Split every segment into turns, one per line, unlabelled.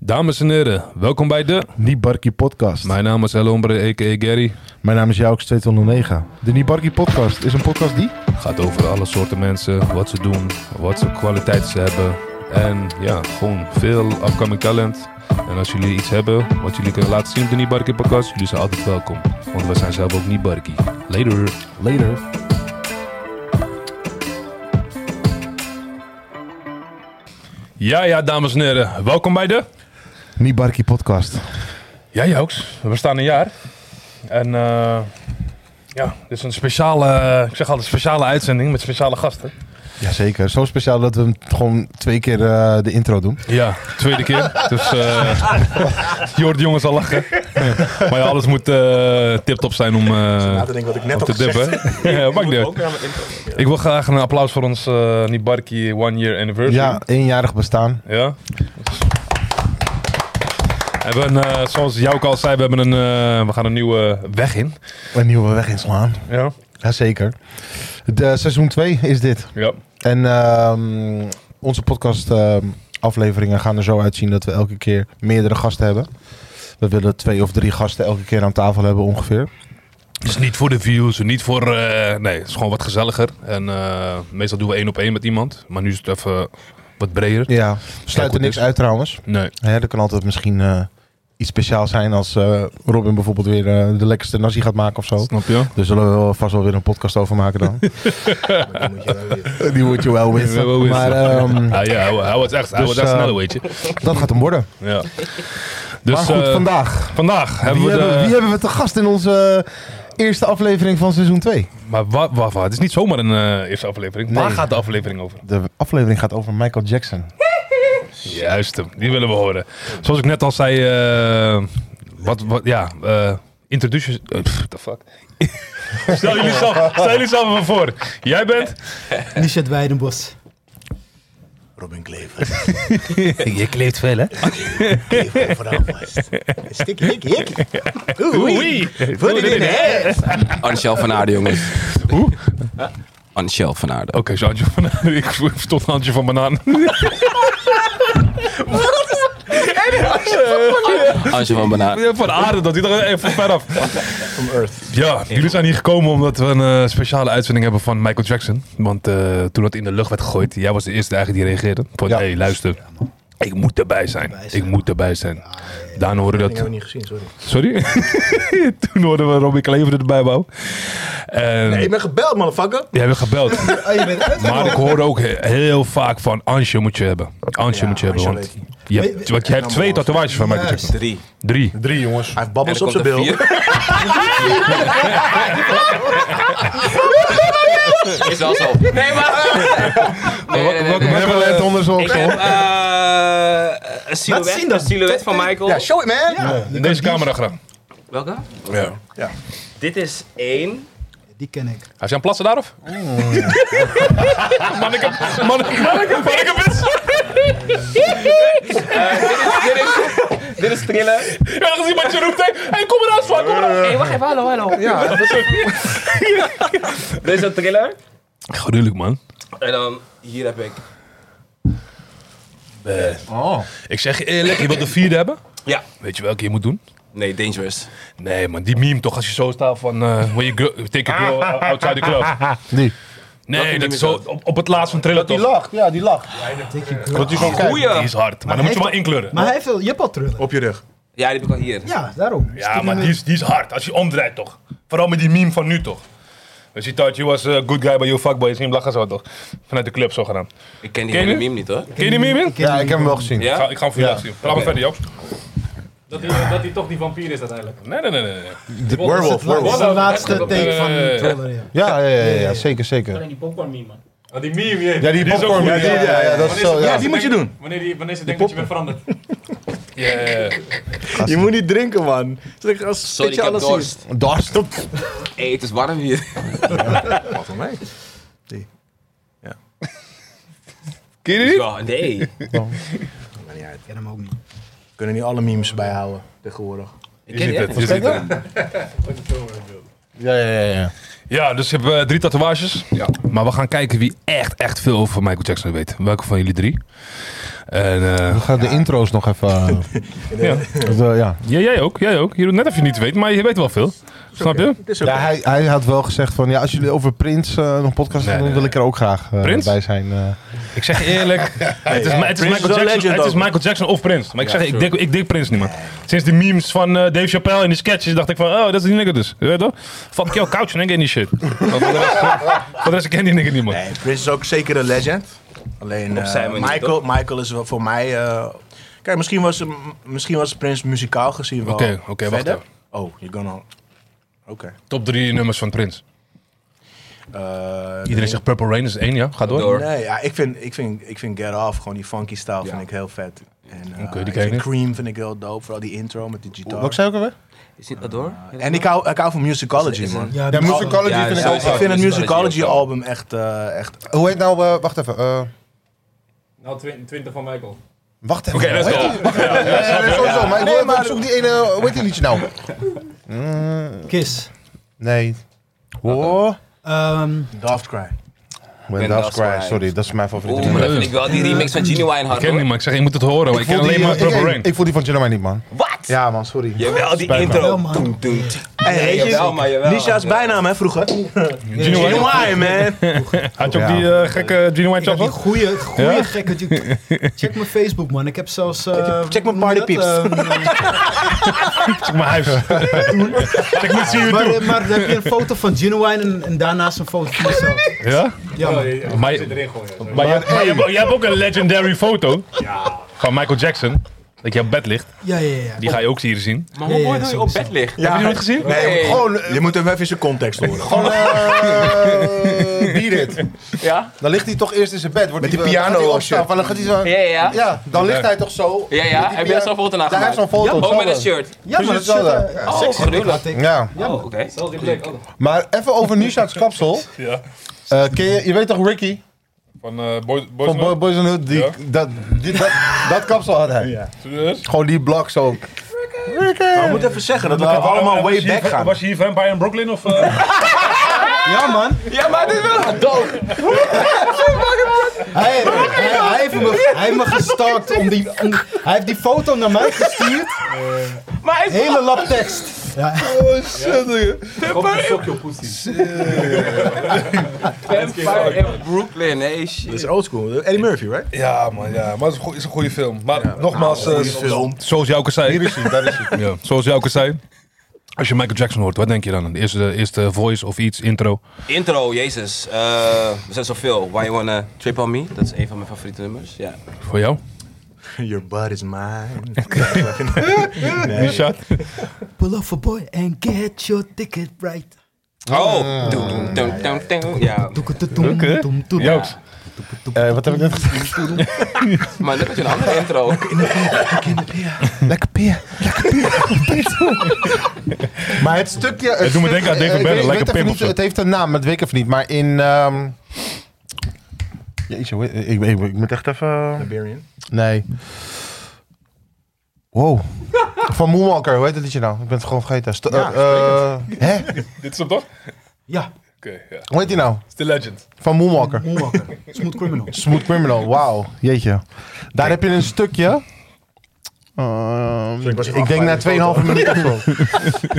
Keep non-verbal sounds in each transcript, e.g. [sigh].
Dames en heren, welkom bij de...
Nibarki Podcast.
Mijn naam is El Hombre, a.k.a. Gary.
Mijn naam is Jouks 209. De Nibarki Podcast is een podcast die...
Gaat over alle soorten mensen, wat ze doen, wat voor kwaliteit ze hebben. En ja, gewoon veel upcoming talent. En als jullie iets hebben wat jullie kunnen laten zien op de Nibarki podcast, jullie zijn altijd welkom. Want we zijn zelf ook Nibarki. Later.
Later.
Ja, ja, dames en heren, welkom bij de...
Nibarki Podcast.
Ja, Jouks. We staan een jaar. En eh, ja, dit is een speciale, eh, ik zeg altijd speciale uitzending met speciale gasten.
Jazeker. Zo speciaal dat we hem gewoon twee keer eh, de intro doen.
Ja, tweede keer. Dus eh [laughs] je hoort de jongens al lachen. maar ja, alles moet eh tip-top zijn om, eh
na te denken wat ik net
om
al
te
gezegd
dippen. [laughs] ja, maakt
Moet
niet
ik
uit.
ook naar mijn intro proberen.
Ik wil graag een applaus voor ons eh Nibarki One Year Anniversary.
Ja, eenjarig bestaan.
Ja. En we hebben, eh, zoals Jouke al zei, we, hebben een, eh, we gaan een nieuwe weg in.
Een nieuwe weg inslaan.
Ja.
Jazeker. De seizoen 2 is dit.
ja.
En ehm, onze podcast ehm, afleveringen gaan er zo uitzien dat we elke keer meerdere gasten hebben. We willen twee of drie gasten elke keer aan tafel hebben ongeveer.
Het is niet voor de views, niet voor... eh, nee, het is gewoon wat gezelliger. En eh, meestal doen we één op één met iemand. Maar nu is het even wat breder.
Ja,
Kijk
sluit
hoe
er
het
niks
is.
uit trouwens.
Nee.
Hè, er Nou kan altijd misschien eh, iets speciaals zijn als eh, Robin bijvoorbeeld weer eh, de lekkerste nasi gaat maken of zo.
Snap je?
Daar zullen we wel vast wel weer een podcast over maken [laughs] dan.
Dan moet je wel weer-
Die moet je wel
Die wil je wel wissen.
winnen. Maar ehm,
Ah, ja, hij, hij was echt, hij
Dus,
was echt
eh,
sneller, weet je.
dat gaat hem worden.
Ja. Dus
maar goed,
eh,
vandaag.
vandaag hebben
wie,
we de...
hebben, wie hebben we te gast in onze eh, eerste aflevering van seizoen 2?
Maar wat, wat, wat? Het is niet zomaar een eh, eerste aflevering. Waar
Nee.
gaat de aflevering over?
De aflevering gaat over Michael Jackson.
Juist hem, die willen we horen. Zoals ik net al zei, eh, wat, wat, ja, eh introduce je... eh, pff, the fuck? [laughs] stel, jullie zelf, stel jullie zelf even voor. Jij bent...
Richard Weidenbos.
Robin Klever.
[laughs] Je kleedt veel, hè?
Klever vooral vast. Stik, hik, hik.
Oei!
Put it in the ass.
Anshel van Aarde,
[laughs]
jongens.
Hoe?
Anshel van Aarde.
Oké, zo handje
[laughs]
van... Ik verstond een handje van banaan.
Oh.
Anshel van Banaan.
Ja, Van aarde, dat die er even ver af. Ja, jullie zijn hier gekomen omdat we een eh, speciale uitzending hebben van Michael Jackson. Want eh, toen dat in de lucht werd gegooid, jij was de eerste eigenlijk die reageerde. Van,
Ja.
hé, hey, luister. Ik moet erbij zijn. Ik moet erbij zijn. Daarna hoorde
Ik heb
dat...
het niet gezien, sorry.
Sorry? [laughs] toen hoorden we Robbie Klever erbij bouw. En
Nee, ik ben gebeld, motherfucker.
jij hebt gebeld. maar ik hoorde ook he- heel vaak van Ansje moet je hebben. Ansje
Ja,
moet je hebben,
Ansje
want
leuk.
je hebt, want je hebt twee tatoeages van Michael Jackson.
Drie.
Drie.
Drie jongens.
Hij heeft babbels op zijn
er
bil.
vier.
[laughs]
Is al zo. Nee, maar... Nee, nee, nee, nee.
Neverland onder zijn
Ik
oksel.
heb eh, een
Laat
silhouet,
zien dat-
een silhouet van Michael.
Ja, show it, man. Ja.
Deze camera graag.
Welke?
Ja.
Dit is één.
Die ken ik.
Hij zijn plassen daarof? manneke, manneke, manneke, manneke, manneke.
Dit is, dit is trillen.
Ja, als iemand je roept, hé, hey, kom eruit, van, kom eruit.
hey, wacht even, hallo, hallo. Ja. dit is een thriller.
Gruwelijk, man.
En dan, hier heb ik...
Ik zeg je eerlijk, je wilt de vierde hebben?
Ja.
Weet je welke je moet doen?
Nee, Dangerous.
Nee, man, die meme toch, als je zo staat van, eh when you go, take a girl outside the club.
Die.
Nee, dat,
niet
is
meer
zo, op, op het laatst van Trillen toch?
lacht, ja, die lacht.
Take your girl.
Goeie.
Die is hard, maar, dan moet je wel inkleuren.
Maar hij heeft wel, je hebt al trullen.
Op je rug.
Ja, die heb ik al hier.
Ja, daarom.
Ja, maar die is, die is hard, als je omdraait toch? Vooral met die meme van nu toch? Dus je thought you was a good guy, but you a fuckboy. Je ziet hem lachen zo toch? Vanuit de club zo gedaan.
Ik ken die
Ken je?
hele meme niet hoor.
Ken je die meme in?
Ja, ik heb hem wel gezien.
Ik ga,
Ja?
ik ga hem voor jou zien. Praat maar verder, Joop.
Dat hij, dat hij toch die vampier is uiteindelijk.
Nee, nee, nee, nee. nee.
De werewolf,
Dat is
werewolf.
de laatste take van
Eh,
die trailer, ja.
Ja, ja, ja, ja, ja, zeker, zeker.
Alleen die popcorn meme, man. Ah, die meme, jee.
Ja, die
is ook
popcorn.
goed,
Ja, die- ja, ja, dat is zo, ja.
die moet je doen.
Wanneer, die, wanneer ze denkt dat je bent veranderd.
Ja, ja, ja.
Je moet niet drinken, man. Zeg, als
Sorry, ik heb dorst.
Dorst.
Hey, het is warm hier.
Wat van mij?
Ken je die?
Ja, nee.
Maar niet uit.
Ik ken hem ook niet.
We kunnen niet alle memes bijhouden tegenwoordig.
Je
Ik ken
ziet
die
het,
echt
je
niet.
ziet het.
Ja, ja, ja, ja.
Ja, dus je hebt eh, drie tatoeages. Maar we gaan kijken wie echt, echt veel over Michael Jackson weet. Welke van jullie drie? En eh,
We gaan de intro's nog even... eh, [laughs]
ja.
dus, eh, ja.
Ja, jij ook, jij ook. Je doet net of je niet weet, maar je weet wel veel. Snap je?
Het is ook
Ja, hij, hij had wel gezegd van, ja, als jullie over Prins eh, nog een podcast
Nee,
doen,
nee,
wil ik er ook graag eh,
Prins?
bij zijn. eh.
Ik zeg je eerlijk, [laughs] het is, het is,
Prince
Michael,
is een
Jackson,
legend
het is
ook.
Michael Jackson of Prince. Maar ik zeg, je, ik dik, ik dik Prince niet meer. Sinds die memes van eh, Dave Chappelle en die sketches dacht ik van, oh, dat is die nigger dus. Je Weet toch? Fuck jou, couch en ik ken die shit. [laughs] Maar voor de rest, voor de rest, ik ken die nigger niet meer.
Nee, Prince is ook zeker een legend. Alleen eh,
zijn manier,
Michael, Michael is wel voor mij. eh, kijk, misschien was, hem- misschien was Prince muzikaal gezien wel.
Oké, oké, wacht
verder.
even.
Oh, you're gonna. Oké. Okay.
Top drie nummers van Prince.
Eh, nee.
Iedereen zegt Purple Rain is één, ja? Ga door.
Nee, ja, ik, vind, ik, vind, ik vind Get Off, gewoon die funky style, vind ik heel vet. En eh,
Oké, die ken
ik
ik
vind
niet.
Cream vind ik heel dope, vooral die intro met die
Wat
gitaar.
zei ik alweer?
Is niet Adore?
En ik hou, ik hou van musicology,
Is- is
man.
Ja,
Ja,
die-
Musicology
Ja,
vind ik
ja,
ook...
ja.
Ik vind het
Musicology
musicology
ook wel.
album echt, eh, echt
Hoe heet nou... eh, wacht even. eh,
Nou, 20 van Michael.
wacht even.
Oké, let's
Hoe heet
go.
die? Nee, nee, sowieso. Maar ik wil even zoek die ene... Hoe heet die liedje nou?
Kiss.
Nee. Oh.
Ehm,
Daft Cry.
When Doves Cry. Sorry, dat is mijn favoriete
Oeh,
nummer.
maar dat vind ik wel die remix van Genie
Ik
Winehouse.
ken
hoor.
die, maar ik zeg, je moet het horen. hoor. Ik, ken
voel die,
alleen maar
eh, ik-
Purple
ik-
Rain.
Ik voel die van Jeremiah niet,
[laughs]
man.
Wat?
Ja, man, sorry.
Jawel, die
Spijt me.
intro.
Jawel, man.
Toem, toem, toem.
Hey, weet je,
jawel, maar jawel.
Nisha's bijnaam, hè, vroeger.
Gino White?
Why, man?
Had je ook
Ja.
die eh, gekke Gino White
Ik had die
chocolate?
goede, goede
Ja?
gekke. Check mijn Facebook, man. Ik heb zelfs. eh,
Check mijn
hoe noem je
partypieps.
dat? Ehm,
Check mijn huis. Ik moet zien hoe
maar,
je het
eh, maar dan heb je een foto van Genuine en, en daarnaast een foto van jezelf.
doet. [laughs] Ja?
Ja,
Oh,
man.
je-
Maar-
je zit erin gooien. sorry.
Maar, je, maar je, hebt- je hebt ook een legendary foto van Michael Jackson. Dat je op bed ligt.
Ja, ja, ja.
Die ga je ook hier zien.
Maar
Ja,
hoe
ja,
mooi dat je op
sowieso.
bed ligt?
Ja.
Heb je die nooit gezien?
Nee,
Nee.
gewoon, eh, je moet hem even in zijn context horen. [laughs]
Gewoon eh [laughs] Beat It.
Ja?
Dan ligt hij toch eerst in zijn bed. Wordt
Met die
hij-
piano
dan gaat hij
of shit.
opstaan, van, dan gaat hij zo...
Ja, ja, ja.
Ja, dan ligt hij toch zo.
Ja, ja.
met die
Heb jij
pia-
zo'n foto
Ja,
nagemaakt?
hij heeft zo'n foto.
Ook
Oh,
zo
met een
wel.
shirt.
Ja, maar dat
Precies
zit,
hetzelfde.
eh,
Oh,
sexy
gruwelijk.
had ik.
Ja,
Oh, oké.
Zelfs die blik. oh.
maar even over Nisha's kapsel.
Ja.
Eh, ken je, je weet toch Ricky
Van eh Boy- Boys
van Boy- Boys and Hood? Die,
Ja.
dat, die, dat, dat kapsel had hij.
Serieus?
Gewoon die blok zo.
Maar ik moet even zeggen dat Nou, we allemaal way back gaan.
Was je hier Vampire in Brooklyn of... eh?
Ja, man.
Ja, maar dit is wel dood.
Hij, hij, hij heeft me, hij heeft me gestalkt om die. om- hij heeft die foto naar mij gestuurd.
Maar hij is
Hele lap tekst. Ja,
Oh shit.
Op een sokje op poetsie.
Vampire in Brooklyn. Hey, shit.
Dat is oldschool. Eddie Murphy, right?
[laughs] ja man, ja. Maar het is een, goeie- is een goede film. Maar nogmaals, eh,
goeie film.
zoals jij ook al zei. Hier is hij, daar is hij. [laughs] Ja. Zoals jij ook al zei. Als je Michael Jackson hoort, wat denk je dan? De eerste, de eerste voice of iets, intro.
Intro, jezus. Eh, er zijn zoveel. Why You Wanna Trip On Me. Dat is een van mijn favoriete nummers. Ja.
Voor jou?
Your butt is mine.
Richard?
Pull off a boy and get your ticket right.
Oh. Doem, doem, doem, doem, doem. Ja.
Toeketetum,
Oké.
toem, toem.
Joost?
Eh, wat heb ik net gezegd?
Maar dan heb je een andere intro.
Lekker peer. Lekker peer. maar het stukje... Het
Het doet me denken aan
stukje-
David Banner,
eh, ik weet-
lekker
ik weet even
pimp
niet,
of zo.
Het heeft een naam, maar dat weet ik even niet. Maar in... ehm Jeetje, hoe- ik, ik, ik, ik moet echt even...
Liberian.
Nee. Wow. Van Moonwalker, hoe heet dat liedje nou? Ik ben het gewoon vergeten. St-
Ja,
eh, eh, hè?
Dit is hem toch?
Ja,
Oké, ja.
Hoe heet die nou?
It's the legend.
Van Moonwalker.
Moonwalker. Smooth criminal.
Smooth Criminal, wauw. Jeetje. Daar heb je een stukje. Ehm,
was
ik denk na 2,5 minuten of zo.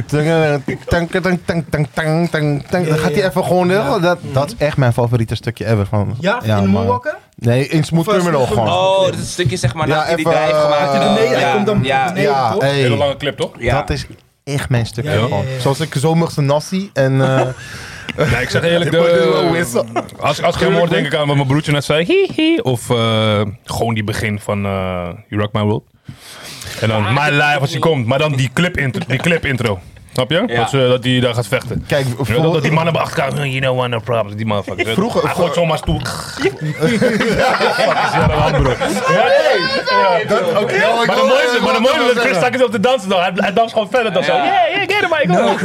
Tang,
[laughs]
tang, tang, tang, tang, tang, tang. Dan gaat hij
ja.
even gewoon... Dat, dat is echt mijn favoriete stukje ever. Van,
Ja, in
man.
Moonwalker?
Nee, in Smooth
Of, eh,
Criminal
Smooth
gewoon.
Oh, dat is een stukje zeg maar
Ja,
nadat je die
even,
drijf gemaakt
eh,
hebt.
Nee, hij
ja,
komt dan-
ja,
nee.
ja,
toch?
hey.
Hele lange clip toch?
ja.
eh, Dat is echt mijn stukje.
Ja, ja, ja,
gewoon.
ja.
Zoals ik zo mag zijn nasi en... eh,
[laughs]
Nee, [laughs] ik zeg eerlijk,
Oh,
de,
is dat?
als, als ik hem hoor, denk ik aan wat mijn broertje net zei. Hi, hi. Of eh, gewoon die begin van eh, You Rock My World. En dan My Life als die komt. Maar dan die clip intro. Die clip intro. Snap je?
Ja.
Dat, ze, dat die daar gaat vechten.
Kijk,
Ja, dat, dat
[laughs] voor,
die mannen bij elkaar, "Oh, you know what, no problem, die motherfucker.
Vroeger-
Hij
voor-
gooit zomaar stoel. Fuck is hier aan de hand, broer. Ja, ja. Maar de mooiste, maar de mooiste is dat Chris staat op te dansen dan. Hij, hij danst gewoon verder dan zo.
Ja.
Yeah, yeah, get it, Michael.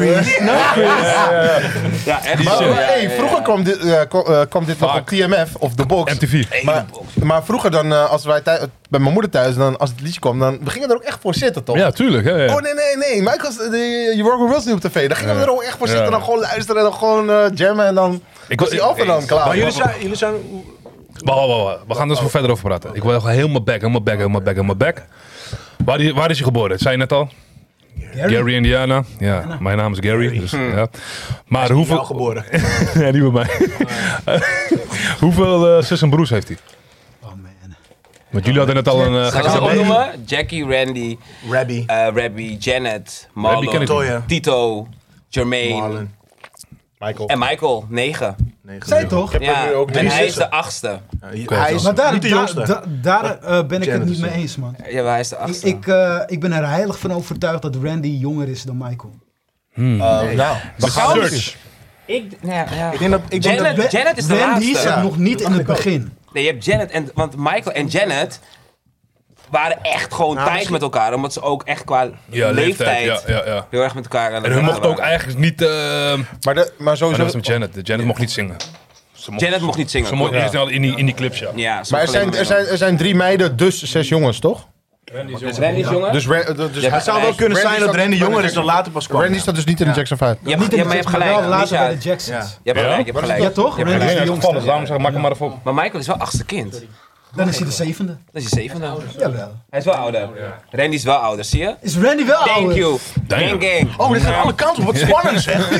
Ja, echt.
Die
zo.
shit.
Ja,
Maar, hey,
ja,
vroeger kwam dit, eh, kwam- eh, kwam dit nog op
Fuck.
TMF of The Box.
MTV.
Maar, maar vroeger dan, eh, als wij thui- bij mijn moeder thuis, dan, als het liedje kwam, dan we gingen er ook echt voor zitten, toch?
Ja, tuurlijk. Ja, ja.
Oh nee, nee, nee. Michael, je work with eh, Wilson op tv. Dan gingen we er ook echt voor
Ja.
zitten. Dan gewoon luisteren en dan gewoon eh, jammen. En dan
Ik
was
wil-
die af en dan klaar.
Maar jullie zijn, jullie zijn
Wacht, wacht, wacht, wacht. We gaan er zo verder over praten. Ik wil gewoon helemaal back, helemaal back, helemaal back, helemaal back. Waar, die- waar is hij geboren? Dat zei je net al. Gary, Indiana. Ja, mijn naam is Gary. Dus, ja. Maar hoeveel...
jou geboren.
[laughs] Ja, niet bij mij. [laughs] hoeveel eh, zus en broers heeft hij?
Oh man.
Want jullie hadden net al een eh,
Zal ik
gekke
ze
tabel.
opnoemen? Jackie, Randy,
Rabbi.
eh Rabbi, Janet, Marlon,
ken ik niet.
Toya.
Tito, Jermaine
Marlon.
Michael.
en Michael. Negen.
Nee,
Zij toch?
heb
Ja,
er nu ook
en
drie
hij is
zussen.
de achtste.
Ja, Hij is
Maar daar,
niet de
daar-
jongste.
da- daar eh, ben ik het
Janet
niet
is
mee
het.
eens, man.
Ja, hij is de
Ik,
achtste.
ik, eh, ik ben er heilig van overtuigd dat Randy jonger is dan Michael.
Nou,
We gaan search.
Ik, nou ja, ja.
ik denk dat... Ik denk dat
Janet, Janet is de
Randy
laatste.
zat nog niet in het begin.
Nee, je hebt Janet en... Want Michael en Janet waren echt gewoon
Nou,
tijd
misschien-
met elkaar. Omdat ze ook echt qua
Ja,
leeftijd
leeftijd. Ja, ja, ja.
heel erg met elkaar aan het
En hun mochten
praten
ook
waren.
eigenlijk niet... eh
Maar, de, maar
dat
sowieso...
was met Janet. Janet mocht niet zingen. Ze mocht,
Janet mocht niet zingen.
ze mocht
ja.
eerst al in die, in die clips, ja.
Ja, ze
Maar er
mocht alleen
zijn, er,
zingen.
zijn, er zijn drie meiden, dus zes jongens, toch?
Randy is jonger.
Randy is jonger.
Dus, Ra- eh, dus
Ja,
hij-
het zou wel kunnen
Randy
zijn dat
staat-
Randy jonger is dan later pas kwam.
Randy staat dus niet in de Jackson 5.
je
Niet
hebt,
in
ja,
het
maar je hebt
begin, maar
gelijk.
wel later bij de
Misha.
Jacksons.
Je hebt
Ja?
gelijk, je hebt gelijk.
Ja, toch?
Je hebt
Randy
Iedereen
is de
heeft
jongste.
gevallen, daarom zeg ik, maak hem maar even op.
Maar Michael is wel achtste kind.
Dan is hij de zevende.
Dat is je zevende.
Jawel.
Hij is wel ouder. Randy is wel ouder, zie je?
Is Randy wel
Thank
ouder?
you.
Damn.
Gang gang.
Oh, dit gaat alle kanten op. Wat spannend zeg.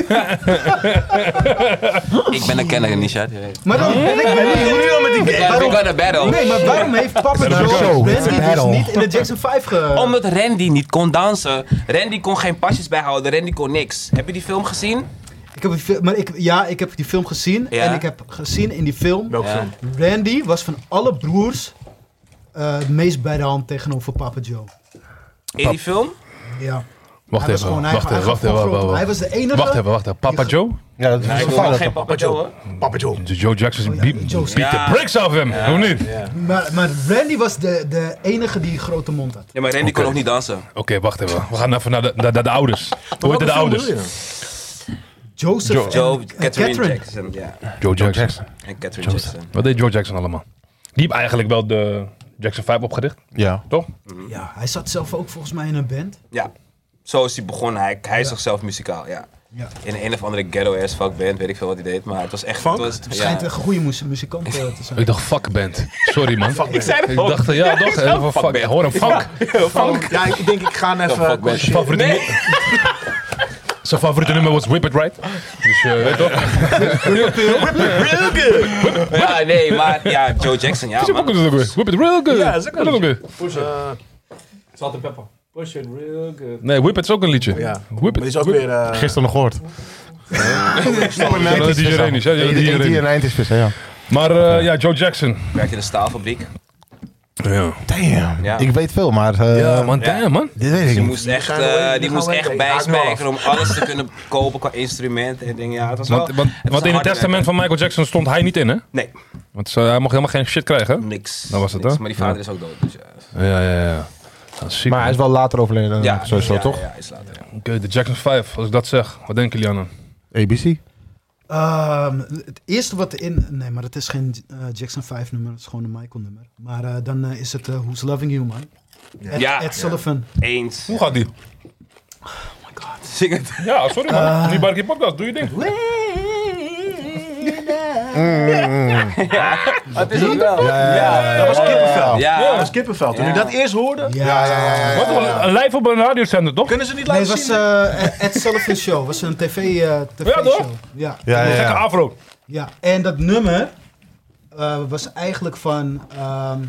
Ik [laughs] ben een kenner, Nisha. Je weet.
Maar dan ben ik benieuwd.
We gaan een battle.
Nee, maar waarom heeft Papa Joe
It's a
Randy dus
battle.
niet in de Jackson 5 ge...
Omdat Randy niet kon dansen. Randy kon geen pasjes bijhouden. Randy kon niks. Heb je die film gezien?
Ik heb, die fil- maar ik, ja, ik heb die film gezien.
Ja.
En ik heb gezien in die film...
Welke
Ja.
film?
Randy was van alle broers eh, het meest bij de hand tegenover Papa Joe.
In die film?
Ja.
Wacht
Hij was
even,
gewoon- hij-
wacht
hij
even, wacht
gaf
even.
gewoon
wacht
groot.
even.
Hij was de enige-
Wacht even, wacht even. Papa
die-
Joe?
Ja, dat is
Ik wil geen papa Joe.
Papa Joe.
Joe Jackson
Oh ja,
beat,
Joe.
beat the
Ja.
bricks off hem, of niet? Oké,
Maar, maar Randy was de, de enige die grote mond had.
Ja, maar Randy kon
Oké.
ook niet dansen.
wacht even. We gaan even naar de, naar, naar de ouders. Hoe heet de ouders? Joe
Joseph en-
Joe,
en
Catherine, Jackson. Ja.
Jackson.
En Catherine Jackson.
Wat deed Joe Jackson allemaal? Die heeft eigenlijk wel de Jackson 5 opgericht,
Ja.
toch?
Ja, hij zat zelf ook volgens mij in een band.
Ja. Zo is hij begonnen. Hij, hij is zichzelf muzikaal, ja.
Ja.
In een of andere ghetto-ass fuckband, weet ik veel wat hij deed. Maar het was echt...
Funk?
Het was,
Het schijnt
ja.
echt een goede mu- muzikant eh, te
[laughs]
zijn.
Ik dacht, fuck band. Sorry [laughs] man.
Ik zei het
Ik
ook.
dacht, ja toch,
zei
even
ook,
fuck
fuck
band.
band.
Hoor hem, fuck.
Ja, ik denk ik ga even...
Fuckband.
Favoriete
Nee.
nummer- Zijn favoriete nummer was Whip It Right. Dus eh, weet je toch?
[laughs] Ja, nee, maar ja, Joe Jackson, ja
Is ook
man.
ook weer. Whip It Real Good.
Ja, is ook een
Real good.
Push it. Salt and pepper. Push it real good.
Nee, Whip It is ook een liedje.
Ja.
Whip
Maar
It.
die is ook
Whip
weer... eh,
Gisteren nog gehoord.
Ja, dat is DJ Renis, ja, ja, DJ
Die
Renis.
en eind is vissen, ja.
Maar eh, ja, Joe Jackson.
Werkt in de staalfabriek.
Ja,
Damn.
Ja.
Ik weet veel, maar... eh,
Oh, man, damn man.
Dit weet ik
Die
niet.
moest echt,
gaan we-
eh,
die
die
gaan
moest
we-
echt
ik haak nu
bijspijkeren om alles te kunnen kopen qua instrumenten en dingen. Ja, het was wel,
Want, want,
was
want
een
in het
harde
testament van Michael Jackson stond hij niet in, hè?
werker. Nee,
Want eh, hij mocht helemaal geen shit krijgen. hè?
niks.
Dat was het,
Niks.
hè?
Maar die vader
Ja.
is ook dood, dus ja.
Ja, ja, ja. Dat is ziek.
Maar hij is wel later overleden dan
Ja,
sowieso,
ja,
toch?
Ja, is later. ja.
Oké, de Jackson 5, als ik dat zeg. Wat denken jullie aan hem?
ABC.
Ehm, het eerste wat in... Nee, maar het is geen eh, Jackson 5 nummer. Het is gewoon een Michael nummer. Maar eh, dan eh, is het eh, Who's Loving You, man. Ed,
Ja.
Ed Sullivan.
Eens.
Hoe gaat die?
Oh my god.
[laughs] Zing het.
Ja, sorry man. Die Barkie Podcast, doe je ding.
Wat is het wel? Ja,
Dat was Kippenveld. Dat
ja.
was Kippenveld. Toen ik dat eerst hoorde...
Ja, ja, ja.
Wat een- een live op een radiozender, toch?
Kunnen ze niet
Nee,
laten
het was
zien?
eh Ed Sullivan Show. was een tv, eh, TV
Ja, toch?
show. Ja,
Ja,
Een gekke
ja.
afro.
ja. En dat nummer eh, was eigenlijk van... ehm,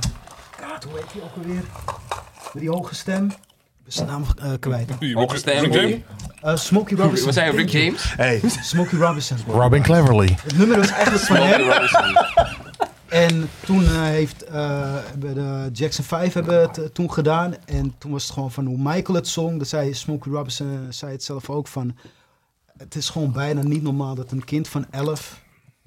God, hoe heet die ook alweer? Met die hoge stem. Ik ben zijn naam eh, kwijt.
Opgestemd.
James?
Eh, Smokey Robinson.
We zijn Rick
Thank you.
James.
Hey,
Smokey Robinson.
Robin Cleverly.
Het nummer was eigenlijk van
Smokey
hem.
Robinson.
En toen eh, heeft, eh, hebben de Jackson 5 hebben het eh, toen gedaan. En toen was het gewoon van hoe Michael het zong. Dat zei Smokey Robinson zei het zelf ook van. Het is gewoon bijna niet normaal dat een kind van 11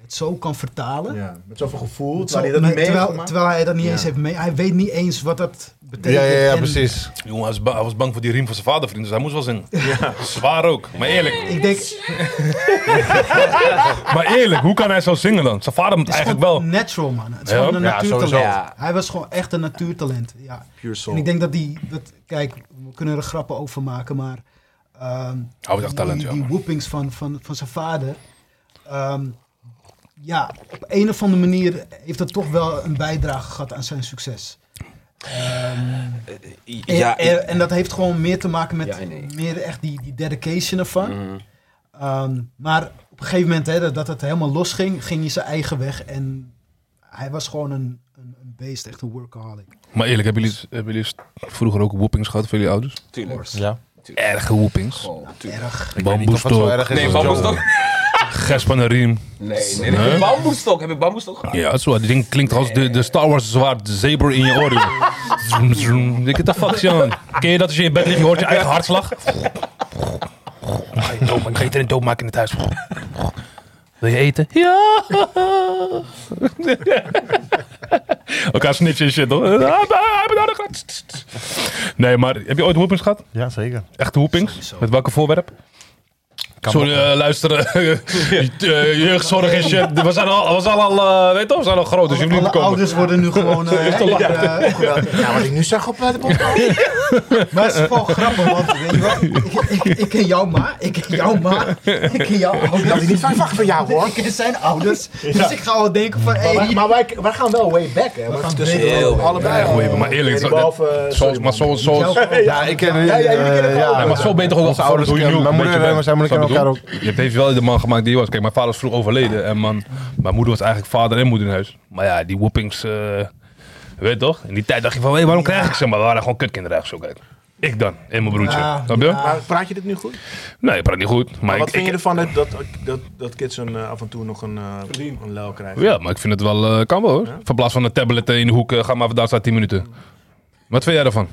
het zo kan vertalen.
Ja, met zoveel gevoel.
Zo-
Terwijl hij dat
maar
niet mee heeft
terwijl,
gemaakt.
terwijl hij dat niet
Ja.
eens heeft mee. Hij weet niet eens wat dat betekent.
Ja, ja, ja,
En
precies.
Jongen, hij was, ba- hij was bang voor die riem van zijn vader, vriend. Dus hij moest wel zingen. Zwaar ook. Maar eerlijk.
Ik denk, het
Maar eerlijk, hoe kan hij zo zingen dan? Zijn vader moet
is
eigenlijk
gewoon
wel...
natural, man. Het is
Ja,
gewoon een
ja,
natuurtalent.
sowieso. Ja.
Hij was gewoon echt een natuurtalent. Ja.
Pure soul.
En ik denk dat die, dat, kijk, we kunnen er grappen over maken, maar ehm,
Hij was echt talent,
die,
ja.
die
man.
whoopings van, van, van zijn vader, ehm, ja, op een of andere manier heeft dat toch wel een bijdrage gehad aan zijn succes. Ehm, en,
Ja,
en, en dat heeft gewoon meer te maken met
Ja, nee.
meer echt die, die dedication ervan.
Mhm.
Ehm, maar op een gegeven moment hè, dat- dat het helemaal los ging, ging hij zijn eigen weg. En hij was gewoon een, een, een beest, echt een workaholic.
Maar eerlijk, hebben jullie, hebben jullie vroeger ook whoopings gehad van jullie ouders?
tuurlijk.
Ja.
Erge whoopings.
Goh, tuurlijk.
Erg.
Bamboestok,
Nee, bamboestok.
gesp aan een riem.
Nee, nee, nee. Bamboestok. Heb ik bamboestok gehad?
Ja, zo, die ding klinkt als de, de Star Wars zwaard saber in je oor. joh. Zoem, zoem. Ik the fuck, Jan. Ken je dat als je in bed ligt, je hoort je eigen hartslag? Ga je dood maken? Ga je iedereen doodmaken in het huis? Wil je eten? Ja! Elkaar snitchen en shit, hoor. Ah, ah, heb ik nodig gehad. Nee, maar heb je ooit hoepings gehad?
Ja, zeker.
Echte hoepings? Met welke voorwerp? Sorry, eh, luisteren. [laughs] eh, jeugdzorg en shit. We zijn al, we zijn al, eh, weet je, we zijn al groot, dus je
Alle,
hoeft niet
alle
te komen.
ouders worden nu gewoon...
[laughs]
eh, eh,
Ja, wat ik nu zag op eh, de podcast.
Maar het is gewoon grappig, want weet je wat? Ik, ik, ik ken jouw ma, ik ken jouw ma, ik ken jouw
Dat is
ouders.
niet van wacht van jou hoor.
Ik ken zijn ouders. Dus ik ga wel denken van, hé,
Maar, wij-
hey,
maar wij, wij gaan wel way back, hè. We gaan
tussen- heel way
allebei.
back.
eh,
Ja, maar eerlijk,
eh,
zo-
behalve, eh,
Zoals, maar zo, zo,
Ja, ik ken...
Ja, ja, jullie kennen elkaar ook.
Ja, maar zo beter ook als ouders hoe je nu.
Mijn moeder
een beetje bent.
en zijn moeder kennen elkaar
Snap je bedoel? Je hebt heeft wel de man gemaakt die hij was. Kijk, mijn vader is vroeg overleden. En man, mijn moeder was eigenlijk vader en moeder in huis. Maar ja, die whoopings, eh, je weet toch? In die tijd dacht je van, hé, waarom krijg ik ze? Maar we waren gewoon kutkinderen eigenlijk zo, kijk. Ik dan, en mijn broertje.
Ja,
Snap je?
Maar praat je dit nu goed?
Nee, ik praat niet goed. Maar
Maar
ik,
wat vind je
ik-
ervan dat, dat, dat, dat kids een, eh, af en toe nog een, eh een lel krijgen?
Ja, maar ik vind het wel, eh, kan wel hoor. Van plaats van een tablet in de hoek, eh, ga maar vandaag staat 10 minuten. Wat vind jij ervan?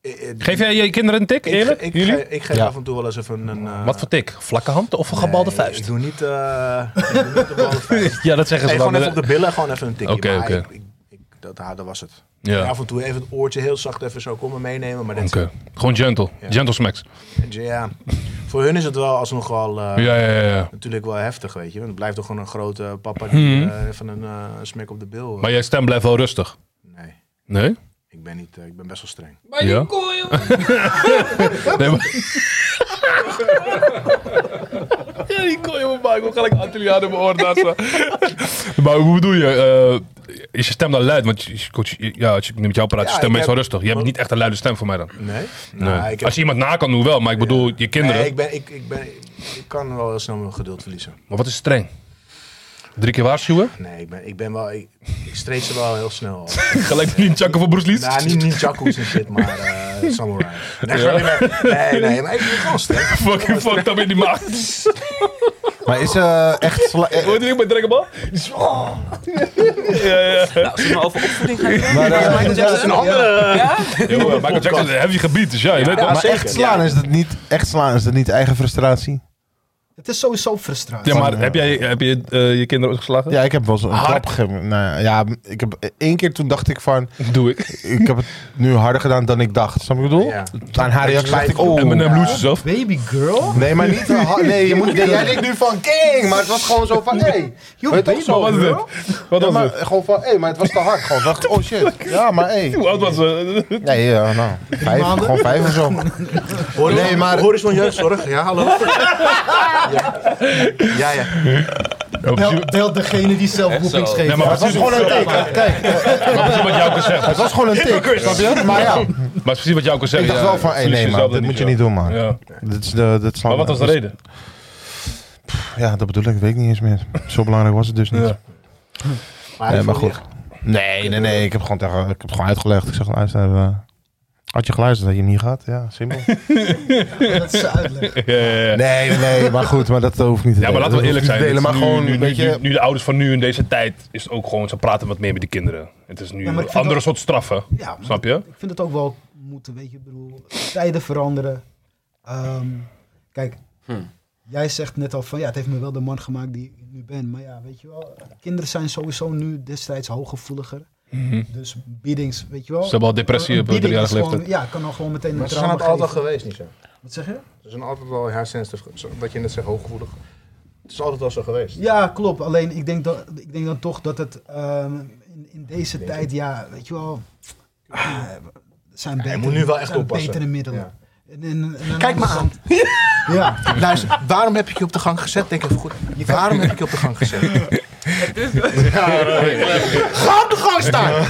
Eh, eh,
Geef jij je kinderen een tik,
ik-
eerlijk?
Ik,
Jullie?
ge- ik geef
Ja.
af en toe wel eens even een... eh,
Wat voor tik? Vlakke hand of een gebalde
nee,
vuist?
Ik doe niet, eh, ik doe niet de balde
[laughs]
vuist.
Ja, dat zeggen
Nee,
ze
gewoon
dan.
even op de billen, gewoon even een tikje.
Oké,
Maar
oké.
ik- ik- ik- Dat, ah, dat was het.
Ja,
Af en toe even het oortje heel zacht even zo komen meenemen. Maar dat
oké. Gewoon gentle. Gentle smacks.
ja, voor hun is het wel alsnog wel... eh,
Ja, ja, ja, ja.
Natuurlijk wel heftig, weet je. Want het blijft toch gewoon een grote papa die
Hmm.
eh, even een eh, smek op de bil... eh,
Maar jij stem blijft wel rustig.
Nee,
Nee?
ik ben, niet, eh, ik ben best wel streng.
Maar die
Ja.
kooi, joh.
[laughs] Nee, maar... [laughs] ja, die kon je me maken. Hoe ga ik Antilliaan in mijn oor dansen? [laughs] maar hoe bedoel je? eh, is je stem dan luid? Want je, je- coach, je- ja, als je met jou praat, is je
Ja,
stem
ik
meestal
heb-
rustig. Je hebt niet echt een luide stem voor mij dan.
Nee?
Nee.
Nou, ik heb-
Als je iemand na kan doen wel, maar ik bedoel, je kinderen.
Nee, ik, ben, ik, ik, ben, ik kan wel heel snel mijn geduld verliezen.
Maar wat is streng? Drie keer
[laughs]
waarschuwen?
Nee, ik ben, ik ben wel... Ik, ik streed ze wel heel snel. af.
Gelijk niet Chucken van Bruce Lee?
[laughs] nou,
[laughs]
niet, niet Jacko's en shit, maar eh Samurai. Nee, nee, nee, maar ik ben gewoon sterk.
Fucking fucked up in die maag.
[laughs]
Maar is eh, echt... sla- eh,
Hoor je ook bij Dragon Ball? Ja, ja.
Nou, zullen we over opvoeding gaan doen?
Maar, eh,
Michael
dat is
Jackson?
een andere...
Ja?
Yo, eh, Michael Jackson is een heavy gebied, dus ja, je weet
Ja,
toch?
Maar echt slaan is dat niet... Echt slaan is dat niet eigen frustratie?
het is sowieso frustratie.
Ja, maar heb jij heb je, eh, je kinderen ooit geslagen?
Ja, ik heb wel eens een
Hard.
klap gegeven. Nou ja, ja, ik heb één keer toen dacht ik van...
Doe ik.
Ik heb het nu harder gedaan dan ik dacht. Snap je wat ik bedoel?
Ja.
Aan haar reactie dacht ik...
En mijn
Oh.
naam Loes zelf.
Baby girl?
Nee, maar niet... te hard. Nee, je moet, jij denkt nu van king. Maar het was gewoon zo van... Hey.
Yo,
Weet je
baby
toch zo?
Wat is
girl?
dit? Wat
Ja,
was
maar
dit?
gewoon van... Hey, maar het was te hard. Gewoon dacht ik, Oh
[laughs]
shit. Ja, maar hey.
Hoe oud was ze?
Nee, ja, nou. Vijf,
maanden?
gewoon vijf of zo.
Horizon,
Nee, maar-
Horizon jeugdzorg, ja, hallo. Ja, ja. ja.
Bel, bel degene die zelf boekings
zo.
geeft.
Nee, maar
Het was gewoon een tik. Kijk,
precies wat jou kan zeggen.
het was gewoon een tik. Snap je? Maar ja,
Maar precies wat jou kan zeggen.
ik dacht
ja,
wel van... Hey,
verlies
nee,
jezelf
man.
dan
Dit moet je niet
ja.
doen, dus- man.
Ja.
Dit is de... Dit
Maar wat was de reden? [laughs]
Ja, dat bedoel ik. Weet ik niet eens meer. Zo belangrijk was het dus niet.
Ja.
Maar,
Nee, maar goed. Nee, nee, nee. Ik heb gewoon, tegen, ik heb het gewoon uitgelegd. Ik zeg, luister. eh, had je geluisterd dat je hem niet gehad? Ja, simpel.
Dat is de
[laughs]
uitleg.
Ja, ja, ja.
Nee, nee, maar goed. Maar dat hoeft niet te
Ja, maar
delen.
laten we
Dat
eerlijk
hoeft niet
zijn.
te delen,
dit
maar
is nu-
gewoon
nu,
een
nu-
beetje...
nu- nu de ouders van nu in deze tijd is het ook gewoon, ze praten wat meer met die kinderen. Het is nu
Ja, maar ik
een
vind
andere
dat-
soort straffen.
Ja, maar
Snap je?
ik vind het ook wel moeten, weet je, ik bedoel, tijden veranderen. Ehm, kijk,
Hmm.
jij zegt net al van ja, het heeft me wel de man gemaakt die ik nu ben. Maar ja, weet je wel, kinderen zijn sowieso nu destijds hooggevoeliger. Dus biedings, weet je wel.
Mhm. Ze hebben al depressie
Een
op eh,
bieding is
driejarige
gewoon-
leeftijd.
Ja, kan dan gewoon meteen een
maar ze zijn
trauma
het altijd
geven.
geweest, niet zo.
Wat zeg je?
Ze zijn altijd wel, ja, sensitive, wat je net zegt, hooggevoelig. Het is altijd wel zo geweest.
Ja, klopt. Alleen ik denk, dat, ik denk dan toch dat het ehm, in, in deze tijd, ja, weet je wel, eh, zijn betere,
moet nu wel echt
zijn
oppassen.
betere middelen.
Ja.
En- en- en- en-
Kijk maar aan.
[laughs] Ja,
Luister, waarom heb ik je op de gang gezet? Denk even goed. Waarom heb ik je op de gang gezet? Ga op de gang staan!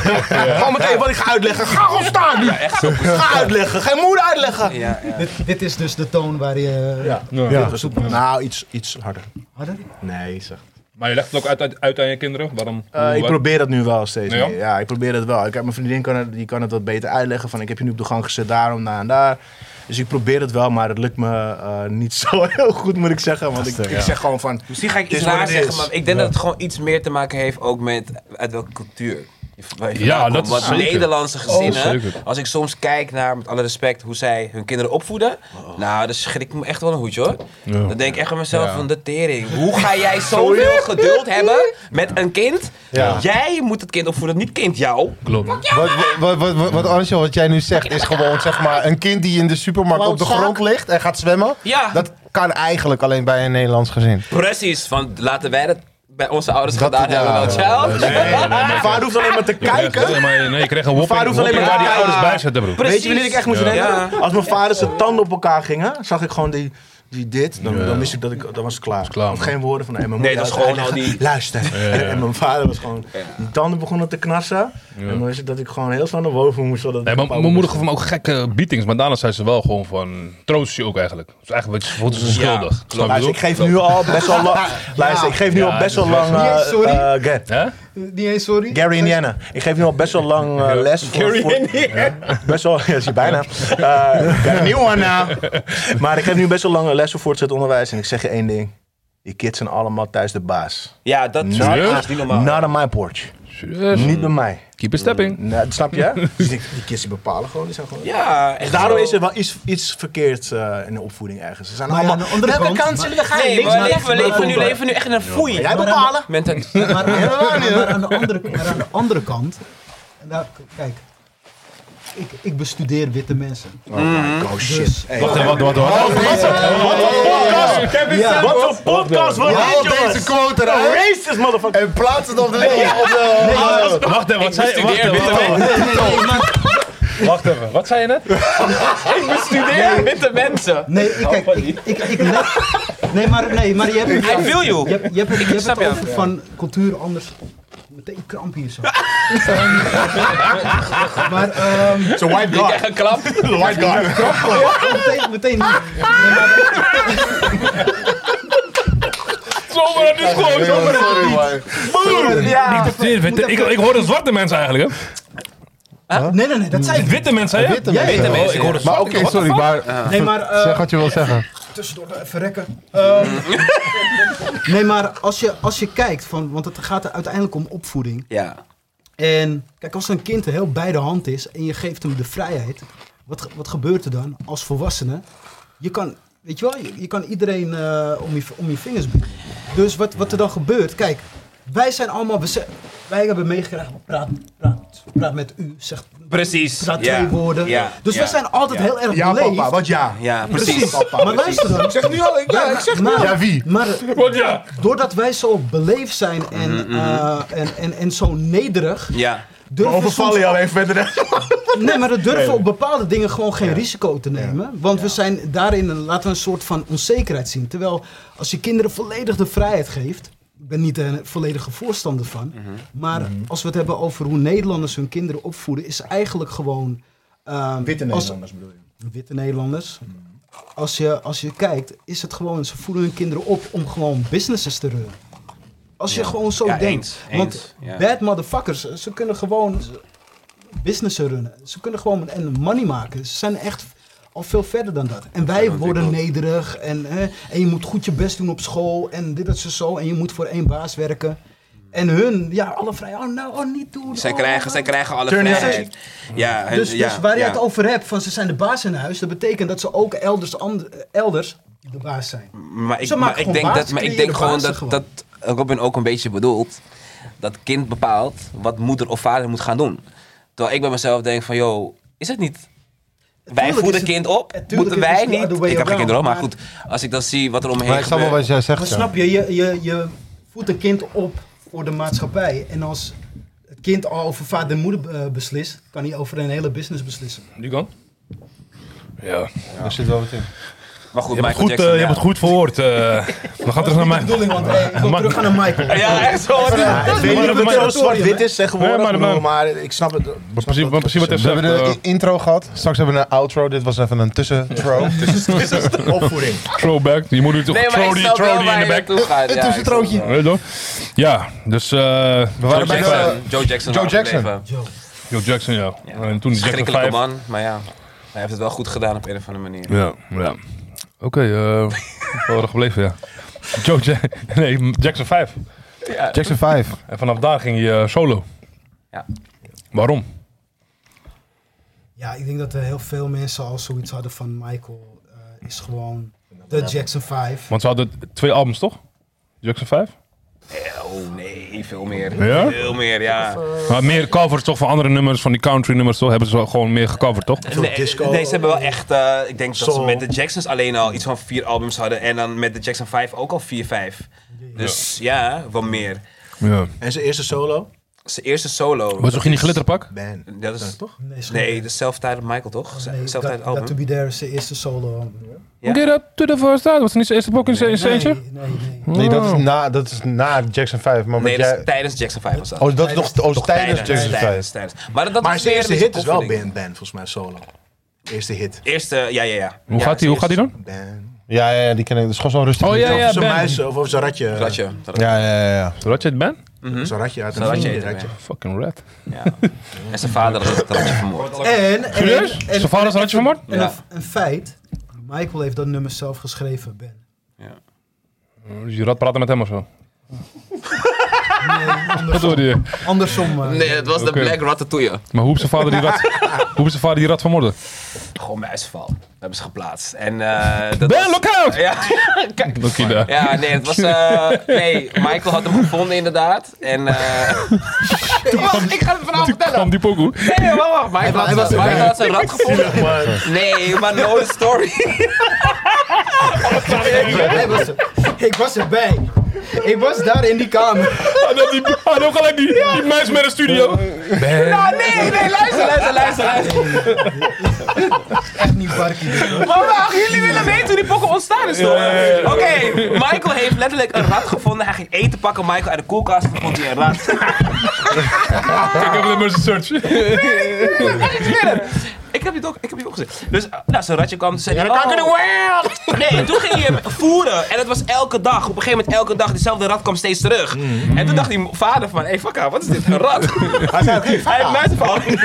Gewoon meteen wat ik ga uitleggen. Ga gewoon staan nu!
Echt zo.
Ga uitleggen! Ga je moeder uitleggen!
Ja, ja.
Dit, dit is dus de toon waar je... Eh,
Ja.
Ja.
Dus, nou, iets, iets harder.
Harder?
Nee, zeg.
Maar je legt het ook uit, uit, uit aan je kinderen? Waarom?
Eh,
hoe-
ik
wat-
probeer dat nu wel steeds
Ja?
meer. Ja, ik probeer dat wel. Ik heb, mijn vriendin kan het, die kan het wat beter uitleggen. Van, ik heb je nu op de gang gezet, daarom, daar en daar. Dus ik probeer het wel, maar het lukt me eh, niet [laughs] zo heel goed, moet ik zeggen. Want ik, ik zeg gewoon van...
Misschien ga ik
Dit
iets
is wat
raar
het
zeggen,
is.
maar ik denk dat het gewoon iets meer te maken heeft ook met uit welke cultuur. je v- waar je
Ja,
vandaan komt.
dat
Want
zeker. Oh,
Nederlandse gezinnen,
zeker.
als ik soms kijk naar, met alle respect, hoe zij hun kinderen opvoeden.
Oh.
Nou, dan schrik ik me echt wel een hoedje hoor.
Ja.
Dan denk ik echt aan mezelf van de tering. Hoe ga
[laughs]
jij zoveel geduld hebben met een kind?
Ja.
Jij moet het kind opvoeden, niet kind jou.
Klopt.
Wat, wat, wat, wat, wat, Arnstje, wat jij nu zegt is gewoon zeg maar een kind die in de supermarkt op de
Klootzak.
grond ligt en gaat zwemmen.
Ja.
Dat kan eigenlijk alleen bij een Nederlands gezin.
Precies, van laten wij dat bij onze ouders
Dat-
gedaan
ja.
hebben. wel, child. [laughs]
Mijn vader hoeft alleen maar te
Je krijgt-
kijken.
maar- Nee, je krijgt een whopping,
vader hoeft alleen
whopping
maar
waar die
te
ouders
kijken.
bij zitten, bro.
Precies.
Weet je wanneer ik echt moest
Ja.
denken?
Ja.
Als mijn vader zijn tanden op elkaar gingen, zag ik gewoon die, die dit. Dan, dan wist ik dat ik, dan was ik klaar.
klaar,
Of
man.
geen woorden van, hey, mijn
Nee,
moeder
dat is gewoon
uitleggen,
al die-
Luister. En, en mijn vader was gewoon, die tanden begonnen te knarsen. En dan wist ik dat ik gewoon heel snel naar boven moest. zodat ik
Nee, maar
pauw
mijn moeder
moest.
gaf me ook gekke beatings, maar daarna zijn ze wel gewoon van troost je ook eigenlijk. Dus eigenlijk wat je- voelt ze schuldig. Snap je wat ik
Luister,
bedoel?
ik geef nu al best wel lang. Luister, ik geef nu
Ja,
al best
dat
wel
is
lang.
wel
zo.
eh,
Nee, sorry.
eh, Gar-
Hè?
Niet eens, sorry. Nou
Gary Indiana. Ik geef nu al best wel lang eh, les. voor- voor- Best wel, [laughs] ja, is je bijna. Eh, got a new one now. Maar ik geef nu best wel lange lessen voor het onderwijs. En ik zeg je één ding. Die kids zijn allemaal thuis de baas.
Ja, dat is
Not,
dat is niet normaal.
not on my porch.
Serieus?
Niet bij mij.
Keep it stepping.
Nou, dat snap
[laughs]
je? Dus ik- die kids die bepalen gewoon. Die zijn gewoon...
Ja,
Dus
echt
daarom
zo.
is er wel iets, iets verkeerd eh, in de opvoeding ergens. Ze zijn
Maar ja,
allemaal...
aan de andere
we hebben
kant-
kansen, we gaan
Nee,
niks
maar we
doen.
leven, we leven, nu, leven nu echt in een foei.
Jij bepalen.
Mentaliteit.
Maar aan, maar- maar aan de andere, maar aan de andere kant, en daar, kijk, ik, ik bestudeer witte mensen.
Oh shit.
Dus-
Hey. Oh,
Wacht, wat, wat, wat?
Ja.
Wat voor podcast wordt
Haal
dit,
deze
jongens?
quote eruit
Racist, motherfucker.
en plaats het op de op de- op de-
Wacht even, wat zei wacht
bestudeer
even, wacht
witte
even,
Nee, nee, nee, maar-
wacht even, wat zei je net?
Ik bestudeer witte mensen.
nee, ik, kijk, ik, ik, ik let- nee, maar, nee, maar je hebt het,
I feel
je
you.
hebt, je hebt, het- je hebt
snap
het
je.
over van cultuur anders. Meteen kramp hier zo. maar ehm, oh,
It's a white guy.
Echt een klap.
White guy.
meteen, meteen niet.
[laughs] Zomaar, dit is gewoon zomaar.
Sorry, maar-
Ja.
Ik, ik hoorde zwarte mensen eigenlijk, hè?
Nee, nee, nee, dat zei ik.
Witte mensen, hè?
Witte
Jij-
mensen.
Oh, ik hoorde
Maar
zwarte
oké, sorry, maar
Nee, maar, eh,
zeg wat je wil zeggen.
tussendoor eh, even rekken. Ehm, nee, maar als je, als je kijkt, van, want het gaat er uiteindelijk om opvoeding.
Ja.
En kijk, als een kind heel bij de hand is en je geeft hem de vrijheid, wat, ge- wat gebeurt er dan als volwassene? Je kan, weet je wel, je, je kan iedereen eh, om, je, om je vingers binden. Dus wat, wat er dan gebeurt, kijk, wij zijn allemaal, bese- wij hebben meegekregen, praat, praat, praat met u, zegt,
Precies.
praat
ja.
twee woorden.
Ja.
Dus
ja.
wij zijn altijd
Ja.
heel erg
Ja,
beleefd.
papa, wat ja.
Ja,
Precies.
precies.
Maar luister dan. Ik zeg nu al, ik, zeg maar,
Ja, wie?
Maar
Want ja.
doordat wij zo beleefd zijn en, eh, en, en, en zo nederig,
Ja.
durven we soms,
Overvallen je alleen verder.
nee, maar we durven op bepaalde dingen gewoon geen risico te nemen. Want we zijn daarin, een- laten we een soort van onzekerheid zien. Terwijl als je kinderen volledig de vrijheid geeft, ik ben niet een volledige voorstander van,
Mhm.
maar als we het hebben over hoe Nederlanders hun kinderen opvoeden, is eigenlijk gewoon... eh, als-
bedoel je.
witte Nederlanders. Als je, als je kijkt, is het gewoon, ze voeden hun kinderen op om gewoon businesses te runnen. Als je
Ja.
gewoon zo
Ja,
denkt.
eens,
Want
eens, ja.
bad motherfuckers, ze kunnen gewoon z- businessen runnen. Ze kunnen gewoon en money maken. Ze zijn echt al veel verder dan dat. En wij worden nederig en, hè, en je moet goed je best doen op school en dit dat ze zo en je moet voor één baas werken. En hun, ja, alle vrij, oh nou, oh niet doen.
Zij
oh,
krijgen,
oh.
zij krijgen alle
Turn it-
vrijheid. Ja, hun-
Dus,
ja,
dus waar je
ja.
het over hebt, van ze zijn de baas in huis, dat betekent dat ze ook elders, and- elders de baas zijn.
Maar ik,
Ze
maar
maken
ik
gewoon
denk, dat,
basis,
maar ik
creëren
denk gewoon dat,
basis
dat Robin ook een beetje bedoelt. Dat kind bepaalt wat moeder of vader moet gaan doen. Terwijl ik bij mezelf denk van, joh, is het niet... Wij
Tuurlijk
voeden
is het- eh,
kind op,
tuurlijk
moeten
is het
wij
the
niet...
other way
Ik heb geen
around,
kinderen, maar
maar-
goed. Als ik dan zie wat er omheen
Maar ik snap wel
gebeurt-
wat jij zegt.
Maar
ja.
snap je, je, je, je voedt een kind op voor de maatschappij. En als het kind al over vader en moeder eh, beslist, kan hij over een hele business beslissen.
Nu kan? Ja.
Daar zit wel wat in.
Maar goed,
Je hebt het
Michael
goed,
Jackson.
eh, je
ja.
hebt het goed verwoord. [laughs] eh. we gaan terug naar
mijn
mij.
bedoeling, want hey, ik wil
[laughs] Maar-
terug gaan naar Michael.
[laughs] Ja, echt zo. wat-
Ik weet niet of het
maar-
zo zwart-wit is tegenwoordig,
Nee, maar-
maar,
maar-
maar, maar ik snap het.
Maar precies, maar precies wat
[laughs]
hij
We
zegt.
hebben de
eh,
i- intro gehad. Straks hebben we een outro. Dit was even een tussentro.
Opvoeding.
throwback. Je moet nu toch
Nee, maar ik
throw die
snap
throw
wel
die in
waar
de
je
back.
naartoe gaat. Ja, ik snap
Tussentrootje.
wel.
Weet je wel? Oh, Ja, dus eh
We waren bij
Joe
de...
Jackson. Joe
Joe
Jackson. waren we
Jackson.
gebleven.
Joe Jackson, ja. En toen Jackson
Schrikkelijke
5.
man, maar ja. Hij heeft het wel goed gedaan op een of andere manier.
Ja, ja. Oké, eh we waren gebleven, ja. [laughs] Joe Jack- nee, Jackson 5.
Jackson 5.
En vanaf daar ging hij eh, solo.
Ja.
Waarom?
Ja, ik denk dat er heel veel mensen al zoiets hadden van Michael eh, is gewoon de Jackson 5.
Want ze hadden twee albums, toch? Jackson 5?
Oh nee, veel meer.
Ja?
Veel meer, ja.
Maar meer covers toch van andere nummers, van die country nummers toch? Hebben ze wel gewoon meer gecoverd, toch?
Nee,
disco.
nee, ze hebben wel echt. eh, ik denk dat ze
Soul.
met de Jacksons alleen al iets van vier albums hadden. En dan met de Jackson 5 ook al vier, vijf. Dus ja, wel meer.
Ja.
En zijn eerste solo?
Zijn eerste solo.
Was toch in die glitterpak?
Ben.
Dat is toch?
Nee, is
Nee,
gewoon-
dat is self-titled Michael, toch?
nee,
Zelftijd
dat,
album.
dat To Be There is zijn eerste solo album.
Ja.
Get up to the first time. Was het niet zijn eerste boek in zijn in zijn
Nee,
eentje?
nee, nee.
Nee, dat is
Oh.
na, dat is na Jackson 5. Maar
nee,
wat
dat
jij...
is tijdens Jackson 5 was dat.
Oh, dat is nog, oh, tijdens Jackson 5.
tijdens, tijdens. Maar dat, dat
Maar
was
zijn
meer
eerste
een
hit is wel
opvoeding.
Ben, Ben, volgens mij solo. Eerste hit.
Eerste, ja, ja, ja.
Hoe
Ja,
gaat die? Hoe gaat die dan?
Ben.
Ja, ja, ja, die ken ik. Dat is gewoon zo'n rustig.
Oh, ja,
liedje.
ja.
Of zo'n
Ben.
muis of, of zo'n ratje.
Dat je. Dat
Ja, ja, ja, ja.
Zodat je het bent?
Zo'n ratje uit een
Zo'n ratje
vriendin,
eten,
ratje.
Fucking red.
Ja. En zijn vader had het ratje vermoord.
En, en,
Serieus?
en-
Zijn vader is ratje vermoord?
en
Ja.
een, een feit, Michael heeft dat nummer zelf geschreven, Ben.
Dus je rat praten met hem of zo.
Nee,
Dat
andersom.
hoorde je.
andersom eh.
Nee, het was
Oké.
de Black Ratatouille.
Maar hoe heeft zijn vader die rat, hoe heeft zijn vader die rat vermoorden?
Gewoon bij ijsval. We hebben ze geplaatst. En eh dat
Ben,
was-
look out!
Ja, kijk.
Oké, daar.
Ja, nee, het was. eh, nee, Michael had hem gevonden, inderdaad. En. eh Wacht, ik ga het
Die
verhaal vertellen.
kwam die pokoe.
[laughs] Nee, wacht, wacht. Michael had,
was-
Michael had zijn rat gevonden. Nee, maar no the story.
Hij was er- [laughs] Ik was erbij. Ik was daar in die kamer.
Hij had die- hij had ook gelijk die, die meis met een studio.
[laughs] Ja, nee, nee, luister, luister, luister, luister.
Echt niet barkie. dus-
Maar wacht, jullie willen weten hoe die pokken ontstaan is, toch? Oké, Michael heeft letterlijk een rat gevonden. Hij ging eten pakken, Michael uit de koelkast. Toen vond hij een rat.
Kijk even naar Mercy Search.
Echt iets verder. Ik heb dit ook, ik heb dit ook gezien. Dus eh, nou, zijn ratje kwam, toen zei hij...
dan kan ik in de
world! Nee, en toen ging hij hem voeren. En dat was elke dag. Op een gegeven moment elke dag, diezelfde rat kwam steeds terug. En toen dacht die vader van, hé, hey, fuck out, wat is dit, een rat?
Mm. [laughs] Hij zei ook, hey,
Hij heeft muizenval.
Hij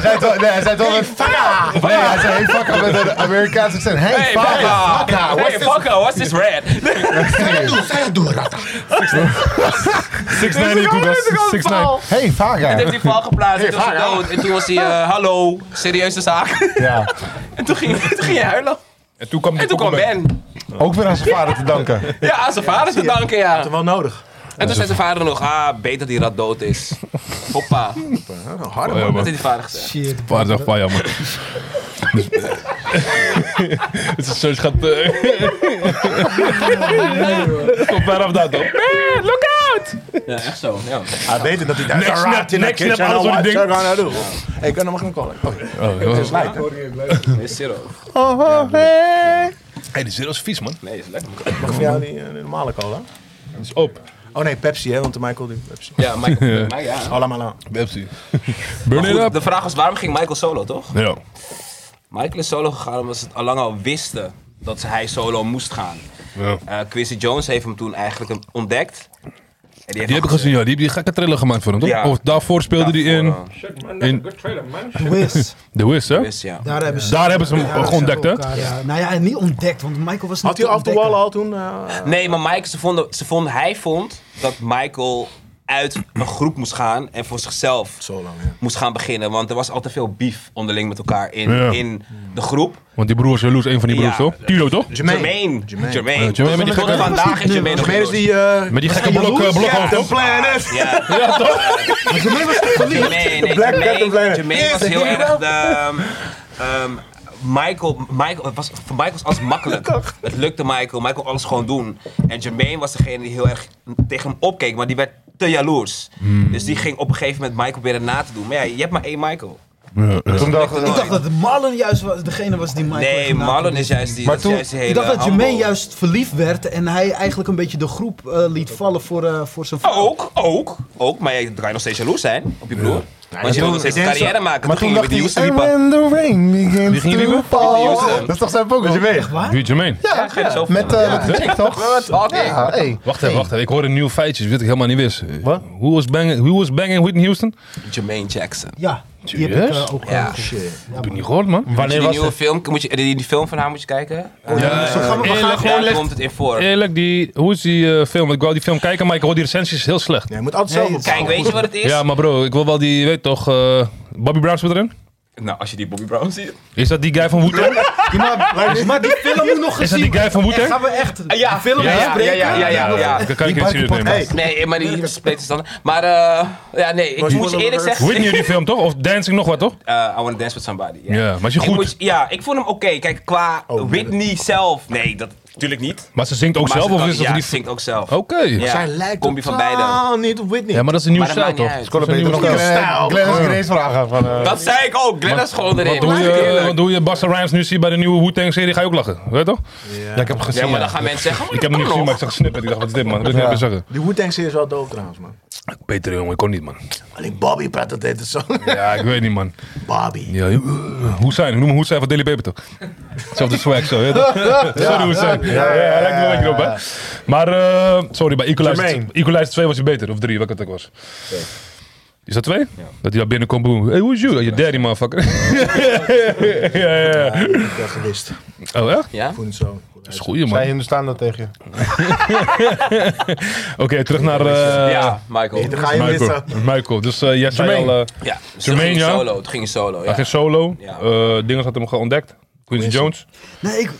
zei het wel, nee, hij zei het wel met fucka. Nee, hij zei hey fucka met een Amerikaanse accent. Hey,
Hey, fuck
fucka.
out. Hey, fuck out, what's this red? Dus
690
toen kwam-
Koekas.
toen kwam de
69.
val.
Hey
En toen
fucka.
heeft hij val geplaatst en toen was hij dood. En toen was hij, eh, hallo, serieuze zaak. [laughs]
Ja,
En toen ging, toen ging hij huilen.
En toen kwam die
En toen kwam
pokoe bij.
Ben.
ook weer aan zijn vader te danken.
Ja, aan zijn vader te danken, ja.
dat wel nodig.
En toen zei zijn vader nog, ah, beter die rat dood is. Hoppa.
Harder
Oh, ja,
man.
Dat
man.
heeft die vader gezegd.
Shit.
Waar dacht van, ja, man. Dus- [laughs] Het is zo schat.
[laughs]
eh, [laughs] Kom vanaf dat op. Ben, look out!
Ja, echt zo. Ja.
Hij weet dat hij daar
Next
Alright,
snap,
in the
next snap,
kitchen,
alles wat
what
hij
you gonna do? Ik kan hem geen callen.
Oh, joh.
Lijkt, hè?
Is zero.
Hey, die zero is vies, man.
Nee, is lekker.
Mag ik voor jou die eh, die normale cola?
Dat is op.
Oh nee, Pepsi hè, want de Michael doet Pepsi.
[laughs] Ja, Michael. maar ja.
Hola mala.
Pepsi. [laughs] Burn it
Goed,
up.
de vraag was waarom ging Michael solo, toch?
Ja.
Michael is solo gegaan omdat ze het al lang al wisten dat hij solo moest gaan.
ja.
Eh, Quincy Jones heeft hem toen eigenlijk hem ontdekt. En die, heeft
Die heb ik
al
gezien, ja. Die heeft die gekke trailer gemaakt voor hem, toch?
Ja.
Of daarvoor speelde die in
daarvoor, eh,
Shit, man, that's a
In-
good trailer, man. Shit.
Wiz.
[laughs] The Wiz, hè?
wist, Dus, ja.
Daar hebben ze
Daar hebben ze hem
Ja,
gewoon
ze
ontdekt, hè?
hebben elkaar, ja. Nou ja, en niet ontdekt, want Michael was
Had hij
niet te
af de
ontdekken.
wall al toen? eh,
Nee, maar Michael, ze vonden, ze vonden, hij vond dat Michael uit een groep moest gaan en voor zichzelf
Zo lang, ja.
moest gaan beginnen. Want er was al te veel beef onderling met elkaar in,
Ja.
in de groep.
Want die broer is jaloers, een van die broers,
Ja.
toch? Tilo, toch?
Jermaine. Jermaine.
Ja, Jermaine met die
Tot
gekke-
vandaag is Jermaine nog
Meer is
jaloers.
die... eh,
Met die gekke blok, eh, blokhoofd, toch?
Planet.
Ja.
Ja, toch?
Jermaine, nee,
Black Cat
Jermaine-
of Planet.
Jermaine was heel erg de... ehm, ehm, Michael, Michael, het was, voor Michael was alles makkelijk. Het lukte Michael, Michael kon alles gewoon doen. En Jermaine was degene die heel erg tegen hem opkeek, maar die werd te jaloers. Dus die ging op een gegeven moment Michael weer na te doen. Maar ja, je hebt maar één Michael.
Toen dacht ik,
Ik dacht dat Marlon juist was- degene was die Michael heeft
Nee,
gedaan.
Marlon is juist die.
Maar
dat is
toen-
juist die
Ik
hele
dacht dat
humble.
Jermaine juist verliefd werd en hij eigenlijk een beetje de groep eh, liet vallen voor, eh, voor zijn vrouw.
Oh, Ook, ook, ook. Maar jij kan je nog steeds jaloers zijn op je broer. Want je wil nog steeds een carrière maken.
maar
toen
toen
ging je
dacht eh,
met die
hij,
Houston
and when
wiepen.
the rain
Wie
begins
ging die
to
wiepen?
fall.
Houston.
Dat is toch zijn pogo? Echt
Waar?
Wie Jermaine?
Ja,
ga je zo
met, eh, met de chick toch? Ja, hey.
Wacht even, wacht even. Ik hoorde nieuw feitjes, weet ik helemaal niet wist. Eh,
Wat?
Who was banging, who was banging Whitney Houston?
Jermaine Jackson.
Ja, die heb ik
Serieus?
eh, ook
Ja.
eh, gezien. Ja,
Heb ik
man.
niet gehoord, man.
Moet je
Wanneer
die
was
nieuwe
het?
film, moet je, die, die film van haar moet je kijken. Eh,
gaan we- we gaan
eerlijk,
gewoon
daar
eerlijk,
komt het in voor.
eerlijk, die, hoe is die eh, film? Ik wou die film kijken, maar ik hoor die recensies heel slecht.
je moet altijd zelf
Nee,
op.
Kijk, weet je wat het is?
Ja, maar bro, ik wil wel die, je weet toch, eh Bobby Brown zit erin?
Nou, als je die Bobby Brown ziet.
Is dat die guy van Wu-Tang?
Ja,
[laughs]
maar, maar die film moet nog
Is dat
gezien
die guy van
worden.
Wu-Tang?
Gaan we echt
Ja,
film
ja, ja,
bespreken?
ja, ja, ja, ja.
Dan kan ik het serieus nemen.
Hey,
Nee, eh, maar die split is dan. Maar eh, ja, nee, ik
Was
moet je
Will
eerlijk
Alert?
zeggen.
Whitney die film toch? Of Dancing nog wat toch?
eh, I Wanna Dance With Somebody. ja.
Ja, maar is je
Ik
goed?
moet- ja, ik vond hem oké. Kijk, qua Whitney zelf. Nee, dat natuurlijk niet.
Maar ze zingt ook
Maar
zelf
ze
of
kan-
is dat
ja,
die Oh,
ze zingt ook zelf.
Oké.
Ja,
Zij lijkt
combi van beide.
totaal niet op Whitney.
Ja, maar dat is een nieuw
Maar dat
stijl
maakt niet
toch? Dat is
uit.
een
Beter
nieuwe
nog
stijl.
Stijl. Glennis Grace vragen. van, eh,
Dat zei ik ook. Glenn is gewoon erin.
Want hoe
Laat ik
je,
eerlijk.
want hoe je Busta Rhymes nu ziet bij de nieuwe Wu-Tang serie, ga je ook lachen. Weet je toch?
Ja, ik heb hem gezien.
Ja, maar dan
ja.
gaan mensen zeggen.
Ik heb hem niet gezien, maar ik zag een snippet. Ik dacht, wat is dit man? Dat wil ik
Ja.
niet meer zeggen.
Die Wu-Tang-serie is wel dood trouwens, man.
Peter jongen, ik kon niet man.
Alleen Bobby praat dat hele zo.
Ja, ik weet niet man.
[laughs] Bobby.
Ja, hoe zijn? Noem hem hoe zijn van Daily Paper toch? Zelfde swag zo. weet je toch? Sorry hoe zijn. Ja, ja, lijkt me een beetje op hè. Maar eh, sorry, bij Equalizer,
Jermaine.
Equalizer 2 was je beter. Of 3, welke het ook was. Is dat 2? Dat hij daar binnenkomt. boem. Hey, who's you? Je daddy motherfucker. [laughs] ja, ja, ja.
Ik heb dat gewist. Ik
Oh echt?
Ja?
voel het zo.
Dat is een goeie man.
Zij Hindustan dat tegen je.
Oké, terug naar eh
Ja, Michael.
Dan ga je
Michael.
missen.
Michael. Dus eh jij zei al,
Jermaine.
eh,
Ja, dus toen
Jermaine,
ging je
ja.
solo. Toen ging je solo.
hij
Ja.
ging solo.
Ja.
Eh Dingens had hem gewoon ontdekt. Quincy Jones.
Nee, ik,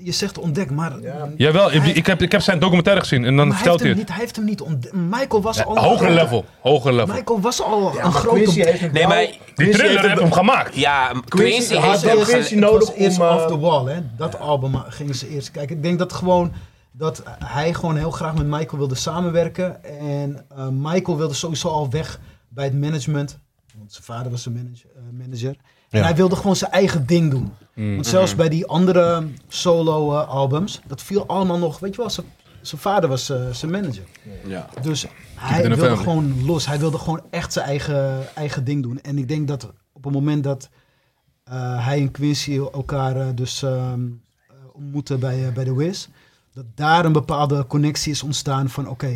je zegt ontdek, maar, maar
Jawel, ik, ik, heb, ik heb zijn documentaire gezien en dan
hij, heeft
vertelt hij
hem
het.
niet, hij heeft hem niet ontdekt. Michael was al...
Hoger level. Hoger level.
Michael was al een
maar
grote...
Quincy heeft het
Nee,
wel-
maar
Die thriller heeft hem gemaakt.
ja,
Quincy
Quincy
had
heeft
wel
hem
Quincy
ge-
Het
nodig
was eerst
om... eh,
Off the Wall, hè? Dat album eh, gingen ze eerst kijken. Ik denk dat gewoon dat hij gewoon heel graag met Michael wilde samenwerken. En eh, Michael wilde sowieso al weg bij het management. Want zijn vader was de manage- eh, manager. En
Ja.
hij wilde gewoon zijn eigen ding doen.
Mm.
Want zelfs bij die andere solo-albums, dat viel allemaal nog. Weet je wel, zijn, zijn vader was eh, zijn manager.
Ja.
Dus
it
hij
in the
wilde
family.
gewoon los. Hij wilde gewoon echt zijn eigen, eigen ding doen. En ik denk dat op het moment dat eh, hij en Quincy elkaar eh, dus ehm, eh, ontmoeten bij, eh, bij The Wiz, dat daar een bepaalde connectie is ontstaan van oké,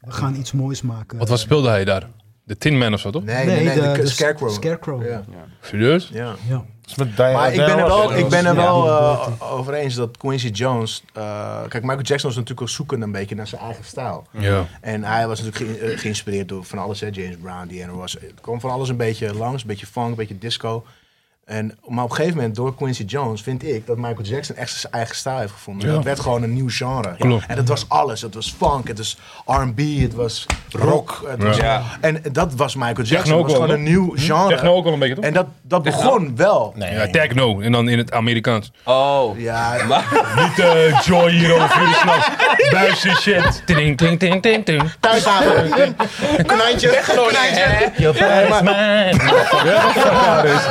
we gaan iets moois maken.
Wat was, speelde hij daar? De Tin Man of zo, toch?
Nee, nee, nee. de,
de
Scarecrow.
Scarecrow.
Ja.
Serieus?
ja.
Ja.
Dus met Diana-
Maar ik ben
Diana
er wel,
Ross.
ik ben er
Ja.
wel eh, over eens dat Quincy Jones... eh, kijk, Michael Jackson was natuurlijk ook zoekende een beetje naar zijn eigen stijl.
Ja.
En hij was natuurlijk ge- eh, geïnspireerd door van alles, hè? James Brown, Diana Ross. Eh, Het kwam van alles een beetje langs, een beetje funk, een beetje disco. En, maar op een gegeven moment, door Quincy Jones, vind ik dat Michael Jackson echt zijn eigen stijl heeft gevonden.
Ja.
Dat werd gewoon een nieuw genre.
Klopt.
En dat was alles. Het was funk, het was R&B, het was rock. Het was-
Ja.
En dat was Michael Jackson.
ook
Het was
wel,
gewoon
toch? Hm?
een nieuw genre.
Techno ook wel een beetje, toch?
En dat, dat begon wel.
Ja, techno. En dan in het Amerikaans.
Oh.
Ja,
Maar,
Niet eh, Joy hier of vier uur 's nachts. Buis en shit. Ting, ting, ting, ting, ting.
[laughs]
thuishaven. Konijntje. Konijntje.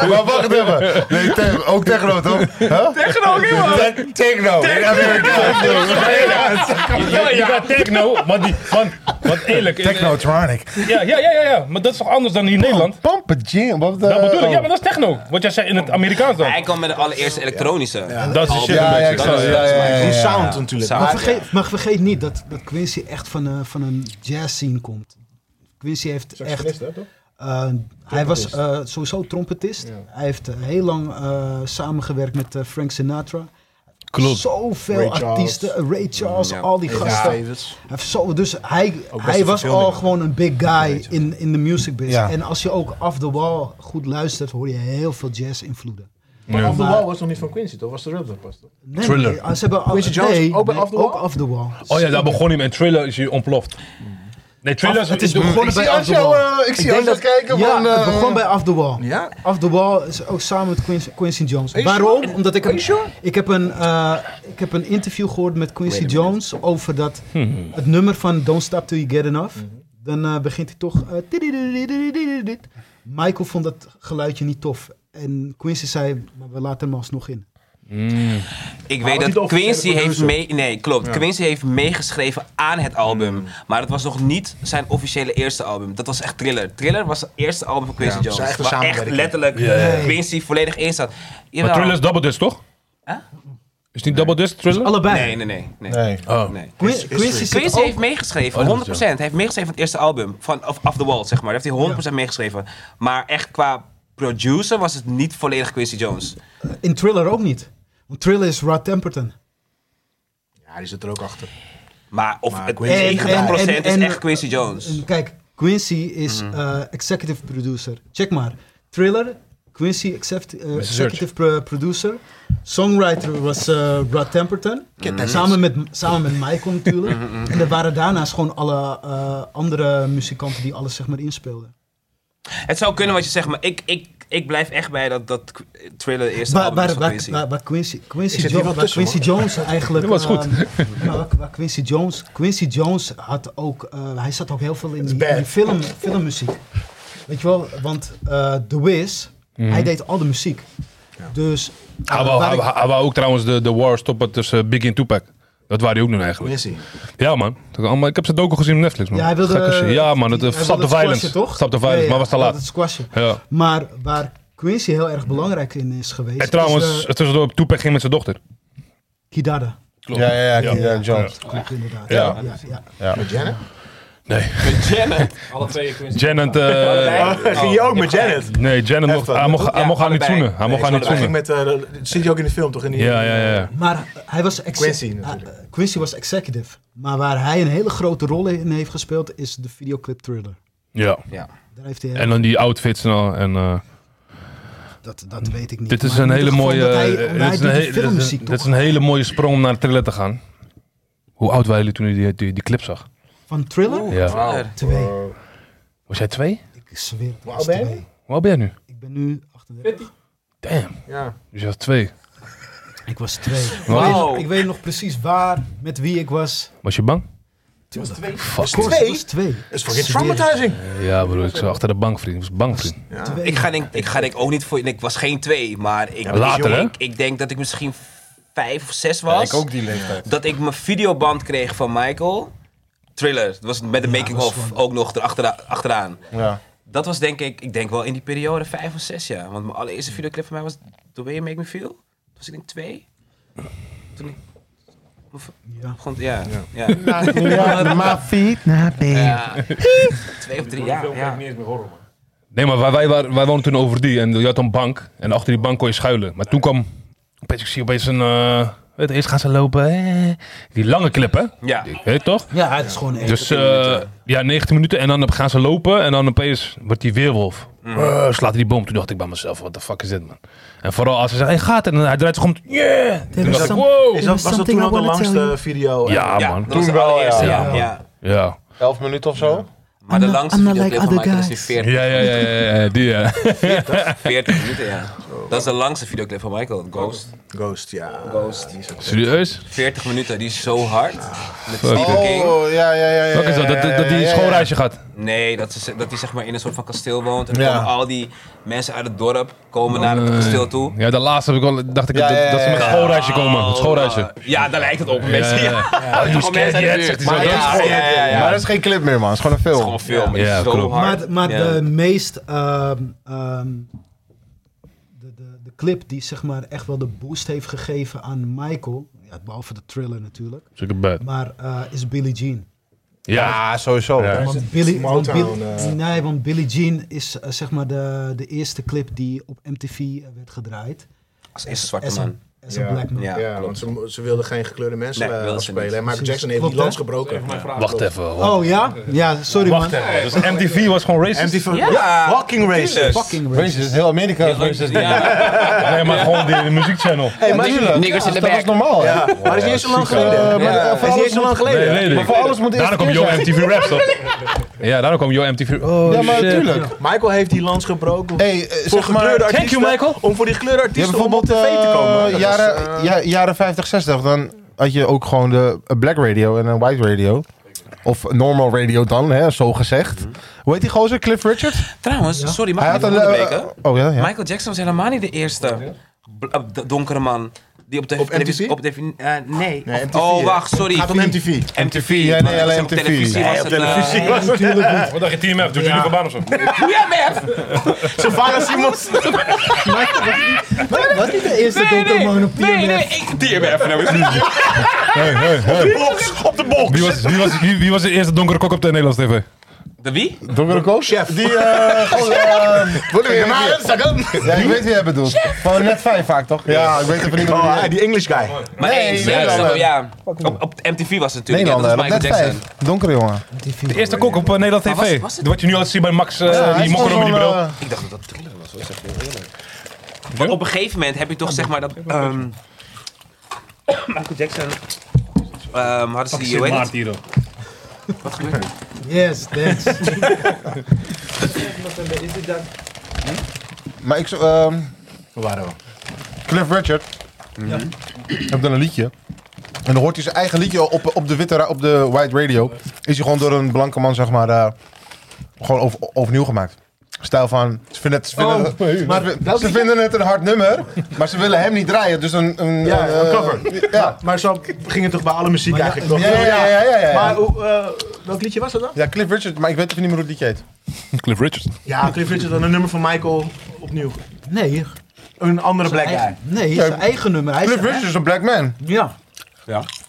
Maar wacht even. Nee, te- ook techno toch? Huh?
Techno, ook niet, man.
Te- Techno. In Amerikaans.
Ja, ja, techno. Want, die, want, want eerlijk. in-
Technotronic.
Ja, ja, ja, ja, ja. Maar dat is toch anders dan hier in Nederland?
Pampen jam. Wat, eh,
Dat bedoel ik. Ja,
oh.
maar dat is techno. Wat jij zei in het Amerikaans dan.
hij kwam met de allereerste elektronische.
Dat is de shit
Oh, Ja,
een
ja,
beetje.
ik
Dat
snap
is-
het.
dat is
Ja, ja,
mijn-
ja,
Die
ja.
sound natuurlijk.
Sound.
Maar vergeet, maar vergeet niet dat, dat Quincy echt van, eh, van een jazz scene komt. Quincy heeft echt Eh, hij was eh, sowieso trompetist. Hij heeft eh, heel lang eh, samengewerkt met eh, Frank Sinatra.
Klopt.
Zoveel
Ray
artiesten. eh, Ray Charles,
Ja.
al die gasten. Hij
Davids.
heeft zo, dus hij, hij
een
was
verbeelding,
al
hè?
gewoon een big guy in, in de music business.
Ja.
En als je ook off the wall goed luistert, hoor je heel veel jazz invloeden.
Maar Off the
Maar-
Wall was nog niet van Quincy, toch? Was de Rubber pas, toch?
Nee,
Thriller.
nee, ze hebben al-
Quincy Jones,
nee,
ook bij
nee,
Off the Wall?
ook off the wall.
Oh ja, daar begon hij met. En Thriller is je ontploft. Nee, Thriller is...
het is
ik doe-
begonnen bij Off the
Eh,
Wall.
ik zie Asja kijken
Ja,
van... eh,
het begon bij Off the Wall.
Ja?
Off the Wall is ook samen met Quincy, Quincy Jones.
Are you
Waarom?
sure?
Omdat ik
Are
een,
you sure?
ik, heb een, eh, ik heb een interview gehoord met Quincy Jones over dat, het nummer van Don't Stop Till You Get Enough. Dan eh, begint hij toch... eh, Michael vond dat geluidje niet tof. En Quincy zei, maar we laten hem alsnog in.
Ik
was
weet
niet
dat
officiële
Quincy heeft
producer.
mee. Nee, klopt. Quincy heeft meegeschreven aan het album.
Hmm.
Maar het was nog niet zijn officiële eerste album. Dat was echt Thriller. Thriller was het eerste album van Quincy
Ja, het was
Jones.
echt een
waar echt
samenwerking.
letterlijk
ja, ja.
Quincy volledig in zat.
Maar
Jawel.
Thriller is Double Disc, toch?
Huh?
Is niet Double Disc Thriller?
Allebei.
Nee, nee, nee. nee.
Nee.
Oh.
Nee.
Quin-
History.
Quincy zit
Quincy
ook-
heeft meegeschreven,
Oh,
100%.
dat is
Hij heeft meegeschreven van het eerste album, van Off, Off The Wall, zeg maar. Daar heeft hij 100% meegeschreven. Maar echt qua producer was het niet volledig Quincy Jones.
in Thriller ook niet. Want Thriller is Rod Temperton.
Ja, die zit er ook achter.
Maar of
Maar
het
Quincy En- heeft gedaan.
90%
en- en-
is echt Quincy Jones.
En Kijk, Quincy is eh, executive producer. Check maar. Thriller, Quincy accept- eh, executive pro- producer. Songwriter was eh, Rod Temperton. Samen, met, samen met Michael natuurlijk. en er waren daarnaast gewoon alle eh, andere muzikanten die alles zeg maar inspeelden.
Het zou kunnen wat je zegt, maar ik, ik, ik blijf echt bij dat, dat Qu- Thriller de eerste
Waar,
album is
waar,
van
waar,
Quincy.
waar, waar Quincy,
Ik
Quincy,
zit hier
Jones,
wel
waar
tussen,
Quincy Jones eigenlijk.
Dat was goed.
ehm, waar, waar Quincy Jones. Quincy Jones had ook. eh, hij zat ook heel veel in die, in die film, filmmuziek. Weet je wel, want eh, The Wiz,
Mhm.
hij deed al de muziek. Dus. eh,
Hij wou-
waar
hij
ik-
wou- hij wou ook trouwens de, de war stoppen tussen eh, Big en Tupac. Dat waren die ook nu eigenlijk.
Quincy.
Ja, man. Maar ik heb ze ook al gezien op Netflix, man.
ja, hij wilde. eh,
Gekke shit. Ja, man.
hij
Het,
wilde
stap de
squashen,
violence.
toch?
Stap de
Ja,
violence,
ja,
maar was te
hij wilde
laat.
Het squashen.
Ja.
Maar waar Quincy heel erg belangrijk in is geweest.
En trouwens,
Is, eh,
tussendoor, Tupac ging met zijn dochter.
Kidada.
Ja, ja, ja. Keith
Ja.
Jones.
Klopt, inderdaad.
Ja.
ja, ja.
Met Janet?
Met [laughs] Janet. oh,
Alle twee Quincy.
Janet...
Allebei.
eh,
ging je ook met Janet?
Nee, Janet mocht,
Heftig.
hij mocht, hij
Ja,
mocht haar niet
allebei.
zoenen. Hij
Nee,
mocht haar niet
Hij ging
zoenen.
met, eh, dat zit je ook in de film toch? In die,
Ja, ja, ja. ja.
Maar hij was exe-
Quincy
eh,
natuurlijk.
eh, Quincy was executive. Maar waar hij een hele grote rol in heeft gespeeld is de videoclip Thriller.
ja.
Daar heeft hij,
En dan die outfits en al. En, eh,
dat, dat weet ik niet.
dit is
Maar in
een hele
ieder geval
mooie...
dat hij-
eh,
omdat
dit is
hij
een
doet die
hele- dit is
filmmuziek
een- Dit is
toch?
een hele mooie sprong om naar de thriller te gaan. Hoe oud waren jullie toen jullie die, die, die clip zag?
Van Thriller?
Ja.
Twee.
Was jij twee?
Ik zweer het.
oud ben je?
twee.
Hoe oud ben jij nu?
Ik ben nu 38.
Damn.
Ja.
Dus je was twee.
Ik was twee.
Wauw.
Ik, weet nog, ik weet nog precies waar, met wie ik was.
Was je bang?
Of course,
twee?
ik was twee.
Dat is fucking
Ik zweer het.
traumatizing.
Ja, broer. Ik zat achter de bank, vriend. Ik was bang, vriend.
Twee.
Ik ga, denk, ik ga denk ook niet voor... nee, Ik was geen twee, maar ik...
Later, hè?
Ik, ik denk dat ik misschien vijf of zes was.
Ik ook die leeftijd.
dat ik mijn videoband kreeg van Michael. Thriller. Dat was met de making
dat
of
was gewoon-
ook nog erachtera- achteraan.
Ja.
Dat was denk ik, ik denk wel in die periode vijf of zes jaar. Want mijn allereerste videoclip van mij was The Way You Make Me Feel. Toen was ik denk twee. Toen ik... Of,
Ja.
gewoon, ja, ja. ja. Twee of drie jaar,
Film kijk
ja.
ik niet eens meer horror, man.
Nee, maar wij, wij, waren- wij woonden toen over die. En je had een bank. En achter die bank kon je schuilen. Maar toen kwam... Opeens, ik zie opeens een... eh, weet, je, eerst gaan ze lopen. eh. Die lange clip, hè?
Ja.
Weet je toch?
Ja, het is gewoon echt.
Dus eh, ja, 19 minuten en dan gaan ze lopen en dan opeens wordt die weerwolf. Eh, slaat die boom. Toen dacht ik bij mezelf, wat de fuck is dit man? En vooral als ze zeggen, hij gaat en dan hij draait zich om. Yeah! Toen
is
dacht ik,
some-
wow!
Is dat, was dat
Something
toen
I
ook de
wanna tell
langste video?
Ja,
Ja,
man.
dat was
Ah, Toen
de
wel,
allereerste,
ja.
ja. ja.
Ja.
Elf minuten of zo?
Maar de
I'm not-
langste
I'm not
videoclip
like
van
other
Michael is nu
guys.
40,
Ja, ja, ja, ja, ja, die eh, ja.
40 minuten, ja. Dat is de langste videoclip van Michael, Ghost.
Eh, Ghost, ja.
Ghost.
Serieus?
40 minuten, die is zo hard. Met
Fuck.
Stephen King.
Oh, ja, ja, ja. ja,
Wat is dat? Dat, dat, dat die schoolreisje gaat.
Nee, dat, ze, dat hij zeg maar in een soort van kasteel woont. En dan
Ja.
komen al die mensen uit het dorp komen naar het kasteel toe.
Ja, de laatste heb ik wel, dacht ik
Ja,
dat,
ja, ja,
dat ze met
ja.
een schoolreisje komen. Het schoolreisje.
Oh, ja, daar lijkt het op. Mensen, ja,
ja,
[laughs]
ja.
Gewoon mensen uit de buurt.
zegt hij zo.
Maar
Dat is
ja,
gewoon-
ja, ja, ja.
Maar
Het
dat is geen clip meer, man. Het is gewoon een
is
film.
gewoon een film. Het is
Ja,
zo
klopt.
hard.
Maar, maar
Ja.
de meest. ehm, ehm, de, de, de clip die zeg maar echt wel de boost heeft gegeven aan Michael. Ja, behalve de thriller natuurlijk.
Zoek het bed.
Maar eh, is Billie Jean.
Ja.
Ja, sowieso.
Ja.
Want Billie, want
Motown,
Billie-
eh.
nee, want Billie Jean is eh, zeg maar de, de eerste clip die op MTV eh, werd gedraaid.
Als eerste zwarte
As a,
man.
as a
Ja.
black man.
Ja,
Ja, want ze, ze wilden geen gekleurde mensen
Nee,
eh,
wilden ze
spelen.
niet.
En Michael
Precies.
Jackson heeft
Klopt,
die lans
hè?
gebroken.
Mijn vraag
Wacht
loopt.
even. hoor.
Oh ja? Ja, sorry
Wacht
man.
even. Dus MTV was gewoon racist?
MTV
Ja.
fucking racist.
Fucking racist.
Racist, heel Amerika is racist.
Ja.
Nee, maar gewoon de, de muziekchannel.
Hey, maar
Niggers in de
Dat
back.
is normaal, hè?
Ja, maar dat is niet eens zo lang
Eh,
geleden.
maar, eh,
Ja.
voor
Dat is niet
alles
eens zo lang
moet-
geleden.
Nee, nee,
Maar voor alles moet
Daarna
eerst
kwam
keer
Yo
zijn.
MTV Raps toch? Ja, daarna kwam Yo MTV. Oh,
Ja, maar
shit.
tuurlijk.
Michael heeft die lans gebroken.
Hey, eh,
voor
zeg maar...
gekleurde artiesten.
you, Michael.
Om voor die gekleurde
Je hebt
artiesten om op
bijvoorbeeld
tv te komen.
eh
Dat was,
jaren,
eh,
ja, jaren 50, 60, dan had je ook gewoon de eh, black radio en een white radio. Of normal radio dan, hè, zo gezegd. Hoe heet die gozer? Cliff Richard?
Trouwens, sorry, mag ik even
eh,
onderbreken?
oh ja, ja.
Michael Jackson was helemaal niet de eerste bl- eh, de donkere man. Die op de
Op
televisie-
MTV?
Op de, eh, nee.
Nee, MTV,
oh,
hè.
wacht, sorry.
Gaat om MTV.
MTV,
ja, nee,
maar
alleen
op
MTV.
Nee,
televisie was
op
het, eh,
televisie.
Wat dacht je, Team F? Doet jullie verbaan of zo?
[laughs] UMF!
Savannah Simons.
Maar was niet de eerste
Nee, nee,
donkerman op
nee, nee,
PMF?
ik DMF. nou is het-
Box, op de box.
Wie was, wie, was, wie, wie was de eerste donkere kok op de Nederlandse tv?
De wie?
Donkere Koos?
Chef.
Die, eh gozer, eh,
Willen
Ik weet niet. ja, ik weet wie hij bedoelt. Van net vijf vaak, toch? Ja, ik weet even niet hoe
Oh,
hij
die English guy.
Maar
Nee,
nee, eens, ja, ik
Nederlander.
snap wel, ja. Op, op MTV was het natuurlijk. ja,
Nederlander,
dat is
eh, net
Michael Jackson.
vijf. Donkere jongen.
De eerste kok op eh, Nederland TV.
Maar was- was het-
Wat je nu al ziet bij Max, eh,
hij
die
is
mokker
gewoon
over die bril.
zo'n, eh,
Ik dacht dat dat thriller was. hoor, zeg je heel eerlijk. Maar op een gegeven moment heb je toch zeg maar dat... ehm, Michael Jackson... ehm, hadden ze die... hoe heet het? Wat gebeurt er?
Yes, thanks.
Is dit dat?
Maar ik... zo- ehm,
Waar waren we?
Cliff Richard. Heb dan een liedje. En dan hoort hij zijn eigen liedje op, op, de, witte, ra- op de white radio. Is hij gewoon door een blanke man, zeg maar, eh, gewoon over, overnieuw gemaakt. Stijl van, ze vinden, het, ze, vinden,
Oh, nee,
maar ze- ze vinden het een hard nummer, maar ze willen hem niet draaien. Dus een... een
Ja,
eh,
een cover.
Ja.
Maar zo ging het toch bij alle muziek eigenlijk, toch?
Ja, ja, ja, ja, ja, ja.
Maar hoe, eh, welk liedje was dat dan?
Ja, Cliff Richard, maar ik weet even niet meer hoe het liedje heet.
Cliff Richards.
Ja, Cliff Richard dan een nummer van Michael opnieuw.
Nee,
Een andere black guy.
eigen, nee, zijn eigen nummer. Hij is-
Cliff Richard is een black man.
Ja.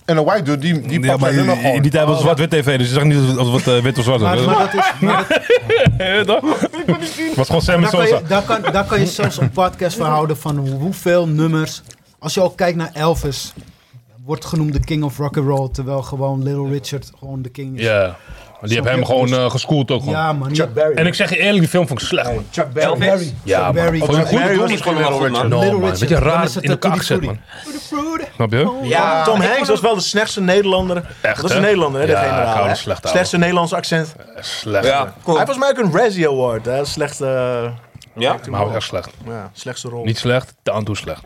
En een white dude, die, die
Ja,
pakt
maar
zijn nummer
in
gewoon.
die tijd was het zwart-wit tv, dus je zag niet of het- of het eh, wit of zwart was.
Maar, maar dat is, maar dat-
Het was gewoon Sam en
daar, kan
Sosa.
je, daar, kan, daar kan je zelfs een podcast van houden van hoeveel nummers. Als je al kijkt naar Elvis, wordt genoemd de king of rock and roll, terwijl gewoon Little Richard gewoon de king is.
Ja. Die hebben hem gewoon eh, geschoold ook gewoon.
Ja, man.
Chuck Berry.
En ik zeg je eerlijk, die film vond ik slecht, man.
Chuck Berry.
Elvis?
Berry.
Ja,
Berry.
man. Vond je hem goed?
Berry was
Ik vond hem wel goed, man.
No,
Little
Oh, man.
Richard.
Beetje
Dan
raar
is het
in elkaar
Tutti
gezet, man.
Frutti.
Snap je?
Ja,
Tom
ik
Hanks
vond
was
hem-
wel de slechtste Nederlander. dat is
hè?
een Nederlander, hè?
Ja,
Ja,
ik hou
generaal.
er
hè?
slecht aan.
Slechtste Nederlandse accent.
Slecht.
Ja,
man.
cool.
Hij was mij ook een Razzie Award, hè? Slechtste,
Ja?
Maar ook echt slecht.
ja, slechtste rol.
Niet slecht, te aan toe slecht.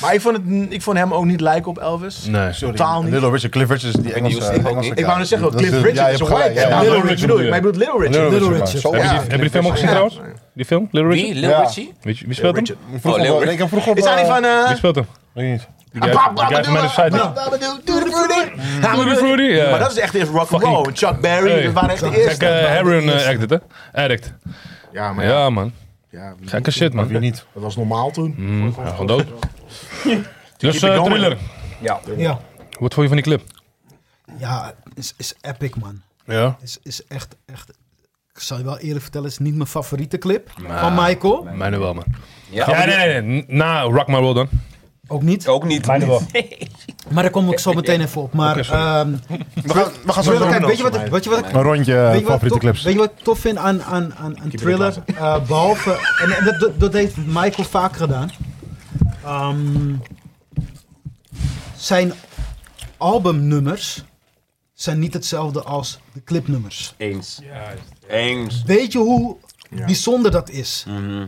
Maar ik vond, het, ik vond hem ook niet lijken op Elvis.
Nee.
Totaal niet.
Little Richard, Cliff Richard is die Engelse,
die hoest ik ook
Engelse
niet. Oh,
Ik wou net zeggen,
Dat
Cliff
is de-
Richard
ja, je
is
hebt
een white.
gelijk,
Ja,
ja.
Little,
Little Richard
Richard bedoel ik,
bedoel
maar ik bedoel Little
Little
Richard.
Richard, man. Zo-
Richard.
Heb je die-
Ja.
Heb je die film ook gezien trouwens? Die film? Little
Wie?
Richard?
Lil
Ja.
Richie?
Weet je, wie speelt hem?
Richard.
Ik vroeg
Oh,
op-
Leo
nee, Ik heb vroeg op...
Is dat niet van...
Wie
eh,
speelt hem?
Weet ik niet.
Die guy die guy van Man of Side.
Mm.
Fruity Fruity, ja.
Maar dat is echt eerst rock and
Fucking-
roll. Chuck Berry,
Hey.
dat waren echt de
Kijk,
eerste.
eh, Heroin eh, addict, hè? Addict.
Ja, maar
Ja, man.
ja, wie-
Gekke Mm. shit, man.
Wie niet?
dat was normaal toen.
Ja, gewoon dood. Dus
Keep it
eh
going.
thriller.
Ja.
Wat vond je van die clip?
Ja, is, is epic, man.
Ja.
Is, is echt, echt. Ik zal je wel eerlijk vertellen, is niet mijn favoriete clip van Michael.
Mijne wel, man.
Ja.
Ja, nee, nee, nee. Na Rock My World dan.
Ook niet.
Ook niet.
Maar daar kom ik zo meteen even op. Maar, ehm,
We gaan, we gaan zo
Thriller,
meteen
kijk,
nog
weet je wat, ik- weet je wat ik
een rondje eh,
Weet je, wat ik
favoriete
tof,
clips.
weet je wat ik tof vind aan, aan, aan, aan Thriller? Eh, behalve, en, en dat- dat, dat heeft Michael vaak gedaan. Ehm, zijn albumnummers zijn niet hetzelfde als de clipnummers.
Eens. Eens.
Weet je hoe bijzonder dat is?
Mhm.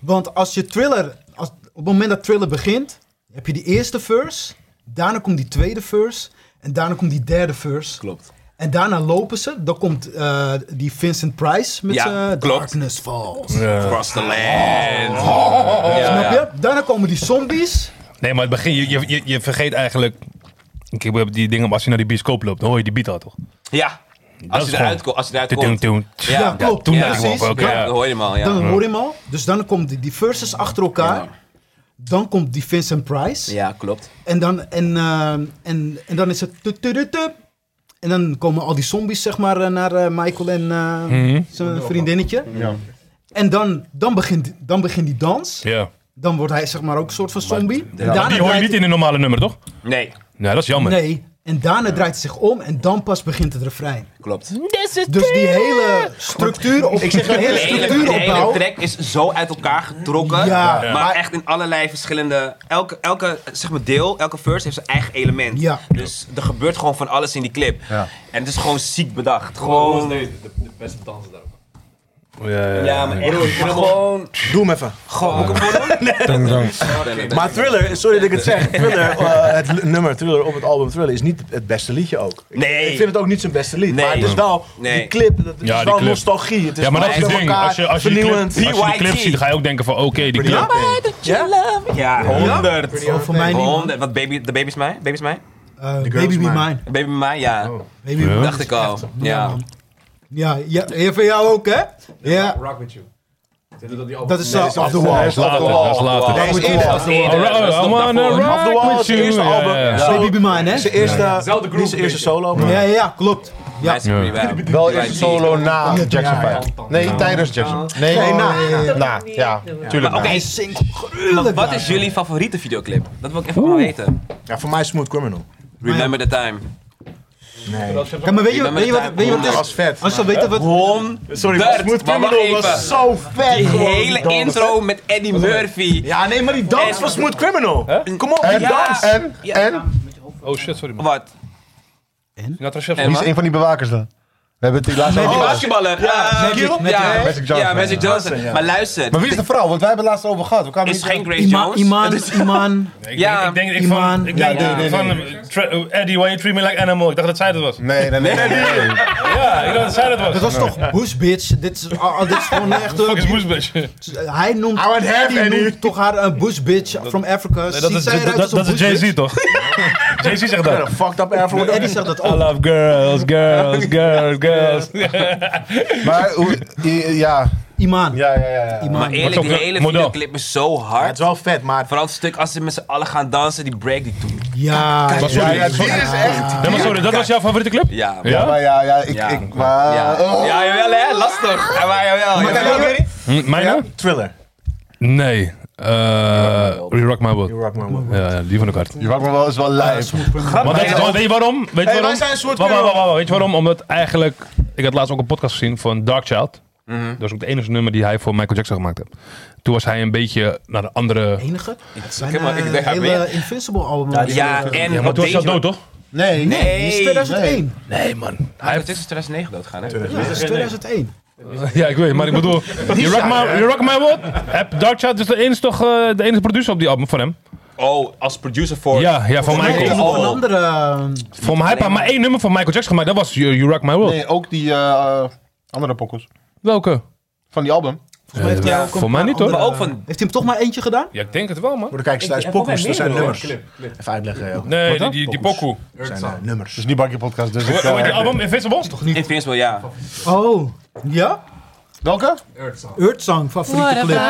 Want als je Thriller, als, op het moment dat Thriller begint, heb je die eerste verse, daarna komt die tweede verse en daarna komt die derde verse.
Klopt.
En daarna lopen ze. Dan komt eh, die Vincent Price met
Ja,
zijn
klopt.
Darkness Falls.
Cross the land. Ja,
Snap
ja.
je? Daarna komen die zombies.
Nee, maar het begin, je, je, je- je vergeet eigenlijk... Ik heb die dingen, als je naar die bioscoop loopt, dan hoor je die beat al, toch?
Ja. Als je
is
eruit
gewoon-
ko- als je eruit
Toen, toen,
komt.
toen.
Ja,
Ja, klopt.
Toen
Ja,
dacht ik wel,
precies.
van, oké,
Ja, dat
ja.
hoor je hem al.
Dan
Ja.
hoor je hem al. Dus dan komt die, die verses achter elkaar. Dan komt die Vincent Price.
Ja, klopt.
En, dan, en, eh, en, en dan is het... tu- tu- tu- tu. En dan komen al die zombies zeg maar, eh, naar eh, Michael en eh,
Mhm.
zijn vriendinnetje. En dan, dan, begint, dan begint die dans.
Ja.
Dan wordt hij zeg maar, ook een soort van zombie. En
Maar
daarna
Die hoor je
draait-
niet in een normale nummer, toch?
Nee,
Nee, dat is jammer.
Nee, en daarna draait hij zich om en dan pas begint het refrein.
klopt.
Dus die hele structuur, op, ik [laughs] zeg de hele
De hele, de
structuur
hele
opbouwen.
track is zo uit elkaar getrokken.
Ja. Ja.
Maar echt in allerlei verschillende. Elke, elke zeg maar deel, elke verse heeft zijn eigen element.
Ja.
Dus er gebeurt gewoon van alles in die clip. En het is gewoon ziek bedacht.
Gewoon
Gewoon.
de, de beste dans daarop.
Ja, ja.
Ja, maar echt,
Bro, ik
maar
ben
gewoon...
Doe hem even.
Gewoon, moet ik hem gewoon
Dang,
doen?
dang.
Nee, nee, nee.
Maar Thriller, sorry dat ik het
[laughs]
zeg, Thriller, eh, het l- nummer Thriller op het album Thriller is niet het beste liedje ook. Ik-
Nee.
Ik vind het ook niet zijn beste lied,
Nee.
maar het is wel
Nee.
die clip, het is
Ja, die
wel
clip.
nostalgie. Het is
Ja, maar dat
wel
is het
met
ding.
elkaar
Als je, als je, die, clip,
vernieuwend.
als je die clip
PYT.
ziet, ga je ook denken van oké, die clip.
Ja?
Ja, 100.
Oh, voor mij niet. man.
100. Wat, baby, de baby is mij? Baby is mij?
Eh, baby Be Mine.
Baby mij, ja.
Baby Be Mine.
Dacht ik al. Ja.
man. Ja, ja, en van jou ook, hè? Ja,
Rock with you. Zeg niet dat die
dat
album-
is zo.
Off the wall.
Dat is later, dat is later.
Nee,
Rock
is
with
eerder,
you.
is eerder.
Alright,
Dat is nog
I wanna
daarvoor.
rock.
Off the Wall is
With
zijn
you,
eerste
ja,
album.
ja, ja.
Zo-
Baby Be Mine, hè?
Zijn eerste,
Zelfde
niet zijn
groove,
eerste solo.
Ja,
maar-
ja, ja, klopt. Ja.
Nice, pretty bad.
Wel
PYT.
eerst een solo na Jackson 5. Nee, tijdens Jackson. Nee,
Nee, na.
Na, ja. Tuurlijk
Maar
na.
oké,
Hij zingt gruwelijk.
wat is
daar.
jullie favoriete videoclip? Dat wil ik even wel weten.
Ja, voor mij is Smooth Criminal.
Remember the time.
Nee.
Ja, maar weet je,
Remember
weet je
the
wat,
time.
weet je wat het
Ja.
is?
Als vet.
Als je weet je wat...
Hon.
Sorry,
Dirt,
Smooth
maar wacht
Criminal
even.
was zo vet.
Die
gewoon,
hele
die dans.
intro met Eddie Murphy.
Ja, nee, maar die dans
En-
van Smooth Criminal. Kom op, die
Ja.
dans.
En,
Ja.
en,
Oh shit, sorry man.
Wat?
Sinatra
En
Chef.
wie is een van die bewakers dan? We hebben het die laatste
Die
over gehad.
basketballer. Eh,
Magic,
Giel?
Magic,
ja,
hè?
Magic Johnson.
Ja, Magic Johnson.
Ja.
Maar luister,
Maar wie is de vrouw? Want wij hebben het laatst over gehad. We kwamen
is
niet
geen Grace
Iman,
Jones.
Iman,
Het is-
Iman.
Ja.
Ik denk ik
Iman.
van... Ik denk
Ja, nee, nee,
van... eh, tra- eh, Eddie, why you treat me like animal? Ik dacht dat zij dat was.
Nee, nee, nee. nee, nee.
Ja, ik dacht dat zij dat was.
Dat was toch Bush bitch? Dit is, ah, ah, dit is gewoon echt
Fuck is
een...
Moes, bitch.
Hij noemt,
I would have
die
any.
noemt toch haar een bush bitch from Africa.
Nee, Dat
Ziet
is,
zij eruit
dat,
als een
dat is
bush bitch?
Jay-Z
[laughs]
toch? Jay-Z zegt
What
dat.
a fucked up afro.
Eddie zegt dat
I
ook.
love girls, girls, girls, girls.
Maar, hoe- i- ja.
Iman.
Ja, ja, ja. ja.
Iman.
Maar eerlijk,
Maar
die
toch,
hele
model.
videoclip is zo
Ja, Het
hard.
is wel vet, maar
Vooral het stuk als ze met z'n allen gaan dansen, die break die toen.
ja,
Maar
Ja,
sorry,
ja, die is echt...
Nee, maar sorry, dat was jouw favoriete clip?
Ja, man.
Ja,
Ja?
maar ja, ja, ik...
Ja.
ik maar,
Ja,
oh.
ja jawel hè, lastig. Ja, maar jawel, jawel.
Hm, Mijne?
Thriller.
Nee. Eh, You Rock My World.
You rock my world.
Ja, ja, die van ik hard.
Je maakt me wel eens wel lijf.
Want weet, je-
Hey,
weet je waarom? Weet je
wij
waarom?
zijn een soort
Wacht, wacht,
Carol.
wacht, wacht. Weet je waarom? Omdat eigenlijk... Ik had laatst ook een podcast gezien van Dark Child.
Mhm.
Dat was ook het enige nummer die hij voor Michael Jackson gemaakt heeft. Toen was hij een beetje naar de andere...
enige. Zijn
heb maar- ik
eh,
denk haar
hele Invincible album. Ja,
Ja, en
Ja, maar
op
toen was hij al
deze...
dood, toch?
Nee.
Die is
Nee.
2001.
Nee, man.
Hij is tussen 2009 doodgaan hè.
Ja, dat is 2001.
[laughs] Ja, ik weet, maar ik
[laughs]
bedoel... You Rock My, you rock my World? Heb Dark Child is de enige, toch, eh, de enige producer op die album van hem?
Oh, als producer voor...
Ja, ja van
Nee,
Michael.
nog een
Oh.
andere. eh,
Voor mij heeft hij maar één nummer van Michael Jackson gemaakt. Dat was You, You Rock My World.
Nee, ook die eh, andere pokkels.
Welke?
Van die album.
Volgens mij heeft hij
Ja,
ook een
voor mij
paar
niet, hoor.
andere-
Maar ook van-
Heeft hij hem toch maar eentje gedaan?
Ja, ik denk het wel, man.
Voor de kijkers thuis, pokkels, dat zijn nummers. Even uitleggen, joh.
Nee, die, die, die pokoe.
Dat zijn eh, nummers.
Dus niet Bakje
[laughs]
Podcast. Dus
Hoe
ik,
hoe heet die
eh,
album? Invisible?
Invincible, ja.
Oh, ja?
welke?
Earthsong, favoriete clip.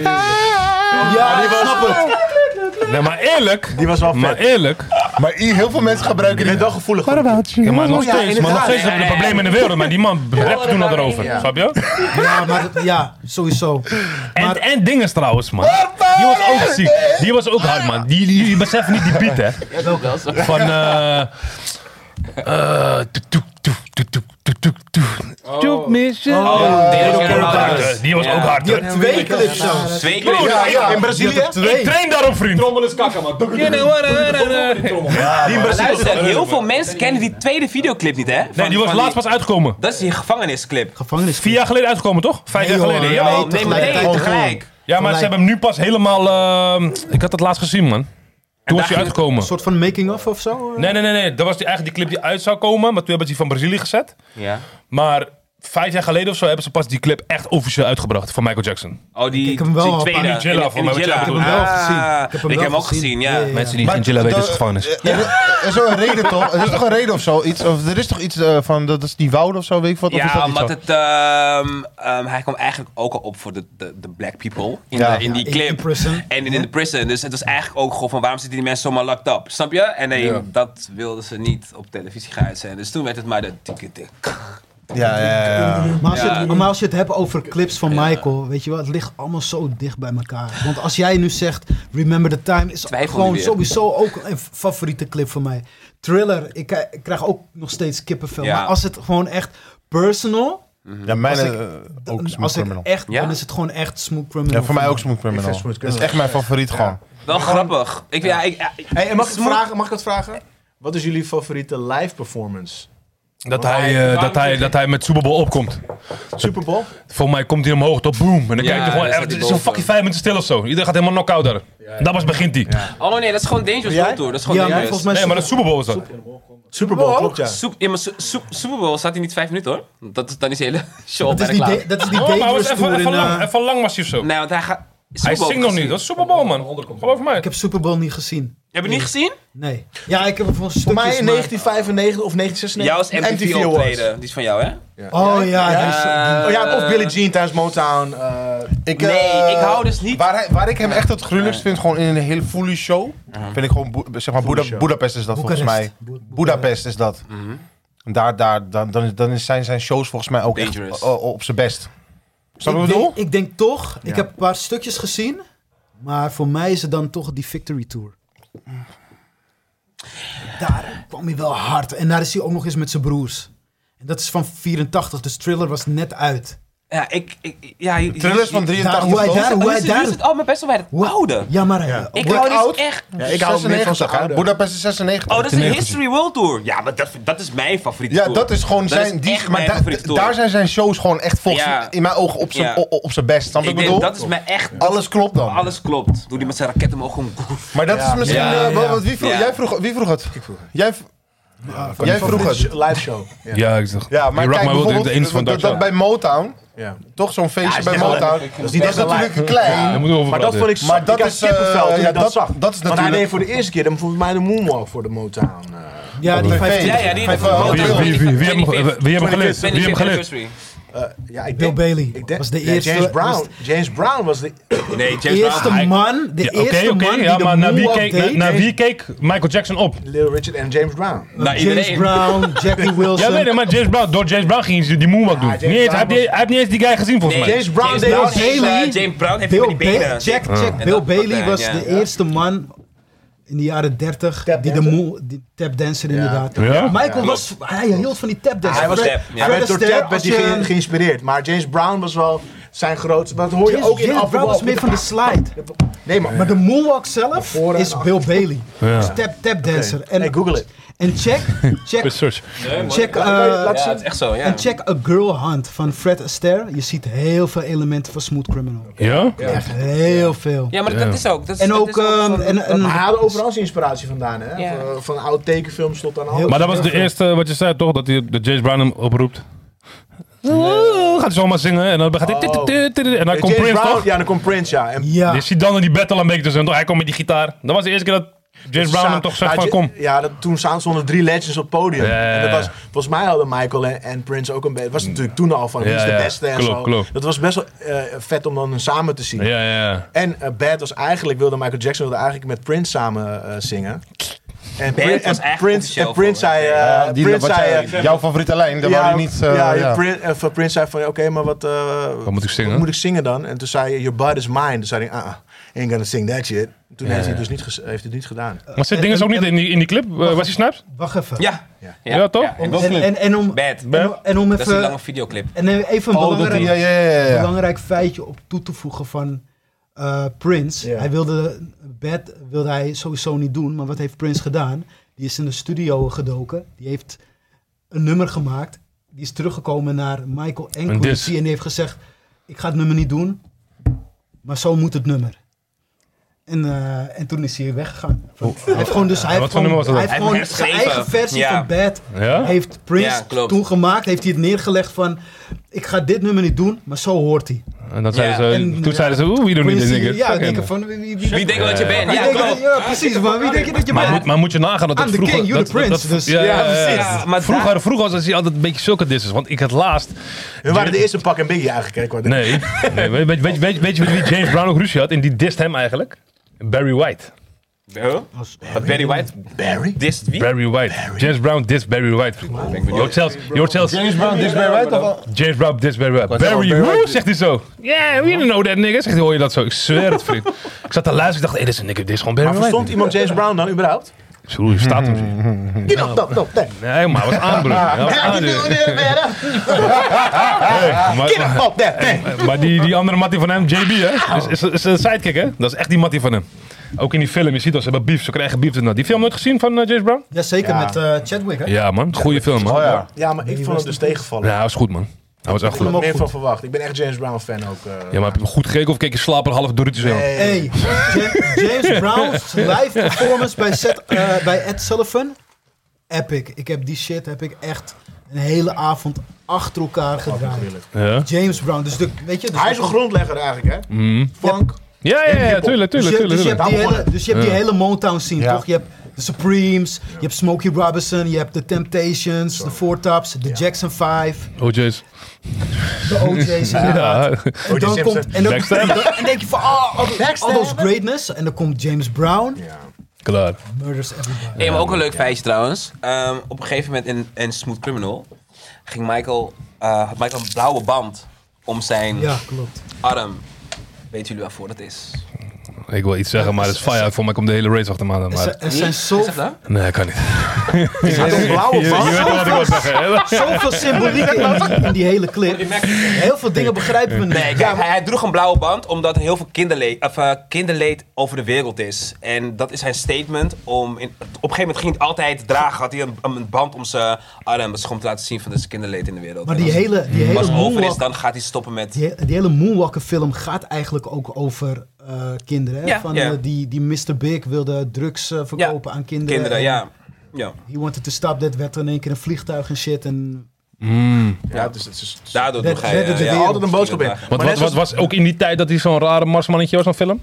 [laughs] Ja, ik snap het.
Nee, maar eerlijk.
Die was wel
Maar
vet.
eerlijk.
Maar i- heel veel mensen gebruiken
Ik
die.
ben wel gevoelig voor die
Ja, maar nog
ja,
steeds. maar nog
inderdaad.
steeds hebben we de problemen in de wereld. Maar die man rapt toen al erover. Snap je?
Ja, maar dat- ja, sowieso.
En, en dinges trouwens, man. Die was ook ziek. Die was ook hard, man. Die, die, jullie beseffen niet die beat, hè. Van... eh eh toet, toet, toet, toet, toet, toet, toet, toet. Toet, mission.
Oh, Taylor
Die was ook
Swift.
hard, eh, Die was ook hard,
Die
hè.
had twee clips zelfs.
Twee keer.
In Brazilië?
Ik train daarop, vriend.
Trommel is kakka, man. Doe-
Die in Brazilië.
Luister, heel veel mensen kennen die tweede videoclip niet, hè? Van-
Nee, die was
van
laatst pas uitgekomen.
Dat is die gevangenisclip.
Gevangenis.
Vier jaar geleden uitgekomen, toch? Vijf
Nee,
jaar
joh,
geleden.
nee.
Ja,
Oh, nee, maar nee,
tegelijkertijd.
tegelijk.
ja maar ze
Gelijk.
hebben hem nu pas helemaal... ehm, ik had dat laatst gezien, man. Toen was hij uitgekomen.
Een soort van making-of of zo?
Nee, nee, nee, nee. Dat was die, eigenlijk die clip die uit zou komen. Maar toen hebben ze die van Brazilië gezet.
Ja.
Maar vijf jaar geleden of zo hebben ze pas die clip echt officieel uitgebracht van Michael Jackson.
Oh, die,
Ik heb hem wel
die
een
tweede.
paar- In die Jilla, voor mij,
Jilla.
wat jij
Ik heb hem wel
Ah,
gezien. Ik heb hem
ik
wel
heb hem ook
gezien.
gezien, ja.
Ja, ja, ja. Mensen
die
geen Jilla weten, is gevangenis. Er is- er is toch een reden toch? Er is toch een reden of zo? Iets, of er is toch iets eh, van, dat is die woud of zo, weet ik wat? Of is dat
Ja,
niet
omdat
zo?
het... ehm, ehm, hij kwam eigenlijk ook al op voor de, de, de black people in,
Ja.
de- in die
In-
clip.
in prison.
En in, in de prison. Dus het was eigenlijk ook gewoon van waarom zitten die mensen zomaar locked up? Snap je? En nee, dat wilden ze niet op televisie gaan uitzenden. Dus toen werd het maar de... tikke tik.
Ja, ja, ja. ja.
Maar als,
Ja.
je het, maar als je het hebt over clips van Michael, weet je wel, het ligt allemaal zo dicht bij elkaar. Want als jij nu zegt Remember the Time, is
Twijfel
gewoon
niet weer.
sowieso ook een favoriete clip van mij. Thriller, ik, k- ik krijg ook nog steeds kippenvel.
Ja.
Maar als het gewoon echt personal,
Ja, mijn
Als ik-
eh, ook
dan,
Smooth
als ik
Criminal.
echt,
Ja?
dan is het gewoon echt Smooth Criminal.
Ja, voor mij ook Smooth Criminal.
vind Smooth
Dat is
Criminal.
echt mijn favoriet gewoon.
Wel grappig. Ik, ja, ik, ja, ik-
Hey, en mag, ik het
Smooth-
vragen, mag ik het vragen? Wat is jullie favoriete live performance
Dat hij, eh, dat, hij, dat hij met Super Bowl opkomt.
Super Bowl?
Volgens mij komt hij omhoog, tot boom. En dan
Ja,
kijk je gewoon,
dan
eh,
staat
het
hij
is een
boven.
fucking vijf minuten stil of zo. Iedereen gaat helemaal knock-out daar. Dat was begint hij.
Oh nee, dat is gewoon Dangerous World Tour. Dat is gewoon
Ja, maar
Dangerous.
volgens mij...
Nee, maar dat is Super Bowl was dat.
Super Bowl, klopt ja.
Soep- ja, maar Su- Su- Super Bowl staat hij niet vijf minuten hoor. Dat is, dan is de hele [laughs] show
Dat is
bijna
die,
klaar.
da- dat is die
Oh, maar hij was
dangerous
even,
tour in...
even, lang,
eh,
even lang was hij of zo.
Nee, want hij gaat... Super
Hij
Bowl
zingt nog
gezien.
niet, dat is Super Bowl man. Geloof mij.
ik heb Super Bowl niet gezien.
Heb je niet gezien?
Nee. Ja, ik heb hem voor
Voor
stukjes,
mij in
maar-
1995 of 1996.
Jouw is MTV,
MTV Awards.
optreden. Die is van jou hè?
Oh ja,
Ja.
die is-
Eh,
Oh ja, of Billie Jean tijdens Motown. eh,
Ik,
Nee,
eh,
ik hou dus niet-
Waar, hij- waar ik hem echt het gruwelijkst vind, gewoon in een hele fully show,
Uh-huh.
vind ik gewoon, Boe- zeg maar, Boeda- Budapest is dat volgens
Boekarest.
mij. Budapest is dat.
Mhm.
En Daar, daar, dan, dan, is- dan is- zijn zijn shows volgens mij ook echt
Dangerous.
o- o- op zijn best. Snap je
ik,
wat ik bedoel?
denk, ik denk toch, ik heb een paar stukjes gezien. Maar voor mij is het dan toch die Victory Tour. Daar kwam hij wel hard. En daar is hij ook nog eens met zijn broers. En dat is van 84, dus Thriller was net uit.
Ja, ik... ik ja, je-
Thrillers van
Daar, hoe
83
hij
tot
daar, hoe
Nu
hij
is het- nu is
daar...
het allemaal best wel bij het
hoe-
oude.
Ja, maar... eh,
Ik
hoe-
hou
oud?
dus echt...
ja, ik hou niet van
96, hè?
zijn oude.
Budapest is 96.
Oh, dat is de
1990.
History World Tour. Ja, maar dat, dat is mijn favoriete
ja,
tour.
dat is gewoon zijn.
is
die,
echt
maar
mijn
da-
favoriete tour.
daar zijn zijn shows gewoon echt volgens
Ja.
in mijn ogen op zijn,
Ja.
o- o- op zijn best. Snap je
Ik
wat ik bedoel?
denk, dat is mijn echt...
Alles klopt dan.
Alles klopt. Doe die met zijn raketten omhoog. gewoon-
Maar dat is misschien.
Ja,
eh, wat-
ja.
wat- wie, vroeg,
Ja.
jij vroeg, wie vroeg het? Ik vroeg Jij, v-
van
jij
die
vroeg het.
Live show. Ja.
Ja, ik zeg.
Ja, maar
You Rock
kijk,
My World is
bijvoorbeeld
de enige van
dat,
dat
dat bij Motown,
Ja.
toch zo'n feestje
is
bij
echt wel
Motown,
leuk.
dat is,
Dat is
natuurlijk
leuk.
klein.
Maar dat vond ik zo.
Maar dat
ik had
is, eh,
kippenvel toen
ja,
ik dat,
dat-
zag.
dat is
Want hij
natuurlijk-
deed voor de eerste keer dan volgens mij de moonwalk voor de Motown. eh.
ja, die
Tv.
25.
Ja, ja, die
Vijf- vijf-
Wie, wie, wie, wie, hebben hem ge- wie hebben hem geleerd?
25th
Wie hebben hem geleerd?
anniversary.
Eh, ja, ik
Bill
denk-
Bailey
ik denk-
was de
Ja,
eerste-
James
was
Brown. James Brown was de. [clears throat]
Nee,
De
James
eerste
Brown.
man, de
Ja,
eerste
Oké,
man
oké,
die
ja,
de
maar naar wie
moonwalk
keek-
deed.
naar- naar wie keek Michael Jackson op?
Little Richard en James Brown.
Nou,
James
iedereen.
Brown, Jackie Wilson.
[laughs] Ja, weet je, maar James Brown, door James Brown ging ze die moonwalk doen.
James
Niet eens- hij, heeft
Brown
die- hij heeft niet eens die guy gezien volgens mij.
Nee,
James Brown deed
Brown
als
heeft, eh,
Haley.
James Brown heeft
Bill
met die
Ba-
benen.
check, check.
En
Bill
dat-
Bailey
ja,
was
ja.
de eerste man in de jaren 30 die de
dancer?
moe, die tapdancer inderdaad.
Ja?
Michael
Ja.
was, hij hield van die tapdancer.
Hij, was,
Fred
hij
Astaire,
werd door Tap werd hij ge-
ging.
geïnspireerd. Maar James Brown was wel zijn grootste. Dat hoor je ook in
James Brown
Afro.
was meer van de slide.
Nee, maar.
Maar de moonwalk zelf
Voor en
is
achter.
Bill Bailey.
Ja.
Dus tap, tapdancer.
Hey, Google it.
En check,
[laughs]
check,
Research.
check,
Laat- laat-
eh,
laat
Ja,
zien.
het is echt zo, ja.
en check A Girl Hunt van Fred Astaire. Je ziet heel veel elementen van Smooth Criminal.
Ja?
Echt heel veel.
Ja, maar dat is ook. dat is-
En
dat
ook,
is zo'n-
ehm, en, en,
Maar hij haalde overal zijn inspiratie vandaan, hè?
Ja.
Van, van oude tekenfilms tot aan alles.
Maar dat was de eerste wat je zei toch, dat, hij, dat James Brown hem oproept. Oh, gaat hij zomaar zingen en dan gaat hij...
Oh.
En dan komt
Ja, James
Prince
Brown,
toch?
Ja, dan komt Prince, ja. En
ja.
Je ziet dan in die battle een beetje tussen. toch? Hij komt met die gitaar. Dat was de eerste keer dat James Brown
Sa-
hem toch zegt
nou,
van
Ja,
kom.
Ja, dat, toen staan- stonden drie legends op het podium.
Ja.
En dat was, volgens mij hadden Michael en, en Prince ook een beetje... Het was natuurlijk toen al van wie
Ja,
is de
ja.
beste en
Klopt,
zo.
klopt.
Dat was best wel eh, vet om dan samen te zien.
Ja, ja, ja.
En eh, Bad was eigenlijk, wilde Michael Jackson wilde eigenlijk met Prince samen eh, zingen. En, Prin-
was
en
eigenlijk
Prince,
officieel
en Prince
gewoon,
zei... eh,
Ja, die,
Prince
wat
zei...
jij-
eh,
jouw favoriete lijn, daar wou je niet... eh,
ja,
ja.
Prin- eh, van Prince zei van, oké, maar wat, eh,
Wat moet ik zingen?
wat moet ik zingen dan? En toen zei je, your butt is mine. Toen zei hij, ah, uh, ain't gonna sing that shit. Toen heeft hij dus niet, ges- heeft hij het niet gedaan.
Maar zit dingen ook niet in die, in die clip? eh, was hij snaps?
Wacht even.
Ja.
Ja, toch?
En, en, en, om,
Bad.
en, om- en om
Dat is een lange
even,
videoclip.
en even een
Oh, dat-
belangrijk,
ja, ja, ja, ja.
belangrijk feitje op toe te voegen van eh, Prince.
Ja.
Hij wilde, Bad wilde hij sowieso niet doen, maar wat heeft Prince gedaan? Die is in de studio gedoken, die heeft een nummer gemaakt, die is teruggekomen naar Michael en
Een
Quincy
diss.
en die heeft gezegd, ik ga het nummer niet doen, maar zo moet het nummer. En, eh, en toen is hij weggegaan. Hij heeft gewoon, dus, hij heeft
wat voor nummer was
gewoon,
dat?
hij heeft
Hij
gewoon
heeft
zijn
geschreven.
eigen versie
Ja.
van Bad
Ja?
heeft Prince
Ja, klopt.
toen gemaakt, heeft hij het neergelegd van... ik ga dit nummer niet doen, maar zo hoort hij.
En dan zeiden
Ja.
ze,
En-
toen zeiden ze, oeh, wie doet niet dit
Prince-
nigger?
Ja,
Fucking-
denken van... Wie, wie, wie-
Wie denkt dat je bent?
wie
Ja,
denkt dat-
klopt.
ja, precies, maar wie denk je dat je
Maar,
bent?
moet, maar moet je nagaan dat het
I'm the
vroeger...
king, you're
dat-
the
dat-
prince,
dat-
dus-
ja,
Ja,
ja, ja, ja.
precies. Maar
Vroeger, vroeger was hij altijd een beetje zulke disses. Want ik had laatst...
We waren de eerste pak en biggie eigenlijk.
[laughs]
Hè,
Nee. nee weet, weet, weet, weet, weet je met wie James Brown ook ruzie had? En die dist hem eigenlijk? Barry White.
Ja. Maar Barry White.
Barry?
Dit wie?
Barry White. James Brown dist Barry White. vriend. Je hoort zelfs... Je hoort zelfs
James Brown, dit is bij White of wel?
James Brown dist Barry White.
zeggen,
Barry
Barry
who?
White-
Zegt hij zo. Yeah, we don't know that nigga. Zegt hij, hoor je dat zo? Ik zweer het, vriend. ik zat te luisteren. Ik dacht, hey, dit is een nigger. Dit is gewoon Barry
Maar
White.
verstond iemand James Brown dan überhaupt?
Ik zei, oeh, je staat hem. zie je.
Die dacht dat, dat, dat.
Nee, maar hij was
[laughs]
aanbrengen. Hij was aanbrengen. Hey, maar-
Op dat, nee. Nou.
Maar die, die andere mattie van hem, JB, hè? Is, is, is een sidekick, hè? Dat is echt die mattie van hem. Ook in die film, je ziet dat ze hebben beef, ze krijgen beef. Nou, die film nooit gezien van eh, James Brown?
Ja, zeker
Ja.
met eh, Chadwick, hè?
Ja man, goede film man.
Oh ja.
Ja, maar ik vond het dus tegenvallen.
Ja, was goed man. Hij was echt
Ik had
goed.
er meer
goed.
van verwacht. Ik ben echt James Brown fan ook. eh.
Ja, maar heb je hem goed gekeken of keek je slapen half Doritos aan?
Nee.
Hey, Ja- James Brown's live performance bij, Seth- eh, bij Ed Sullivan. Epic. Ik heb die shit heb ik echt een hele avond achter elkaar
Oh,
gedraaid.
Ja.
James Brown. Dus de, weet je, dus
Hij is een grondlegger eigenlijk, hè?
Mhm.
Funk.
Ja, ja, ja,
Hip-hop.
tuurlijk,
Dus
tuurlijk,
je,
tuurlijk.
dus je hebt
tuurlijk.
die
Daar
hele, dus je hebt die hele Motown scene,
Ja.
toch? Je hebt de Supremes, je hebt Smokey Robinson, je hebt de Temptations, de Four Tops, de Jackson 5,
OJ's. [laughs]
de
Oh,
OJ's.
Ja. [laughs]
inderdaad. En
O.J.
dan
Simpson.
komt en dan, en dan- en denk je van, ah, all, the- all those greatness. En dan komt James Brown,
Ja.
Klaar.
murders everybody.
Hey, maar ook een leuk feitje trouwens. Ehm, op een gegeven moment in, in Smooth Criminal ging Michael, eh, had Michael een blauwe band om zijn
Ja, klopt.
arm. Weet jullie waarvoor dat is?
Ik wil iets zeggen, maar het is fire. Voor mij komt de hele race achter me aan.
Er zijn-
Maar...
Er zijn zo,
Is dat nou?
Nee, kan niet.
Is het een blauwe
[laughs] Je,
bal?
je weet wel wat ik wil zeggen. hè?
[laughs] zoveel symboliek in, in die hele
Die
clip.
Mac is
Heel veel dingen begrijpen we
Nee,
niet.
kijk, hij, hij droeg een blauwe band omdat er heel veel kinderleed, of, eh, kinderleed over de wereld is. En dat is zijn statement. Om in, op een gegeven moment ging hij het altijd dragen. Had hij een, een band om zijn arm. Dat is gewoon om te laten zien van er is kinderleed in de wereld.
Maar
En
die
als-
hele, die hele
als het over is,
moonwalk
dan gaat hij stoppen met...
Die, he- die hele Moonwalker film gaat eigenlijk ook over eh, kinderen. hè?
Ja,
van,
ja.
eh, die, die Mr. Big wilde drugs eh, verkopen aan kinderen.
Kinderen,
En
ja. ja.
He wanted to stop that. Werd er in één keer een vliegtuig en shit. En
Mm.
Ja, het is, het is, het is-
Daardoor
Dat
droeg hij...
redde
eh,
de
ja,
wereld.
altijd een boodschap in. Maar
Want
net
wat, wat
zoals-
was ook in die tijd dat hij zo'n rare marsmannetje was aan film?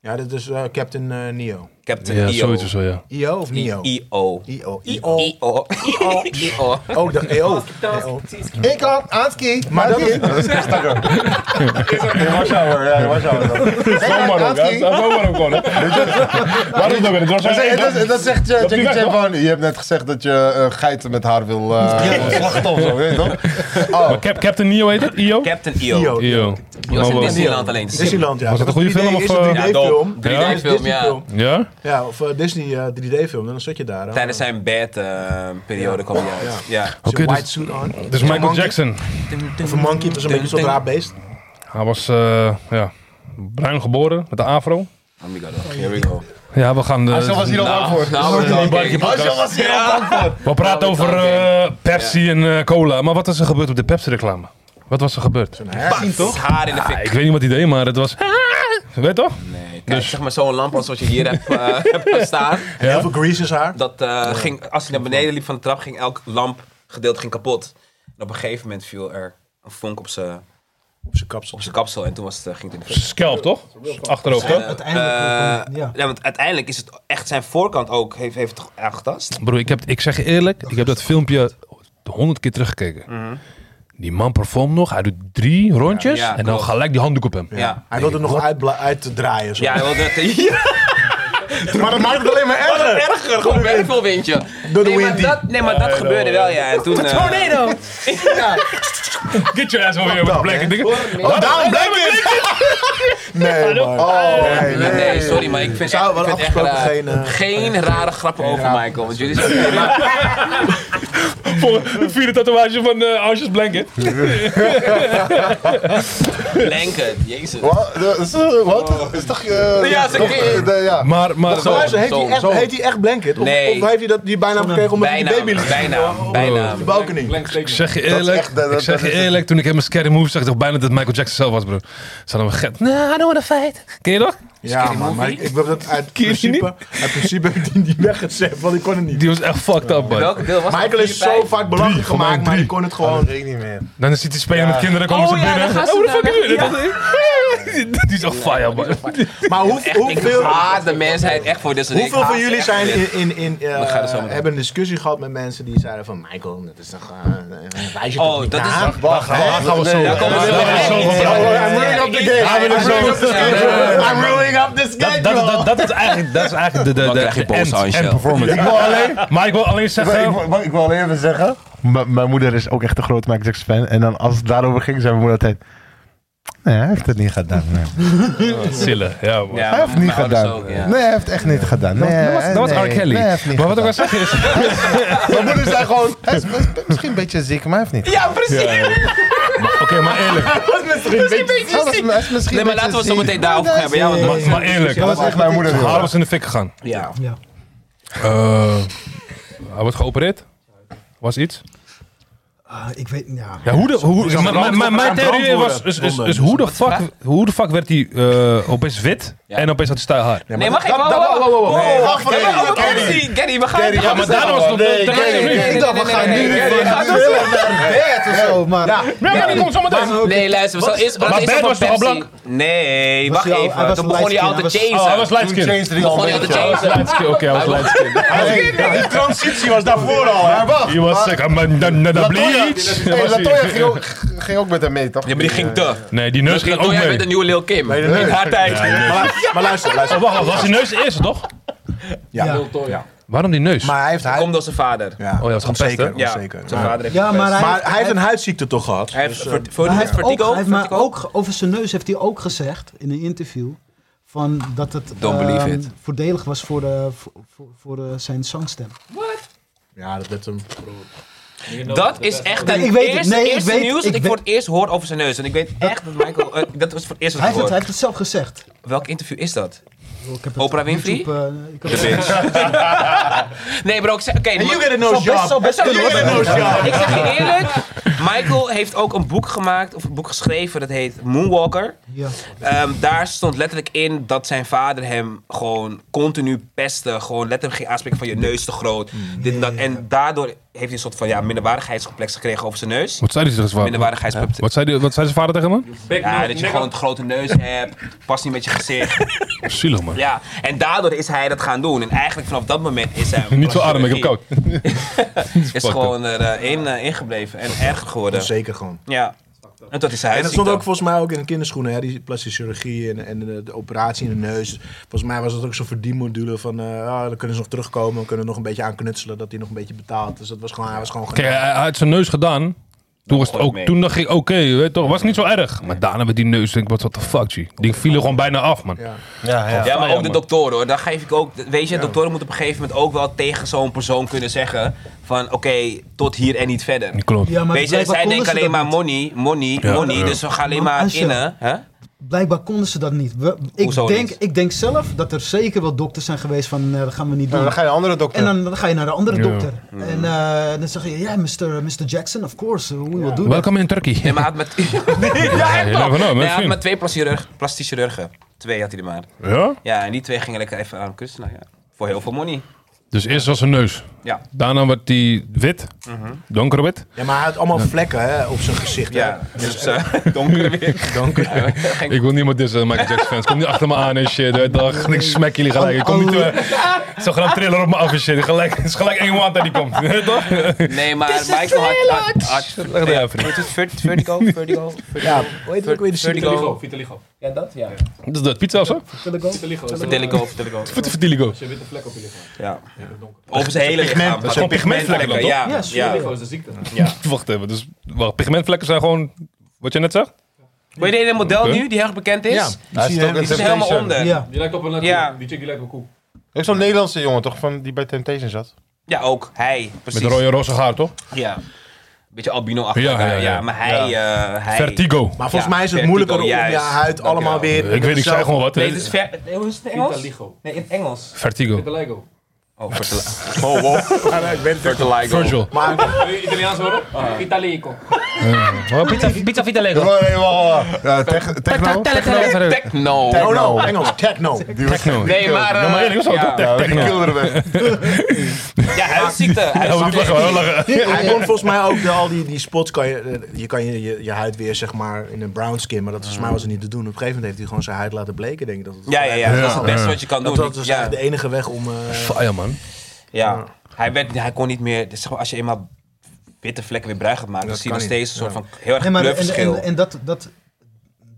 Ja, dat is eh, Captain eh, Neo.
Captain
Ja,
EO.
zoiets of zo, ja.
IO of Neo?
EO.
IO. IO.
EO. EO.
Oh, dat EO. EO.
Ik kan aanski.
Maar dat
[laughs]
is-
is echt lekker.
In Warschau, ja, in Warschau.
Zomaar ook, hè? Zomaar ook gewoon, hè? Waar is dat weer? Dat was
Dat,
echt-
dat, dat zegt eh,
Dat
Jackie
is wel-
Chan gewoon, je hebt net gezegd dat je eh, geiten met haar wil eh slachten of zo, weet je toch? Oh,
Maar Cap- Captain Neo heet het? IO?
Captain EO.
EO.
IO.
Die was in Disneyland alleen.
Disneyland, ja.
Was dat een goede film
Is
of,
een
eh,
3D-film?
Ja, dom. 3D-film, ja.
Ja?
Ja, of eh, Disney eh, 3D-film, dan zit je daar. hè.
Tijdens zijn bed-periode kwam hij uit. Ja.
Zit
Oké,
een
dus-
white suit aan.
Dus
Zo'n
Michael
monkey.
Jackson.
Of een monkey, het is een beetje zo'n raar beest.
Hij was, eh, ja, bruin geboren, met de afro.
Oh my god, here we go.
Ja, we gaan... De,
Marcel was hier al bang voor.
Nou,
Ja,
nou,
barkie
kijk.
Marcel was hier al bang voor.
We praten over eh, Pepsi en eh, cola. Maar wat is er gebeurd op de Pepsi-reclame? Wat was er gebeurd?
Pas, Haar in de
Ik
fik.
weet niet wat idee, maar het was... Weet je toch?
Nee, kijk, zeg maar zo'n lamp als wat je hier hebt, eh, hebt staan.
Heel veel grease is haar.
Dat eh, ging, als hij naar beneden liep van de trap, ging elk lampgedeelte ging kapot. En op een gegeven moment viel er een vonk op zijn
Op zijn kapsel.
op zijn kapsel en toen was het, eh, ging het in de fik.
Scalp, toch? Achterover, toch?
uiteindelijk.
Eh,
ja.
ja, want uiteindelijk is het echt zijn voorkant ook, heeft, heeft het aangetast.
Bro, ik, heb, ik zeg je eerlijk, ik heb dat filmpje honderd keer teruggekeken. Die man performt nog, hij doet drie rondjes
Ja,
en dan
klopt.
gelijk die handdoek op hem.
Ja.
Hij wilde nog uitbla- uitdraaien. zo.
Ja, hij wilde het. Ja,
Maar dat maakt het alleen maar erger.
erger, gewoon wervelwindje.
Door de
nee, maar
windy.
dat, nee, maar dat gebeurde wel, ja. En toen, eh,
Get your ass over here with the black dingen.
Oh, daarom blijkt het! Nee, man. Oh, nee,
nee,
nee.
eh, nee, sorry, maar ik vind,
Zou
echt,
wel
ik vind echt
afgesproken
raar.
geen, eh,
geen rare grappen over Michael. Want jullie zijn
Voor een vierde tatoeage van eh Ashes Blanket.
blanket, jezus.
Wat? Dat is, eh, Wat? Is toch... eh,
Ja, ze-
toch- de- Ja.
Maar, maar
Zo, luister, heet,
Zo,
hij echt,
zo.
heet hij echt Blanket? Of,
Nee.
of heeft hij dat, die bijnaam gekregen omdat hij
Bijna,
die baby liet?
bijna, bijna.
De balcony.
blank
ik
statement.
zeg je
is
eerlijk,
eh,
echt- dat-
ik
dat-
zeg
dat
je
is het.
eerlijk toen ik hem een scary move zag, ik dacht bijna dat het Michael Jackson zelf was, bro. Ze hadden hem get. Nah, I don't wanna fight. Ken je dat?
Ja, man, maar ik, ik wil dat uit
Ken je die
principe, uit principe heb ik die niet weggezet, want ik kon het niet.
Die was echt fucked up, man.
Welke deel was het?
Michael is
Vier,
zo
vijf?
vaak belachelijk
voor mij
gemaakt, maar
drie.
ik kon het
Dat
gewoon.
weet ik niet meer.
Dan zit hij spelen met kinderen, komen
Oh
ze
ja,
binnen.
dan gaan ze
hoe de fuck
daar
is dit? [laughs] Die is echt fire, man.
Maar hoe,
Echt,
hoeveel,
ik haat de mensheid echt voor dit soort dingen.
hoeveel
Ik
van
haat
jullie
ze echt.
zijn in, in, in, eh,
gaan we zo meteen.
hebben een discussie gehad met mensen die zeiden van Michael, dat is toch, eh wijs je toch
Oh,
niet
dat is...
na?
Wacht, daar gaan we zo.
daar komen we zo.
I'm ruining up the game.
dat,
I'm ruining up this game.
dat, dat, dat is eigenlijk, dat is eigenlijk de, de,
Dan
de,
krijg je
de
boos aan
end,
jezelf.
end performance.
Ik wil alleen...
Maar ik wil alleen
Ik
zeggen...
wil- ik wil- ik wil alleen even zeggen. M- mijn moeder is ook echt een groot Michael Jackson fan. En dan als het daarover ging, zei mijn moeder altijd. Nee, hij heeft het niet gedaan. Nee.
Chillen, ja, man.
Ja,
Hij heeft het niet
Nou, mijn ouders
gedaan.
ook, ja.
Nee, hij heeft het echt niet gedaan. Nee,
dat was, dat was
nee,
R. Kelly.
nee, hij heeft niet
maar wat ik
gedaan.
wil zeggen is...
Mijn moeder zei [laughs] gewoon. Hij is, hij is misschien een beetje ziek, maar hij heeft niet.
Ja, precies.
Oké, maar eerlijk.
Ja, dat is dat is misschien
Nee, maar
een
laten we
beetje
zo meteen daarover gaan hebben. Ja, want-
Maar, maar eerlijk,
Dat is echt mijn moeder. joh.
Harold is in de fik gegaan.
Ja.
Ja.
Eh, hij wordt geopereerd. Was iets.
Ah, ik weet, ja.
Ja, hoe de, hoe,
Dus aan
mijn-
brand-
mijn- mijn- mijn
aan
theorie was,
brandwoorden.
is, is, is
Wonden.
hoe, de
Wat is de
fuck,
vraag?
hoe de fuck werd hij eh, opeens wit
Ja.
en opeens had hij stijl haar.
Nee, mag ik? Wow,
dat-
wow,
wow, wow, wow.
wow.
Nee,
Wacht,
wacht,
nee,
Kenny,
oh,
Kenny.
Kenny, Kenny, we gaan...
Kenny, ja,
maar daarom was het nog-
Nee,
dat-
nee,
dat-
nee,
dat-
Ik dacht, we gaan nu
nee,
van
nee,
thriller naar bed of zo, maar...
Ja, maar die komt Oh, zo meteen.
Nee, luister, we zullen eerst...
Maar
laten we eerst
Ben
over
was toch al
Pepsi-
blank?
Nee, wacht
hij al- hij
even.
was
Toen
een
begon hij al te
light skin,
Oh, hij was
chasen.
light skin.
Changed die al
Begon
een
hij al te
beetje.
chasen.
Light skin, Oké, hij was light skin.
Die transitie was daarvoor al. hè.
Maar wacht.
He was
maar-
sick, I'm not- not- not a bleach.
Hey,
Was
Latoya
hij-
ging ook- ging ook met hem mee, toch?
Ja, maar die ging te.
Nee, die neus
Dus
ging
dat doe
ook
jij
mee.
met de nieuwe Lil Kim.
Nee, nee.
In haar tijd.
Maar- Maar luister,
Oh,
luister.
wacht, was die neus de eerste, toch?
Ja.
ja.
Waarom die neus?
Maar hij heeft... hij-
Komt door zijn vader.
Ja,
was gewoon pest,
onzeker,
hè?
Ja,
onzeker.
zijn vader heeft
Ja, maar hij,
Maar
eh,
hij heeft een huidziekte toch gehad?
Hij heeft
Dus,
vert-
eh,
voor-
hij
heeft
heeft ook,
vertigo.
hij heeft maar
vertigo.
ook ge- over zijn neus heeft hij ook gezegd in een interview van dat het
Don't believe
ehm,
it.
voordelig was voor, de, voor, voor, voor, eh, zijn zangstem.
Ja, dat werd hem...
Dat is echt
Nee,
het
ik weet het.
eerste,
Nee, ik
eerste
weet-
nieuws
ik
dat ik
weet-
voor het eerst hoor over zijn neus. En ik weet echt dat Michael... eh, dat was voor het eerst wat
Hij heeft, het,
ik
hij
hoor.
heeft het zelf gezegd.
Welk interview is dat?
Ik heb het
Oprah
op
Winfrey?
YouTube, eh, ik heb het-
Nee bro, ik zeg... Oké, maar-
a no
best- zou best kunnen
You get a
worden.
no job.
Ik zeg je eerlijk, Michael heeft ook een boek gemaakt, of een boek geschreven, dat heet Moonwalker.
Ja.
Ehm, daar stond letterlijk in dat zijn vader hem gewoon continu pestte. Gewoon letterlijk ging aanspreken van je neus te groot.
Mm.
Dit en dat. En daardoor heeft hij een soort van ja, minderwaardigheidscomplex gekregen over zijn neus.
Wat zei hij tegen zijn vader?
Minderwaardigheidscomplex.
Wat zei, die- wat zei zijn vader tegen hem?
Ja, dat je gewoon een grote neus hebt, past niet met je gezicht.
Zielig, man.
Ja, en daardoor is hij dat gaan doen. En eigenlijk vanaf dat moment is
[laughs]
hij...
Niet zo adem, ik heb
[laughs]
koud.
Is
up.
gewoon erin eh, ingebleven en erger geworden.
Zeker gewoon.
Ja. En dat is hij. Dus
En dat stond ook volgens mij ook in de kinderschoenen, hè? die plastische chirurgie en, en de, de operatie in de neus. Volgens mij was dat ook zo'n verdienmodule van, eh ah, dan kunnen ze nog terugkomen, we kunnen nog een beetje aan knutselen, dat hij nog een beetje betaalt. Dus dat was gewoon, hij was gewoon...
Kijk,
genaaid.
hij hij had zijn neus gedaan. Toen, was het
gooi ik
ook,
mee.
toen dacht ik, oké, weet je toch, was niet zo erg. Maar daarna met die neus, denk ik, wat de fuck, G. Die vielen gewoon bijna af, man.
Ja.
Ja, ja.
Ja, maar ook de
man.
doktoren hoor. Daar geef ik ook. Weet je, doktoren moeten op een gegeven moment ook wel tegen zo'n persoon kunnen zeggen: van oké, tot hier en niet verder.
Klopt.
Ja, maar
Weet je,
blijkbaar
zij
konden
denken
ze
alleen
dat
maar money, money,
Ja.
money.
Ja.
Dus we gaan alleen
Maar
maar
als je-
innen. Hè?
niet. Blijkbaar konden ze dat niet. We- ik,
Hoezo
denk,
niet?
ik denk zelf dat er zeker wel dokters zijn geweest van eh, dat gaan we niet
Nou,
doen.
dan ga je een andere dokter.
En dan, dan ga je naar de andere
Ja.
dokter.
Mm.
En eh, dan zeg je, ja, Mr. Mr. Jackson, of course, we will do that.
Welkom in Turkey.
Nee, maar
[laughs]
hij had met. nee, ja, echt
you
wel.
never know, man.
Nee, hij had
Misschien.
maar twee plastisch chirurg- plastisch chirurgen. Twee had hij er maar.
Ja?
Ja, en die twee gingen lekker even aan kussen. Nou, ja. Voor heel veel money.
Dus eerst was zijn neus.
Ja.
Daarna werd die wit, donkerwit.
Ja, maar hij had allemaal vlekken hè, op zijn gezicht. hè.
Ja, dus eh donker weer. Donker.
Ik wil niemand dissen, Michael Jackson fans. Kom niet achter me aan en shit. weet je toch. Ik smack jullie gelijk. Ik kom niet toe. eh, Zo gaan triller op me af en shit. Gelijk, het is gelijk één wand dat die komt. weet je toch?
Nee, maar Michael had. had, had,
Leg het even
Hoe heet het? Vert- Vertigo? Vertigo?
Ja, hoe heet het ook weer? De
Vertigo.
Vertigo.
Vitiligo.
Ja, dat ja.
dus Dat is dat, pizza of zo?
Teleco?
Vitiligo. is een,
Vertiligo,
eh,
vertiligo.
Voor de vertiligo.
Als je een witte vlek op je lichaam hebt.
Ja. Over zijn hele
pigment-
lichaam.
dat
zijn pigmentvlekken dan,
Ja,
Ja,
ja.
sorry.
Vitiligo is de ziekte.
Wacht even. Dus wacht, pigmentvlekken zijn gewoon... Wat je net zag?
Weet je een model
Oké.
nu die heel erg bekend is?
Ja,
Hij
zie
is
je
ook
hem?
een
Die is er helemaal
Temptation.
onder. Ja,
Ja.
Die lijkt op een
Ja.
Die chick die lijkt op een koe.
Ook zo'n Nederlandse jongen, toch? Van, die bij Temptation zat.
ook hij.
Met
Precies.
rode en roze haar, toch?
Ja. Beetje albino achter
Ja, ja, ja.
maar hij... eh, hij...
Vertigo.
Maar volgens mij
Ja,
is het
Vertigo,
moeilijker om je
juist.
huid
Dankjewel.
allemaal weer...
Ik weet, ik zei gewoon wat.
Nee, het is ver... nee, hoe is het in Engels?
Vitiligo.
Nee, in het Engels.
Vertigo.
Vitiligo.
Oh, Vertiligo.
Oh, wow. Ja, ik weet het echt.
Virgil.
Maar
Wil je Italiaans horen? Vitalico.
Eh, Pizza, pizza Vitaligo.
Oh, nee, wacht, wacht, wacht. Eh, tech- Techno?
Techno.
oh no, Engels,
[laughs]
techno.
Die was-
Nee, maar... eh,
Ja, maar eerlijk, dat is wel
Ja,
ja.
die kilder weg.
Ja, huidziekte.
Ja, we
Huidziekte.
moeten lachen, we lachen.
Hij kon volgens mij ook de- al die, die spots, kan je, eh, je kan je, je, je huid weer zeg maar in een brown skin, maar dat volgens mij was het niet te doen. Op een gegeven moment heeft hij gewoon zijn huid laten bleken, denk ik. Dat het
Ja, ja, ja. Dat is het beste wat je kan
Dat,
doen.
dat is
ja.
eigenlijk de enige weg om... eh,
Fire, man.
Ja, hij, werd, hij kon niet meer. dus zeg maar, als je eenmaal witte vlekken weer bruin gaat
Dat
maken, dan zie je
kan
nog
niet,
steeds een soort
ja.
van heel erg
Nee, maar en,
kleurverschil. En,
en, en dat, dat,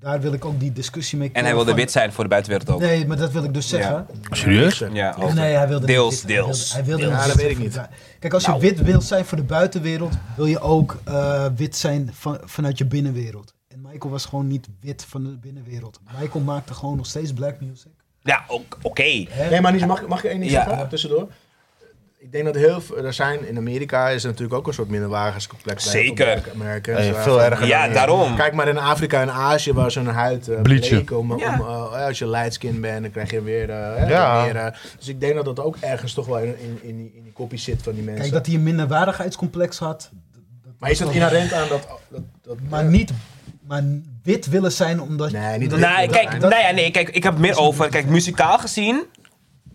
daar wil ik ook die discussie mee
hij wilde
van-
wit zijn voor de buitenwereld ook.
Nee, maar dat wil ik dus zeggen.
Serieus?
Ja, ook.
Nee, hij wilde
Deels,
niet wit. Hij
deels.
wilde- Hij wilde,
Ja,
niet
dat
wit
weet ik
zijn
niet.
voor de bui- Kijk, als je
Nou.
wit wilt zijn voor de buitenwereld, wil je ook eh, wit zijn van, vanuit je binnenwereld. En Michael was gewoon niet wit van de binnenwereld. Michael maakte gewoon nog steeds black music.
Ja, ook- oké.
Nee, maar niet, mag, mag ik één ding
Ja.
zeggen tussendoor? ik denk dat heel veel, er zijn, in Amerika is er natuurlijk ook een soort minderwaardigheidscomplex. bij
Zeker.
Amerika- Americans,
Hey,
waar
veel
van-
erger
Ja, dan- daarom.
Kijk maar in Afrika en Azië waar ze hun huid eh
Bleachen.
bleken. Om, om,
Ja.
eh, als je lightskin bent, dan krijg je weer... eh, hè,
Ja.
meer, eh, dus ik denk dat dat ook ergens toch wel in, in, in, die, in die kopie zit van die mensen.
Kijk, dat hij een minderwaardigheidscomplex had.
maar is dat inherent aan dat... dat, dat
Maar niet maar wit willen zijn omdat...
Nee, niet
omdat-
Nou, kijk,
dat-
nou ja, nee, kijk, ik heb het meer over. Kijk, muzikaal gezien,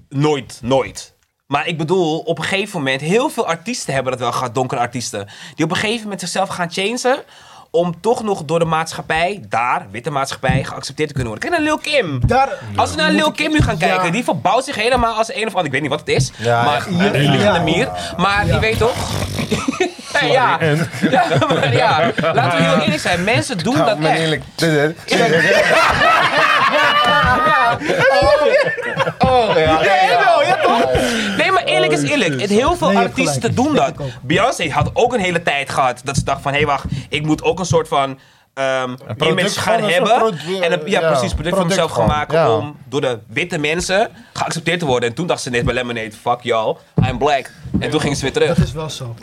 nooit, nooit. Maar ik bedoel, op een gegeven moment, heel veel artiesten hebben dat wel gehad, donkere artiesten. Die op een gegeven moment zichzelf gaan changen. Om toch nog door de maatschappij, daar, witte maatschappij, geaccepteerd te kunnen worden. Kijk naar Lil Kim.
Daar,
Als we naar Lil Kim nu gaan kijken, die verbouwt zich helemaal als een of ander. Ik weet niet wat het is.
Ja,
maar
echt,
ja,
ja.
de mier. Maar je weet
[laughs]
toch. ja, [laughs] ja. maar ja, laten we heel eerlijk zijn. Mensen doen dat
Nou, ben
echt.
eerlijk. Dit, dit.
Ja.
Oh, ja.
Ja, ja, wel, ja, toch? Nee, maar eerlijk is eerlijk. Het, heel veel
Nee, je hebt
artiesten
gelijk.
doen
Dat
dat.
denk ik ook.
Beyoncé had ook een hele tijd gehad dat ze dacht van... hé, hey, wacht, ik moet ook een soort van ehm image
product
gaan
van een
hebben.
soort produ-
en een- ja,
ja,
precies, product van
product
mezelf gaan
gewoon,
maken...
ja.
om door de witte mensen geaccepteerd te worden. En toen dacht ze net bij Lemonade, fuck y'all, I'm black. En toen ging ze weer terug.
dat is wel zo.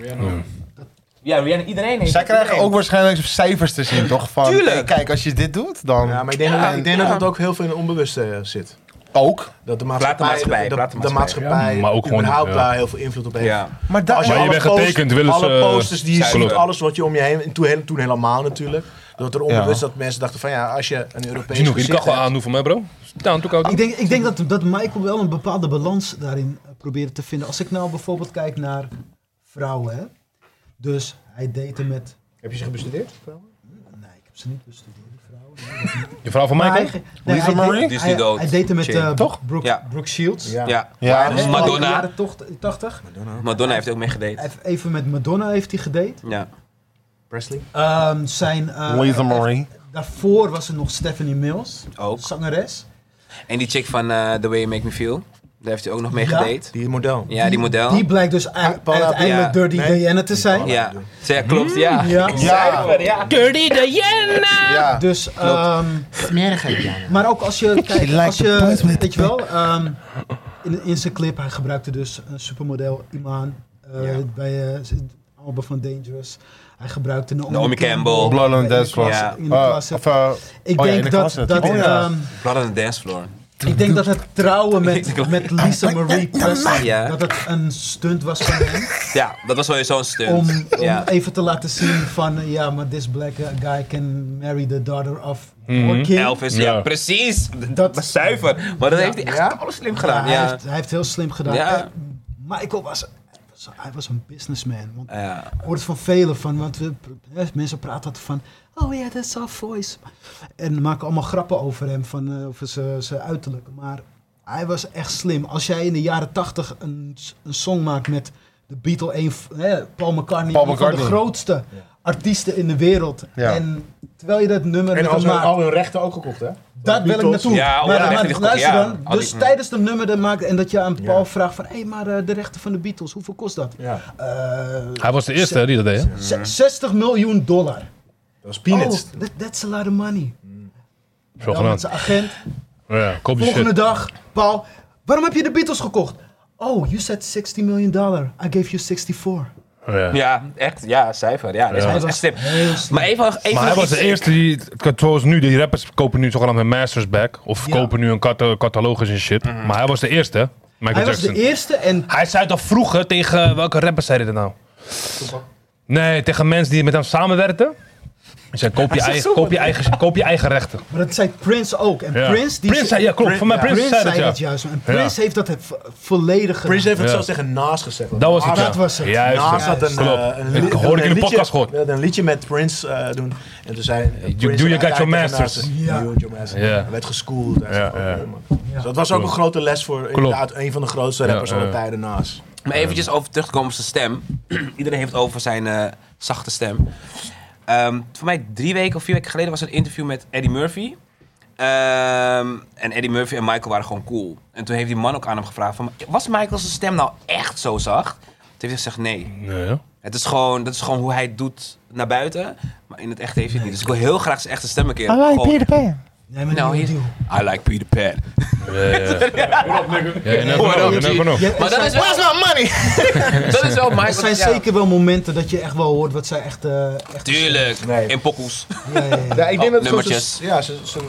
Ja, Rihanna, iedereen heeft
Zij
het,
krijgen
iedereen.
ook waarschijnlijk cijfers te zien, toch? Van,
Tuurlijk.
hey, kijk, als je dit doet, dan
Ja, maar ik denk, dat, ik denk dat het ook heel veel in het onbewuste eh, zit.
ook.
Dat de maatschappij,
maatschappij,
dat-
praat de
dat de maatschappij
Ja, maar ook gewoon,
überhaupt
ja.
daar heel veel invloed op heeft.
Ja.
Maar daar
Als
Maar je
alle
bent
post-
getekend, willen ze,
Alle
eh,
posters die je
zuiveren.
ziet, alles wat je om je heen... en Toen, heel- toen helemaal natuurlijk. Dat er onbewust dat mensen dachten van ja, als je een Europees
Gino, je
gezicht
kan gewoon
hebt-
aan doen voor mij, bro. Staan, toe koud.
Ik denk, ik denk dat, dat Michael wel een bepaalde balans daarin eh, probeerde te vinden. Als ik nou bijvoorbeeld kijk naar vrouwen. Hè? Dus hij date met...
Heb je ze gebestudeerd?
Nee, ik heb ze niet bestudeerd, die vrouwen.
De vrouw van
Maar
Michael?
hij- nee,
Lisa
hij
Marie?
date-
Die is
hij-
niet dood.
Hij date met
Chill.
eh,
Toch?
Brooke,
Ja.
Brooke Shields.
Ja.
Ja,
Dus
Hè,
Madonna.
in de jaren tocht- 80.
Madonna heeft ook mee gedate.
Hij heeft Even met Madonna heeft hij gedate.
Ja.
Presley?
Ehm, zijn, eh,
Lisa Marie.
daarvoor was er nog Stephanie Mills,
Ook.
zangeres.
En die chick van eh, The Way You Make Me Feel. Daar heeft hij ook nog mee
Ja.
gedate.
Die model.
Ja, die model.
Die blijkt dus u-
Paula
uiteindelijk
Abdul.
Dirty
Nee.
Diana te zijn.
Ja, Zij- ja klopt, ja.
Ja.
Ja,
ja. Dirty Diana!
ja.
Dus, ehm,
Smerigheid, ja.
maar ook als je kijkt,
liked
als
the
je,
point with
weet je wel, ehm, in, in zijn clip, hij gebruikte dus een supermodel Iman eh,
Ja.
bij eh, het album van Dangerous. Hij gebruikte Naomi,
Naomi Campbell.
Blood on
in de
Dance Floor.
klasse-
Ja.
in de
Eh,
klasse.
of, eh,
Ik
oh ja, in
denk
de
dat,
klasse.
dat,
Oh ja.
ehm,
Blood on the dancefloor.
ik denk dat het trouwen
[laughs]
met, met Lisa Marie Presley,
Ja.
dat het een stunt was van hem.
Ja, dat was sowieso een stunt.
om, om
ja.
even te laten zien van, eh, ja, maar this black eh, guy can marry the daughter of
Hmm.
our king.
Elvis, ja,
Ja.
precies.
Dat-
Dat was zuiver. Maar dat heeft hij echt
Ja.
alles slim
Ja,
gedaan.
Hij,
Ja.
heeft, hij heeft heel slim gedaan.
Ja.
Eh, Michael was, was- hij was een businessman. Want
Ja.
ik hoor het van velen van, want we, eh, mensen praten altijd van, oh ja, yeah, that's our voice. En maken allemaal grappen over hem, van, eh, over zijn zijn uiterlijk. Maar hij was echt slim. Als jij in de jaren tachtig een, een song maakt met de Beatle, een, v- hè, Paul McCartney,
Paul
een van
McCartney.
de grootste artiesten in de wereld.
Ja.
En terwijl je dat nummer
En
met
als
hem maakt,
al hun rechten ook gekocht, hè?
daar wil ik naartoe.
Ja, oh,
maar,
ja,
maar
echt, die
luister
ja,
dan,
al die-
dus tijdens de nummer dat maakt en dat je aan Paul vraagt van, hé, maar eh, de rechten van de Beatles, hoeveel kost dat?
Ja.
Eh,
Hij was de eerste hè, die dat deed. hè?
ze- 60 miljoen dollar.
Dat was
Oh,
peanuts.
that- that's a lot of money. Dan met
Zogenaamd.
zijn agent.
Ja, koop die
Volgende
shit.
dag, Paul, waarom heb je de Beatles gekocht? Oh, you said 60 miljoen dollar. I gave you 64.
Ja.
ja, echt, ja, zuiver. Ja, dat
Ja.
is echt slim. Maar even, nog- even
Maar hij
nog
was de
iets-
eerste die, zoals nu, die rappers kopen nu zogenaamd hun masters back. Of
Ja.
kopen nu een kat- catalogus en shit. Maar hij was de eerste, hè? Michael
Hij was
Jackson.
de eerste en
Hij zei toch vroeger tegen welke rappers zei hij dat nou? Nee, tegen mensen die met hem samenwerkten. Hij zei, koop je, eigen, koop je, eigen, koop je eigen rechten.
maar dat zei Prince ook. En
Ja.
Prince, die
Prince zei, ja klopt, voor mij
ja.
Prince,
Prince
zei
zei
dat
het
ja.
juist. En Prince heeft dat het vo- volledig gedaan.
Prince heeft het
Ja.
zelfs tegen Naas gezegd.
Dat was het,
Naas
ja.
Dat was het.
Juist,
Naast had Nou, een,
klopt.
eh, een li-
ik hoorde ik in de
liedje-
podcast gehoord.
we hadden een liedje met Prince eh, doen. En toen zei Prince
do you got your
uiteindelijk tegen
masters?
Nas,
Ja.
Do you got your masters?
Ja.
Hij werd geschoold. Hij zei,
ja.
oh, man. Dus dat was ook een grote les voor inderdaad een van de grootste rappers
Ja, ja.
aller tijden Naas.
Maar eventjes over terug te komen op zijn stem. [clears throat] Iedereen heeft het over zijn eh, zachte stem. Ehm, voor mij drie weken of vier weken geleden was er een interview met Eddie Murphy. Ehm, en Eddie Murphy en Michael waren gewoon cool. En toen heeft die man ook aan hem gevraagd: van, Was Michael zijn stem nou echt zo zacht? Toen heeft hij gezegd: Nee.
Nee, ja.
Het is gewoon, dat is gewoon hoe hij het doet naar buiten. Maar in het echt heeft hij het niet. Dus ik wil heel graag zijn echte stem een keer. gewoon-
Nee, maar
Nou,
nou,
hier-
deal.
I like Peter Pan.
Ja, you never know, you never know.
Ja,
Maar
er
dat is
zijn,
wel...
[laughs]
dat is wel
er
Michael.
zijn
ja.
zeker wel momenten dat je echt wel hoort wat zij echt... eh, echt
Tuurlijk.
Nee.
In pokkels.
Ja, ja, ja.
Ja, ik denk
Oh,
dat het zo'n-
nummertjes.
Ja, zo'n zo,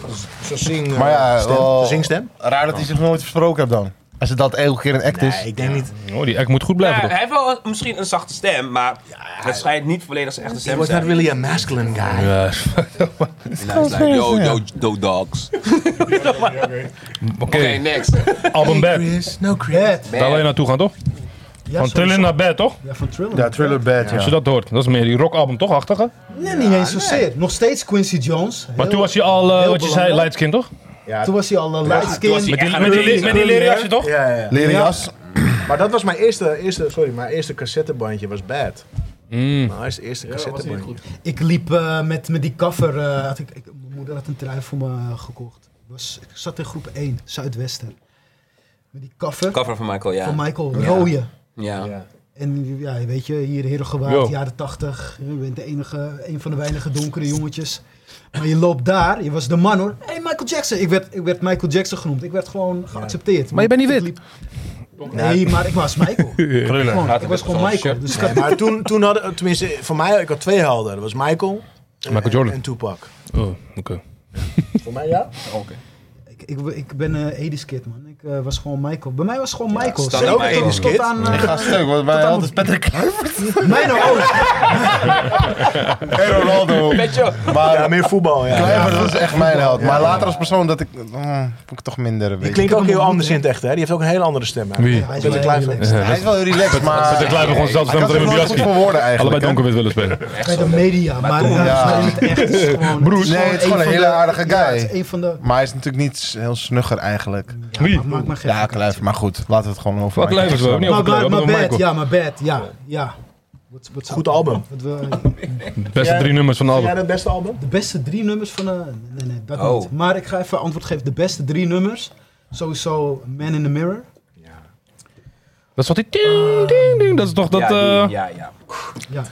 zo zing... eh,
Maar ja,
stem,
wel-
zingstem.
Raar dat hij zich nooit versproken hebt dan. Als het dat elke keer een act is.
Nee, ik denk niet.
Oh, die act moet goed blijven.
Ja,
toch?
hij heeft wel een- misschien een zachte stem, maar het schijnt niet volledig zijn echte
He
stem te
was not
zijn.
really a masculine guy.
Ja,
En hij is like, yo, yo, yo, dogs. Oké,
Oké,
next.
album bed.
Chris, no Chris.
Bad.
Daar wil je naartoe gaan, toch?
Ja,
Van
sowieso.
Trillen naar bed, toch?
Ja, van Thriller.
Ja, Thriller Bad, ja.
Als je dat hoort. Dat is meer die rockalbum, toch? Achtige?
Nee, niet eens zozeer. Nog steeds Quincy Jones.
Maar
Heel-
toen was hij al, eh,
heel
wat je zei,
belangrijk.
lightskin, toch?
toen was hij al een light
toen
skin.
was hij
Met die,
Echt
met die,
amazing.
met die leren jasje, toch?
Ja, ja, ja.
Leren
Ja.
jas.
Maar dat was mijn eerste, eerste, sorry, mijn eerste cassettebandje was Bad.
Mm.
Mijn eerste, eerste cassettebandje.
Ik liep eh, met, met die cover. eh, had ik, ik- mijn moeder had een trui voor me eh, gekocht. Ik, was, ik zat in groep 1, Zuidwesten. Met die cover
Cover van Michael, ja.
van Michael Rooie.
ja.
ja.
En ja, weet je, hier
Yo.
Herengewaard, jaren 80. Je bent de enige, een van de weinige donkere jongetjes. Maar je loopt daar, je was de man hoor. Hé, hey, Michael Jackson. Ik werd, ik werd Michael Jackson genoemd. Ik werd gewoon geaccepteerd.
Maar je bent niet
Ik
wit.
liep- Nee, maar ik was Michael. Gewoon, ik was gewoon Michael. Dus ik had-
Nee, maar toen, toen hadden, tenminste, voor mij, ik had twee helden. Dat was Michael
Michael
en
Jordan.
Tupac.
Oh, oké.
Voor mij [laughs] ja?
Ik, ik, ik ben eh Edis Kid, man. Ik eh, was gewoon Michael. Bij mij was gewoon Michael.
standaard
Zeker
Michael.
tot- Tot
Kid?
aan... eh,
Ik ga stuk, want wij hadden altijd Patrick [laughs]
mijn
nou
oog.
en Ronaldo. Maar
Ja, eh, meer voetbal, ja.
Kluivert, dat is echt mijn held. Maar later als persoon dat ik... mm, vond ik toch minder een
Die
beetje.
klinkt ook heel anders in het echt, hè? Die heeft ook een heel andere stem. hè?
Wie?
Hij is
Peter
wel
Kluivert.
heel relaxed.
Hij is wel heel relaxed, maar...
De Kluiver gewoon zelfs
Ik
met
kan
een
het nooit goed
Biaski.
verwoorden
Allebei
eigenlijk. hè.
donkerwit willen spelen.
Bij de media. Maar
toen-
ja,
Ja.
maar in het echt is het gewoon...
Broers.
Nee, het is gewoon een
van
hele
de-
aardige
Ja, het
guy.
is een van de...
Maar hij is natuurlijk niet heel snugger eigenlijk.
Wie?
Maar maakt me geen
Ja,
fuck uit.
Kluivert, maar goed. Laten we het gewoon over...
Wat
Michael
Kluivert wel?
Jackson
Niet
Maar
over Kluivert,
bad, maar
maar over
bad.
Michael.
Ja, maar bad. Ja, ja. Wat- wat-
Goed album.
wat wil-
Beste drie nummers van de
Vind jij
album.
dat beste album?
De beste drie nummers van... eh nee, nee, dat
Oh.
niet. Maar ik ga even antwoord geven. De beste drie nummers. Sowieso Man in the Mirror.
Dat is wat die ding, ding, ding. Dat is toch dat...
ja, die-
eh,
ja, ja.
Ja.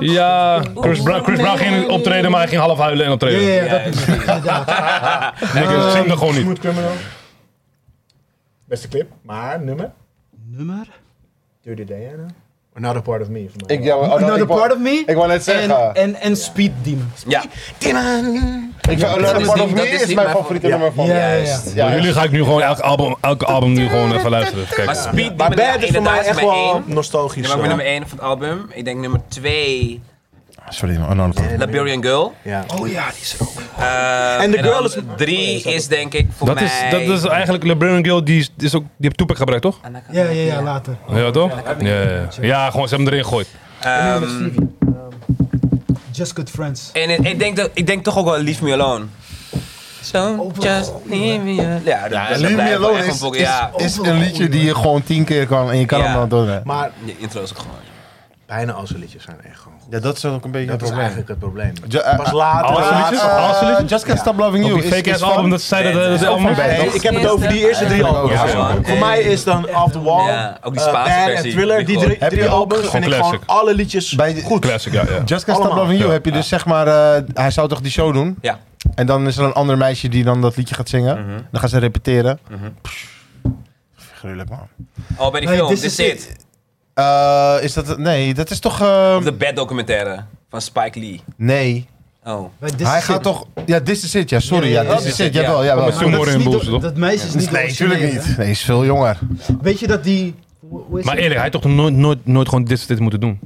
Ja, Chris Brown, Chris Brown ging optreden, maar hij ging half huilen en
Ja,
optreden.
ja,
Nee,
ja,
Ja,
dat is het, inderdaad.
ik zing dat gewoon niet.
Criminal. Beste clip, maar nummer?
Nummer?
Dirty Diana. Another Part of Me. van mij.
Ik, ja, oh,
Another
ik wou-
Part of Me.
Ik wou net
En,
zeggen.
en, en Speed Demon.
Ja,
ik vind Another
is
Part
niet-
of Me
dat is
is
niet
mijn
mijn
favoriete nummer van.
Ja, ja, ja.
Ja,
Door
ja.
jullie ga ik nu gewoon elk album, elk album nu gewoon even luisteren. Even
maar
kijken.
Speed Demon
Maar Bad is voor
inderdaad
mij echt
nummer
wel
één.
nostalgisch.
Ja, maar ik ben
eh.
nummer 1 van het album. Ik denk nummer 2,
Sorry, Oh, maar Another Part of Me.
Liberian Girl.
Ja.
Oh ja, die is ook.
Eh,
En The
dan
Girl is-
Drie is denk ik voor
Dat is,
mij...
dat is eigenlijk LeBron Gill, die, is- die is ook, die heeft Tupac gebruikt, toch?
Ja, ja, ja, later.
Ja, toch? Ja, ja, ja. ja, gewoon ze hebben hem erin gegooid.
Ehm,
Just Good Friends.
en ik- ik denk, dat, ik denk toch ook wel Leave Me Alone. So
Oh,
just leave me alone. Ja, dat, dat
Leave Me
blijft wel
Alone
echt
is,
een pokoe.
is,
ja,
is een liedje die je gewoon tien keer kan en je kan
Ja.
hem dan doen.
Maar
je intro is ook gewoon...
bijna al zijn liedjes zijn echt gewoon goed.
Ja, dat is ook een beetje
Dat is eigenlijk het probleem.
Ja, eh,
Pas later.
Alle
later-
liedjes? Alle liedjes?
Just Can't Stop Loving You
Die fake ass
van-
album dat ze zeiden dat het album
Bad.
is.
Nee, ik heb het over die eerste drie albums.
Ja,
man.
Voor mij is dan Off the Wall,
Ja, ook die
eh,
Spaanse
Bad en
versie.
Thriller,
Die
die
gewoon-
drie,
Heb
drie
je ook
albums
gewoon
vind ik gewoon
classic.
alle liedjes
Bij de-
goed.
Classic, ja, ja.
Just Can't Stop
Allemaal.
Loving You
Ja.
heb je dus zeg maar, eh, hij zou toch die show doen?
Ja.
En dan is er een ander meisje die dan dat liedje gaat zingen. Dan gaan ze repeteren. Pff, gruwelijk man.
Oh, bij die
Nee,
film,
This
This Is
Is
It.
Eh, is dat, nee, dat is toch, eh,
Of de Bad documentaire van Spike Lee.
nee.
Oh.
Bij This
hij
Is
gaat
It.
toch, ja, This Is It, ja, sorry, ja,
ja,
This
ja.
Is It, jawel, jawel.
Maar toen-
Dat is
Tomorrow in
niet
Bulls,
de-
toch?
Dat meisje is niet
Nee, natuurlijk
origineel,
niet. Nee, is veel jonger.
hè? Weet je dat die... hoe- hoe is
Maar
het?
eerlijk, hij had toch nooit, nooit, nooit gewoon dit, dit moeten doen?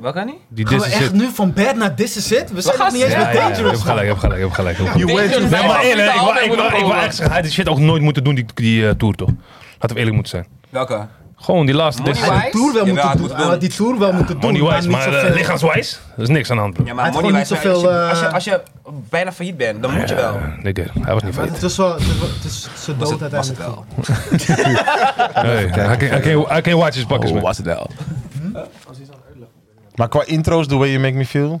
Wat kan niet?
Die
Gaan
This
we
is
echt
it.
nu van bad naar This Is It? We zijn nog
gaan
niet eens
ze-
Ja,
met
ja, ja, ik heb
Dangerous.
gelijk, ik heb gelijk, ik heb gelijk. ik heb gelijk. Nee,
Nee,
maar eerlijk, ik wou- ik wou- ik
wil
wou echt zeggen, hij had die shit ook nooit moeten doen, die, die eh, tour toch? Laten we eerlijk moeten zijn.
Welke?
Gewoon die laatste.
Money
This
Hij had die tour wel
Ja,
moeten
het
doen.
moet
Hij had die tour wel moeten doen.
Money-wise,
niet
maar
zoveel-
eh, lichaamswijs, er is niks aan de hand. bro.
Ja,
Hij
maar
had gewoon
money
niet
als,
zoveel,
je- als, je,
eh,
als je bijna failliet bent, dan moet je wel.
Nee, kijk, Eh, hij was niet
Maar
failliet.
het was wel... Het was- het is zijn
Was
dood
het, was het
uiteindelijk.
wel.
Hey, hij kan- hij kan- Hij kan watch his pakjes, man.
het wel.
Maar qua intro's, The Way You Make Me Feel.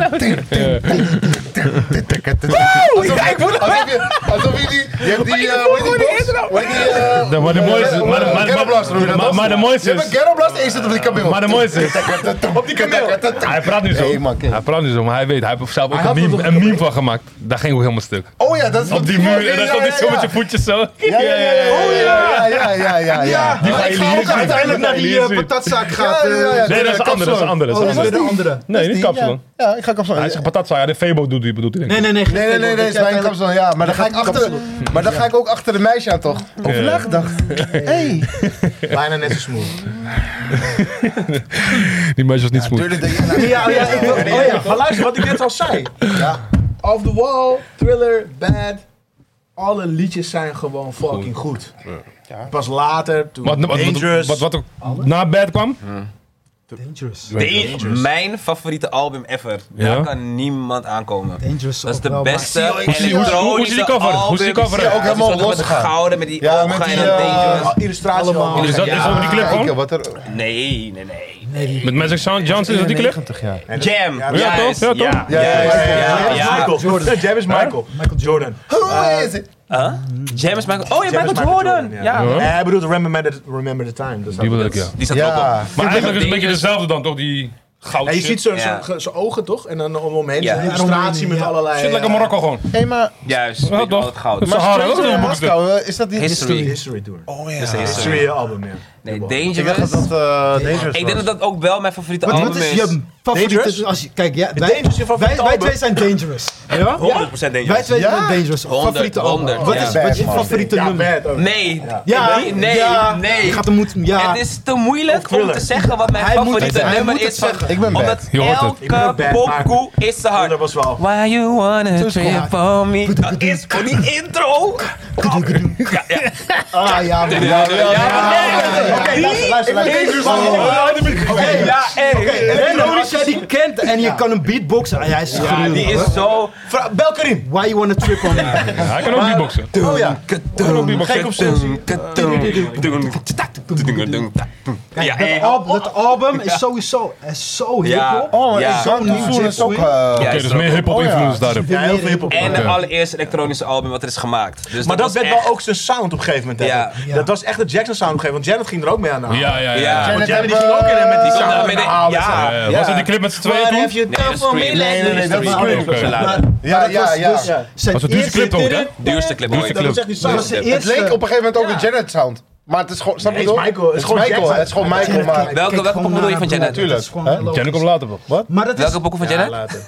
doen?
kameel. Alsof je- Alsof je die... Je hebt die... eh, Hoe heet die box? Hoe heet die... eh,
De- Maar de mooiste... maar- maar- maar-
Ghetto-blaster, noem je dat
maar-
toch?
Maar de
Je
mooiste
hebt een
is...
ghetto-blaster en je zit op die kameel.
Maar de mooiste is...
Op die kameel.
Hij praat nu zo.
Hey, man, kijk.
Hij praat niet zo, maar hij weet. Hij heeft er zelf ook
Hij
een
had
meme,
het
een meme van gemaakt. Daar ging ook helemaal stuk.
Oh ja, dat is...
Op die muur. En dan
Ja,
komt hij
ja,
zo
ja.
met je voetjes zo.
Ja, ja, ja, ja. Oh ja, ja, ja, ja, ja.
Die
Maar
gaan
ik ga
jullie
ook
zien.
uiteindelijk naar die... eh,
Jullie zien.
Patatzaak gaat.
Ja, ja, ja.
eh,
Nee, dat is een
kapsalon.
andere. Dat is een andere. dat
Oh,
is
dat
een
is
andere.
weer de andere.
Nee, niet
die,
kapsalon.
Ja, Ja, ik ga kapsalon.
Hij zegt patatzaak. Ja, de Febo doet die bedoelt hij denk
Nee,
ik.
nee, nee.
Nee, nee, nee, nee, is mijn kapsalon, ja. Maar dan ga ik achter... Maar dan ga ik ook achter de meisje aan, toch? Over [laughs] nagedacht. Hey.
[laughs] Bijna net zo smooth.
Die meisje was niet smooth.
Tuurlijk denk je... nou,
Ja, ja, ik wil-
Oh ja, maar luister wat ik net al zei.
Ja.
Off the Wall, Thriller, Bad. Alle liedjes zijn gewoon fucking goed. Pas later, toen
Wat, wat, wat,
Dangerous.
wat, wat ook na bed kwam?
Dangerous.
De- e- Mijn favoriete album ever.
Ja?
Daar kan niemand aankomen.
Dangerous.
Dat is
ook
de
wel, maar-
beste
hoe zie- hoe zie- hoe zie je die
elektronische
cover? Hoe zie je die
album.
cover? Ja,
ook helemaal
Met het
losgegaan.
gouden, met die
Ja,
ogen
met die...
en dat
eh,
oh.
dangerous.
illustratie
Allemaal.
allemaal.
Is dat, is dat die clip
Kijken
gewoon?
wat er...
Nee, nee, nee.
Met Magic Sound Johnson is dat die clip?
90 jaar.
Jam.
Ja,
Ja,
juist,
toch? Ja,
Ja,
toch?
Ja, ja, ja,
ja,
Jam is
ja.
Michael. [laughs] Jordan. Jam is Michael. Michael Jordan.
Hoe is het?
Huh? Jam is Michael... Oh, ja,
Jam is
Michael Jordan. Ja.
Eh, Hij bedoelt Remember the- Remember the Time. dat is
Die
dat.
wil ik, ja.
Die staat er ook op.
Ja.
Maar eigenlijk is het een beetje dezelfde dan, toch? Die goud
Ja, je ziet zijn
Ja.
ogen toch? En dan om omheen
Ja.
zo'n illustratie met
Ja.
allerlei...
Zit lekker
eh,
Marokko gewoon.
Hé, maar...
Juist.
Ja,
Weet je wel, het
toch?
goud.
Dat is een harde ook
Stranger in
zo'n boek.
Moskou, eh, is dat die...
History.
History Tour.
Oh
Dat is
ja.
history.
History album, ja.
Nee,
Ik dacht dat
Dangerous.
dat eh, dangerous
Ik denk dat
was.
dat ook wel mijn favoriete
Wat,
album
wat is je favoriete...
Dangerous?
Als je, kijk, ja, wij,
Dangerous, je
wij,
favoriete
wij
album?
twee zijn dangerous. Ja?
100% Dangerous.
Wij twee
Ja?
zijn dangerous.
Honderd,
favoriete album.
honderd,
Wat
ja.
is wat is je
Bad, man.
favoriete nummer?
bad oh. ook.
Nee.
Ja,
nee, nee,
ja.
nee.
Je gaat hem moeten... Ja.
Het is te moeilijk om
Thriller.
te zeggen wat mijn
Hij moet
favoriete
het- hij
nummer
moet het
is. Van,
zeggen.
Ik ben bad.
omdat
Je hoort het.
Ik ben ook
elke
bad, maar-
pokoe is te
Oh, dat
hard.
was wel...
Why you wanna
gewoon-
trip for me? Dat is voor die intro. Ja, ja.
Ah, ja, maar- ja.
Ja, ja,
Oké, luister, luister, luister.
ja. Ja, hey.
En Rory zei die kent en je kan hem beatboxen. Ah, hij is
Ja,
gruwelijk,
Die
hoor.
is zo...
Fra- Bel Karim.
Why you wanna trip on me?
Ja, Hij kan ook beatboxen.
Oh ja.
Hij kan ook beatboxen.
Kijk,
Ja,
dat,
eh.
al- dat album is sowieso is zo
Ja.
hip-hop.
Oh,
Ja.
en Sound to Fool is ook... eh,
Ja,
Oké, dus meer hip-hop
Oh, ja.
influence daarop.
Ja, heel veel hiphop.
En
Oké.
de allereerste elektronische album wat er is gemaakt. Dus
Maar dat
was
werd
echt-
wel ook zijn sound op een gegeven moment. hè.
Ja.
Ja.
Dat was echt de Jackson sound op een gegeven moment. Want Janet ging er ook mee aan de haal.
Ja, ja,
Ja.
ja.
Janet
Want Janet die
hebben-
ging ook in hem met die
Die komt daar
sound
midden-
halen.
Ja.
Eh, Was dat die clip met z'n tweeën
Waar
toen?
heb je
Nee, dat
het
is
van
Cream.
me?
Nee, nee, nee, dat is
Cream.
Cream.
Maar-
Ja,
maar dat
ja,
was
ja.
dus zijn
Was het duurste
eerste-
clip ook, hè?
Duurste clip ooit.
Dat is echt die
Dat
sound.
was zijn
Het
Het
eerste...
leek op een gegeven moment ook de Janet sound. Maar het is gewoon... Snap je
Nee, het is
toch?
Michael, het is
Het
gewoon
Michael.
Jackson.
Het is gewoon Michael, maar...
Welke- welke bedoel je van Janet?
Tuurlijk, hè?
Jenny komt later, toch? Wat?
Maar dat is...
Welke boeken van
Ja,
Janet?
later.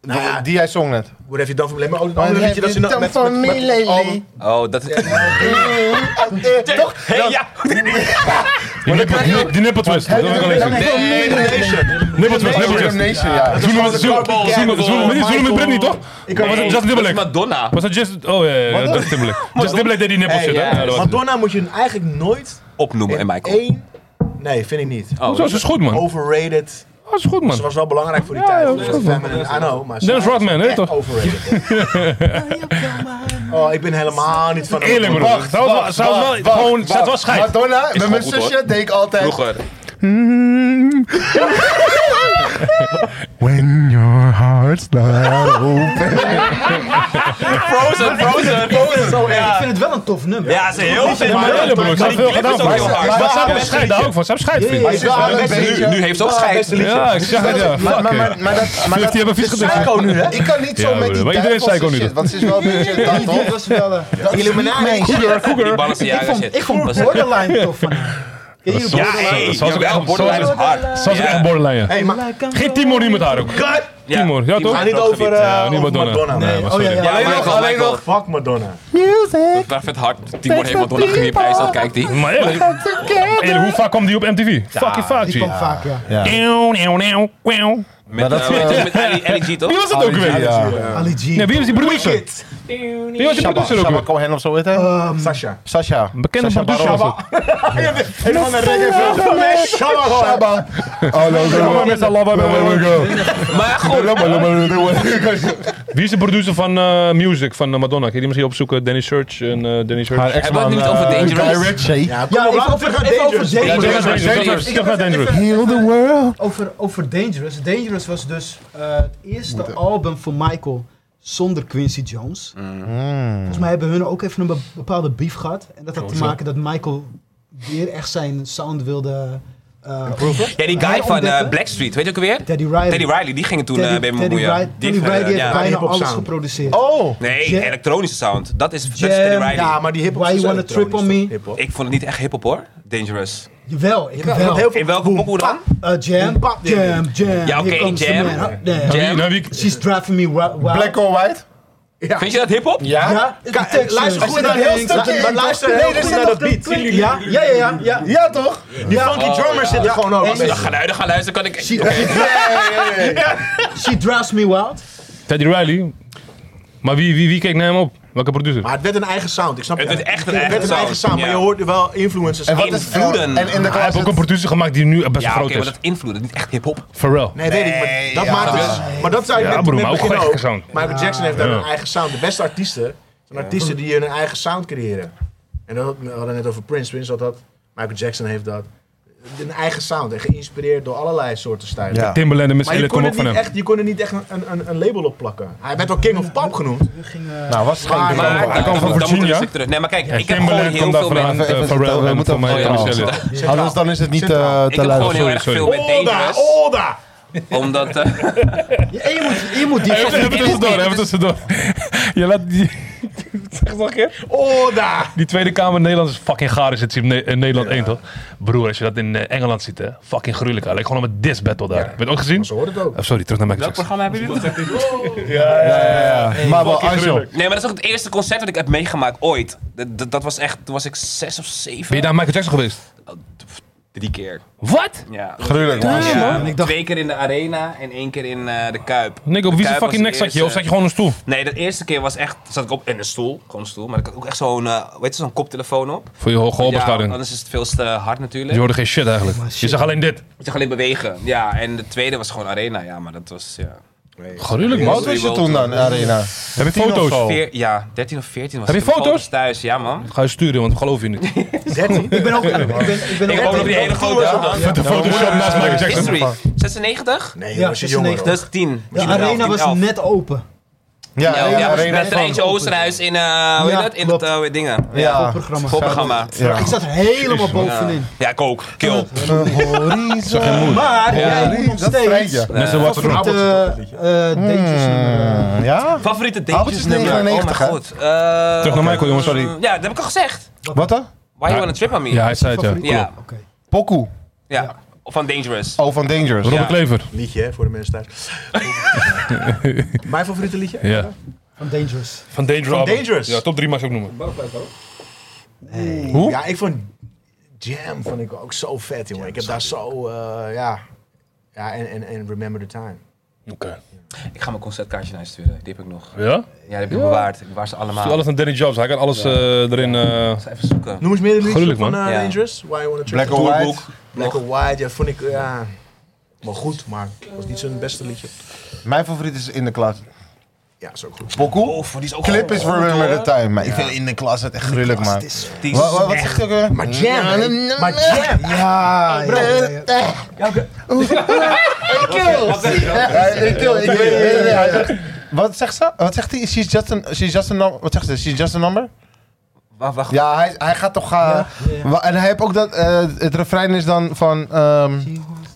Die- Die hij zong net.
What have you done for me? Maar ook het andere liedje dat ze
Have
nou met...
you done for me lately?
Oh, dat is...
Eh, Toch?
Hey, ja!
Die nipple- die nip- Die nipple twist. Dat wil ik wel even. Nipple twist, nipple twist.
Nation, ja.
Zoenen met- zoenen- zoenen- zoenen- zoenen met Britney, toch?
kan-
Was het Justin Timberlake?
Madonna.
Was het Just... Oh ja, ja, ja, Justin Timberlake. Justin Timberlake deed die nipple shit, hè? Ja, dat was het.
Madonna moet je eigenlijk nooit
Opnoemen en
in
Michael.
één... Nee, vind ik niet.
Oh,
Zo, ze is goed, man.
Overrated.
Ze is goed, man.
Ze was wel belangrijk voor die
Ja,
tijd.
ja,
Ze
dat
was
wel.
feminine, I know, maar ze
Dennis
was
Rodman, hè,
echt
toch?
overrated. oh, ik ben helemaal niet van...
Eerlijk, bro. Ze was wel- ze was wel gewoon... Ze was scheid.
Madonna, met mijn
goed, hoor.
zusje deed ik altijd...
vroeger.
When your heart's not open.
Frozen, Frozen, Frozen. Zo
Ik
erg.
vind het wel een tof nummer.
Ja, ze is heel veel.
Maar eerlijk, bro. Ze
Maar
heeft
die
veel
clip
gedaan
is ook
voor
heel
haar.
hard.
Maar
Maar-
ze hebben
maar-
scheid daar ook van. Ze hebben scheid, vriend.
Hij is wel een beetje...
Nu heeft ze ook scheid.
Ja, ik zeg het, ja.
Maar, maar,
Fuck,
maar, maar dat... Maar
Heeft
dat
hij even vies gedaan?
Psycho nu, hè?
ik kan niet zo
Ja,
met
broer,
die
maar iedereen is
duivelse
psycho nu,
shit,
toch?
want ze is wel een beetje dat,
Die
toch?
was wel... eh,
Dat is niet mijn shit.
Cougar, cougar.
Ik
Balenciaga
vond,
shit.
ik vond
Dat is-
Borderline tof van haar. Ken jullie
Ja,
Borderline?
hey,
Hey,
zoals ik echt
jawel, borderline is hard.
Ze was ook
Ja.
echt borderline, ja.
Hey, maar
Geen Timor nu met haar ook.
Ja.
Timor, ja
we
toch?
gaan niet over, eh,
Ja, niet
over
Madonna.
Madonna.
Nee, maar
Oh, ja,
sorry.
ja.
Ja, alleen nog, alleen nog.
Fuck Madonna.
Dat werd het hard. Timor heeft Madonna geknipt. Hij zat, kijkt die.
Maar eerlijk, eerlijk, hoe vaak kwam die op MTV? Fucking vaak,
Die kwam
G.
vaak, ja.
Eeuw, eeuw, eeuw, eeuw.
Met eh, wat is het met Ali- Ali G, toch?
Wie was dat
Ah,
ook weer?
Ja.
Ali G.
Nee, wie was die producer? Wie was die producer ook
Shabba
weer?
Cohen of zo heet hij?
Ehm,
Sasha.
Sasha.
Bekende
Sasha
producer was
Baron.
dat.
Helemaal een reggae van mij.
Shabba. Oh, no, no,
Kom maar met z'n allen, we
no,
gaan.
no, no,
Maar goed,
no, no, no, no, no, no.
Wie is de producer van eh, Music van eh, Madonna? Kun je die misschien opzoeken? Danny Search en eh, Danny Search.
Hebben we het niet over Dangerous?
Ja, even over, even over
Ja, Dangerous,
Dangerous.
Dangerous. Ik dacht naar Dangerous.
Heal the world.
Over, over Dangerous. Dangerous was dus eh, het eerste album van Michael zonder Quincy Jones.
Mm.
Volgens mij hebben hun ook even een be- bepaalde beef gehad. En dat had
Oh,
te maken dat Michael weer echt zijn sound wilde... eh
Ja, die guy van eh, Blackstreet, weet je ook alweer?
Teddy Riley.
Teddy Riley, die ging er toen eh, mee bemoeien.
Teddy Riley
eh,
heeft
ja.
bijna
hip-hop
alles
sound.
geproduceerd.
Oh.
Nee,
Jam.
elektronische sound. Dat is, dat is
Jam,
Teddy Riley.
ja,
maar die hiphop
Why you
is
wanna trip on
elektronisch,
me?
toch? Hiphop.
Ik vond het niet echt hip-hop hoor, Dangerous.
Jawel, ik
want heel
wel.
veel-
In welke pokoe dan?
Eh, jam, jam, jam.
Ja, oké,
Here comes the
jam.
man. Huh, damn.
Jam.
Nou, wie-
She's driving me wi- wild.
Black or white?
Vind je dat hip-hop?
Ja,
Ka- eh, luister goed naar heel stukje in. Luister heel goed naar dat beat.
Ja, ja, ja, ja. ja.
Ja, toch?
Die funky drummers zitten gewoon ook.
Als je de geluiden gaan luisteren, kan ik...
She, She drives me wild.
Teddy Riley. Maar wie, wie, wie keek naar hem op? Welke producer?
Maar het werd een eigen sound. Ik snap
Het
je.
werd echt een
Het
eigen
werd een eigen sound,
sound,
maar
ja.
je hoort er wel influences
En wat
in.
is
Invloeden.
En in de
Hij heeft ook een producer gemaakt die nu best
Ja, oké,
groot
maar
is.
dat invloeden, niet echt hip-hop.
Pharrell.
Nee, weet ik. Maar dat maakt het. Maar dat zei ik
Ja,
net,
broer,
net
maar ook
begin
gewoon eigen sound.
Michael Jackson heeft daar
Ja.
een eigen sound. De beste artiesten zijn artiesten die hun eigen sound creëren. En dat, we hadden net over Prince. Prince had dat. Michael Jackson heeft dat. Een eigen sound. En geïnspireerd door allerlei soorten stijlen.
Ja.
Timberland en Miss
Maar je
Elliott komen
kon, het
ook van
niet
hem.
echt, je kon er niet echt een, een, een label op plakken. Hij werd wel King of Pop genoemd.
We gingen...
Nou, was het
Maar-
geen
Maar
maar,
hij kwam
dan
van
moet- dan
Virginia.
moet ik een stuk terug. Nee, maar kijk, ik heb gewoon
Timberland
heel
komt daar
veel
vandaan.
met...
Even-
eh,
even
Pharrell
vertellen, we
en
moeten
voor mij
over
Miss
vertellen.
Elliott.
Anders dan is het niet eh,
Ik
te
heb gewoon
luisteren.
heel erg
sorry.
veel met
Olda,
Dangerous.
Olda!
Omdat... eh,
Ja, je, moet, je moet die...
[laughs] Even even tussendoor, even tussendoor. [laughs] Je laat die... [laughs] Zeg het nog een keer.
Olda!
Die Tweede Kamer in Nederland is fucking gaar is het in Ne- in Nederland 1, toch? Broer, als je dat in eh, Engeland ziet, hè? Fucking gruwelijk. Alleen gewoon om een diss battle daar. Heb je het ook gezien?
Ze hoorden het ook.
Oh, sorry, terug naar Michael
Welk
Jackson.
programma hebben jullie?
Maar wel, Angel.
Nee, maar dat is ook het eerste concert dat ik heb meegemaakt ooit. Dat, dat, dat was echt, toen was ik zes of zeven.
Ben je daar Michael Jackson geweest?
Drie keer.
Wat?
Ja.
Gruwelijk, man.
Ja,
man. Ik dacht-
Twee keer in de arena en één keer in eh, de Kuip.
Nick, op
De
wie zijn fucking
Kuip was eh,
nek
de
zat je? Of
eerste-
zat je gewoon op een stoel?
Nee, de eerste keer was echt, zat ik op in een stoel, gewoon een stoel. Maar ik had ook echt zo'n, eh, weet je, zo'n koptelefoon op.
Voor je hoge
Ja,
opbeschadiging.
anders is het veel te hard natuurlijk.
Je hoorde geen shit eigenlijk. Je zag alleen dit.
Je moet je alleen bewegen. Ja, en de tweede was gewoon arena. Ja, maar dat was, ja.
Gruwelijk,
Wat
man.
Wat
was
was
je
je
toen dan, Arena?
Heb je
of
foto's?
zo? Oh.
Veer- ja, 13 of 14 was
Heb je
het.
foto's?
thuis, ja man.
Ga je sturen, want ik geloof je niet.
Ik ben ook... Ik ben, ik ben
Ik
ook...
heb ook nog die hele grote
Met de Photoshop naast Michael Jackson.
History. 96?
Nee,
Ja,
jongens, je jonger.
96.
hoor.
Dat is 10.
De arena was net open.
Ja,
Ja, ja,
Arena.
met Rijntje Oosterhuis in, eh hoe heet
Ja,
dat? In het
klopt.
eh, dingen.
Ja.
Programma.
Voorprogramma.
Ja.
Ik zat helemaal bovenin.
Ja, ik ook. Kill.
Horizon.
Maar jij moet nog
Dat vreet
steeds...
je.
Net zoals wat
Favoriete eh, Dangerous nummer. eh,
Mm, Ja?
Favoriete
Albert is
dates nummer. Oh
99,
mijn
hè?
god. Eh,
Terug naar Michael, jongens, sorry.
Ja, dat heb ik al gezegd.
Wat dan?
Why you wanna trip on me?
Ja, hij zei het, ja.
ja.
Oké.
Poku.
ja. Van Dangerous.
Oh, van Dangerous.
Robert Klever.
Liedje, hè, voor de mensen thuis. Mijn favoriete liedje?
Ja.
Van Dangerous.
Van Dangerous.
Van Dangerous.
Ja, top 3 mag je ook noemen.
Ja, ik vond Jam vond ik ook zo vet, jongen. Ik heb daar zo, eh, ja... Ja, en, en, en Remember the Time.
Oké.
Ik ga mijn concertkaartje naar je sturen. Die heb ik nog.
Ja?
Ja, die heb ik bewaard. Ik bewaar ze allemaal.
Alles
Ik
van Danny Jobs. Hij kan alles eh, erin... eh,
zal even zoeken.
Noem eens meer een liedje
Gruwelijk,
van
man.
eh,
Ja.
Dangerous. Why You Wanna Trip.
Black or White.
Black or White, ja, vond ik, ja... Wel goed, maar het was niet zijn beste liedje.
Mijn favoriet is In The Class.
Ja, is ook goed.
Poku?
Oh, die is ook
Clip is
goed,
Remember the
hoor.
Time. Maar ik vind In The Class het echt gruwelijk, man.
Die is
Wat wat- wat
echt-
zegt hij ook weer?
Maar Jam, hè? maar Jam!
Ja, ja, ja, ja.
Ja, ik wil- ik wil- ik wil- hij zegt- Wat zegt ze? Wat zegt hij? She's just a, she's just a number. Wat zegt ze? She's just a number?
Wacht, wacht.
Ja, hij, hij gaat toch. eh, wa- En hij heeft ook dat. eh, het refrein is dan van. ehm,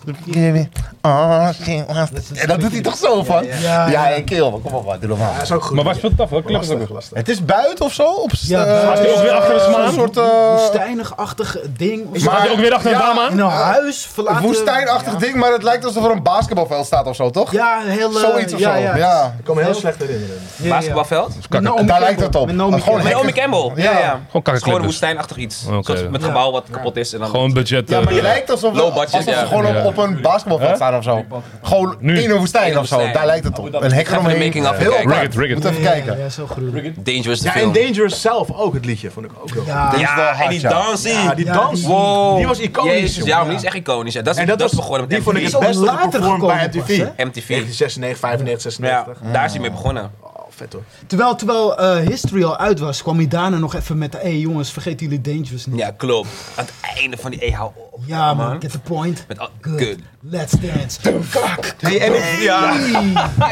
Oh, she wants to- en dat doet hij toch zo van? Ja,
ja.
hey, kill, man. kom op, man, doe normaal.
Ja, is ook goed.
Maar waar speelt het af? Welke club is het ook?
lastig, lastig.
Het is buiten of zo? Op
Ja,
eh,
gaat hij ook
weer achter de smaan?
zo'n soort. eh,
Woestijnig-achtig ding. of zo.
Gaat hij ook weer achter een dame aan?
In een huis verlaten.
woestijnachtig ding, maar het lijkt alsof er een basketbalveld staat of zo, toch?
Ja, een heel... eh,
Zoiets of
ja,
zo.
Ja,
ja.
Ik kan me heel slecht herinneren.
Ja, ja.
Basketbalveld.
Met Naomi
Daar
Campbell.
lijkt het op.
Met Naomi
Gewoon
Campbell.
Met Naomi Campbell. Ja,
Ja.
ja.
Gewoon
Het is gewoon
kakkerkleppers.
woestijnachtig iets.
Oké.
Zoals Met gebouw wat kapot is en dan...
Gewoon budget.
Ja,
eh,
maar je lijkt alsof,
Low budget,
alsof ze
ja.
gewoon op, op een basketbalveld staan of zo. Gewoon
Nu.
in een woestijn of zo.
woestijn.
Daar lijkt het op. Een hek
Even de
eromheen.
making of
Heel
kijken.
raar.
Rigged, rigged.
Moet even
Ja,
kijken.
Ja, ja, zo gruwelijk.
Dangerous de
Ja, en
film.
Dangerous zelf ook het liedje, vond ik ook wel.
Ja,
Die is wel
Ja, en
hard,
die
ja.
dansie.
Ja, die
Ja,
dans,
die-
Wow.
die was iconisch.
Jezus,
jongen.
ja, maar die is echt iconisch. hè. Dat is,
En dat was-
begonnen met
die vond ik
MTV.
het beste
later
geperformed bij
gekomen
MTV.
pas,
MTV.
1996, 95,
Ja,
96.
daar is hij mee begonnen.
Oh, vet hoor.
Terwijl, terwijl eh, History al uit was, kwam hij daarna nog even met... Hé hey, jongens, vergeet jullie Dangerous niet.
Ja, klopt. Aan het einde van die E, hou op.
Ja man, get the point.
Met al-
Good.
Good.
Let's dance. Fuck.
Hey, en,
Ja.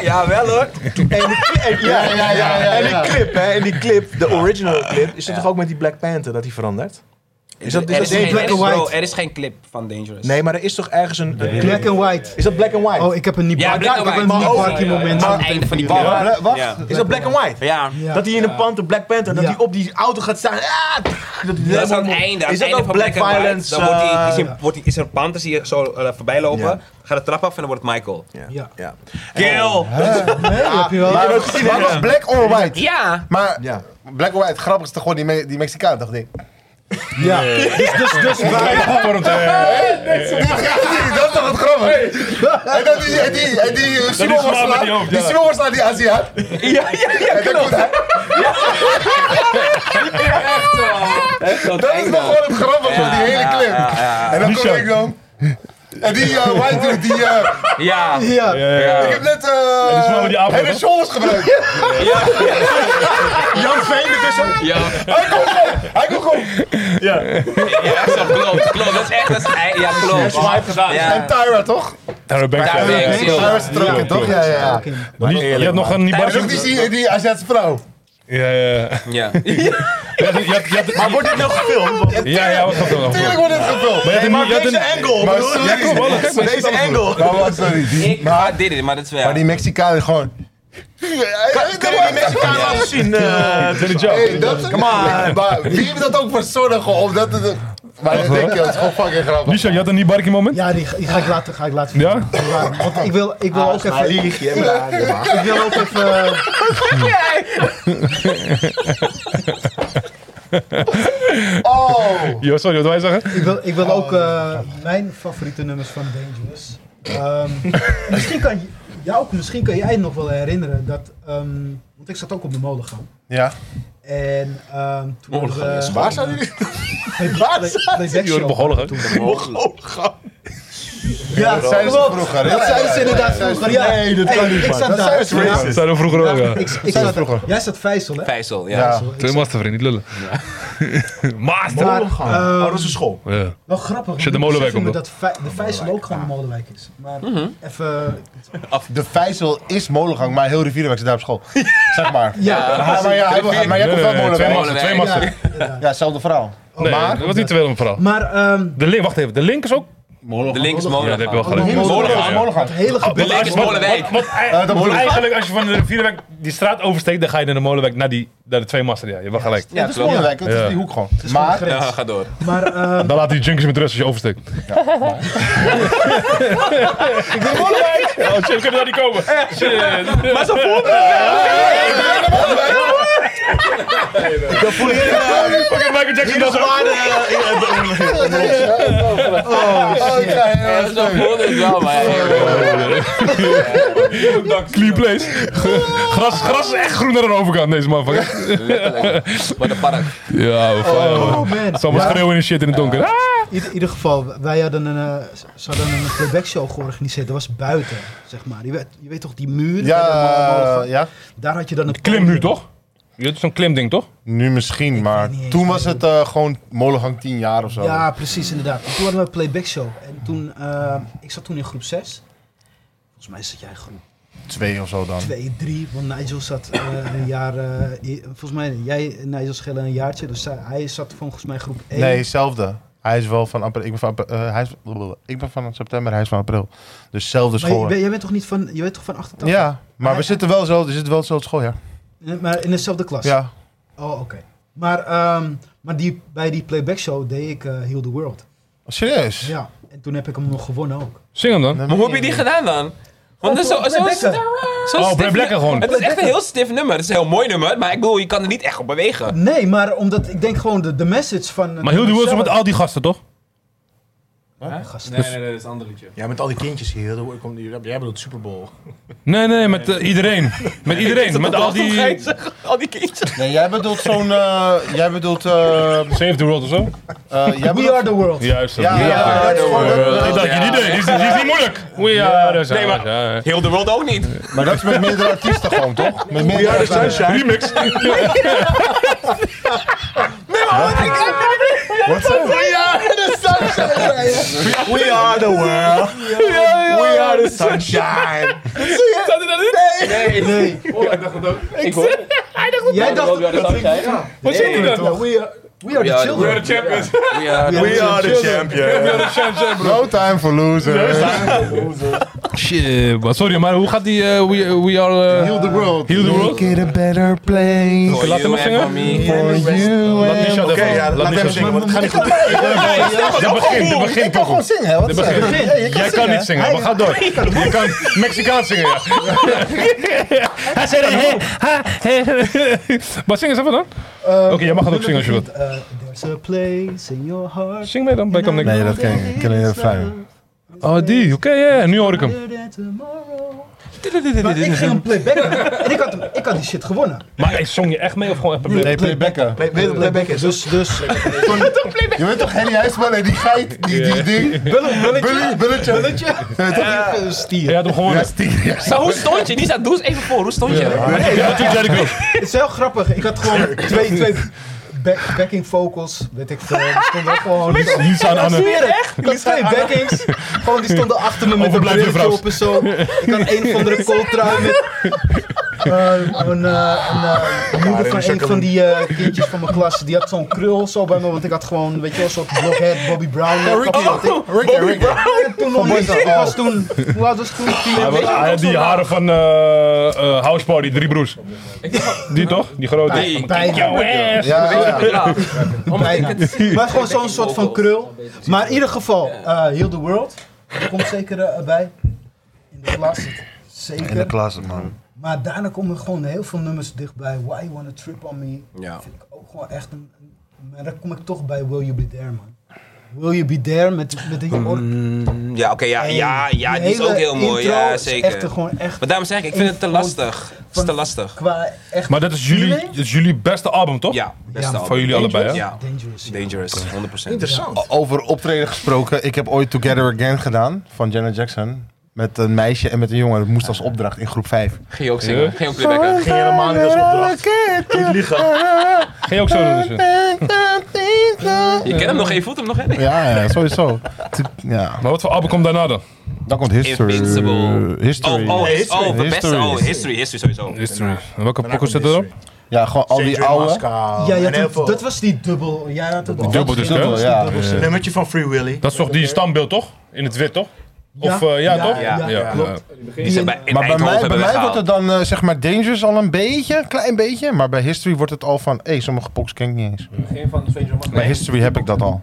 ja, [laughs] wel hoor.
Ja, ja, ja, En die clip, hè, en die clip, de original clip, is het toch ook met die Black Panther dat hij verandert? Is dat, is
er,
dat
is geen,
Black
er, is,
and
bro,
White?
er is geen clip van Dangerous.
Nee, maar er is toch ergens een... een clip-
Black and white.
Is dat black and white?
Oh, ik heb een niet
Ja,
ja,
Black and
Ik heb een
White.
niet
Maar
hard
ook-
die
ja, ja, ja.
moment.
Aan het einde van die
Ja.
film.
Wacht.
Ja.
is dat black and white?
Ja.
Dat hij in een pand op Black Panther, dat
Ja.
hij op die auto gaat staan. Ah, dat, hij
Dat is
helemaal-
aan het einde. Aan
Is
het
dat
einde
ook
van
black,
Black, and White,
violence?
Dan wordt hij, is,
eh,
hij- wordt hij, is er een pand, dan zie je zo eh, voorbij lopen. Gaat de trap af en dan wordt het Michael.
Ja.
ja.
Kill!
Nee, heb je wel.
Maar was- maar was black or white?
Ja!
Maar
Ja.
black or white, grappig is toch gewoon die, Me- die Mexicaan, dacht ik.
Ja. Dus, dus,
[laughs]
dus,
Ja, dat is toch het grappig? [laughs] En dat die, en die, en die, eh, Simon
slaan
was
met
naar
die hoofd,
die
ja.
Simon was naar die Aziat.
Ja, ja, ja!
En dan komt hij-
Echt zo.
Dat is nog gewoon het grappige van die hele clip. En dan kom ik dan. En die eh, white dude, die, eh,
Ja!
ja.
Ja, ja, ja.
ik heb net
is wel met die
eh
afro,
head and shoulders gebruikt.
Jan Veen ertussen.
Ja,
Hij komt gewoon, hij komt gewoon
ja, echt zo, klopt, klopt. Dat is echt, dat is, ei- ja, klopt.
En
Ja,
Tyra, toch?
Daar ben ik
Daar ben ik.
Tyra is er ook in, toch? Ja, ja, ja.
Maar die- Je hebt nog een
En
Nibarki.
ook die, die, die Aziatische vrouw.
Ja, ja.
ja.
Maar wordt dit nog gefilmd?
Ja, ja, wat gaat er nog?
nou Tuurlijk wordt het gevuld.
Maar je hebt een-
Maar
je hebt
deze
een-
angle,
Maar
Oh,
bedoel,
sorry.
kom, wel, kijk maar.
deze angle.
Maar wat, Oh, sorry. Die,
[laughs] Ik maar, dit is, maar dat is wel.
maar die Mexicaan is gewoon...
Kunnen we die Mexicaan laten zien? eh,
Dit is jou.
Hey, dat, Maar wie heeft dat ook verzonnen gewoon? Dat, het- maar ik denk, dat is gewoon fucking grappig.
Nisha, je had een Nibarki moment?
Ja, die, ga- die ga ik later, ga ik later
Ja?
vertellen. Want ik wil, ik
Ah,
wil ook even...
lieg je, maar-
Ik wil ook even... eh,
Oh!
Jo, sorry, wat wij zeggen?
Ik wil, ik wil ook eh, mijn favoriete nummers van Dangerous. Ehm, [laughs] misschien kan j- jou ook, misschien kan jij je nog wel herinneren dat. ehm, want ik zat ook op de molengang.
Ja.
En ehm toen. Molengang is
Waar zijn
[laughs]
jullie?
Jullie begonnen, hè?
Ja, dat
zeiden ze vroeger, hè?
Dat zeiden ze inderdaad vroeger. Ja. Nee, dat kan niet. Ik zat daar.
zeiden ze
Ja,
Dat zeiden we vroeger ook, ja.
ik- ik zat daar. Jij zat Vijzel, hè?
Vijzel, ja.
Ja.
Vijzel. Ik
Twee
zat-
master, vriend, niet lullen. Master!
Maar, ehm,
Oh, dat is een school.
Ja.
wel grappig.
Zit de
want ik besef
Molenwijk op
me dat Vij- de Vijzel ook gewoon een Molenwijk is. Maar even.
De Vijzel is molengang, maar heel Rivierenwijk zit daar op school. Zeg maar.
Ja,
Maar, maar, ja, hij, maar jij
Nee,
komt
nee,
wel
nee, twee
molenwijk.
master, twee master.
ja, inderdaad.
Ja, hetzelfde verhaal.
Nee, dat was niet te veel om vooral.
Maar ehm,
De link, wacht even, de link is ook...
De links molen.
Ja, dat heb je wel gelijk.
Molengang,
Molengang,
ja.
molengang.
het hele
Oh,
gebied.
want
link
als-
is
want-
Molenwijk.
want- want ei-
dat
want
bedoel ik.
eigenlijk, als je van de Vierweg die straat oversteekt, dan ga je naar de molenwijk, naar, die, naar de twee master. Ja, je hebt wel gelijk.
Ja,
Het is
klopt.
molenwijk, dat is
Ja.
die hoek gewoon. Maar,
Ja, ga door.
Maar ehm,
Dan laat die junkies met rust als je oversteekt. Ja. ik ben molenwijk! Oh shit, we kunnen daar niet komen. Shit. Maar zo
Dat voel je
fucking Michael Jackson dat zo.
oh, ik ga heel erg
Zo voelde het wel, maar.
Clean place. gras, gras is echt groener aan de overkant, deze man.
Letterlijk. Maar de park.
Ja, we
Oh man.
Zal maar schreeuwen en shit in het donker. Ah!
In ieder- ieder geval, wij hadden een, eh, ze hadden een playback show georganiseerd. Dat was buiten, zeg maar. Je weet, je weet toch, die muur?
Ja,
Helemaal-
ja.
Daar had je dan een
Klimmuur, toch? Je hebt zo'n klimding, toch?
Nu misschien, maar
weet niet eens
toen was het eh, gewoon molengang 10 jaar of zo.
Ja, precies, inderdaad. En toen hadden we een playback show. En toen, eh, ik zat toen in groep 6. Volgens mij zat jij in groep
Twee of zo dan.
2, 3. Want Nigel zat eh, een jaar... eh, i- volgens mij, jij en Nigel schelen een jaartje. Dus zij- hij zat volgens mij groep 1.
Nee, hetzelfde. Hij is wel van april. Ik ben van, april- eh, hij is, ik ben van september, hij is van april. Dus zelfde
maar je,
school.
ben- jij bent toch niet van... Je weet toch van 88?
Ja, maar we
Hij-
zitten wel zo, we zitten wel zo op school, ja.
Eh, Maar in dezelfde klas?
Ja.
Oh, oké. Maar, ehm, maar die, bij die playback show deed ik eh Heal the World.
Serieus?
Ja. En toen heb ik hem nog gewonnen ook.
Zing hem dan.
Maar hoe heb je die gedaan dan? Want dat is zo,
Black
zo,
Blacker.
zo
Oh,
stiff-
Black Blacker gewoon.
Het is echt een heel stiff nummer. Het is een heel mooi nummer, maar ik bedoel, je kan er niet echt op bewegen.
Nee, maar omdat ik denk gewoon de, de message van...
Maar heel de wereld is met al die gasten, toch?
Hè? Nee, nee, nee, dat is een ander liedje.
Ja, met al die kindjes hier. dat komt hier- Jij bedoelt Super Bowl.
Nee, nee, met eh, iedereen. Met iedereen. Met al die...
Al die kinderen.
Nee, jij bedoelt zo'n... eh, jij bedoelt... eh, eh,
Save the world of zo?
jij bedoelt...
We are the world.
Juist.
Ja, ja, ja, dat is gewoon- dat-
Ik
dat-
dacht je niet deed. Die is, die is niet moeilijk. We are the
Nee, maar-
Ja, ja.
Heel de wereld ook niet.
Maar dat is met meerdere artiesten gewoon, toch? Met meerdere [laughs]
Remix.
Wat zo?
We are the world. We are the sunshine.
Staat hij dat in?
Nee, nee. Oh, ik dacht dat ook.
Ik hoor.
Jij dacht...
We are the sunshine.
Wat zit hij dan?
We are, we are the
We
children.
are the champions.
We are the champion.
No time for losers.
Shit, maar sorry, maar hoe gaat die eh, we, we Are... eh,
Heal the world.
Heal the World?
Get a better place
Laat hem maar zingen.
For you
Laat Michel
Oké,
ervan.
ja,
Laat
laat hem
Michel-
zingen, want het gaat niet goed.
Dat begint, dat
Ik
begint
kan
toch
gewoon
goed.
zingen, hè? Wat
Dat
is dat?
begint.
Ja, je
Jij kan niet zingen, maar ga door. Je kan Mexicaans zingen, ja. Hij zei, hé, Maar zing eens even dan. Oké, jij mag het ook zingen als je wilt.
Uh, there's a place in your heart.
Zing mee dan, bij Kam
Nee, dat ken ik. Ik ken alleen de refrein.
Oh, die. Oké, ja, ja, nu hoor ik hem.
Better than tomorrow. Maar ik ging hem playbacken en ik had, hem- ik had die shit gewonnen.
Maar hij zong je echt mee of gewoon even...
Nee, playbacken.
Playbacken. Dus, dus
Je weet toch Henny Huisman en die geit, die, die ding. Bulletje. Bulletje. Bulletje.
Je had hem gewoon...
Ja, stier. ja.
Maar hoe stond je? Die staat, doe eens even voor. Hoe stond je?
Ja, natuurlijk zei ik wel.
het is heel grappig. Ik had gewoon twee, twee back, backing vocals, weet ik veel. Die stonden gewoon... Die stonden,
Niets aan Anne.
echt? Ik had twee backings. Gewoon die stonden achter me met een
Overblijf je
brilletje
vrouw.
op en zo. Ik had een van de kooltrui met... eh, een eh, een eh, moeder van een van die eh, kindjes van mijn klas, die had zo'n krul zo bij me, want ik had gewoon, weet je wel, zo'n blockhead Bobby Brown. eh, kapje had ik.
Ricky, Ricky.
En toen nog niet. Ik was toen, hoe oud was ik toen? Tien
Hij
jaar. Weet je,
had die haren van eh, eh, House Party, drie broers. Die toch? Die grote.
Nee.
bijna.
Ja, ja.
Bijna. Maar gewoon zo'n soort van krul. Maar in ieder geval, eh heel the world. Er komt zeker eh, bij. In de klas.
In de
Zeker.
klas, man.
Maar daarna komen gewoon heel veel nummers dichtbij. Why You Wanna Trip On Me.
Ja.
Vind ik ook gewoon echt een... een- Maar dan kom ik toch bij Will You Be There, man. Will You Be There met, met die... or-
Ja, oké, ja, ja, ja, die is
hele
ook heel mooi.
intro
Ja,
is Echt,
zeker.
eh, gewoon echt...
Maar daarom zeg ik, ik vind het te lastig. Het is te lastig.
Qua echt...
Maar dat is jullie,
feeling?
dat is jullie beste album, toch?
Ja, best
Ja,
al.
Van jullie allebei, hè?
Ja,
Dangerous. ja.
dangerous, 100%.
Interessant.
[laughs] Over optreden gesproken. Ik heb ooit Together Again gedaan van Janet Jackson. Met een meisje en met een jongen. Dat moest als opdracht in groep 5.
Ging je ook zingen? Ging je ook playbacken?
Ging helemaal niet als opdracht. Niet liegen.
Ga je ook zo doen? dus, eh?
Je kent hem nog, je voelt hem nog, hè?
Ja, ja, sowieso. To- Ja,
Maar wat voor album komt daarna dan?
dan komt History.
Invincible.
History.
Oh, oh, his- oh,
History.
de beste. Oh, history, history sowieso.
History. En welke pokken
komt
zit erop?
Ja, gewoon al die oude.
Ja, je
en
had
heel
een-
veel.
dat was die dubbel. Jij had een
Dubbel dus,
Dubbel,
hè?
ja.
Een nummertje van Free Willy.
Dat is toch die standbeeld, toch? In het wit, toch? Of, eh, ja, toch?
ja,
klopt.
Die zijn bij, in
Maar bij
Eindhoven
mij, bij
hebben we
mij wordt het
gehaald.
dan eh, zeg maar Dangerous al een beetje, een klein beetje. Maar bij History wordt het al van, hé, sommige poks ken ik niet eens.
Geen van Stranger Magnet.
Bij History heb ik dat al.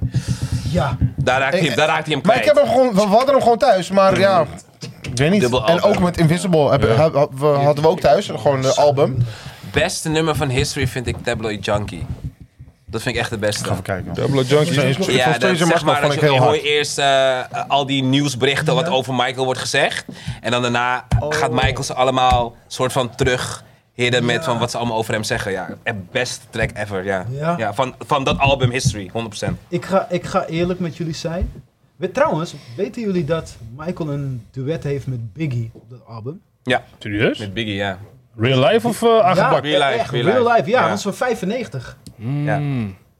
Ja,
Daar raakt hij hem- daar raakt hij hem
Maar ik heb
kwijt.
hem gewoon, we hadden hem gewoon thuis, maar ja, ik weet niet.
Mm. Dubbel
En
album.
ook met Invisible hebben, ha- ha- we- hadden we ook thuis, gewoon een album.
beste nummer van History vind ik Tabloid Junkie. Dat vind ik echt de beste.
Even kijken.
Double Junkie.
Ik vond
dat,
Stranger Magnet vond
dat
ik
je
heel
hoor
hard.
eerst eh, eh, al die nieuwsberichten wat over Michael wordt gezegd. En dan daarna
Oh.
gaat Michael ze allemaal soort van terug hidden met van wat ze allemaal over hem zeggen. Ja, het beste track ever, ja.
Ja.
ja. van, van dat album History, 100%.
ik ga, ik ga eerlijk met jullie zijn. We, trouwens, weten jullie dat Michael een duet heeft met Biggie op dat album?
Serieus?
Met Biggie, ja.
Real life of eh aangebakken?
Real Life,
echt,
Real
real
Life.
life, ja,
Ja.
dat is van 95.
Mm.
ja.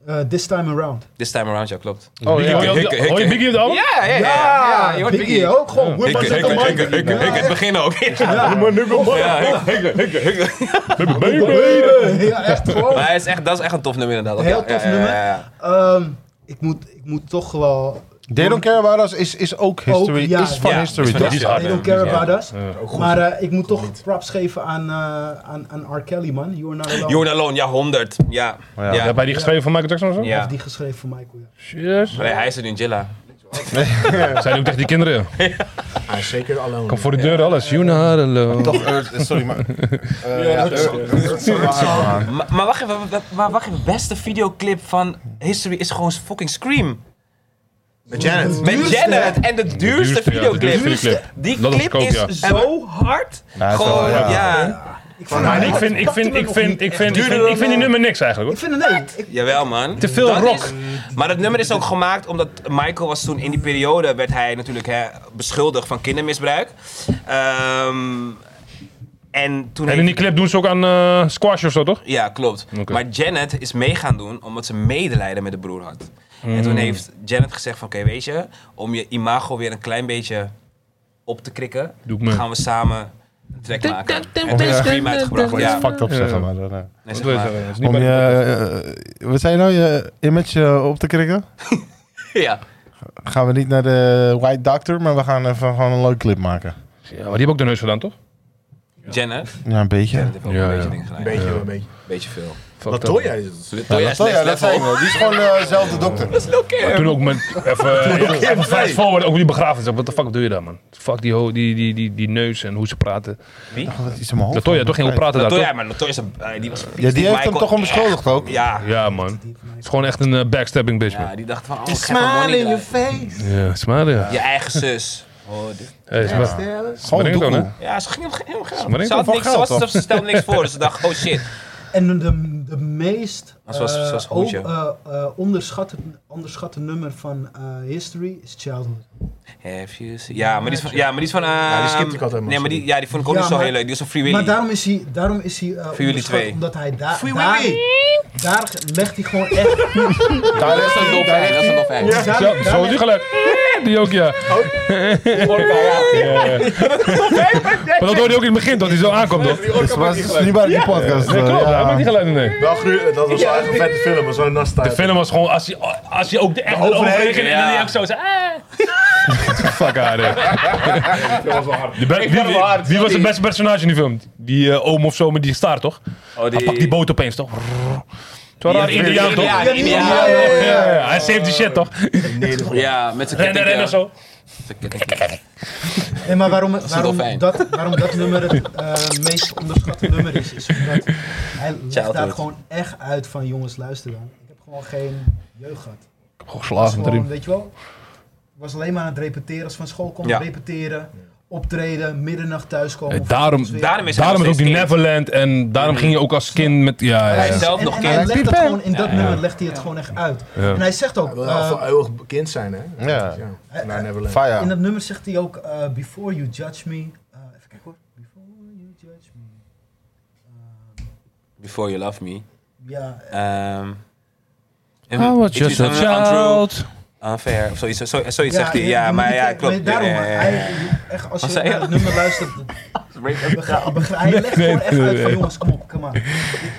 Eh, this time around.
This time around, ja, klopt.
Oh, ja. Hoor je-
Hikke, hikke.
Hoor je Biggie op de album?
Ja, ja, ja. ja, je hoort
Biggie,
Biggie.
ook gewoon. Whip
Hikke,
us at the
hikke, hikke,
mic.
hikke, hikke, het begin ook. Ja.
Ja,
[laughs] Ja, hikke, hikke, hikke, hikke.
baby. [laughs] Ja, echt gewoon.
Maar hij is echt, dat is echt een tof nummer inderdaad.
Heel
Ja,
tof
ja, ja,
nummer.
ja, ja.
Ehm, ik, moet, ik moet toch
Ah,
wel...
They Don't Care About Us is, is ook History,
ja,
is van
ja.
History,
van
toch?
History.
They don't care
Ja.
about us. Maar eh, ik moet toch props geven aan, eh, aan, aan R. Kelly, man. You're not alone.
Jordan Alone, ja, 100. Ja. Oh Ja.
Ja, bij die geschreven van Michael Jackson of zo?
Ja.
Die geschreven voor Michael, ja.
Serieus?
Nee, hij is er in Jilla.
Zijn ook tegen die kinderen? joh.
Hij is zeker alleen.
Kom voor de deur, alles. You know how to love.
Toch, Earth- sorry, maar... eh, ja, Earth- man.
Maar, maar wacht even, wa- wa- maar wacht even. Beste videoclip van History is gewoon fucking Scream.
Met Janet.
Met Janet en de duurste,
duurste, ja, de
videoclip.
duurste videoclip.
Die
Dat was
clip
ook,
is
ja.
zo hard.
is wel-
Gewoon,
ja.
ja.
Maar ik vind, ik vind, ik vind, ik vind, ik vind, ik vind die nummer niks eigenlijk
Ik
hoor.
vind het nee. Ik,
Jawel, man.
Te veel
Dat
rock.
is- maar dat nummer is ook gemaakt omdat Michael was toen in die periode... werd hij natuurlijk hè, beschuldigd van kindermisbruik. Ehm, en toen
En in
heeft-
die clip doen ze ook aan eh, squash of zo, toch?
Ja, klopt.
Oké.
Maar Janet is mee gaan doen omdat ze medelijden met de broer had. En
Mm.
toen heeft Janet gezegd van... Oké, weet je, om je imago weer een klein beetje op te krikken...
Doe ik mee.
gaan we samen een track maken. En toen is het prima uitgebracht.
Ja.
Ja,
Fucked up
Ja.
zeggen, maar. dan, eh.
Nee,
Wat
zeg
wil je
maar.
zeggen? Dat is niet
Om
bij-
je, eh, wat zei je nou, je image eh, op te krikken?
Ja.
Gaan we niet naar de White Doctor, maar we gaan even gewoon een leuke clip maken.
Ja, maar die hebben ook de neus gedaan, toch?
Janet.
Ja, een beetje.
Janet heeft ook
Ja,
een
ja.
beetje dingen gedaan.
Een beetje, een beetje.
Beetje veel.
Wat Toya is het.
Latoya is
Oh ja,
next
dat
level.
zei ik wel. Die is gewoon eh, zelf de dokter.
Maar Toen ook met even ja, even fast forward ook die begrafenis. Wat de fuck doe je daar man? Fuck die, ho- die, die, die, die neus en hoe ze praten.
Wat Oh, is in mijn hoofd?
Dat Toya toch ging wel praten daar.
Latoya,
Toch?
maar Latoya is een... eh, die was,
Ja, die heeft hem toch onbeschuldigd ook?
Ja.
Ja man. Het is gewoon echt een eh, backstabbing bitch
Ja,
man.
die dacht van... Oh, ik geef hem wel niet uit.
Ja, smalen ja.
Je eigen zus. Oh, dit.
Hey, is maar-
Gewoon
Maar ik ook,
doekoe.
hè?
Ja, ze ging hem helemaal
Maar
gaan.
ik
Ze,
kom
had
van
niks,
geld,
ze, was, ze stelde niks voor, dus ze dacht, oh shit.
en de, de meest
Maar zoals-
eh,
zoals Hoedje.
on- eh, eh, onderschatte, onderschatte nummer van eh, History is Childhood.
Have you seen- Ja, maar die is van... Ja, maar die is van
die
ehm,
skipte ik altijd, man.
Nee, maar die, ja, die vond ik ook
Ja,
niet zo
maar-
heel leuk. Die was een Free Willy.
Maar daarom is hij, daarom is hij eh,
jullie
onderschat,
twee.
omdat hij daar,
Free
daar,
Willy.
daar legt hij gewoon echt... [laughs]
dat is een dof dat is een dof Ja.
daar-
Zo,
daar
zo is die gelijk. [laughs] Die ook ja. [laughs] Maar dat hoorde je ook in het begin, dat hij zo aankomt toch?
Dus was het niet bij die podcast.
Ja,
eh,
klopt, hij
ja.
maakt die geluiden nee.
Wel gru- eh, dat was wel echt een vette film, maar zo'n nasty.
De film was gewoon, als hij, als hij ook de echte overheen ging en
ja.
dan die ook zo zei, [laughs] eh. Fuck out of here. Die be- Wie, wie- wie was het beste personage in die film? Die eh, oom of zo met die staart, toch?
Oh,
Hij pakt die boot opeens, toch? Het was een raar Indiaan, toch? Ja,
Ja, Indiaan.
ja, ja. Hij saved die shit, toch?
Ja, met zijn
Rennen, rennen,
kettingje.
zo.
Zijn kettingje.
Nee, maar waarom, waarom,
dolfijn.
dat, waarom dat nummer het eh, meest onderschatte nummer is, is omdat hij legt daar
Childhood.
gewoon echt uit van jongens, luister dan. Ik heb gewoon geen jeugd gehad.
Geslagen
Gewoon,
drie.
weet je wel, was alleen maar aan het repeteren. Als van school kwam,
Ja.
repeteren, optreden, middernacht thuiskomen.
Eh, daarom-
Volgens weer.
Daarom is hij
Daarom is
nog
ook die
steeds kind.
Neverland en daarom ging je ook als kind met, ja, ja,
Hij
ja.
is-
zelf
en-
nog
en
kind.
hij legt dat gewoon, in dat nummer legt hij het gewoon echt uit.
Ja.
En hij zegt ook,
Hij wil
eh,
wel voor eeuwig kind zijn, hè?
Ja.
Ja. Nou, Neverland.
in
Fire.
dat nummer zegt hij ook, eh, before you judge me. eh, even kijken hoor. Before you judge me.
Before You Love Me.
Ja,
Ehm
I was just a child.
Unfair, of zoiets, zo, zoiets
Ja,
zegt hij. Ja,
je
maar
moet
ja,
het-
klopt.
maar Daarom,
Ja, ja, ja.
hij- echt, als je
Wat zei
naar
je?
het nummer
[laughs]
luistert, begra- begra-
[laughs]
hij legt gewoon echt uit van jongens, kom op, kom aan. Dit,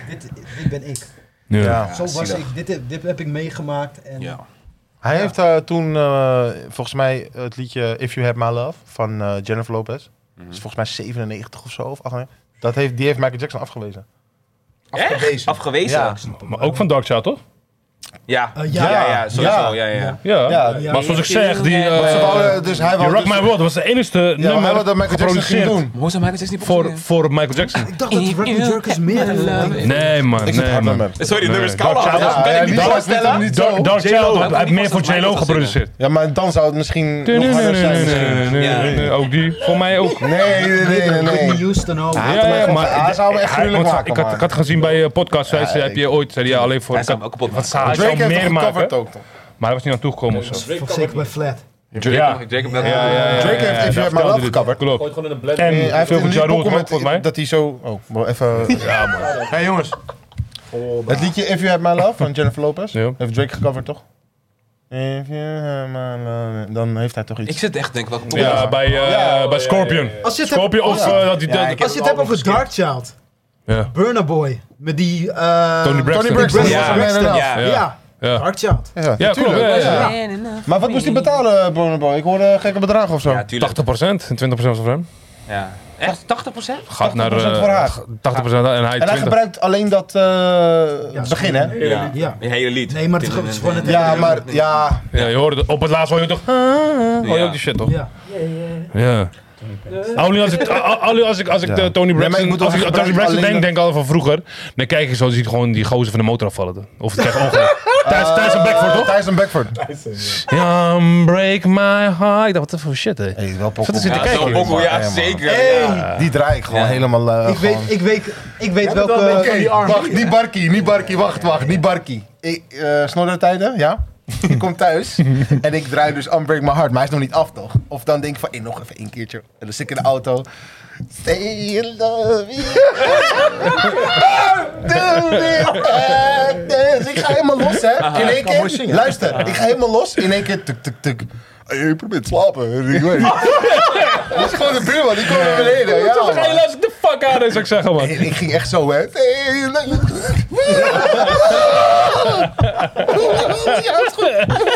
dit, dit ben ik.
Ja.
Zo was
zielig.
ik, dit, heb- dit heb ik meegemaakt. En
Ja.
Hij heeft eh, toen eh, volgens mij het liedje If You Have My Love van eh, Jennifer Lopez.
Mhm.
Dat is volgens mij 97 of zo. Of 98. Dat heeft, die heeft Michael Jackson afgewezen.
Echt? Afgewezen?
Ja.
Ja,
Maar ook van Dark Child, toch?
ja,
Eh, ja.
ja, ja, sowieso. Ja, ja, ja.
Ja.
Ja,
Maar zoals ik zeg, die... eh,
Ze wouden- dus hij
You
wou
Rock
dus-
My World was de enige
ja, hij
nummer
wou dat Michael Jackson ging
geproduceerd
doen.
Hoe zou Michael Jackson niet
Voor,
populair?
voor Michael Jackson.
Ik dacht dat Rock and Jerk is meer dan
Nee man,
Ik vind
nee
het
man.
nummer.
Eh, Sorry, de nummer is koud.
Dark Child-
Ja,
Ja,
kan
ja,
ik
die
niet
was
voorstellen.
net hem niet zo.
Dark, Dark Child had-
Hij
had
kan
meer voor
niet volgens
J-Lo
Michael
geproduceerd.
Ja, maar dan zou het misschien
Nee,
nog
nee, nee,
harder
nee,
zijn.
nee,
misschien.
nee, nee, nee, nee, Ook die, voor mij ook.
Nee, nee, nee, nee,
Whitney
nee.
Houston ook.
Ja, had hem echt- hij zou hem echt
hij-
gruwelijk
want
maken,
Ik had,
man.
ik had gezien bij eh, podcast, zei ze, heb je ooit, zei hij, ja, alleen voor...
Hij
ik had-
zou hem ook kapot
Want
maken.
hij zou
Drake heeft
meer
hem gecoverd
maken,
ook. toch?
maar hij was niet aan toegekomen of zo.
Voor- Zeker bij Flat.
Ja.
Drake heeft wel-
Drake heeft If You Have My Love gecoverd.
Klopt.
Gooit gewoon in een blend.
En
Hij heeft
veel
een
van
liedje
Ja Rule toch ook,
document
volgens mij.
dat hij zo... Oh, wel
[laughs]
even... Ja, man.
Hey jongens,
Het liedje If You Have My Love van Jennifer Lopez
Ja.
heeft Drake gecoverd, toch? If you have my love... Dan heeft hij toch
Ik
iets.
zit echt te denken, welke populair?
Ja, bij, eh, bij Scorpion.
Als je het hebt-
Scorpion of...
als-
eh, dat die- dat-
Als je het hebt over Dark Child,
Ja.
Burna Boy, met die... eh,
Tony Braxton.
Braxton.
Ja.
Braxton.
Ja.
Ja.
Ja.
Dark Child.
Ja,
Ja, klopt.
natuurlijk.
ja, ja.
Ja.
Maar wat moest hij betalen, Bonobo? Ik hoorde gekke bedragen of zo.
Ja, tuurlijk.
80% en 20% voor hem.
Ja. Echt? 80%?
Gaat naar...
80%
eh,
voor haar.
80% en hij
En hij
20.
gebruikt alleen dat eh, begin, hè?
Ja.
Ja.
Een hele lied.
Nee, maar het is gewoon- het is gewoon het-
Ja, maar ja,
Ja, je hoorde op het laatst hoor je toch... Hoor je ook die shit toch?
Ja.
Ja. Alleen als ik, a- alleen als ik, als ik
Ja.
de Tony
Nee, maar
Braxton,
ik moet
als
ook
ik aan Tony
gebruiken
Braxton
alleen
[laughs] denk, denk ik al van vroeger. Dan kijk ik zo, dan zie ik gewoon die gozer van de motor afvallen. Of het krijgt ongeluk. Thijs, Thijs en Beckford, toch?
Thijs en Beckford.
Um, break my heart. Ik dacht, wat voor shit, hè?
Hey, wel
Zat er zitten
Ja,
kijken.
zo'n
joh.
bokkel, ja,
man.
zeker. ja.
Die draai ik gewoon helemaal... eh,
Ik
gewoon-
weet, ik weet, ik weet
bent wel een
welke...
beetje-
Oké,
die arm.
wacht, niet Barkie, niet Barkie, wacht, wacht, niet Barkie. Ik, eh snorretijden, ja? [laughs] Ik kom thuis en ik draai dus Unbreak My Heart, maar hij is nog niet af toch? Of dan denk ik van, eh, nog even één keertje. En dan zit ik in de auto. Say you love me. Do it like this. Ik ga helemaal los, hè? In één keer, luister, ik ga helemaal los. In één keer, tuk, tuk, tuk. Hey, je probeert te slapen. Ik weet het. Dat is gewoon de buurman, die komt naar beneden. Ja,
Toch ga
man.
je luister de fuck aan, zou ik zeggen, man.
En ik ging echt zo, hè. Ja, het is goed.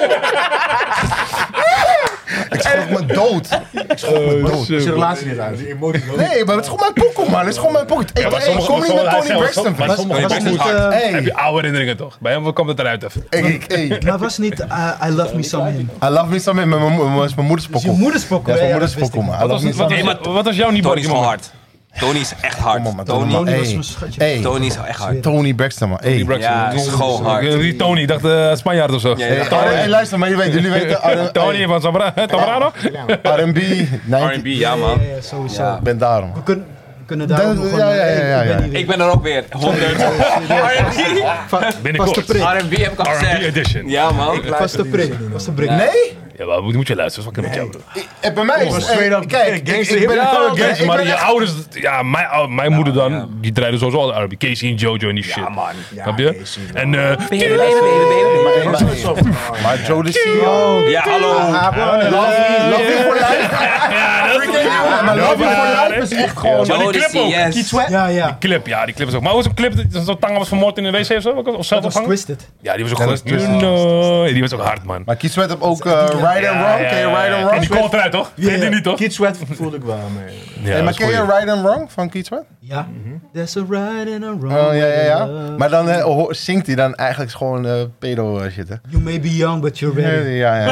Ik schrok me dood. Ik schrok me dood.
Is je relatie niet uit? Die emotie wel.
Nee, maar het is gewoon mijn pokkel, man. Het is gewoon mijn pokkel. Ik
maar
hey,
sommige-
kom niet
sommige-
met
hij
Tony
zei wel,
Braxton.
maar sommige-
Hey,
Braxton
is hard.
eh, hey,
Heb je oude herinneringen, toch? Bij hem kwam het eruit even.
hey,
[laughs]
hey.
Maar was niet eh, I Love Me Some Him.
I love me some. Mijn mo- is mijn moeders
Dus je
pokkel. Ja,
moeders pokkel.
is
hè?
mijn
Ja,
moeders
dat wist
pokkel,
ik.
man. I
Wat was,
love me
wat,
some.
was-
Nee, maar-
wat was jouw niet
Tony is
barkie,
gewoon
man?
hard. Tony is echt
Kom op,
hard.
man.
Tony,
Tony
Hey.
was mijn schatje.
Hey,
Tony is echt hard.
Tony Braxton, man. Hey.
Braxton.
Ja, is gewoon hard.
Eh, Die Tony, ik dacht eh Spanjaard of zo.
Ja,
Hey,
ja.
Arjen, hey, luister, maar jullie weten, jullie weten
[laughs]
Arjen-
Tony van Zamora- Zamorano?
hey,
[laughs]
R&B, 90.
R&B, ja
Ja,
man.
ja, sowieso.
Ja.
Ik ben daarom.
We kunnen, we kunnen daar
Dat-
ook nog
ja,
wel-
ja, ja, ja,
ik ben
ja.
niet weer-
Ik ben er ook weer. 100. R&B.
Pas de
Binnenkort.
prik.
R&B heb ik al
R&B
gezegd.
edition.
Ja man.
Pas de prik. Pas de prik.
Nee?
Ja, maar moet moet je luisteren, wat kan met jou?
Eh, Bij mij is hey, Kijk, ik- ik ben
eh, Ja,
ik ben- ik ben
maar je
echt-
ouders, ja, mijn, ou- mijn moeder dan, die draaide sowieso al Arabic. Casey en Jojo en die shit. Ja, man. Snap je? en, eh,
Baby, baby, baby, baby.
Maar Joe de Oh. CEO.
Ja, hallo.
Love you, love you for life.
ja, dat is
Ja, maar love you for life is echt gewoon.
Maar die clip ook.
Jodeci, yes.
Ja, ja.
Clip, ja, die clip is ook. Maar hoe is een clip dat zo'n tang was vermoord in de wc of zo? Of zelf
Dat was
ophangen?
twisted.
Ja, die was ook
Ja,
gewoon.
dat is twisted.
No, die was ook hard, man.
Maar Kieswet heb ook eh, Right and Wrong. Ken je Right and
En die
Wrong?
komt eruit, toch? Weet je niet, toch?
Kid Sweat voelde ik wel mee.
Ja,
Hey,
dat
maar
is
ken je
goeie.
Right and Wrong van Kieswet?
Ja. There's a right and a wrong.
Mm-hmm. Oh, ja, ja,
way
ja.
to love.
Maar dan eh, ho- zingt hij dan eigenlijk gewoon eh, pedo eh, shit, hè?
You may be young, but you're
Ja,
ready.
ja, ja.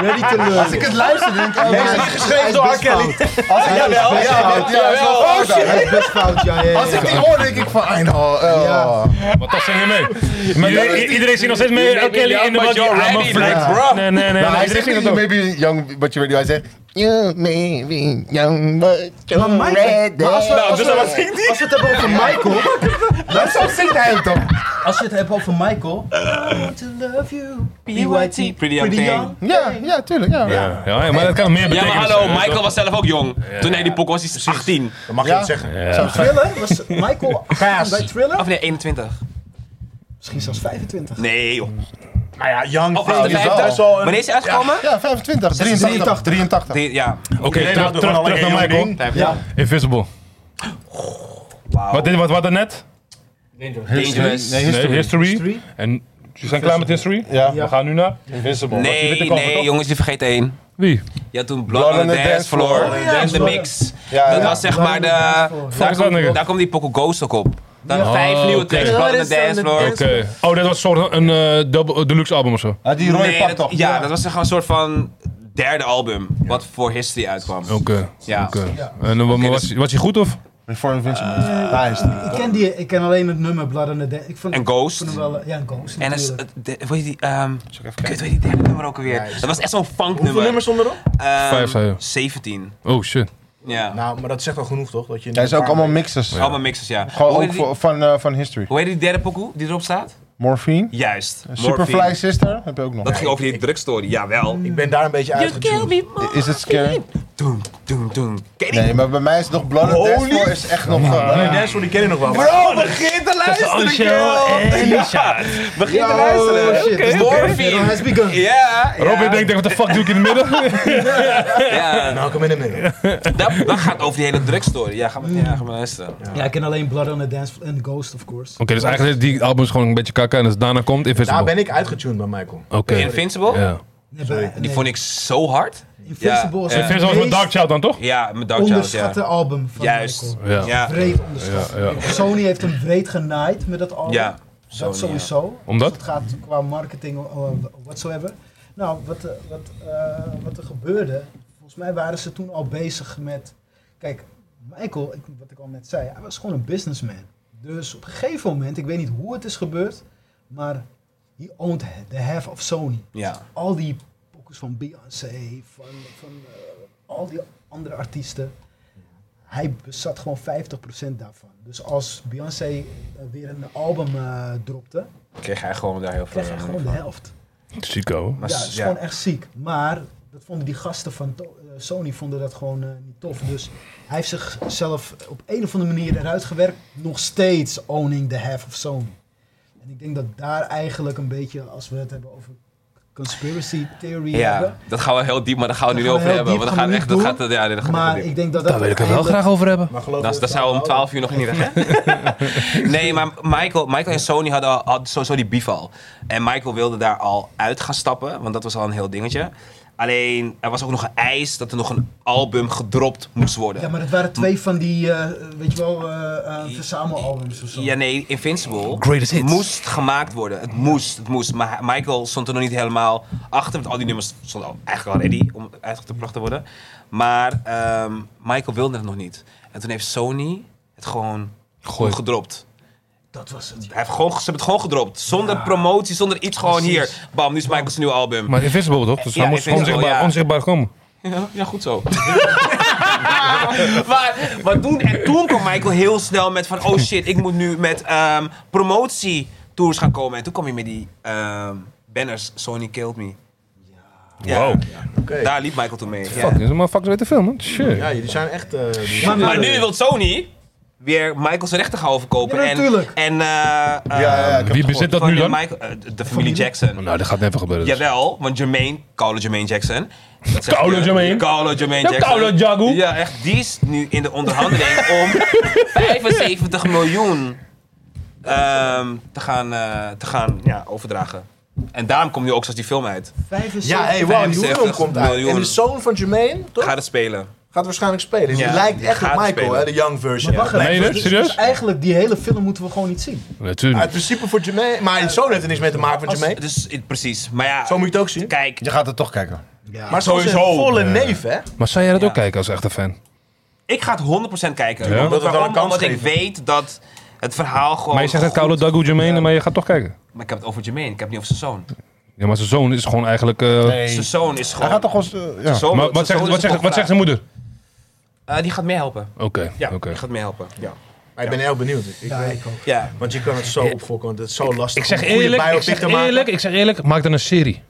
Ready to learn.
Als ik het luister, denk ik... oh,
Hij is niet geschreven door R. Kelly.
Als ik
Jawel,
ja, ja,
jawel,
ja, zo-
Hij is best fout, ja, ja, ja.
Als ik die hoor, denk ik van... I know, eh,
Ja.
Want dat zing je mee.
Maar dat
Iedereen-
is
i-
niet-
Iedereen ziet nog steeds mee.
You
Oké,
made me
in de
young, but
buggy.
you're
I'm a
ready,
flex,
like, bruh.
Nee, nee, nee.
Nou,
nee,
hij
iedereen
zegt
zingt
niet
het ook.
you may be young, but you're ready. Hij zegt... You may be young, but
Maar
you're
Mike-
ready.
maar als we-
Nou,
als
dus
we-
dat was ik.
Als we het hebben over Michael,
Dat zo zingt hij hem toch?
als we het hebben over Michael.
Eh.
I want to love you, BYT,
Pretty young thing.
Ja, ja, tuurlijk. Ja.
Ja, ja, maar dat kan meer
Ja,
betekenen.
maar hallo, Michael was zelf ook jong. Toen hij die pok was, is 18.
Dat mag je
Ja.
niet zeggen.
Thriller, was
[laughs]
Michael aan bij Thriller?
Of nee, 21.
Misschien zelfs 25.
Nee, joh.
Nou ja, Young
Of
Thing is
58.
best wel een...
Wanneer is hij uitgekomen?
Ja, 25, 83. 83.
Die- Ja.
Oké, terug,
houdt
terug,
ervan,
terug naar
alleen
Michael.
één
Ja.
Invisible. Wat, dit, wat, wat er net?
Dangerous.
Nee,
Nee,
history.
history. En we zijn klaar met History?
Ja.
We gaan nu naar Invisible. Want die witte
Nee,
kant,
nee,
toch?
jongens, je vergeet één.
Wie?
Je had toen Blood on the Dance Floor.
Oh,
En de mix.
Ja,
Dat
ja.
was zeg maar de... Daar
Fuck that nigga.
komt, daar komt die Poco Ghost ook op. Dan
Ja.
vijf
Oh,
nieuwe
oké.
tracks, Blood on the Dance Floor.
Oké. Oh, dat was soort een eh, double- eh, deluxe album of zo.
Ah, die rode
Nee,
pak
dat-
toch?
Ja, dat was gewoon een soort van derde album. Wat voor History uitkwam.
Oké.
Ja.
oké. En eh, maar was, was hij goed of?
Voor Invincible. Daar is die.
Ik ken, die, ik ken alleen het nummer Blood on the Dead. Ik vond,
En Ghost.
Ik vond hem wel, eh, ja, en Ghost
En dat is,
natuurlijk.
weet je die, ehm kut, weet je die derde nummer ook alweer? dat was echt zo'n funk
Hoeveel
nummer.
nummers stonden erop?
Vijf, zei je.
17.
Oh shit.
Ja.
Nou, maar dat zegt al genoeg toch? Dat je in
Hij is
een
ook
paar
allemaal
weken-
mixers.
Allemaal mixes, ja.
Gewoon
hoe,
ook
heet die,
voor- van, eh, van history.
hoe heet die derde pokoe die erop staat?
Morphine.
Juist.
Superfly
Morphine.
Sister heb je ook nog.
Dat ging over die drugstory, jawel.
Ik ben daar een beetje uitgetuned.
Is het scary?
Doem, doem, doem. Ken je die?
Nee, maar bij mij is nog Blood and Dance Floor is echt nog... eh,
Dance voor die ken ik nog wel.
Bro, begin te luisteren, joh! Ja, begin te luisteren.
shit.
Oké, Morphine.
It has begun.
Ja, ja.
Robin denkt, wat de fuck doe ik in het midden?
Ja,
Nou, kom in de midden.
dat, dat gaat over die hele drugstory. Ja, ga maar, ja, ga maar luisteren.
Ja, ik ken alleen Blood on the Dance Floor en Ghost, of course.
Oh,
Oké, dus eigenlijk die album is gewoon een beetje kakka en als het daarna komt Invisible.
Daar ben ik uitgetuned bij Michael.
Oké.
Invincible?
Ja.
Nee, bij-
Die
nee.
vond ik zo hard.
Invincible
Ja,
is
ja.
het
Invisible van
meest
Dark Child dan toch?
Ja, met Dark Child,
onderschatte
ja.
album van
Juist.
Michael.
Ja.
Ja.
Breed onderschat.
Ja, ja.
Sony heeft hem breed genaaid met dat album.
Ja.
dat
Sony, ja.
sowieso.
Omdat?
Dus het gaat qua marketing of whatsoever. Nou, wat, eh, wat, eh, wat er gebeurde, volgens mij waren ze toen al bezig met. Kijk, Michael, ik, wat ik al net zei, hij was gewoon een businessman. Dus op een gegeven moment, ik weet niet hoe het is gebeurd, maar He owned the half of Sony.
Ja.
Al die pokus van Beyoncé, van, van eh, al die andere artiesten. Hij bezat gewoon 50% daarvan. Dus als Beyoncé eh, weer een album eh, dropte,
Kreeg hij gewoon daar heel veel eh,
kreeg hij gewoon de helft.
Chico.
Maar
ja,
s-
het is
ja.
gewoon echt ziek. Maar dat vonden die gasten van to- eh, Sony vonden dat gewoon eh, niet tof. Dus hij heeft zichzelf op een of andere manier eruit gewerkt. Nog steeds owning the half of Sony. En ik denk dat daar eigenlijk een beetje, als we het hebben over conspiracy theory
Ja,
hebben.
dat gaan we heel diep, maar daar gaan we nu
Daar
niet
gaan
over
we heel
hebben.
diep,
Want
gaan
dat gaat
we
echt,
niet
dat
doen.
gaat, ja, nee, dat gaat
Maar
echt
ik
diep.
denk dat dat...
Daar wil ik het wel graag over hebben.
Maar geloof
Dat,
me,
dat zou om
wel-
12 uur nog niet recht.
[laughs]
Nee, maar Michael, Michael en Sony hadden, al- hadden sowieso die beef al. En Michael wilde daar al uit gaan stappen, want dat was al een heel dingetje. Alleen, er was ook nog een eis dat er nog een album gedropt moest worden.
Ja, maar het waren twee van die, eh, weet je wel, eh, eh, verzamelalbums of zo.
Ja, nee, Invincible
Greatest hits.
moest gemaakt worden. Het moest, het moest. Maar Michael stond er nog niet helemaal achter. Want al die nummers stonden al, eigenlijk al ready om uitgebracht te worden. Maar ehm, Michael wilde het nog niet. En toen heeft Sony het gewoon
Gooi.
gedropt.
Dat was het.
Hij heeft gewoon, ze hebben het gewoon gedropt. Zonder promotie, zonder iets. Gewoon hier. Bam, nu is Michael's nieuw album.
Maar Invisible toch? Dus
Ja,
hij moest
Invisible,
onzichtbaar,
ja.
onzichtbaar komen.
Ja, ja, goed zo. [laughs] maar, maar toen, en toen kwam Michael heel snel met van... Oh shit, ik moet nu met ehm promotietours gaan komen. En toen kwam hij met die ehm, banners Sony Killed Me. Ja.
Wow.
Oké.
Daar liep Michael toen mee. Ja.
Fuck, dit is een motherfucker weet te veel man. Shit.
Ja, jullie zijn echt... eh, die-
Maar-
Maar nu wil Sony weer Michael zijn rechten gaan overkopen.
Ja,
en
natuurlijk.
en eh, eh,
Wie bezit dat
van
nu
de
dan?
Michael- eh, de- de familie Jackson.
Nou, dat gaat never gebeuren. dus.
Jawel, want Jermaine, koude Jermaine Jackson. Dat zegt
Koude
je.
Jermaine?
Koude Jermaine
Ja,
Jackson.
koude Jagu.
Ja, echt. Die is nu in de
[laughs]
onderhandeling om 75 miljoen ehm, te gaan, eh, te gaan ja, overdragen. En daarom komt nu ook zoals die film uit.
Ja, hey, wow, die
75
film komt uit.
miljoen.
En de zoon van Jermaine, toch?
Ga dat spelen.
Gaat waarschijnlijk spelen. Dus
Ja,
die lijkt echt
gaat
op Michael,
spelen.
hè, de young version.
Maar wacht
Nee,
even,
nee,
dus-
serieus?
dus eigenlijk die hele film moeten we gewoon niet zien.
Uit
Natuurlijk.
principe voor Jermaine, maar die zoon heeft er niks mee te maken van Jermaine.
Dus, eh, precies. Maar ja,
Zo moet je het ook zien.
kijk.
Je gaat het toch kijken.
Maar sowieso. Een volle neef, hè?
Maar zou jij dat ook kijken als echte fan?
Ik ga het 100% kijken.
Ja?
Omdat,
Dat we wel een
waarom?
kans
Omdat ik
geven.
weet dat het verhaal gewoon...
Maar je zegt het
Oh, goed-
koude Dagu Jermaine, maar je gaat toch kijken.
Maar ik heb het over Jermaine, ik heb het niet over zijn zoon.
Ja, maar zijn zoon is gewoon eigenlijk... eh,
Zijn zoon is gewoon...
Hij gaat toch als... eh, ja.
Zoon-
Maar wat
zijn
zegt,
zoon
wat,
is een
zegt, wat zegt
koppelaar.
zijn moeder?
Eh, die gaat meehelpen.
Oké,
Ja,
oké.
die gaat meehelpen. Ja.
Maar ik ben heel benieuwd. Ik
Ja,
weet-
ik ook.
ja.
Want je kan het zo opfokken, want het is zo lastig.
Ik zeg
om een goede
eerlijk, ik
biopic
zeg
te maken.
eerlijk, ik zeg eerlijk, maak dan een serie.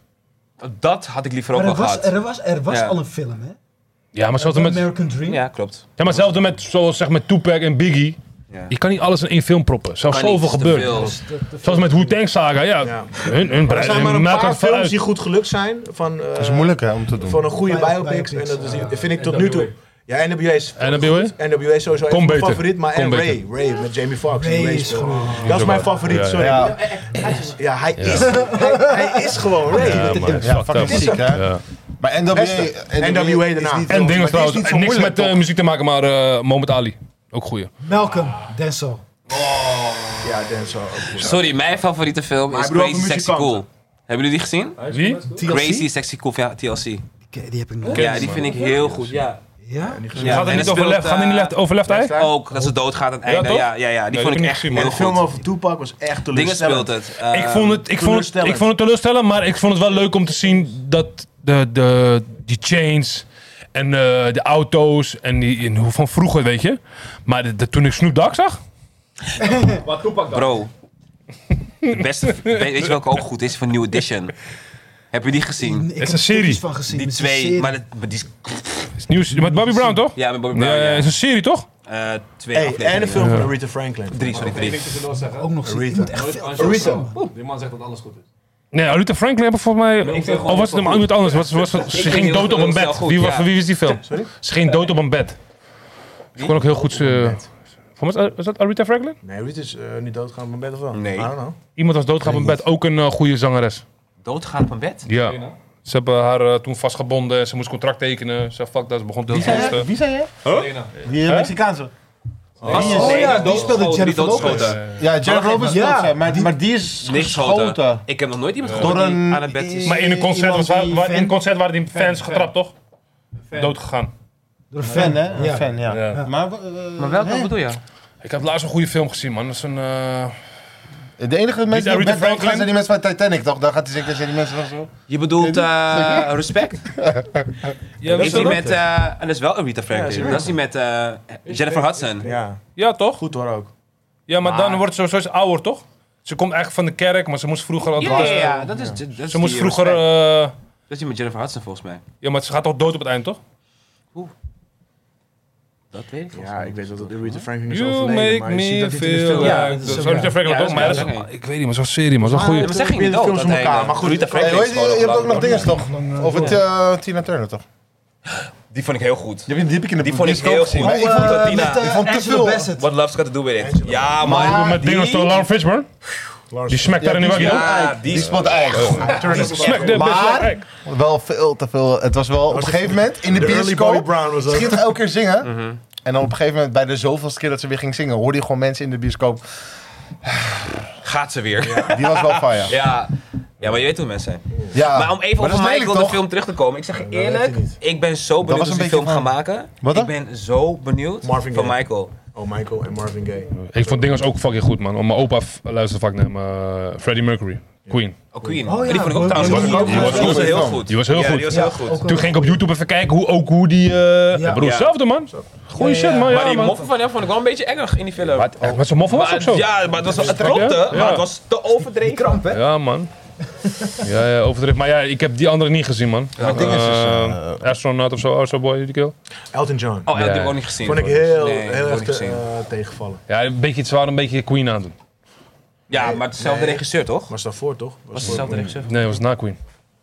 Dat had ik liever ook
Maar
wel
er was,
gehad.
er was, er was
Ja.
al een film, hè?
Ja, maar zelfs met,
American Dream.
Ja, klopt.
ja, maar zelfs met, zoals zeg met Tupac en Biggie.
Ja.
Je kan niet alles in één film proppen. Zelfs
Kan niet,
zoveel
te
gebeuren.
veel.
Dus dat- dat-
Zoals met Wu-Tang Saga, ja.
Ja.
Hun, hun
Er zijn
breiden-
maar een
melken
paar
het veel
films
uit.
die goed gelukt zijn van, eh,
Dat is moeilijk hè, om te doen.
van een goede
Bio-
biopics. En
biopics,
dat is,
ja.
vind ik tot nu toe. Ja, NWA is
NWA?
NWA is sowieso
Kom
echt mijn
beter.
favoriet, maar
Kom
en Ray,
beter.
Ray met Jamie Foxx.
Ray
die Ray
is
speelt.
gewoon-
Dat is mijn favoriet,
Ja,
sorry.
ja.
[laughs] Ja, hij, Is, hij, hij is gewoon Ray.
Ja,
Dat-
maar het is
Ja,
fucked
fucking
up.
ziek, hè?
Ja.
Maar NWA...
NWA daarna.
niet-
En
maar die
dingen
is
trouwens,
niet
niks
zo moeilijk,
met eh, muziek te maken, maar eh Moment Ali. Ook goeie.
Malcolm, Denzel.
Ja, Denzel. ook goed.
Sorry, mijn favoriete film
Maar
is
ik bedoel
Crazy
over
Sexy
muzikanten.
Cool. Hebben jullie die gezien?
Wie?
TLC?
Crazy Sexy Cool van TLC.
Die, die heb ik nog.
Ja, die vind ik heel goed.
Ja.
Ja?
Ja,
Gaat
en
het niet
speelt,
over left?
eh,
Gaat het niet left over left eye?
Ook, dat ze doodgaat aan het einde.
toch?
Ja, ja, ja. Die
Ja,
vond
die
ik
heb ik
echt
niet gezien,
heel
De film
goed.
over Tupac was echt
Dingen speelt
teleurstellend.
het.
Ik
eh,
vond, het, ik, vond het, ik
teleurstellend.
vond het teleurstellend, maar ik vond het wel leuk om te zien dat de, de, die chains en eh, de auto's en die en hoe van vroeger, weet je. Maar de, de- toen ik Snoop Dogg zag,
Wat Toepak dan?
[laughs]
Bro. De beste, weet weet je welke ook goed is? Van New Edition. Heb je die gezien?
Ik heb
een
er
serie.
stukjes Van gezien.
Die
Het is een
twee,
serie.
maar, dat- maar die is...
is nieuws met Bobby Brown toch?
Ja, met Bobby
Ja,
Brown,
ja,
ja.
is een serie toch?
Eh, twee
Hey, en
afleveringen.
een film van Aretha Franklin.
Drie,
Oh,
sorry,
Ik
drie.
tussendoor zeggen.
ook nog zien. Ik
Aretha.
moet echt veel-
Angela
Aretha.
Merkel. Oeh, Die man zegt dat alles goed is.
Nee, Aretha Franklin hebben volgens mij...
ik vind
of
gewoon-
was het iemand anders? Was, was, ze
vind
ging
heel
dood op
veel
een
heel
bed.
goed,
Wie,
ja.
was, voor wie was die film? Ze ging dood op een bed. Ze kon ook heel goed... eh, Volgens mij was dat Aretha Franklin?
Nee, Aretha is eh, niet doodgaan op mijn bed of wel?
Nee.
I don't know.
Iemand was doodgaan op een bed. Ook een eh, goede zangeres.
Doodgaan op een bed?
Ja.
nou?
Ze hebben haar eh, toen vastgebonden. Ze moest contract tekenen. Ze fuck dat. Ze begon te testen.
Wie zei je?
Lena.
Die eh, Mexicaanse.
Oh ja, die speelde Jennifer Lopez.
Ja, Jennifer Lopez
Ja,
speelt zij, maar die- maar die is
Niks schoten.
geschoten.
Ik heb nog nooit iemand
Door
gehoord die
een-
aan het bed is.
Maar in een concert,
Iemand
was, waar,
die
waar- in een
fan-
concert waren die fans getrapt, toch?
Fan.
Dood gegaan.
Door een
Fan, hè? Een
Ja.
fan, ja.
Ja.
Maar, eh,
Maar welke
hè?
bedoel je?
Ik heb laatst een goede film gezien, man. Dat is een... eh,
De enige mensen
Aretha
die op Batman gaan
Franklin?
zijn die mensen van Titanic, toch? Dan gaat hij zeker zijn die mensen van zo.
Je bedoelt eh, Respect?
Ja,
Is die
wel-
met... eh, en dat is wel Aretha Franklin. dat is die met eh, Jennifer Hudson.
Ja,
Ja, toch?
goed hoor ook.
Ja, maar dan wordt ze sowieso ouder, toch? Ze komt eigenlijk van de kerk, maar ze moest vroeger al...
Ja, ja, ja, dat is, dat is
Ze moest
die
vroeger...
Respect.
eh,
Dat is die met Jennifer Hudson volgens mij.
ja, maar ze gaat toch dood op het eind, toch?
Dat weet ik volgens
Ja,
mij.
ik weet wel dat Aretha Franklin is
You
overleden,
make
maar je ziet
me
dat dit in de
feel
film...
Ja,
like...
dat is
Zo
ook-
Aretha Franklin
ja,
ook,
dat
maar
is
dat is-
ook-
Ik weet niet, maar zo'n serie, man. Zo'n goeie...
Maar ze gingen
in de
dood
films om
uiteindelijk.
elkaar, maar goed.
Aretha
Hey,
Franklin
hoe
is
heet die- je
gewoon
hebt ook nog
overleden.
dingen, toch? Over het, eh, Tina Turner, toch?
Die vond ik heel goed.
Die, heb- die heb ik in de
Die vond ik
bioscoop
heel
gezien.
goed.
Maar
Ik
ik
vond dat
met
Tina-
eh,
vond te
Angela
veel.
Bassett.
What Love's Got To Do With It. Ja, man.
Met dingen als de
die-
Laura Fishburne. Die smekt daar in die waggie, toch?
Ja, die
Die
is...
spot eigenlijk.
Smack the bitch
Maar-
like egg.
Wel veel te veel. Het was wel op een gegeven moment in de
De early Bobby
bioscoop.
Brown was
Ze
ook.
ging toch elke keer zingen. En dan op een gegeven moment, bij de zoveelste keer dat ze weer ging zingen, hoorde je gewoon mensen in de bioscoop.
Gaat ze weer.
Die was
[laughs]
wel fire.
Ja. ja, maar je weet hoe mensen zijn.
Ja.
Maar om even
Maar dat
op
is lelijk,
Michael de
toch?
film terug te komen. Ik zeg je eerlijk,
weet ik niet.
ik ben zo
was
benieuwd hoe
een
ze die
beetje
film gaan
van-
maken.
Wat
Ik
dan?
ben zo benieuwd
Marvin
van
Gaye.
Michael.
Oh, Michael en Marvin Gaye.
Oh,
Ik vond dingen ook fucking goed, man. Om mijn opa f- luisterde vaak naar hem, eh, Freddie Mercury. Queen.
Oh, Queen.
Oh, ja.
Die vond ik ook
Die
trouwens
was
goed.
ook
Die
goed.
was
Die was
heel
goed.
goed.
Die was heel
Ja,
goed.
die was heel goed.
eh,
Toen ging ik op YouTube even kijken hoe, ook hoe die... eh ja. Broer,
Ja.
hetzelfde, man. Goeie
Ja,
shit,
ja.
man.
Maar
Ja,
die
man.
moffen van hem vond ik wel een beetje engig in die film.
Maar het- echt, Met zo'n moffel was
Maar-
ook zo.
Ja, maar het, was, het
Trek, hè?
klopte,
Ja.
maar het was te overdreven. Oh,
Kramp, hè?
Ja, man. ja, ja, overdreven. Maar ja, ik heb die andere niet gezien, man.
Maar het ding is, is, eh,
Eh, astronaut of zo, oh, zo boy, die kill.
Elton John.
Oh, ja, die heb ik
Ja.
ook niet gezien.
Vond ik heel,
Nee,
heel
vond
erg te-
ik gezien.
eh, tegenvallen.
Ja, een beetje het zwaar, een beetje Queen aan doen.
Ja, maar hetzelfde regisseur toch?
Was daarvoor toch? Was,
Was
voor-
hetzelfde regisseur?
Nee, dat was na Queen.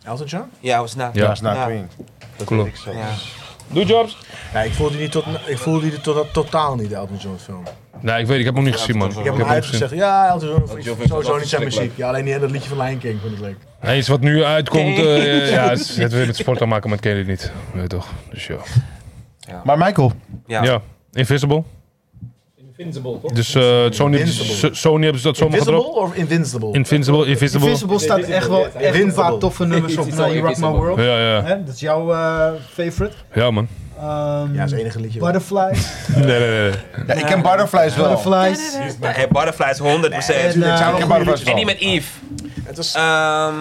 Elton John?
Ja, was na.
Ja.
Dat is na
Ja.
Queen.
Klopt.
Ja.
Doe jobs.
Ja, ik voelde die, tot, ik voelde die tot, totaal niet, de Elton John film.
Nee, ik weet, ik heb hem niet gezien, man.
Ik heb hem
gezien.
uitgezegd. Ja, Elton John
Elton
vond
John
ik
vind ik
sowieso niet zijn
verschrikkelijk.
muziek. Ja, alleen die, dat liedje van Lion King vond ik leuk.
Nee, iets wat nu uitkomt, eh, ja, het is- het weer met sport te maken, maar ken je niet. Nee, toch? Dus ja.
Maar Michael,
Ja.
Ja, Invisible.
Invincible, toch?
Dus eh, Sony, hebben-
Invincible.
Sony hebben ze dat zomaar
Invisible
gedropt.
of Invincible?
Invincible, Invisible.
Invisible staat echt wel echt een paar toffe nummers op eh, You Rock My World.
Ja, ja,
Hè, Dat is jouw eh, favorite.
ja, man.
Ehm,
ja, dat is het enige liedje. wat-
[laughs]
Butterflies.
Nee, nee, nee.
ja, ik ken Butterflies wel.
Butterflies.
Ja, hey, Butterflies 100%.
En, eh,
Ik ken Butterflies
En die
wel.
met Eve.
Het was
Ehm,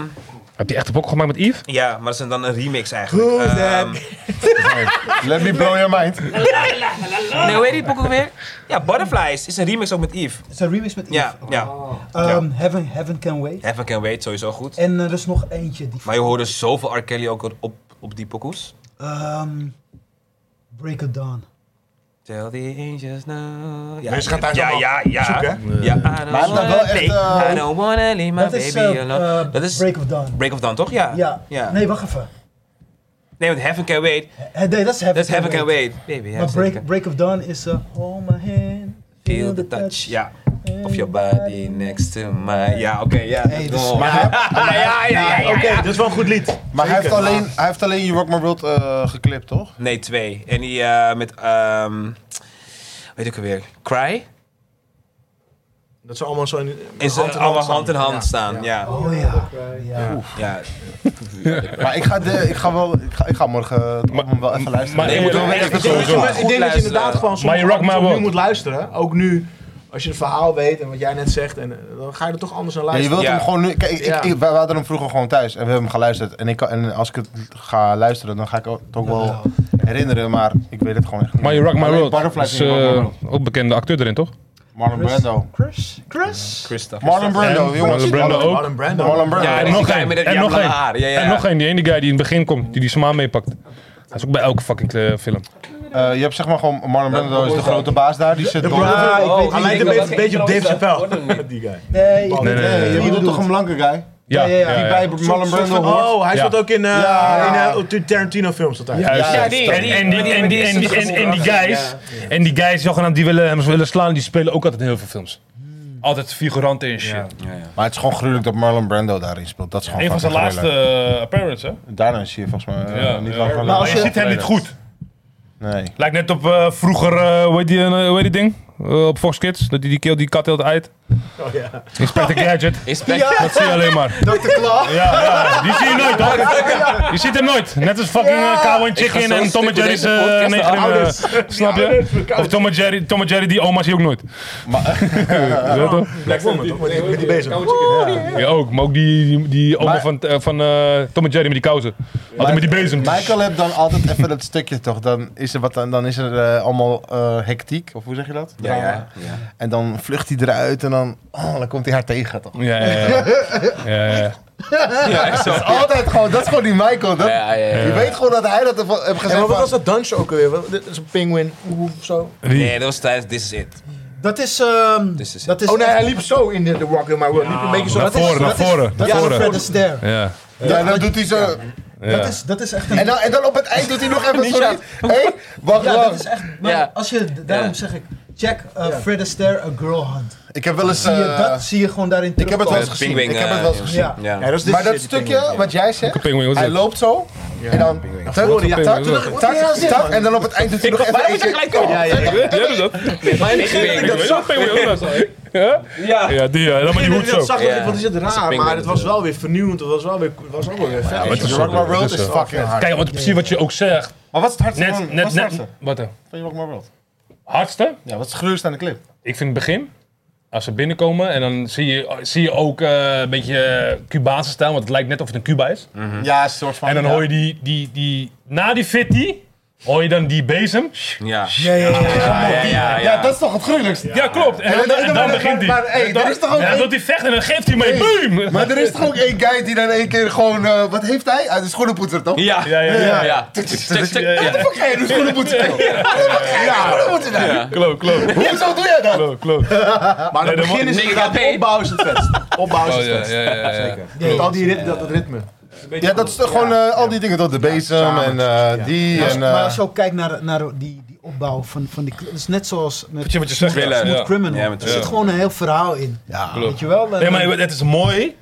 Heb je echt een pok gemaakt met Yves?
ja, maar dat is dan een remix eigenlijk.
Goed,
Ehm,
Let me blow your mind.
nee, hoe heet die pok ook weer? Ja, Butterflies is een remix ook met Eve.
Het is een remix met Eve.
Ja, ja.
Ehm, Heaven, Heaven Can Wait.
Heaven Can Wait sowieso goed.
En eh, er is nog eentje. Die,
Maar je hoorde zoveel R. Kelly ook op, op die pokoes.
Ehm, Break It Dawn.
Tell the angels now. Ja,
Mensen gaan thuis
ja,
allemaal
ja, ja.
zoeken,
Ja, I don't
Maar het
wanna
is wel echt,
leave-
eh,
I don't wanna leave my
Dat is,
baby
eh,
alone.
eh,
dat is
Break of Dawn.
Break of Dawn, toch? Ja.
Ja.
ja. Nee.
Nee, wacht even.
want Heaven Can Wait,
Eh, Nee, dat is Heaven
dat is
Can
Heaven Can
Wait.
Wait. Baby, ja,
Maar break,
zeker.
break of Dawn is eh, Hold My Hand.
Feel the touch. Ja. Of your body next to my... Ja, oké, ja.
Hey,
dat is
dus-
wel- ja, ja, ja, ja, ja.
Dit is wel een goed lied.
Maar hij heeft, alleen, hij heeft alleen You Rock My World eh, geclipt, toch?
Nee, twee. En die eh, met... ehm weet ik alweer? Cry?
Dat ze allemaal zo in,
Is
hand in
allemaal
staan.
hand in hand staan. Ja,
Oh ja.
ja.
Maar ik ga, de, ik ga, wel, ik ga, ik ga morgen eh, het album wel even luisteren.
maar-
Nee,
Ik
moet
moet
wel
wel
echt
even
goed
Ik denk dat je-
luisteren.
ik denk dat je inderdaad gewoon soms
Maar je rock my
soms
world.
nu moet luisteren. Ook nu, als je het verhaal weet en wat jij net zegt. En, eh, dan ga je er toch anders naar
Ja, je
luisteren.
wilt
Ja.
hem gewoon nu. Kijk, ik,
Ja.
ik- wij hadden hem vroeger gewoon thuis en we hebben hem geluisterd. En, ik, kan- en als ik het ga luisteren, dan ga ik het ook wel herinneren, maar ik weet het gewoon echt niet.
Maar You Rock My
Alleen
World.
Butterfly
Dus,
vind ik wel
eh,
mooi.
ook bekende acteur erin, toch?
Marlon Brando.
Chris? Chris?
Christophe.
Marlon Brando,
En
jongens.
Marlon Brando ook.
Marlon Brando.
Marlon Brando.
Ja,
En
die
nog
guy
één.
met het-
En
ja,
nog
lange
één.
haar. Ja, ja.
En nog één, die ene guy die in het begin komt, die die sma meepakt. Dat is ook bij elke fucking eh, film.
Eh, je hebt zeg maar gewoon Marlon Brando is de grote baas daar. Die zit door.
Ah, ik weet
Hij
wie
lijkt een
je bedoelt.
beetje, beetje op Dave Chappelle. [laughs] Die guy.
Nee, ik
Nee, nee, nee,
Je
nee.
bedoelt toch een blanke guy?
Ja,
ja, ja.
ja,
Die
ja.
bij Marlon Brando hoort.
Oh, hij
Ja.
zat ook in, eh
Ja.
in eh, Tarantino films altijd. Ja.
Juist.
Ja, die-
En-
die-
en die- en die- en die- en- en die guys, en die guys zogenaamd die willen hem willen slaan, die spelen ook altijd in heel veel films. Altijd figuranten en shit.
Maar het is gewoon gruwelijk dat Marlon Brando daarin speelt. Dat is gewoon
Een van zijn
fucking
laatste
gruwelijk.
eh, appearance, hè?
Daarna is hij volgens mij eh,
Ja,
niet
ja.
lang van
Maar je ziet hem niet goed.
Nee.
Lijkt net op eh, vroeger, eh, hoe, heet die, eh, hoe heet die ding? eh, op Fox Kids. Dat die, die keel die kat hield uit.
Oh ja.
Inspector Gadget.
Inspect.
Dat zie je alleen maar.
Dr. Klaar.
Ja, ja, die zie je nooit, hoor. Je ziet hem nooit. Net als fucking eh, Cow and
Ik
Chicken
ga zo
en Tom en
stuk met
Jerry's
deze
eh,
podcast,
negen.
de
eh, Snap je? Of Tom en Jerry, Tom en Jerry die oma zie je ook nooit. [laughs] Ja, toch?
Black Woman, toch? Ben je bezig?
Ja, ook. Maar ook die, die, die oma
Maar-
van, eh, van eh, Tom en Jerry met die kousen. Altijd met die bezem.
Michael hebt dan altijd even dat stukje toch? Dan is er, wat, dan is er eh, allemaal eh, hectiek, of hoe zeg je dat?
Ja, ja.
En dan vlucht hij eruit en dan, oh, dan komt hij haar tegen toch?
Ja, ja, ja. ja, ja.
Ja, echt zo.
Altijd gewoon, [laughs] dat is gewoon die Michael. Dat,
Ja, ja, ja.
Je weet gewoon dat hij dat heeft heeft
En
gezegd.
maar wat
van-
was dat dansje ook alweer? Wat- Dit is een penguin. Oeh, Zo.
Wie?
Nee, dat was tijdens This Is It.
Dat is... ehm,
This is
dat
it.
is
Oh nee,
echt-
hij liep zo in de, de Rock in My World. Liep een beetje zo.
Naar
Dat is-
voren, naar
dat is-
voren, naar
Dat is
voren.
Fred Astaire.
Ja.
Ja, en dan doet hij zo.
Ja.
Dat, is, dat is echt een...
En, dan, en dan op het eind doet hij nog even sorry. hey, wacht,
Ja, dat
wacht.
is echt... Maar
Ja.
als je... Daarom
Ja.
zeg ik... Check eh, Fred Astaire, A Girl Hunt.
Ik heb wel eens.
Zie je,
eh,
dat zie je gewoon daarin
ik heb het wel eens
Eh,
gezien.
Pingwing,
Ik heb het
eh,
wel eens gezien.
Ja.
Ja.
Ja, dat is dit
Maar dat
shit, die penguin.
stukje wat jij zegt,
Pinguïn, wat is
hij
dat?
loopt zo. En dan. tak,
Sorry, ja,
tak,
pinguïn, wat is
tak, tak, tak, En dan op het eind doet hij nog even. eentje.
Ja, ja, ja.
Jij doet dat?
Maar ik weet
Pinguïn, pinguïn, wat is dat? Ja?
Ja.
Ja, die, ja. Dan met die hoed
Ik
zo.
dat zag
Ja.
ik, want is het
is een
raar,
penguin,
maar het was wel weer vernieuwend, het was wel weer, het was ook wel weer vet.
maar het is
Rock My
zo,
World
het is
is
zo.
fucking hard.
Kijk, want precies wat je ook zegt.
Maar wat is het hardste van-
Net,
wat
net,
is het
net.
hardste
Wat dan?
van je Rock My World?
Hardste?
Ja, wat is het gruwelijkste aan de clip?
Ik vind het begin, als ze binnenkomen en dan zie je, zie je ook eh, een beetje eh, Cubaanse stijl, want het lijkt net of het een Cuba is.
Ja, een soort van.
En dan hoor je die, die, die, na die fitty, hoor je dan die bezem.
Ja.
Ja, ja, ja.
Ja, ja, ja, ja.
dat is toch het gruwelijkste?
Ja, klopt. En dan, en dan begint
Maar, maar,
hij.
hey, er is toch ook
Ja,
één-
dat hij vecht en dan geeft hij mee. Boom!
maar er is toch ook één guy die dan één keer gewoon. eh, wat heeft hij? Uit de schoenenpoetser toch?
Ja.
Ja, ja, ja.
Ja.
Wat de fuck ga je doen? Schoenenpoetser toch? Schoenenpoetser daar.
Klopt, klopt,
Hoezo doe jij dat?
klopt, klopt.
Maar het
dan
begin is
moet-
inderdaad,
Nee,
opbouw is het vetst. Opbouw is
Oh,
het
ja,
vetst.
ja, ja, ja.
Met al die ritme, dat, dat ritme.
Ja, dat is toch gewoon eh, al die dingen, toch? De bezem
samen.
en eh, die
Maar als-
en... eh,
maar als je ook kijkt naar, naar die, die opbouw van, van die... Het is net zoals met
Weet je wat je zegt?
Thriller,
Ja.
Smooth Criminal.
Ja, met-
er zit gewoon een heel verhaal in. Ja. Weet je wel? Eh,
Nee, maar het is mooi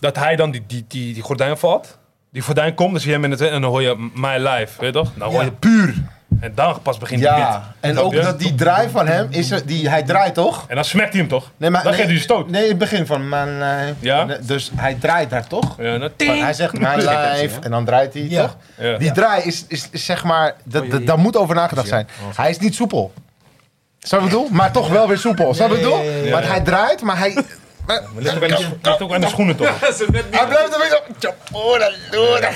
dat hij dan die, die, die, die gordijn valt. Die gordijn komt, dan zie je hem in het... En dan hoor je My Life, weet je toch? Dan hoor je...
puur.
En dan pas begint die beat.
Ja, en ook
je?
dat die draai van hem, is er, die, hij draait toch?
En dan smekt hij hem toch?
Nee, maar,
dan
nee,
geeft hij een stoot.
Nee, het begin van mijn lijf.
Ja?
Nee, Dus hij draait daar toch?
Ja, dan
Van,
ting.
hij zegt mijn lijf en dan draait hij
Ja.
toch?
Ja.
Die draai is, is, is zeg maar, dat,
Oh,
dat, daar moet over nagedacht zijn. Hij is niet soepel. Snap je wat ik bedoel? Maar toch wel weer soepel. Snap je wat ik
Ja, ja, ja,
bedoel? Want hij draait, maar hij... maar-
Maar ligt ook aan de- ligt ook aan de schoenen toch?
Hij blijft een beetje... zo- Tjapora, lora.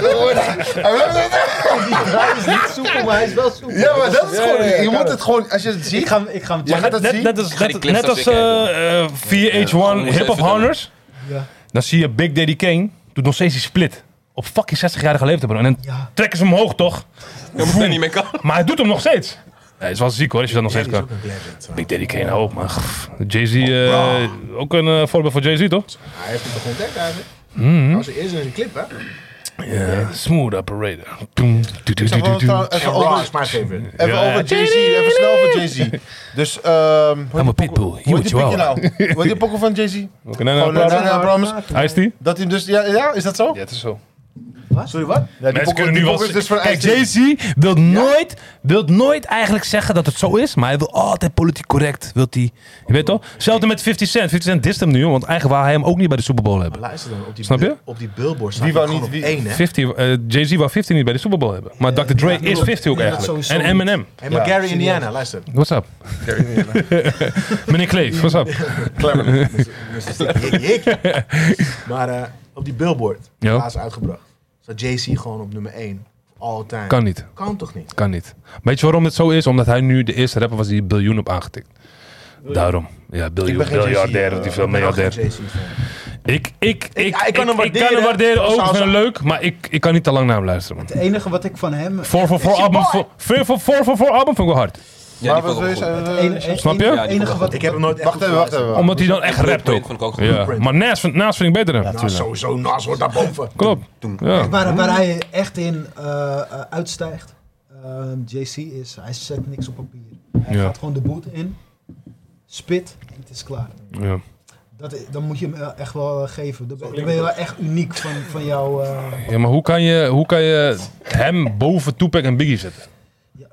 Lora. Hij blijft een beetje-
hij is niet soepel, maar hij is wel soepel.
Ja, maar dat is gewoon...
ja,
Je moet het gewoon... Als je het ziet...
Ik ga hem, ik ga hem
Je
checken.
gaat het
Net,
zien.
net als,
ga die
net,
clips
net als
als ik
eh, eh,
gewoon
VH1
eens
Hip Hop
even doen.
Honors.
Ja.
Dan zie je Big Daddy Kane doet nog steeds die split. Op fucking 60-jarige leeftijd, bro. En dan
Ja.
trekken ze hem omhoog, toch?
Dat moet er niet meer kan.
Maar hij doet hem nog steeds. Ja, het is wel ziek hoor, als je dat nog steeds kan. Big Daddy Kane, hou nou op man. Pff, Jay-Z,
Oh,
eh, ook een eh, voorbeeld van Jay-Z, toch?
Hij heeft het toch ontdekt eigenlijk? Dat was de eerste in zijn clip, hè?
Ja. Smooth Operator. Doem, doe, doe, doe, doe,
Even
doe.
over,
En
even
Raw
over,
is mijn favorite.
even
Ja, ja.
over Jay-Z, even snel over Jay-Z. Dus, ehm... hoe
I'm a pitbull, you a
heet die pikje
chihuahua.
nou? Hoe
[laughs]
heet die pokken van Jay-Z?
Oké, nou, nou,
Gewoon, eh,
praten.
Nana Promise.
Ice T?
Dat hij hem dus... Ja, ja, is dat zo?
Ja, het is zo.
Sorry, wat?
Ja, die
Mensen
pokken-
kunnen
die
nu wel...
pokken is dus van
Kijk,
Ice-T.
Jay-Z wil nooit, wil nooit eigenlijk zeggen dat het zo is, maar hij wil altijd politiek correct, wil hij... Je weet toch? Hetzelfde met 50 Cent. 50 Cent dist hem nu, want eigenlijk wou hij hem ook niet bij de Super Bowl hebben.
Luister dan, op die,
Snap je?
Op die billboard staat
Wie wou
gewoon
niet-
op
wie-
één, hè?
50, eh, Jay-Z wou 50 niet bij de Super Bowl hebben. Maar Dr. Dre is 50 ook
Ja,
eigenlijk.
sowieso
En
niet.
Eminem.
Hey, maar Gary Indiana, luister.
What's up? Meneer Kleef, what's up?
[laughs]
Ik- ik.
[laughs]
maar eh, op die billboard,
Ja.
laatst uitgebracht, staat Jay-Z gewoon op nummer 1. All time.
Kan niet,
Kan toch niet?
kan niet. Weet je waarom dit zo is? Omdat hij nu de eerste rapper was die biljoen op aangetikt. Daarom. Ja, biljoen,
geen eh,
biljardair
eh,
of die veel
Ik ben ook geen
miljardair.
Jay-Z fan.
Ik, ik, ik, ik,
ik kan hem
ik kan
waarderen.
hem waarderen ook,
Zou-
ik vind hem
zou-
leuk, maar ik, ik kan niet te lang naar hem luisteren, man.
Het enige wat ik van hem... Het
444 album, voor- 444 voor- voor album vind ik wel hard.
Ja, die
Maar wat
vond ik
wil
ook
je
goed.
zeggen?
enige, het
Snap je?
enige-
Ja, die
enige
vond
wat
Ik heb hem nooit echt
Eh, Wacht even, wacht even.
Omdat hij dan echt rapt
Blueprint
ook.
vond ik ook goed.
Ja. Maar Nas, vind- Nas vind ik beter dan.
Nou, sowieso, Nas wordt daar boven.
Klopt. Ja.
Waar, waar hij echt in eh, eh, uitstijgt, eh, JC, is hij zet niks op papier. Hij
Ja.
gaat gewoon de boot in, spit en het is klaar.
Ja.
Dat, i- dan moet je hem eh, echt wel eh, geven. Dan ben dan ben je wel echt uniek van, van jouw... eh,
Ja, maar hoe kan je, hoe kan je hem boven Tupac en Biggie zetten?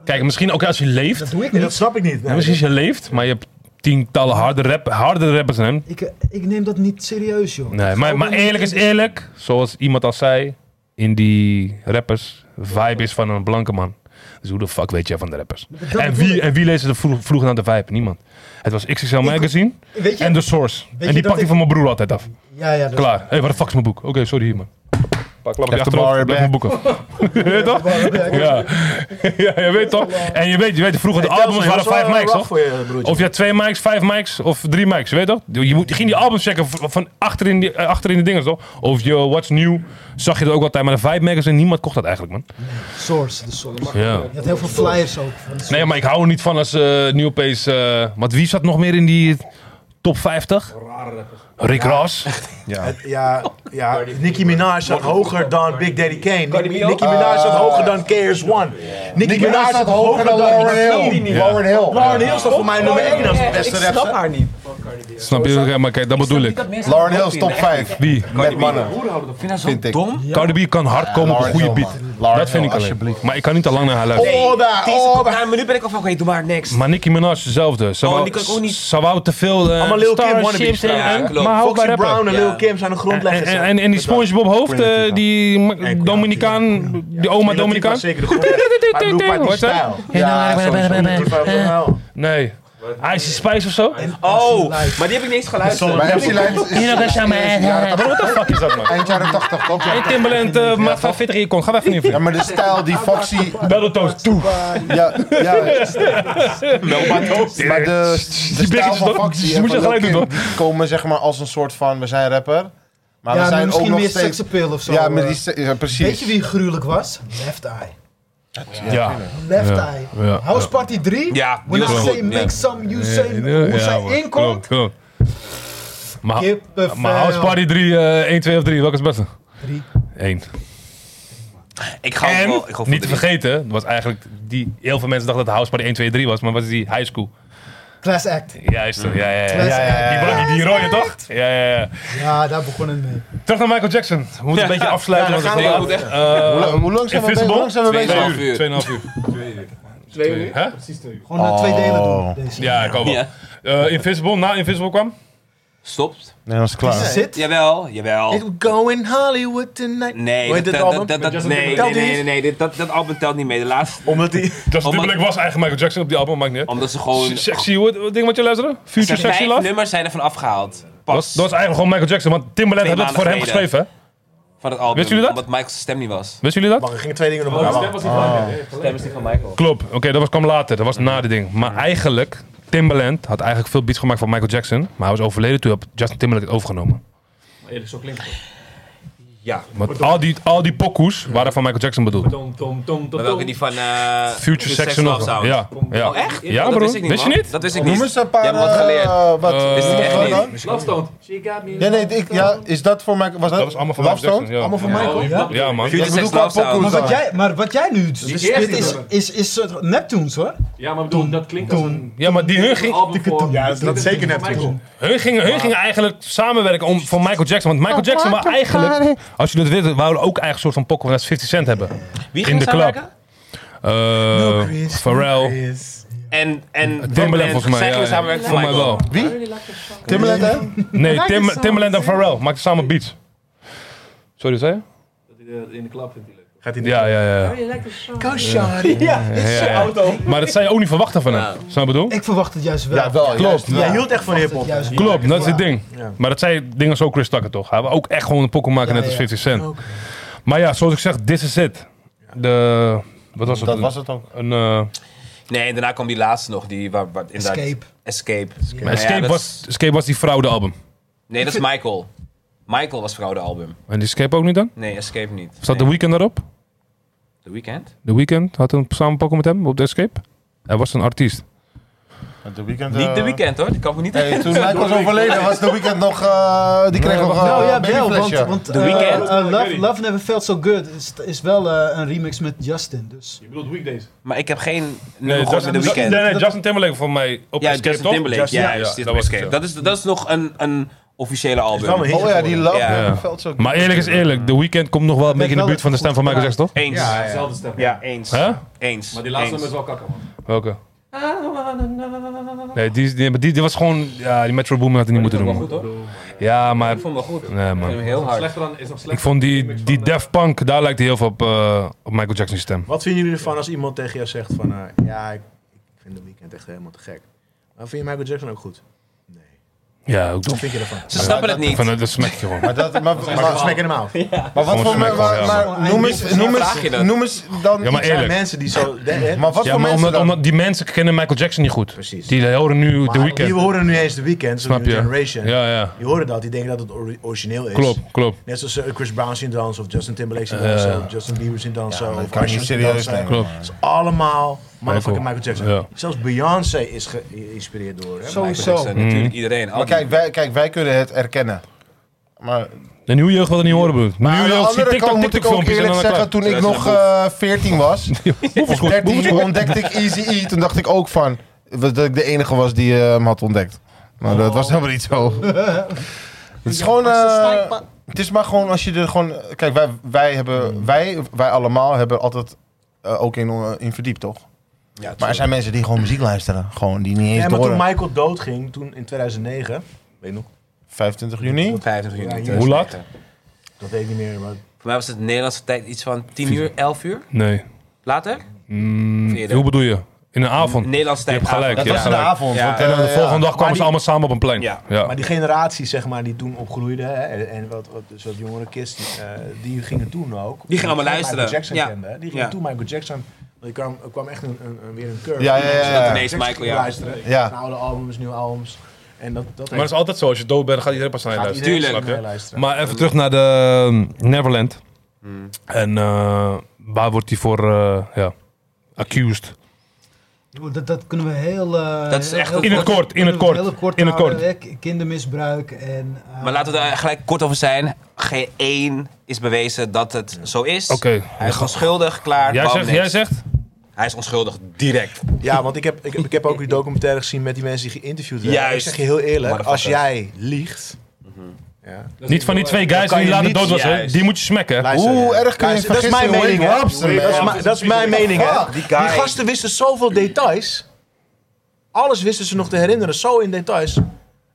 Kijk, misschien ook als je leeft.
doe ik niet. Dat snap ik niet.
Ja,
Nee,
misschien als je leeft, maar je hebt tientallen harde, rap, harde rappers dan hem.
Ik, eh, ik neem dat niet serieus, joh.
Nee, maar, maar eerlijk is eerlijk. Zoals iemand al zei, in die rappers, vibe is van een blanke man. Dus hoe de fuck weet jij van de rappers?
dat
En
bedoel
wie,
ik.
en wie lezen er vroeg, vroeger naar de vibe? Niemand. Het was XXL Magazine
Weet je?
en The Source.
je
En die
dat
pakte
ik-
van mijn broer altijd af.
Ja, ja. Dat
Klaar. Hé, hey, waar de fuck is mijn boek? Oké, sorry hier man. Pak klap
Leg
je
de
achterover,
bar
blijf mijn boeken. [laughs] Weet
[laughs]
toch? Ja. [laughs] ja, je weet toch? En je weet, je weet vroeger de albums waren vijf mics toch?
eh, Voor je broertje.
Of je had twee mics, vijf mics of drie mics, weet je toch? Je, moet, je ging die albums checken v- van achterin, die, eh, achterin de dingen, toch? Of yo, what's new? Zag je dat ook altijd, maar de vibe magazine, niemand kocht dat eigenlijk, man.
Source, de source.
Ja.
Je had heel veel flyers ook. Van de source.
Nee, maar ik hou er niet van als eh New Pace. eh, want wie zat nog meer in die top 50? Rick Ross.
Ja, ja Nicki Minaj zat hoger dan Big Daddy Kane.
Cardi
Nicki
B ook?
Nicki Minaj zat hoger dan KRS-One. Ah. Nicki Minaj zat hoger dan
Lauren
Lauren Hill.
Hill. Lauren Hill.
Lauren Hill staat voor mij nummer 1 als beste
Ik snap
rapper.
haar niet.
Snap je? Oké, Maar kijk, dat bedoel ik.
Lauren Hill is top 5.
Wie?
Met mannen.
Ik vind haar zo
Vind ik.
dom.
Cardi B kan hard komen op een goede beat. dat vind ik alleen. Maar ik kan niet te lang naar haar luisteren.
Oh, daar,
Deze
oh,
komt
daar.
naar me, nu ben ik al van, oké, doe maar niks.
Maar Nicki Minaj is hetzelfde. Ze
Oh,
wou-
die kan ik ook niet-
Ze wou te veel eh,
Allemaal Lil Kim
starships
wannabes
en- en-
trouwens, hè?
Maar hou bij
Foxy
rappen.
Brown en
Ja.
Lil Kim zijn de
En,
grondleggers.
en, en, en die SpongeBob hoofd, eh,
Queen
die ma-
Queen
Dominicaan, die oma Dominicaan.
Zeker
[laughs]
de grondlegger. Maar ik bedoel, qua die
Wat, hè?
stijl.
Ja,
Die van- van- nou.
Nee. Icy Spice of zo?
Oh, maar die heb ik niet eens geluisterd.
Maar MC Lines is
Hier ook eens aan mij. [laughs] Wat de fuck is dat, man?
eind jaren 80, toch?
Hey Timbaland, eh, maat van 40 hier, kom. Ga even
Ja,
even.
maar de stijl die Foxy...
Belletoos, toe.
Ja, ja, maar de, de stijl
biggetjes,
van
toch? Die
Foxy en
moet je
van Lil
gelijk doen,
Kim, die komen zeg maar als een soort van, we zijn rapper. Maar
ja,
we zijn ook
misschien
nog
meer
steeds...
seksappeal of zo.
Ja, maar
eh.
die, se- ja, precies.
Weet je wie gruwelijk was? Left Eye.
Ja.
Left
Ja,
Eye.
ja,
House Party 3.
Ja,
When I
die was
say
goed,
make
ja.
some, you say... hoe
Ja, man.
zij inkomt.
Klopt,
eh,
klopt. Maar,
Kippenvel.
maar House Party 3, eh 1, 2 of 3, welke is het beste?
Drie.
1.
Ik ga ook
En,
wel, ik ga
niet te vergeten, was eigenlijk die, heel veel mensen dachten dat House Party 1, 2, 3 was, maar was die high school.
Class Act.
Juist, ja, ja, ja.
Class Act.
Die, bro- die, die rode, toch? Ja, ja, ja.
Ja, daar begon het mee.
Terug naar Michael Jackson. We moeten een beetje afsluiten.
Ja,
want
dan
het
gaan
is
we
laat.
Hoe
Eh,
lang- Hoe lang zijn we bezig?
Invincible?
Hoe lang zijn we bezig?
Tweeënhalf uur.
2,5 uur.
Twee uur?
Hè?
Precies twee uur.
Gewoon eh,
Oh.
twee delen doen. Deze.
Ja, ik hoop wel.
Ja.
Eh, Invincible, na Invincible kwam.
Stopt.
Nee, dat is klaar.
Zit.
Jawel,
Eh.
jawel.
Go in Hollywood tonight.
Nee,
Weet
dat,
het
dat,
album?
dat- dat-
Justin
nee, nee,
Timberlake.
nee, nee, nee, dit- dat, dat album telt niet mee. De laatste,
Omdat die...
Justin
Omdat-
Timberlake was eigenlijk Michael Jackson op die album, maakt niet uit.
omdat ze gewoon...
Sexy, wat, wat ding wat je luisterde? Future
zijn
Sexy
vijf
Love?
nummers zijn ervan afgehaald.
Dat
Pas
was, dat was eigenlijk gewoon Michael Jackson, want Timberland had
Twee
dat voor hem
maanden geleden.
geschreven, hè?
van het album.
Wisten jullie dat?
Omdat Michael's stem niet was.
Wisten jullie dat?
Er gingen twee dingen door
Oh,
elkaar.
die stem was niet van hem, nee,
stem is die van Michael.
Klopt, oké, dat was, kwam later, dat was na dit ding. Maar eigenlijk, Timbaland had eigenlijk veel beats gemaakt van Michael Jackson, maar hij was overleden toen had Justin Timberlake het overgenomen.
Eerlijk, zo klinkt het.
Ja.
Want al die, al die pokoes waren van Michael Jackson bedoeld.
Tom, tom, tom, tom,
Maar welke die van... eh,
Future Sex and Love.
Sound.
Ja, ja.
Oh, echt?
Ja,
dat
bro.
wist ik niet,
Wist je
man.
niet?
Dat wist ik niet.
Noem eens een paar...
Je hebt wat geleerd.
eh, wat?
Eh,
Wist ik
wat
echt
dan?
niet.
Love Stone. She got me.
Ja, nee, ik, ja, is dat voor mij... Was dat,
Dat was allemaal van
Love
Michael Jackson.
Stone?
Ja.
Allemaal van mij.
Oh, je hebt dat-
Ja, man.
Future
Ik bedoel
Sex
qua
Love Sound.
pokoes.
Maar wat jij, maar wat jij nu dus spit
eerste
is,
nummer.
is, is, soort Neptunes hoor.
Ja, maar bedoel, dat klinkt als een...
Ja, maar die, hun, ging,
album voor...
Ja, dat- dat
is
zeker
van
net
Michael.
hun, gingen, hun gingen eigenlijk samenwerken om, voor Michael Jackson. Want Michael Jackson wou eigenlijk, als je dat weet, wouden ook eigenlijk een soort van pokken van 50 Cent hebben.
Wie
In
ging
de club.
samenwerken?
Eh Pharrell,
En, en
Timbaland volgens mij.
Zij
ja,
gingen
ja.
samenwerken voor
Volgens mij
Michael.
wel.
Timbaland, hè?
Nee, Tim, Timbaland en Pharrell maakten samen beats. Sorry, wat zei je?
Dat hij de- In de club vindt hij leuk.
Ja, ja, ja. ja. Ja, ja, ja. Maar dat zou je ook niet verwachten van hem. Snap je wat ik bedoel?
Ik verwacht het juist wel.
Ja, wel.
Klopt.
juist.
Hij hield echt van hiphop.
Juist wel.
Klopt, dat is het ding. Maar dat zei dingen zo Chris Tucker toch? Hij wil ook echt gewoon een pokken maken, net als
ja.
50 Cent. Maar ja, zoals ik zeg, this is it. De, wat was het?
Dat was het ook.
Een, eh,
Nou Nee, daarna kwam die laatste nog. Die, waar, waar, inderdaad-
Escape.
Escape.
maar
Maar ja,
Escape,
dat
was,
is-
Escape was die fraudealbum.
Nee, dat is Michael. Michael was fraudealbum.
En die Escape ook niet dan?
Nee, Escape niet.
Zat The
Nee.
Weeknd daarop?
The Weeknd?
The Weeknd had een samen pokken met hem op de Escape. Hij was een artiest.
De weekend,
Niet
eh,
The Weeknd hoor, die kan ik me niet
Hey, toen Michael was overleden, was de weekend nog. eh, die kreeg nog een
Nou ja, wel, want,
babyflesje.
want eh,
Weeknd.
eh, Love, Love Never Felt So Good is, is wel eh, een remix met Justin. Dus.
Je bedoelt Weekdays.
Maar ik heb geen nummer gehoord met The
Justin-
Weeknd.
nee, nee, Justin Timberlake voor mij op
Ja,
Escape
Justin
toch?
Timberlake.
Justin-
ja, juist, dit
dat was
Escape.
het,
Dat is, dat is nog een, een officiële album.
wel mijn
Oh ja, die love
Ja.
yeah. veld zo.
Maar eerlijk is eerlijk, The Weeknd komt nog wel een beetje in de buurt van de stem van Michael Jackson, toch?
Eens.
Ja, Zelfde stem.
Ja, eens.
Hè?
Eens.
Maar die laatste
Eens.
nummer is wel kakker, man.
Welke? Nee, die, is- die, maar die, die was gewoon... Ja, die Metro Boomin had het niet moeten
Is wel
doen.
goed, hoor.
Ja, maar...
Ik vond hem wel goed.
Nee,
Ik vond
man.
hem heel hard.
Slechter dan, is nog slechter.
Ik vond die, die Daft Punk, daar lijkt hij heel veel op, eh, op Michael Jackson's stem.
Wat vinden jullie ervan als iemand tegen jou zegt van... eh, ja, ik, ik vind de weekend echt helemaal te gek. Maar vind je Michael Jackson ook goed? Nee.
Ja, ook
Wat
toch?
vind je ervan?
Ze snappen het niet.
Van, eh, dat smaak je gewoon.
Maar dat, maar, maar,
Maar smek in de mouth.
maar wat
Gewoon
voor
smack
maar, maar,
gewoon, ja,
maar noem eens, noem
vraag je
eens,
dat?
noem eens dan.
Ja, maar
iets-
Er zijn
eerlijk.
mensen die zo... de- hè?
maar wat
Ja,
voor
maar
mensen
omdat,
dan?
omdat die mensen kennen Michael Jackson niet goed.
Precies.
Die horen nu The
Die
Weeknd.
horen nu eens de weekend, zo'n
Snap
New
je?
Generation.
Ja, ja.
Die horen dat, die denken dat het ori- origineel is.
Klopt, klopt.
Net zoals eh, Chris Brown zien dansen, of Justin Timberlake zien dansen,
Ja.
of Justin Bieber zien dansen.
maar
eh, of
dat kan je
Usher
niet
zien
serieus
dansen.
nemen.
Klopt.
Het is allemaal motherfucking
Michael.
Michael Jackson.
Ja.
Zelfs Beyoncé is geïnspireerd door hem.
Michael
Sowieso.
Hmm.
Jackson, Natuurlijk iedereen.
Maar kijk, wij, kijk, wij kunnen het erkennen. Maar
De nieuwe jeugd wil het niet horen, broer. De
aan
nieuwe
de
jeugd ziet
andere
TikTok,
kant moet ik ook
TikTok-filmpjes en
eerlijk
dan klaar.
zeggen, toen ik
Zodat je
nog
dat
eh, 14
[laughs]
was,
Boef is
of
goed. Boef is [laughs]
13,
goed.
ontdekte ik Easy E. Toen dacht ik ook van, dat ik de enige was die eh, hem had ontdekt. Maar dat was helemaal niet
[laughs]
zo. Het is gewoon... eh, het is maar gewoon als je er gewoon... Kijk, wij, wij,
Mm.
hebben, wij, wij allemaal hebben altijd eh, ook in, eh, in verdiept, toch?
Ja,
Maar er zijn mensen die gewoon muziek luisteren. Gewoon die niet eens
Ja, maar toen
horen.
Michael doodging, toen in 2009, weet je nog,
25 juni?
25 juni.
Ja, hier.
2009.
Hoe laat?
dat weet ik niet meer. Maar
Voor mij was het Nederlandse tijd iets van 10 uur, 11 uur
Nee.
later.
Mm,
Of eerder.
hoe bedoel je? In de avond?
Nederlandse
Je
tijd.
hebt gelijk.
avond.
je hebt
Dat was in de
gelijk.
avond.
Ja.
want,
En
eh,
dan de volgende dag kwamen
die-
ze allemaal samen op een plein.
Ja.
Maar die generatie, zeg maar, die toen opgroeide, hè, en- en wat, wat, dus wat jongere kids, die, eh, die gingen toen ook.
Die gingen allemaal
Michael
luisteren,
Jackson
ja.
kenden, hè. Die gingen
Ja.
toen Michael Jackson. Er kwam, er kwam echt een, een, een- weer een curve.
Ja, ja, ja, ja.
Mensen
Ineens
Jackson
Michael, ja.
luisteren.
Ja.
Van Oude albums, nieuwe albums. En dat, dat
Maar dat is altijd zo. Als je dood bent, gaat iedereen pas naar je
gaat
luisteren.
iedereen
tuurlijk,
naar
hè.
luisteren.
Maar even terug naar de eh, Neverland. En eh, waar wordt hij voor eh, ja, accused?
Dat, dat kunnen we heel... eh,
Dat is
heel-
echt
heel
een- In het
kort, in het
kunnen we
kort,
Heel kort
in het
houden, hè, Kindermisbruik en... eh,
Maar laten we daar gelijk kort over zijn. Geen één is bewezen dat het zo is.
Oké.
Hij is onschuldig, klaar.
Jij
bam,
zegt,
niks.
jij zegt?
Hij is onschuldig, direct.
Ja, want ik heb, ik, heb- ik heb ook die documentaire gezien met die mensen die geïnterviewd werden.
Juist.
Ik zeg je heel eerlijk, als
Motherfucker.
jij liegt... Ja.
Niet van die twee guys
kan
die
je
later
niet
dood was. hè?
juist.
Die moet je smekken. hè?
Luister,
Hoe
ja.
erg kun je
Luister, Dat is
vergissen
mijn
in Wayne
mening, hè?
Robson,
Dat is
man?
mijn- Dat is mijn mening, hè?
Fuck,
Die gasten wisten zoveel details. Alles wisten ze nog te herinneren, zo in details.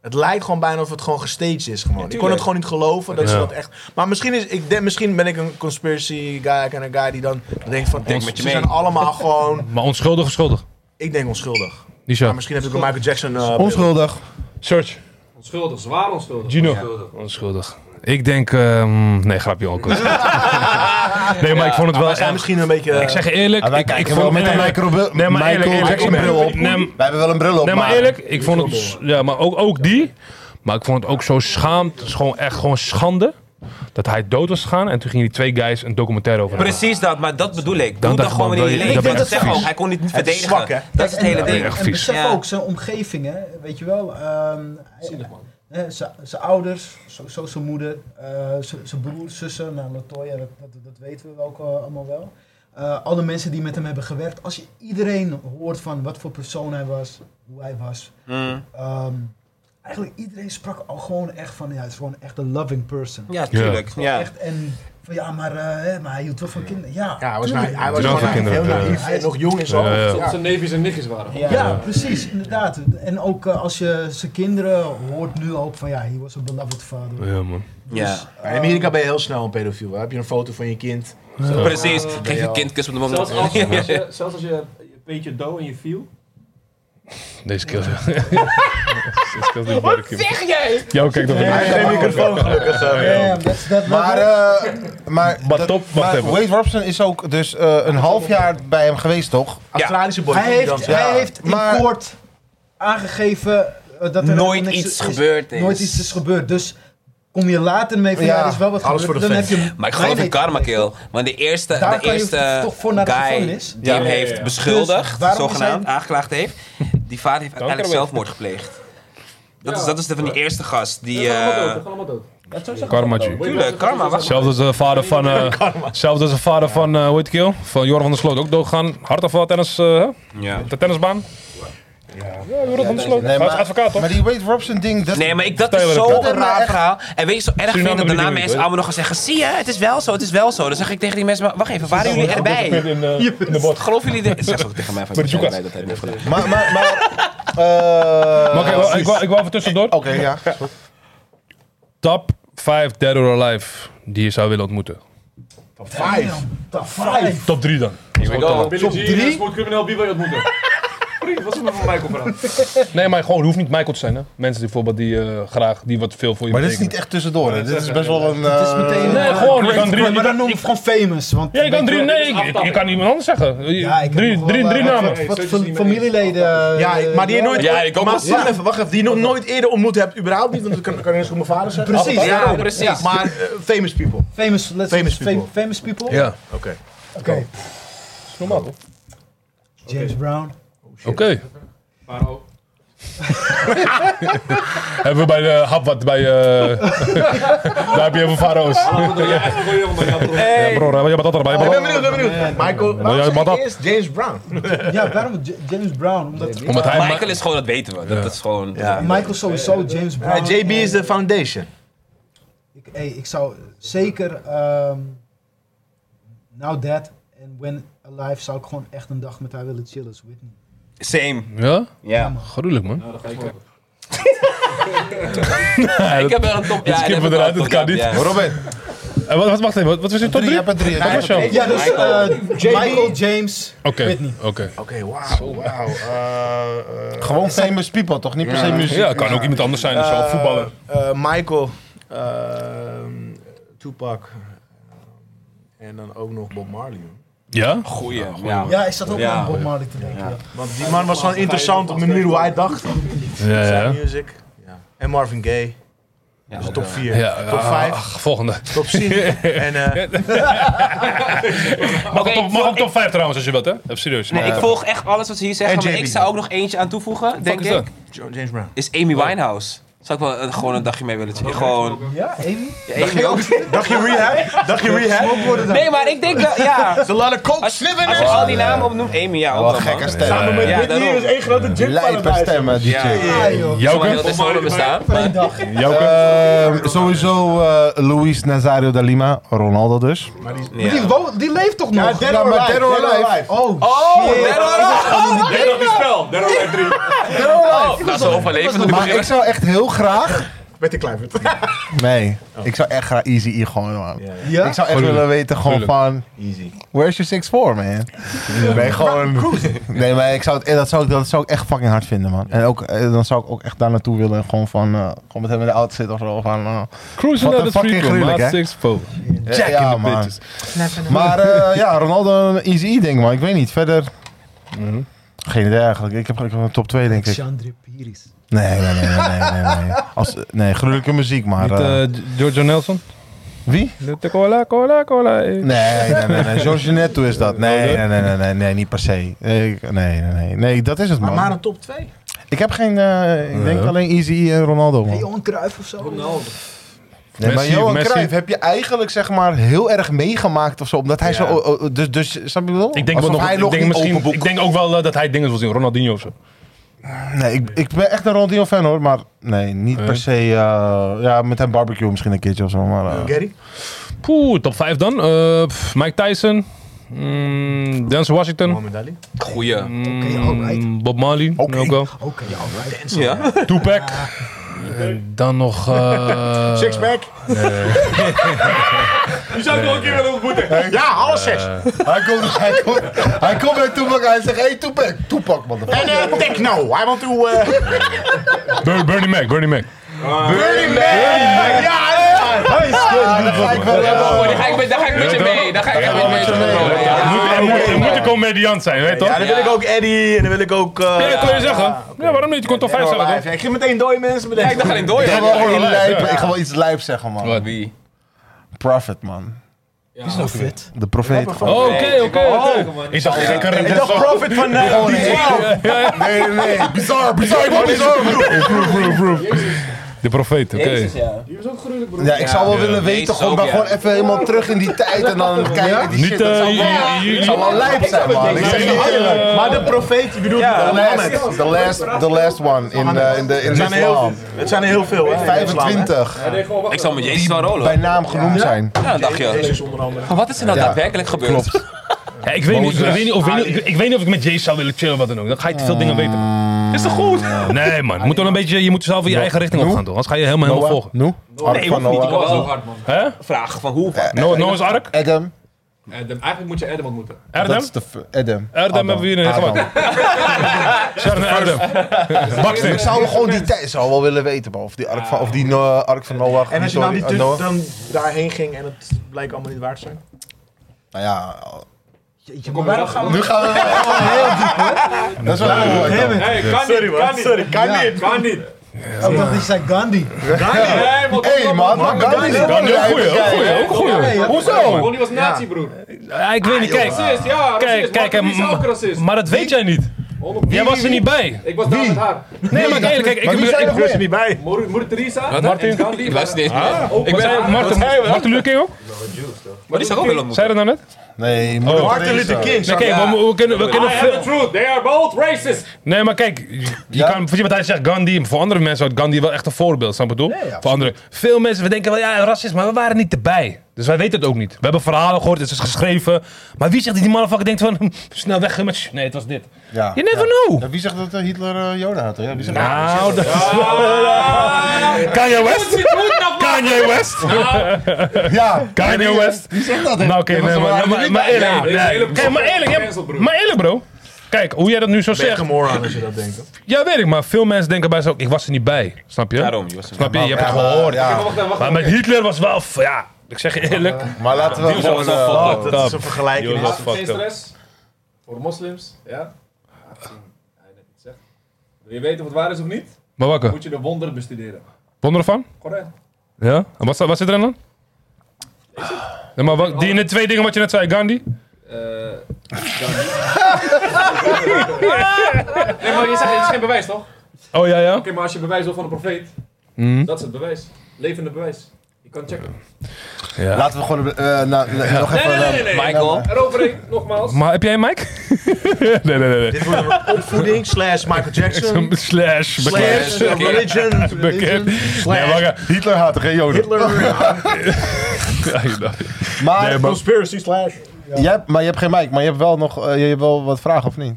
Het lijkt gewoon bijna of het gewoon gestaged is. Gewoon. ik kon het gewoon niet geloven dat ze
Ja.
dat echt. Maar misschien, is, ik denk, misschien ben ik een conspiracy guy en een guy die dan denkt van.
Denk
ze
met je
zijn
mee.
allemaal gewoon.
Maar onschuldig of schuldig?
Ik denk onschuldig.
Die
Maar
zo.
misschien heb ik een Michael Jackson. eh,
Onschuldig.
Search.
Onschuldig, zwaar onschuldig.
Gino.
Onschuldig.
Onschuldig. Ik denk... ehm, nee, grapje ook. nee, maar ik vond het wel...
We zijn misschien een beetje. eh,
Ik zeg je eerlijk,
Ah, wij
ik, ik
kijken
vond
wel met
nee,
een
nee,
Michael, Bul-
nee, maar eerlijk,
Michael
eerlijk,
Jackson
ik ben-
bril op.
nee,
Wij hebben wel een bril op,
Nee,
maar...
maar eerlijk, ik vond het. Ja, maar ook, ook die. Maar ik vond het ook zo schaamt. Het is gewoon echt gewoon schande. Dat hij dood was gegaan. En toen gingen die twee guys een documentaire over maken.
Precies dat, maar dat bedoel ik. Doe
dacht
dat
ik,
gewoon
man,
weer in
wil
je
je-
leven.
dat ben
Dat
je echt
zeg ik
vies.
ook, hij kon niet niet verdedigen.
zwak, hè?
dat is het
en-
hele
en-
ding.
echt
En
vies.
besef
Ja.
ook zijn omgeving, hè? weet je wel. ehm, hij- hè, zijn- Zijn ouders, sowieso zijn moeder, eh, zijn zijn broers, zussen, nou Latoya, dat, dat, dat weten we ook eh, allemaal wel. Eh, alle mensen die met hem hebben gewerkt. Als je iedereen hoort van wat voor persoon hij was, hoe hij was.
Mm.
ehm, eigenlijk iedereen sprak al gewoon echt van, ja, hij is gewoon echt een loving person.
Ja, tuurlijk. Ja.
Echt, en van ja, maar, eh, hè, maar hij hield wel van kinderen. Ja,
ja, hij was, na,
tuurlijk.
hij was
Bedankt
gewoon
voor kinderen,
heel
ja.
naïef en nog jong en zo.
Ja, ja.
Dat zijn neefjes en nichtjes waren.
Ja, precies, inderdaad. En ook eh, als je zijn kinderen hoort nu ook van ja, he was a beloved father.
Ja, man.
Ja.
Ja, In Amerika ben je heel snel een pedofiel. Heb je een foto van je kind?
Precies. Geef je kind kus op de mond.
Zelfs
[laughs]
als, als je, zelfs als je een beetje dood en je viel.
Deze kill.
[laughs]
Deze kill die barbecue.
Zeg jij?
Ja, oké, dat
Hij heeft geen microfoon.
eh,
Damn, that's- that
Maar,
level.
eh, maar,
Maar
dat-
top, wacht
maar
even.
Wade Robson is ook dus eh, een half jaar bij hem geweest, toch?
Australische boy.
hij, heeft,
eh, Ja.
hij heeft in
maar-
kort aangegeven eh, dat er helemaal
Nooit
niks
iets gebeurd is.
Nooit iets is gebeurd. Dus kom je later mee van ja,
Ja,
er is wel wat
alles
gebeurd.
voor de
dan heb
fans.
je,
Maar ik geloof
Nee,
in
nee,
karma
nee.
kill. Want de eerste,
Daar
de
kan je
eerste
toch voor naar de
guy
gevangenis?
die hem heeft beschuldigd,
Dus waarom is
zogenaamd
hij-
aangeklaagd heeft, die vader heeft uiteindelijk zelfmoord gepleegd. Dat is, dat is de van die eerste gast die.
Die gaan allemaal dood.
eh
die gaan
Karma
allemaal dood.
G.
Tuurlijk, karma. Wacht.
Zelfs als de vader van. eh, zelfs als de vader van. eh hoe heet die kill? Van Joran van der Sloot ook doodgaan. Hartaanval tennis. eh,
Ja.
op de tennisbaan.
Ja, die wordt ontsloten.
Nee,
Hij is
maar- [laughs]
advocaat, toch?
Maar die Wade Robson ding, dat
Nee, maar ik, dat
Vertel
is
je wat
zo
ik
een
heb.
raar
Echt.
verhaal. En weet je zo erg
Suriname
vind dat
doet
daarna
het
mensen
niet,
allemaal nog gaan zeggen... Zie je, het is wel zo, het is wel zo. Dan zeg ik tegen die mensen... maar Wacht even, waren jullie
In,
erbij?
eh, in de bot.
Geloven jullie dit? Zeg ook tegen mij van...
Met de
ik ben
joekas.
blij dat hij dit heeft
Maar,
gedaan.
maar,
[laughs]
maar... eh,
Maar oké, wel, ik wou- ik wou even tussendoor.
Oké, ja. is goed.
Top 5 Dead or Alive die je zou willen ontmoeten.
Vijf.
Top 3 dan.
Billie Jean en Smooth Criminal B bij ontmoeten. [laughs] Vriend, wat is er nou van Michael verhaal?
Nee, maar gewoon, het hoeft niet Michael te zijn. Hè? Mensen die bijvoorbeeld die eh, graag, die wat veel voor je
Maar dit is
betekenen.
niet echt tussendoor. Hè. Dit is best wel een...
Het is
eh,
meteen...
Nee,
eh,
gewoon, je kan drie-
Maar
je
dan
kan-
noem ik gewoon famous. Want
Ja, je kan
weet
drie,
wel-
nee, ik, je kan niemand anders zeggen. Je-
Ja, ik heb
drie,
nog wel,
drie,
eh,
drie
wat-
namen.
Wat,
Hey,
wat
zo is
van
die
familieleden... eh,
Ja, ik- maar die je nooit...
Ja, ik ook
maar,
nog.
wacht even, wacht even. Die je nog nooit eerder ontmoet hebt, überhaupt niet. Want dat kan, kan eens goed mijn vader zeggen.
Precies.
Avatar.
Ja, precies.
Maar eh, famous people.
Famous, let's
Famous
fam-
people.
famous people?
Ja.
Oké.
Oké.
Normaal, toch?
James Brown.
Oké.
Maar ook.
Hebben we bij de hap wat bij. eh, [laughs] daar heb je even Faro's.
Laten we door je eigen gooi jongen, maar ja, bro.
Ja, bro, jij bent dat erbij.
Ik ben
bro.
benieuwd, ik ben benieuwd. Michael,
Maar
Nou,
jij
waarom zeg
mag dat.
je eerst James Brown?
Ja, waarom J- James Brown? Omdat eh,
Omdat hij.
Michael is gewoon, dat weten we. Dat is gewoon...
Ja.
Michael sowieso, James Brown.
Eh, JB is de foundation.
Ik, hey, ik zou zeker ehm Now Dead en When Alive zou ik gewoon echt een dag met haar willen chillen. als Whitney.
Same.
Ja?
Ja.
Gruwelijk, man.
Nou, dan ga ik ook.
Ik heb wel een top... Ja,
skippen
ik
eruit,
heb wel
dat
een top,
kan
ja.
Robin,
Eh, wat, wat, wacht even, wat, wat was je top
drie,
3?
jij bent drie.
Wat was jou?
Ja, dus eh, Michael, James,
Oké,
Whitney.
oké.
Oké, wauw, wauw. Eh, eh,
Gewoon famous people, toch? Niet per se muziek.
Ja, kan ook iemand anders zijn, dus
eh,
al voetballer.
eh, Michael, ehm, Tupac. eh, En dan ook nog Bob Marley. man.
Ja?
Goeie. Ja.
Ja, ik zat ook
Ja.
aan Bob Marley te denken. ja.
Want die man was gewoon interessant op de manier hoe hij dacht.
Ja, ja.
Zijn music. En Marvin Gaye.
Ja,
Dus
ook,
top
eh,
4.
Ja,
top
ah,
5.
ach, volgende.
Top [laughs] 10. en eh,
Oké,
Mag,
ik
top, mag
volg-
ook top 5 trouwens, als je wilt, hè? Even serieus.
Nee, ik volg echt alles wat ze hier zeggen,
En
maar
JB.
ik zou ook nog eentje aan toevoegen, denk
is
ik.
dat?
Jo- James Brown.
Is Amy Winehouse. Zou ik wel eh, gewoon een dagje mee willen chillen. Gewoon...
Ja, Amy?
Ja, Amy ook.
Dacht je rehab? Dacht je rehab?
Nee, maar ik denk wel...
[laughs]
Ja.
Ze laten coke
Als,
sniffen.
als je al die namen opnoemt, Amy, ja, ook wel, man.
Gekke stemmen.
Met
Ja,
Whitney
daarom.
is één grote
Lijpe
jukparadijs.
stemmen, die
Ja.
chick.
Ja, joh.
Zolang
Jouke?
dat is nog bestaan.
Eén dag.
Ehm, sowieso eh, Luis Nazario da Lima, Ronaldo dus.
Ja.
Die, wo- die leeft toch
Ja,
nog?
Dead or Alive. Dead or Alive.
Oh,
Oh,
shit.
Dead or Alive.
Derde op die spel. Derde op 3.
Oh, nou, zo overleven doe ik
Maar
misschien
ik zou echt heel graag...
Met de Kluivert.
Nee, ik zou echt graag Easy E gewoon, man.
Ja?
Ik zou echt
Tuurlijk.
willen weten gewoon
Tuurlijk.
van...
Easy.
Where's your 6'4", man? Nee, gewoon... Nee, maar ik zou het, eh, dat, zou ik, dat zou ik echt fucking hard vinden, man. En ook, eh, dan zou ik ook echt daar naartoe willen. Gewoon van... eh, gewoon met hem in de auto zitten of zo. Van, eh,
Cruising
Wat
naar de
een
free
fucking
throw,
gruwelijk,
maat
hè?
6 foe. Jack
Ja,
in the
man.
bitches.
Maar eh, ja, Ronaldo een easy E ding, man. Ik weet niet. Verder... Geen idee eigenlijk. Ik heb, ik heb een top 2, denk ik.
Chandra Piris.
Nee, nee, nee, nee, nee, nee. nee. Als, nee, gruwelijke muziek, maar...
Niet
eh,
eh, Giorgio Nelson?
wie?
Litte cola, cola, cola. eh.
Nee, nee, nee, nee. George Netto is dat. Nee, nee, nee, nee, nee, nee, niet per se. Ik- nee, nee, nee. Nee, dat is het,
Maar, maar
man.
een top 2.
Ik heb geen... eh, ik denk
Ja.
alleen Easy E en Ronaldo,
Hey,
man.
Johan Cruijff of zo?
Nee, maar
Messi,
Johan
Messi.
Cruijff heb je eigenlijk, zeg maar, heel erg meegemaakt of zo. Omdat hij
Ja.
zo... oh, oh, dus, dus, snap je wel?
Ik denk, wel
Alsof
nog,
hij
ik,
nog
denk
niet
misschien,
open boek.
ik denk ook wel eh, dat hij dingen wil zien. Ronaldinho of zo.
Nee, ik, ik ben echt een Ronaldinho-fan, hoor. Maar nee, niet
Nee.
per se... eh, ja, met hem barbecue misschien een keertje of zo. Maar, eh,
Gary?
Poeh, top 5 dan. Eh, pff, Mike Tyson. Mm, Denzel Washington.
Mohamed Ali.
Goeie.
Mm,
Oké, alright.
Bob Marley. Ook wel.
Oké, alright.
Ja.
Tupac. En dan nog... eh,
Sixpack.
Die zou ik nog een keer willen ontmoeten.
Ja, alle zes.
Eh, Hij komt, hij, komt, hij komt bij Toepak en hij zegt: Hey Toepak, Toepak, man.
En eh, techno. I want to... eh,
Bur- Bernie Mac, Bernie Mac.
Burning Man. Ja, ja, ja.
Oh, daar ga ik met- daar ga ik met je mee. Daar ga ik echt met je mee. Ja,
Hij moet, hij moet, hij moet een comediant zijn, weet je toch?
Ja, dan wil ik ook Eddie en dan wil ik ook... eh,
Ja, dat kon je zeggen. Ja, waarom niet? Je kon toch
Dead
vijf
or
zeggen,
Alive.
toch?
Ja, Ik ging meteen dode mensen
Ik
bedenken.
dacht alleen door.
Ik ga wel,
ja. Oh,
gewoon lijp, ik ga wel iets lijp zeggen, man.
Wat?
Wie?
Prophet, man.
Is nou vet.
De profeet. Oh. gewoon.
Oké, oké, oké. Ik dacht, ik kan
Ik dacht Profit van eh, die 12.
Nee, nee, nee. Bizar, bizar, bizar.
De profeet, oké.
Jezus, ja.
Die was ook gruwelijk, broer.
Ja, ik zou wel
Ja.
willen
Deze
weten, gewoon,
ook,
maar
ja.
gewoon even helemaal terug in die tijd en dan kijken die
Niet,
shit.
eh,
Dat zou
jullie-
wel-
jullie-
zou wel lijp zijn, man. Ik zeg niet eerlijk.
Maar de profeet, je bedoelt
The
ja,
last, the last, the last one in, eh, in de in
zijn er heel
Islam.
Het zijn er heel veel, hè?
25,
Hij deed gewoon
Ik
wachten.
zal met Jezus wel rollen.
bij naam genoemd zijn.
Ja, dan dacht
Jezus
je.
onder andere.
Maar wat is er nou
Ja.
daadwerkelijk gebeurd?
Ja, ik, weet niet, ik, weet niet of, ik weet niet- ik weet niet of ik met Jay zou willen chillen of wat dan ook. Dan ga je te veel dingen weten. Is toch goed? Nee man, je moet, wel een beetje, je moet zelf in je eigen richting op gaan doen. Anders ga je helemaal, helemaal volgen.
Nu? Eh, Ark
Nee,
van
hoeft niet. Ik
Noah.
kan
Dat was
wel
ook hard, man.
Hè?
vragen van hoe.
No, Noah's Ark?
Adam.
Adam. Eigenlijk moet je Adam ontmoeten.
Dat
Erdem?
is de f- Adam.
Erdem hebben we hier in
Adam. [laughs]
gemaakt. Sharon en Erdem.
Ik zou gewoon die tijd zou wel willen weten, man. Of die Ark van, of die eh, Ark van Noah.
En als je nou
sorry,
die
eh,
tu-
Noah.
dan daarheen ging en het bleek allemaal niet waar te zijn.
Nou ja,
Kom bij dan gaan we.
nu gaan we wel heel diep, hè? Dat is wel heel mooi. dan.
Hey, kan niet, kan niet. kan niet. Kan niet.
Ik dacht Oh, dat je zei Gandhi.
Nee, man.
Hé, man, maar Gandhi is
Gandhi, ook goeie, ook goeie, ook goeie. Hoezo?
Ronnie was nazi, broer.
Ja, ik weet niet, kijk.
Racist, ja.
Kijk,
Racist.
kijk,
Martin is
en-
ook racist.
maar dat weet jij niet. Jij was er niet bij.
Ik was daar met haar.
Nee, maar kijk, kijk, ik
wie
bedoel-
zijn er
ik-
goeie?
niet bij.
Moeder moeder Teresa.
Wat?
en Gandhi
Ik luister niet eens meer.
waren ook-
Ik ben Martin, Martin Luther King ook?
Maar die zou ook willen ontmoeten.
Zei je dat nou net?
Nee, moeder
Martin Luther King.
Nee, kijk, we, we kunnen, we
I
kunnen
have the
veel...
truth. They are both racist.
Nee, maar kijk, je
Ja?
kan, precies wat hij zegt, Gandhi, voor andere mensen was Gandhi wel echt een voorbeeld, snap je wat ik bedoel? voor anderen. Veel mensen, we denken wel, ja, racisme, maar we waren niet erbij. Dus wij weten het ook niet. We hebben verhalen gehoord, het is geschreven. Maar wie zegt dat die motherfucker denkt van, [laughs] hm, snel weg met... sh- Nee, het was dit.
Ja.
You never know.
Ja, wie zegt dat eh, Hitler eh, Joden had? Ja, wie zegt dat?
Nou, dat is wel... Kanye West? Kanye West?
Ja,
Kanye West?
wie zegt dat? hè?
Nou, oké,
Dat was
nee,
er
maar,
eigenlijk
maar,
niet
maar
bij.
eerlijk,
Ja,
nee.
dit is een hele
Kijk, maar eerlijk, ja,
cancel, broer.
maar eerlijk, bro. Kijk, hoe jij dat nu zo zegt.
Moran als je dat denkt.
Ja, weet ik, maar veel mensen denken bij zo, ik was er niet bij. Snap je?
Daarom, je was er niet
Snap je? Je hebt het
Ja,
gehoord.
ja.
Wacht even, wacht
Maar met Hitler was wel, f- ja, ik zeg je eerlijk.
Maar laten we
was
gewoon...
wel
eh,
fucked up.
Dat is een vergelijking.
Joh,
even.
was
Haat, Geen
fucked up.
stress. Voor moslims, ja. Aangezien hij net iets zegt. Wil je weten of het waar is of niet?
Maar wakker,
Moet je de wonderen bestuderen.
wonder ervan?
Correct.
Ja? En wat, sta- wat zit er dan? Ja, maar wat, die in de twee dingen wat je net zei, Gandhi?
Eh, dan niet. nee, maar je zegt, het is geen bewijs, toch? Oké,
Oh ja, ja.
maar als je bewijs wil van een profeet, dat is het bewijs. Levende bewijs. Je kan checken.
Laten we gewoon eh, na- na- nog even... eh,
Michael.
Eroverheen, nogmaals.
Maar heb jij een mic? [laughs] nee, nee, nee. nee.
Dit wordt een opvoeding slash Michael Jackson.
Slash, bekend.
Slash religion.
Bekend. Nee,
Slash
wakker.
Hitler haatte geen Joden.
Hitler.
Ja, ik dacht-
Maar,
Nee, maar-
Conspiracy slash.
Jij hebt- maar je hebt geen mic, maar je hebt wel nog eh, je hebt wel wat vragen, of niet?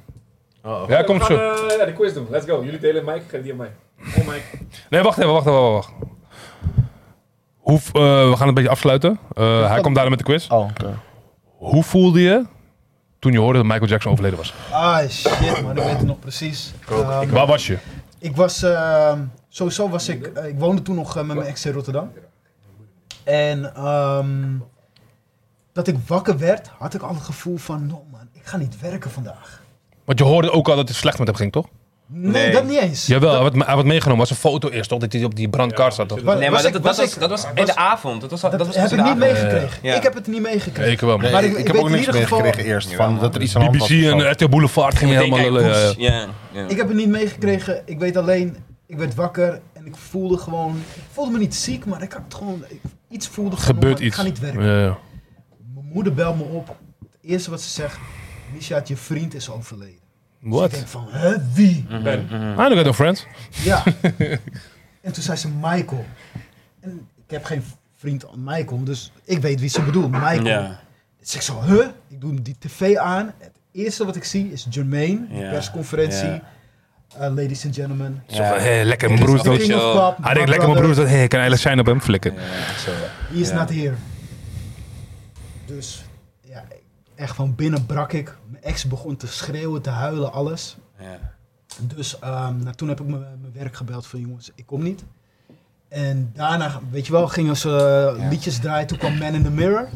Ja,
We
komt
gaan
zo.
eh, ja, de quiz doen. Let's go. Jullie delen Mike, geef die aan mij. Oh Mike.
Nee, wacht even, wacht even, wacht. wacht. Hoe, v- eh, we gaan een beetje afsluiten. Eh, hij komt daarna met de quiz.
Oh, oké.
Hoe voelde je toen je hoorde dat Michael Jackson overleden was?
Ah shit man, ik weet het nog precies. Ehm,
Waar was je?
Ik was, ehm, sowieso was ik, eh, ik woonde toen nog eh, met mijn ex in Rotterdam. En ehm, dat ik wakker werd, had ik al het gevoel van, no man, ik ga niet werken vandaag.
Want je hoorde ook al dat het slecht met hem ging, toch?
Nee, dat niet eens.
Jawel, hij had, me- hij had meegenomen. was een foto eerst, toch? Dat hij op die brandkar zat, toch?
Nee, maar
Was
dat,
ik-
dat,
was
was,
ik-
dat was in
was-
de avond. Dat was, dat
Dat,
was
heb ik niet
gisteravond.
meegekregen.
Ja.
Ik heb het niet meegekregen.
Ik wel. man.
Maar ik-
ik,
ik
heb
weet
ook
in
niks
ieder geval-
meegekregen eerst. Van, dat er iets aan de hand
BBC
was of zo.
en RTL Boulevard gingen
Meteen
helemaal...
kijken,
lullen,
poes.
ja,
Ja, ja.
Ik heb het niet meegekregen. Ik weet alleen, ik werd wakker en ik voelde gewoon, ik voelde me niet ziek, maar ik had het gewoon, ik- iets voelde
ja.
gewoon,
Gebeurt
ik
iets.
ga niet werken.
Ja, ja.
Mijn moeder belt me op. Het eerste wat ze zegt, Misha, je vriend is overleden. Dus Ik
What? Ah,
denk van, hè, wie?
I don't got no friends.
Ja. en toen zei ze Michael. En ik heb geen vriend Michael, dus ik weet wie ze bedoelt, Michael.
Ja.
Dus ik zo, huh? Ik doe die tv aan. Het eerste wat ik zie is Jermaine, die
Ja.
persconferentie.
Ja.
Eh, ladies and gentlemen.
Ja.
Hé, lekker mijn broers dood.
King of pop,
Hij denkt lekker mijn broers dood. Hé, kan eigenlijk zijn op hem flikken.
He is
Ja.
not here. Dus, ja, echt van binnen brak ik. Mijn ex begon te schreeuwen, te huilen, alles.
Ja.
Dus ehm, nou, toen heb ik mijn mijn werk gebeld van jongens, ik kom niet. En daarna, weet je wel, gingen ze eh, liedjes draaien. Toen kwam Man in the Mirror.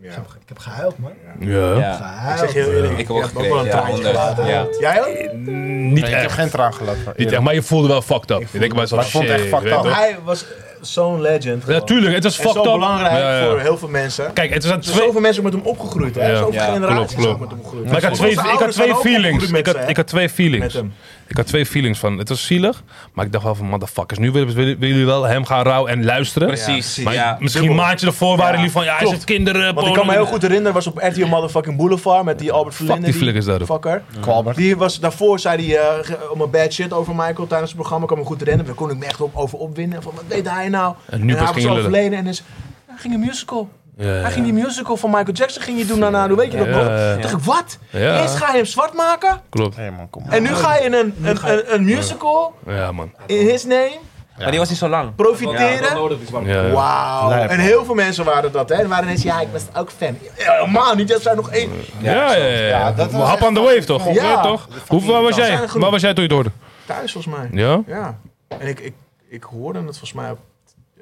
Ik, heb, ik heb gehuild, man.
Ja.
Ja.
Gehuild.
Zeg heel eerlijk.
Ik heb ook
ook wel
gekregen.
een
Ja,
traantje gelaten.
honderd. Ja.
Jij ook?
Niet
Ik heb
echt.
geen traan gelaten.
Niet
eerlijk.
echt, maar je voelde wel fucked up. Ik denk bij zo'n
maar ik vond het echt
shit,
fucked
weet
up.
je
Hij was,
zo'n legend. gewoon.
Natuurlijk, het was
En zo
fucked up.
belangrijk
Ja, ja.
voor heel veel mensen.
Kijk, het was aan
Er zijn
twee...
zoveel mensen ook met hem opgegroeid. Hè?
Ja.
Zoveel
Ja,
generaties
klopt,
ook
klopt.
met hem opgegroeid.
Maar ik had twee,
Onze
ik had
ouders
twee
zijn ook
feelings.
opgegroeid met
Ik had,
ze,
ik had twee
Met
feelings.
hem.
Ik had twee feelings van. Het was zielig, maar ik dacht wel van motherfuckers. Nu willen, willen willen jullie wel hem gaan rouwen en luisteren.
Precies,
Maar
ja.
misschien een maandje ervoor waren jullie van ja, hij
Klopt.
heeft kinderen.
Want ik kan me heel goed herinneren, was op RTL Motherfucking Boulevard met die Albert Verlinde.
die flikkers daar ook.
Fucker.
Kwalbert.
Die was daarvoor, zei hij, eh, ge-
Om een bad shit over Michael tijdens het programma. Ik kan me goed herinneren. Daar kon ik me echt op, over opwinden. Van, wat weet hij nou?
En nu
en
pas
hij was
ging je lullen.
overleden en is... Hij ging een musical.
Ja, ja.
Hij ging die musical van Michael Jackson ging je doen daarna. Hoe weet je dat nog?
Ja.
Toen dacht ik, wat?
Ja.
Eerst ga je hem zwart maken.
Klopt.
Nee, man, kom op.
En nu ga je een, een, een, een musical
Ja, man.
in his name
Maar die was niet zo lang.
Ja, dat
profiteren.
nodig is waar.
Ja, ja.
Wauw.
Lijp,
En heel veel mensen waren dat, hè? En waren ineens, ja, ik was ook fan. Ja, Helemaal niet, er zijn nog één.
Ja, ja, ja.
Ja, dat was
Hap
echt
on the wave toch?
Ja.
Ja, toch? Hoe, waar, was jij?
zijn er genoeg.
waar was jij toen je het hoorde?
Thuis, volgens mij.
Ja?
Ja. En ik, ik, ik hoorde het volgens mij op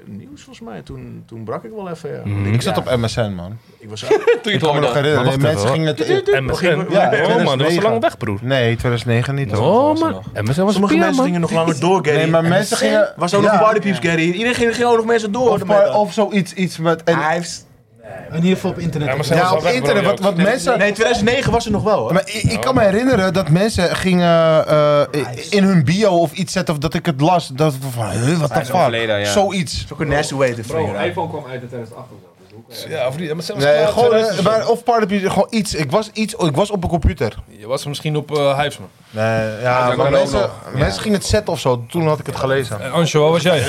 het nieuws, volgens mij. Toen, toen brak ik wel even, ja.
Ik zat op MSN, man.
Ik was ook...
Ik kan me nog herinneren.
Maar wacht
Nee,
even,
mensen gingen het...
MSN.
Ja,
Oh man, dat was
2009.
zo lang weg, broer.
Nee, 2009 niet, hoor.
Oh man, MSN was
sommige
prima,
mensen
man.
gingen nog langer door, Gary.
Nee, maar mensen gingen...
Was ook
Ja.
nog party peeps, Gary. Iedereen ging, ging ook nog mensen door.
Of, maar- of zoiets, iets met...
Ah,
En,
Hij heeft-
In ieder geval op internet.
MSN was
ja,
al
op
weg, bro.
internet. Wat, wat mensen...
Nee, 2009 was er nog wel, hoor.
Maar ik, ik kan me herinneren dat mensen gingen eh, eh, in hun bio of iets zetten of dat ik het las. Dat ik van, huh, wat de
is
fuck?
overleden, ja.
Zoiets.
Ook een nasty way te
Bro,
vingeren.
iPhone kwam uit in 2008 of zo. Dus hoe kan je-
Ja, of niet? MSN was
Nee,
klaar,
gewoon, eh,
2000
maar, of pardon, gewoon iets. Ik was iets, ik was op een computer.
Je was misschien op eh Hypes, man.
Nee, ja,
kan
maar
ook
mensen,
nog.
mensen gingen het zetten of zo. Toen had ik het gelezen.
En Ansjo, Eh, waar was jij?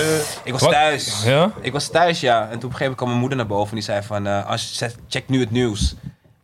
Ik was
Wat?
thuis.
Ja?
Ik was thuis, ja. En toen op een gegeven moment kwam mijn moeder naar boven en die zei van, eh, als je zet- check nu het nieuws.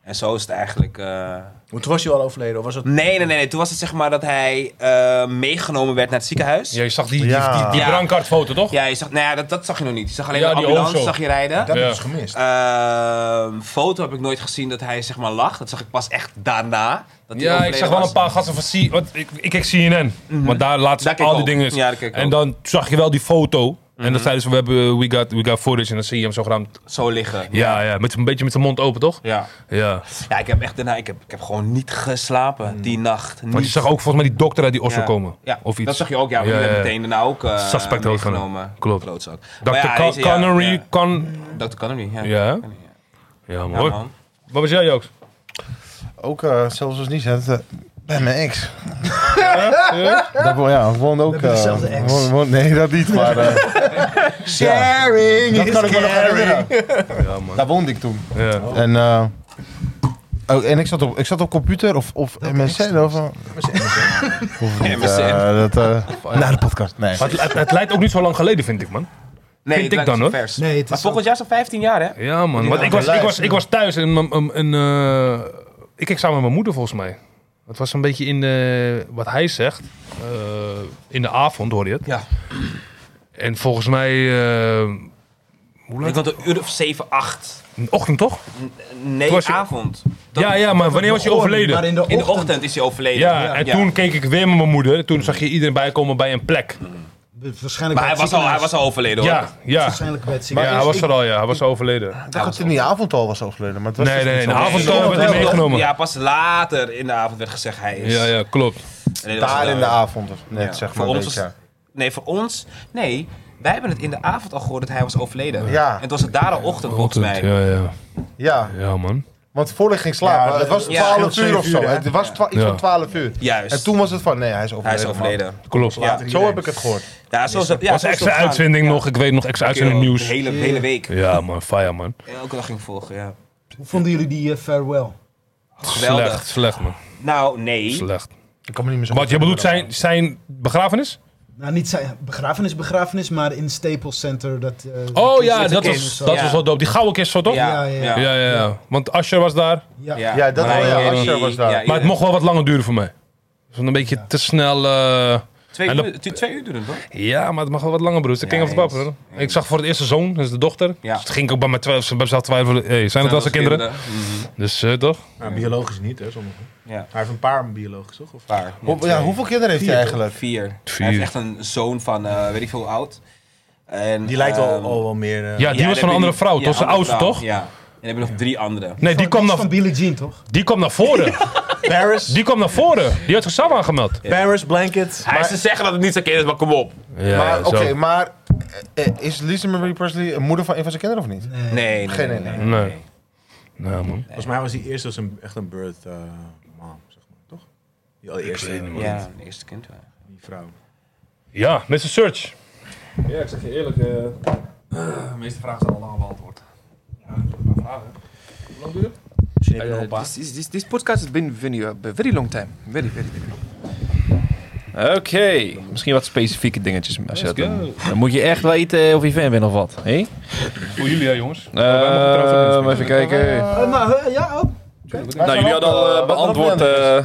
En zo is het eigenlijk... eh,
Maar Toen was hij al overleden, of was het...
Nee, nee, nee, nee. Toen was het zeg maar dat hij eh, meegenomen werd naar het ziekenhuis.
Ja, je zag die, die, die,
Ja.
die
Ja.
brancardfoto, toch?
Ja, je zag, nou ja dat, dat zag je nog niet. Je zag alleen
Ja,
de
die
ambulance
auto.
zag je rijden.
Dat
Ja.
is gemist.
Ehm, foto heb ik nooit gezien dat hij zeg maar lag. Dat zag ik pas echt daarna. Dat hij
Ja, ik
overleden
zag wel
was.
een paar gasten van C... Want ik, ik keek CNN, want Mhm. daar laten ze
Daar keek
al
ik
die
ook.
dingen.
Ja, daar keek ik
en
ook.
dan zag je wel die foto. En dan zeiden ze, we, hebben, eh, we, got, we got footage. En dan zie je hem zo geramd.
Zo liggen.
Ja, ja, met, een beetje met zijn mond open, toch?
Ja.
Ja.
Ja, ik heb echt daarna, ik heb, ik heb gewoon niet geslapen die nacht. Niet.
Want je zag ook volgens mij die dokter uit die Oslo
Ja.
komen.
Ja,
Of iets.
dat zag je ook. Ja, maar
Ja,
die
ja,
werd
ja.
meteen daarna ook eh
Suspect ook
meegenomen.
genomen. Klopt.
Klootzak.
Dr.
Maar ja,
Con-
deze- ja,
Connery,
ja.
Con...
Dr. Connery, ja.
Ja, hè?
Ja,
Ja,
Ja,
mooi.
man.
Wat was jij, Joost?
Ook eh, zelfs als niet zetten. eh, Bij mijn ex. Dat, wo- ja, woont ook.
hebben
eh,
dezelfde ex.
woon- woon- nee, dat niet. Maar, Sharing dat kan ik me nog herinneren.
Ja, man.
Daar woonde ik toen.
Ja.
En, eh, ook- en ik zat op, ik zat op computer of, of MSN. Of, [laughs] Hoef ik niet,
MSN.
eh, dat, eh, na de podcast. Nee.
Maar het, het, het lijkt ook niet zo lang geleden, vind ik, man.
Nee,
Vind ik
het
dan,
lijkt
hoor.
vers.
Nee, het
maar
is
volgend jaar is al 15 jaar, hè?
Ja, man. Want ik was, ik, was, ik was thuis en mijn- een. een, eh, ik keek samen met mijn moeder volgens mij. Het was een beetje in eh, wat hij zegt. eh, in de avond hoor je het.
Ja.
En volgens mij. eh, hoe
Ik
laat?
had een uur of 7, 8.
Een ochtend toch?
Nee,
was je-
avond. Dat-
Ja, ja, maar wanneer was je
Maar
overleden?
in de
In de
ochtend.
ochtend is hij overleden.
Ja, en toen keek ik weer met mijn moeder. Toen zag je iedereen bijkomen bij een plek.
Waarschijnlijk
Maar
bij
hij
het
was, al, hij
ziekenhuis.
was al overleden, hoor.
Ja, ja.
Waarschijnlijk Dus bij het
Ja,
ziekenhuis.
hij was er al, ja. Hij was al overleden.
Ah,
Ik dacht dat het in die avond al was overleden. Maar het was
Nee,
dus
nee,
niet
in de
zo.
avond hebben we het niet meegenomen.
Ja, pas later in de avond werd gezegd hij is.
Ja, ja, klopt.
En dit was,
Daar
eh,
in de avond. of Net
ja.
zeg maar.
Voor
een
ons was-
beetje.
Nee, voor ons... Nee, wij hebben het in de avond al gehoord dat hij was overleden.
Ja.
En het was het daar al ochtend, volgens mij.
Ja, ja.
Ja,
Ja, man.
want voordat ik ging slapen, het was
ja,
12 uur of zo. Het was twa- iets
Ja.
van 12 uur.
Juist.
En toen was het van, nee, hij is
Hij
overleden.
is overleden.
Klopt.
Ja,
man. Zo heb ik het gehoord.
ja zo is dat. Ja,
was
zo
extra
is dat gegaan.
uitzending nog. Ik weet nog extra uitzending
Oké,
nieuws.
De hele, hele week.
Ja, man. Fire, man.
Elke dag ging volgen, ja.
Hoe vonden jullie die eh, farewell?
Geweldig.
Slecht, slecht man.
Nou, nee.
Slecht.
Ik kan me niet meer zo
Wat je bedoelt, zijn, zijn begrafenis?
Nou, niet zijn begrafenis, begrafenis, maar in Staples Center. Dat, eh,
Oh
die-
ja,
Met de
dat was,
kist.
dat
Ja.
was wel dope. Die gouden kist zo toch? Ja,
Ja, ja, ja.
ja, ja. Want Asher was daar.
Ja.
Ja, dat
Maar
wel, ja,
die-
Asher was daar. Maar het
Maar het mocht wel wat langer duren voor mij. Dus een beetje te snel. eh,
Twee
En dat-
uur, twee uur duurde het, hoor.
Ja, maar het mag wel wat langer, broer. Het is de
Ja,
king of the pop,
eens.
hoor. Ik zag voor het eerst de zoon, dus de dochter.
Ja.
Dus het ging ik ook bij, mijn twijf, bij mezelf twijfelen. Hey, zijn het wel zijn kinderen?
Mhm.
Dus eh, toch?
Nou, biologisch niet, hè, sommigen.
Ja.
Hij heeft een paar biologisch, toch? Of
Paar.
Hoe- ja, hoeveel kinderen heeft hij eigenlijk?
Vier.
Vier.
Hij heeft echt een zoon van eh, weet ik veel hoe oud. En,
Die lijkt al,
ehm,
al wel meer... eh,
Ja, die
ja,
was van een
dan heb je
andere
die-
vrouw,
ja,
toch? Zijn
andere
oudste,
vrouw,
toch?
Ja. En dan heb je nog drie anderen.
Nee, die
Van-
kwam,
niks
naar,
van Billie Jean, toch?
die kwam naar
[laughs]
voren.
Paris,
Die kwam naar voren. Die had zichzelf aangemeld.
Paris Blanket.
Hij is te zeggen dat het niet zijn kind is, maar kom op.
Ja,
maar oké,
zo.
maar eh, is Lisa Marie Presley een moeder van een van zijn kinderen of niet?
Nee, nee,
Geen
nee,
idee.
nee,
Nee.
nee.
Nou, man.
Volgens mij was die eerste was een, echt een birth eh, mom, zeg maar, toch? Die allereerste,
Ja, een eerste kind. ja.
die vrouw.
Ja, Mr. Search.
Ja, ik zeg je eerlijk, eh, de meeste vragen zijn al lang beantwoord. Ja, een paar vragen. Hoe lang duurt het?
Misschien heb je
Uh,
nog een paar.
this, this, this, this podcast has been very, uh, a very long time. Very, very, very long. Oké, misschien wat specifieke dingetjes. Als je dat
Let's
dan, dan moet je echt weten eh, of je fan bent of wat.
Eh,
Oh, Hé?
Voor jullie, hè, jongens.
Ehm, even kijken.
Eh, maar eh, ja, oh,
nou, jullie hadden al eh, beantwoord. eh,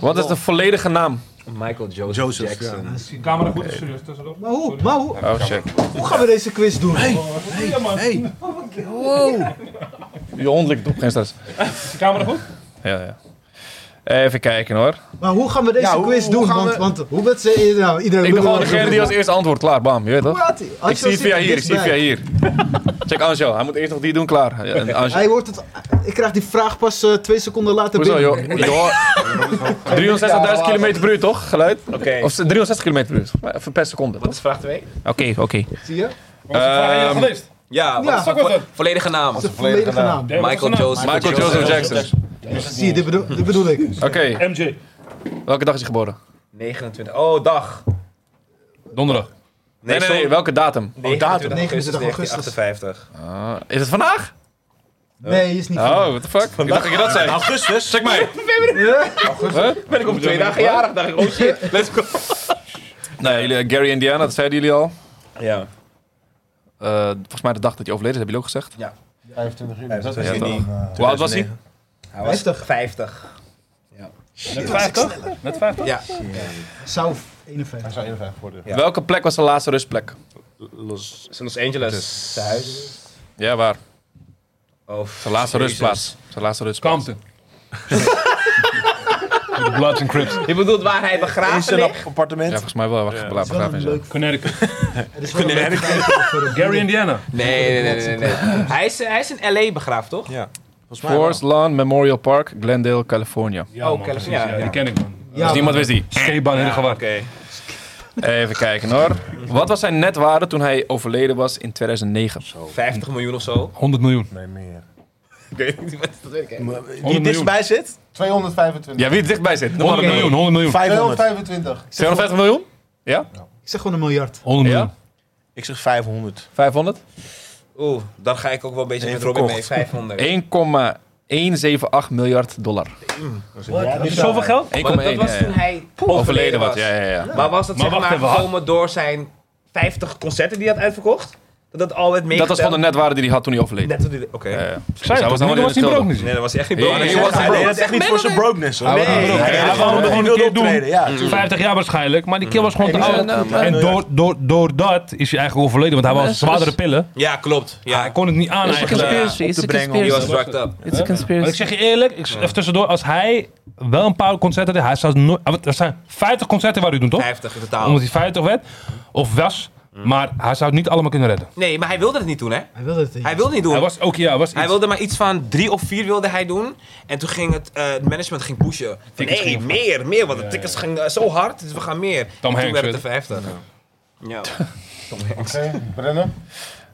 wat is de volledige naam?
Michael Joseph, Jackson.
Is die camera goed? Is serieus tussendoor?
maar hoe? Maar hoe?
Oh, check.
Hoe gaan we deze quiz doen?
Je hond ligt op geen stress.
Is de camera goed?
Ja, ja. Even kijken hoor.
Maar hoe gaan we deze
hoe-
quiz
hoe
doen?
gaan
Want,
we-
want hoe werd ze... Nou, iedereen
Ik doe
lullen
gewoon
over
degene die als eerste antwoord. Klaar, bam. Je weet
Hoe
toch?
laat hij?
Ik zie het via hier, ik zie het via hier. [laughs] Check Angel, hij moet eerst nog die doen, klaar. Ja, en Angel.
Hij hoort het... Ik krijg die vraag pas eh, twee seconden later
Hoezo,
binnen.
joh? Je hoort 360.000 km per uur, toch? Geluid? Oké. Of 360 km per uur, even per seconde. Wat is vraag 2? Oké, oké.
Zie je?
Ehm,
Geleest.
Ja, wat
Ja.
is de vo- volledige naam?
De volledige naam.
Michael Joseph
Michael Joseph Jackson.
Zie je, dit bedoel, dit bedoel ik.
Oké,
MJ.
welke dag is hij geboren?
29. Oh, dag.
Donderdag.
Nee, nee, nee, welke datum?
nee, 29
29
augustus
augustus.
1958.
Ah, Is het vandaag?
Nee, is niet van
Oh, what the fuck? Ik dacht dat je dat zei.
Augustus? Check mij.
Ben ik op twee dagen jarig, dacht ik, oh shit, let's go. Nee,
eh,
jullie, Gary Indiana, dat zeiden jullie al.
Ja.
Eh, volgens mij de dag dat je overleden is, hebben jullie ook gezegd.
Dat
Ja,
was
toch.
niet.
Hoe oud was hij?
Hij was 50.
Met 50? Met 50?
Ja.
South 51.
Ja.
Welke plek was de laatste rustplek?
Los, Los Angeles. Thuis.
Ja, waar?
Oh,
Zijn laatste
Jezus.
rustplaats. Zijn laatste rustplaats.
Compton. [laughs] De Bloods and Crips.
Je bedoelt waar hij begraven ligt?
Ja,
appartement.
volgens mij wel. Wacht,
Het is wel
begraven
een
is, ja.
leuk...
Connecticut.
[laughs] Het is wel een leuk feit [laughs] voor een-
Gary Indiana.
Nee, nee, nee, nee. nee. hij, is, hij is in L.A. begraafd, toch?
Ja.
Volgens mij wel.
Forest Lawn Memorial Park, Glendale, California.
Ja,
Oh,
man,
California,
precies. Ja,
ja.
die ken ik, man.
Ja,
Dus niemand wist die.
Scheepbaan in de
Oké.
gewaar.
Even kijken hoor. Wat was zijn netwaarde toen hij overleden was in 2009?
50 miljoen of zo.
100 miljoen.
Nee, meer.
Ik weet niet wat dat weet ik. hè.
Die dichtbij zit?
225.
Ja, wie er dichtbij zit. Noem maar
100
een
miljoen,
miljoen.
100 miljoen.
500.
225.
250 miljoen?
ik zeg gewoon een miljard.
100 miljoen.
Ja?
Ik zeg 500.
500?
Oeh, dan ga ik ook wel een beetje
Nee,
met Robin mee.
verkocht.
500.
1,178 miljard dollar. 1,1.
Zoveel geld?
Maar dat was toen hij
Overleden wat,
was.
ja, ja, ja.
Maar was dat
Maar
zeg
wacht
maar
even, wacht.
gekomen door zijn 50 concerten die hij had uitverkocht? Dat dat al werd
Dat
meegeteld?
was van de netwaarde die hij had toen hij overleed.
Net toen die- Oké.
Ja, ja. Dus
Zij
hij
was
allemaal
niet,
in
was niet
hetzelfde.
brood niet.
Nee, dat was echt niet
Hey,
brood.
hey,
Hij
was
zei,
hij
Hij
nee,
deed dat echt niet voor zijn brokenness. hoor.
Nee.
Hij
Hij
wilde
wou het
gewoon
gewoon een keer doen.
optreden. Ja,
50 jaar waarschijnlijk, maar die kill was gewoon te
die
oud.
zijn, eh, maar-
En door, door, door dat is hij eigenlijk overleden, want hij was
Maar
aan
is-
zwaardere pillen.
Ja, klopt. Ja,
Hij kon het niet aan
It's a
eigenlijk.
conspiracy, it's a
He was eh,
conspiracy.
drugged up.
It's a
Maar ik
Dus-
conspiracy.
zeg je eerlijk, ik, even tussendoor, als hij wel een paar concerten deed, hij zou nooit... ah, wat, Er zijn 50 concerten waar u doet, toch?
50 in totaal.
Omdat hij 50 werd, of was, maar hij zou het niet allemaal kunnen redden.
Nee, maar hij wilde het niet doen, hè?
Hij wilde het niet.
Hij wilde het niet doen.
Hij was ook, ja, was
Hij
iets-
wilde maar iets van drie of vier wilde hij doen. En toen ging het eh, het management ging pushen. Van,
Tickets
nee,
gingen-
meer, meer. Want de tickets gingen eh, zo hard, dus we gaan meer. En toen
Hanks,
werd het de
weet
50. Ja. Tom Hanks.
Brennen?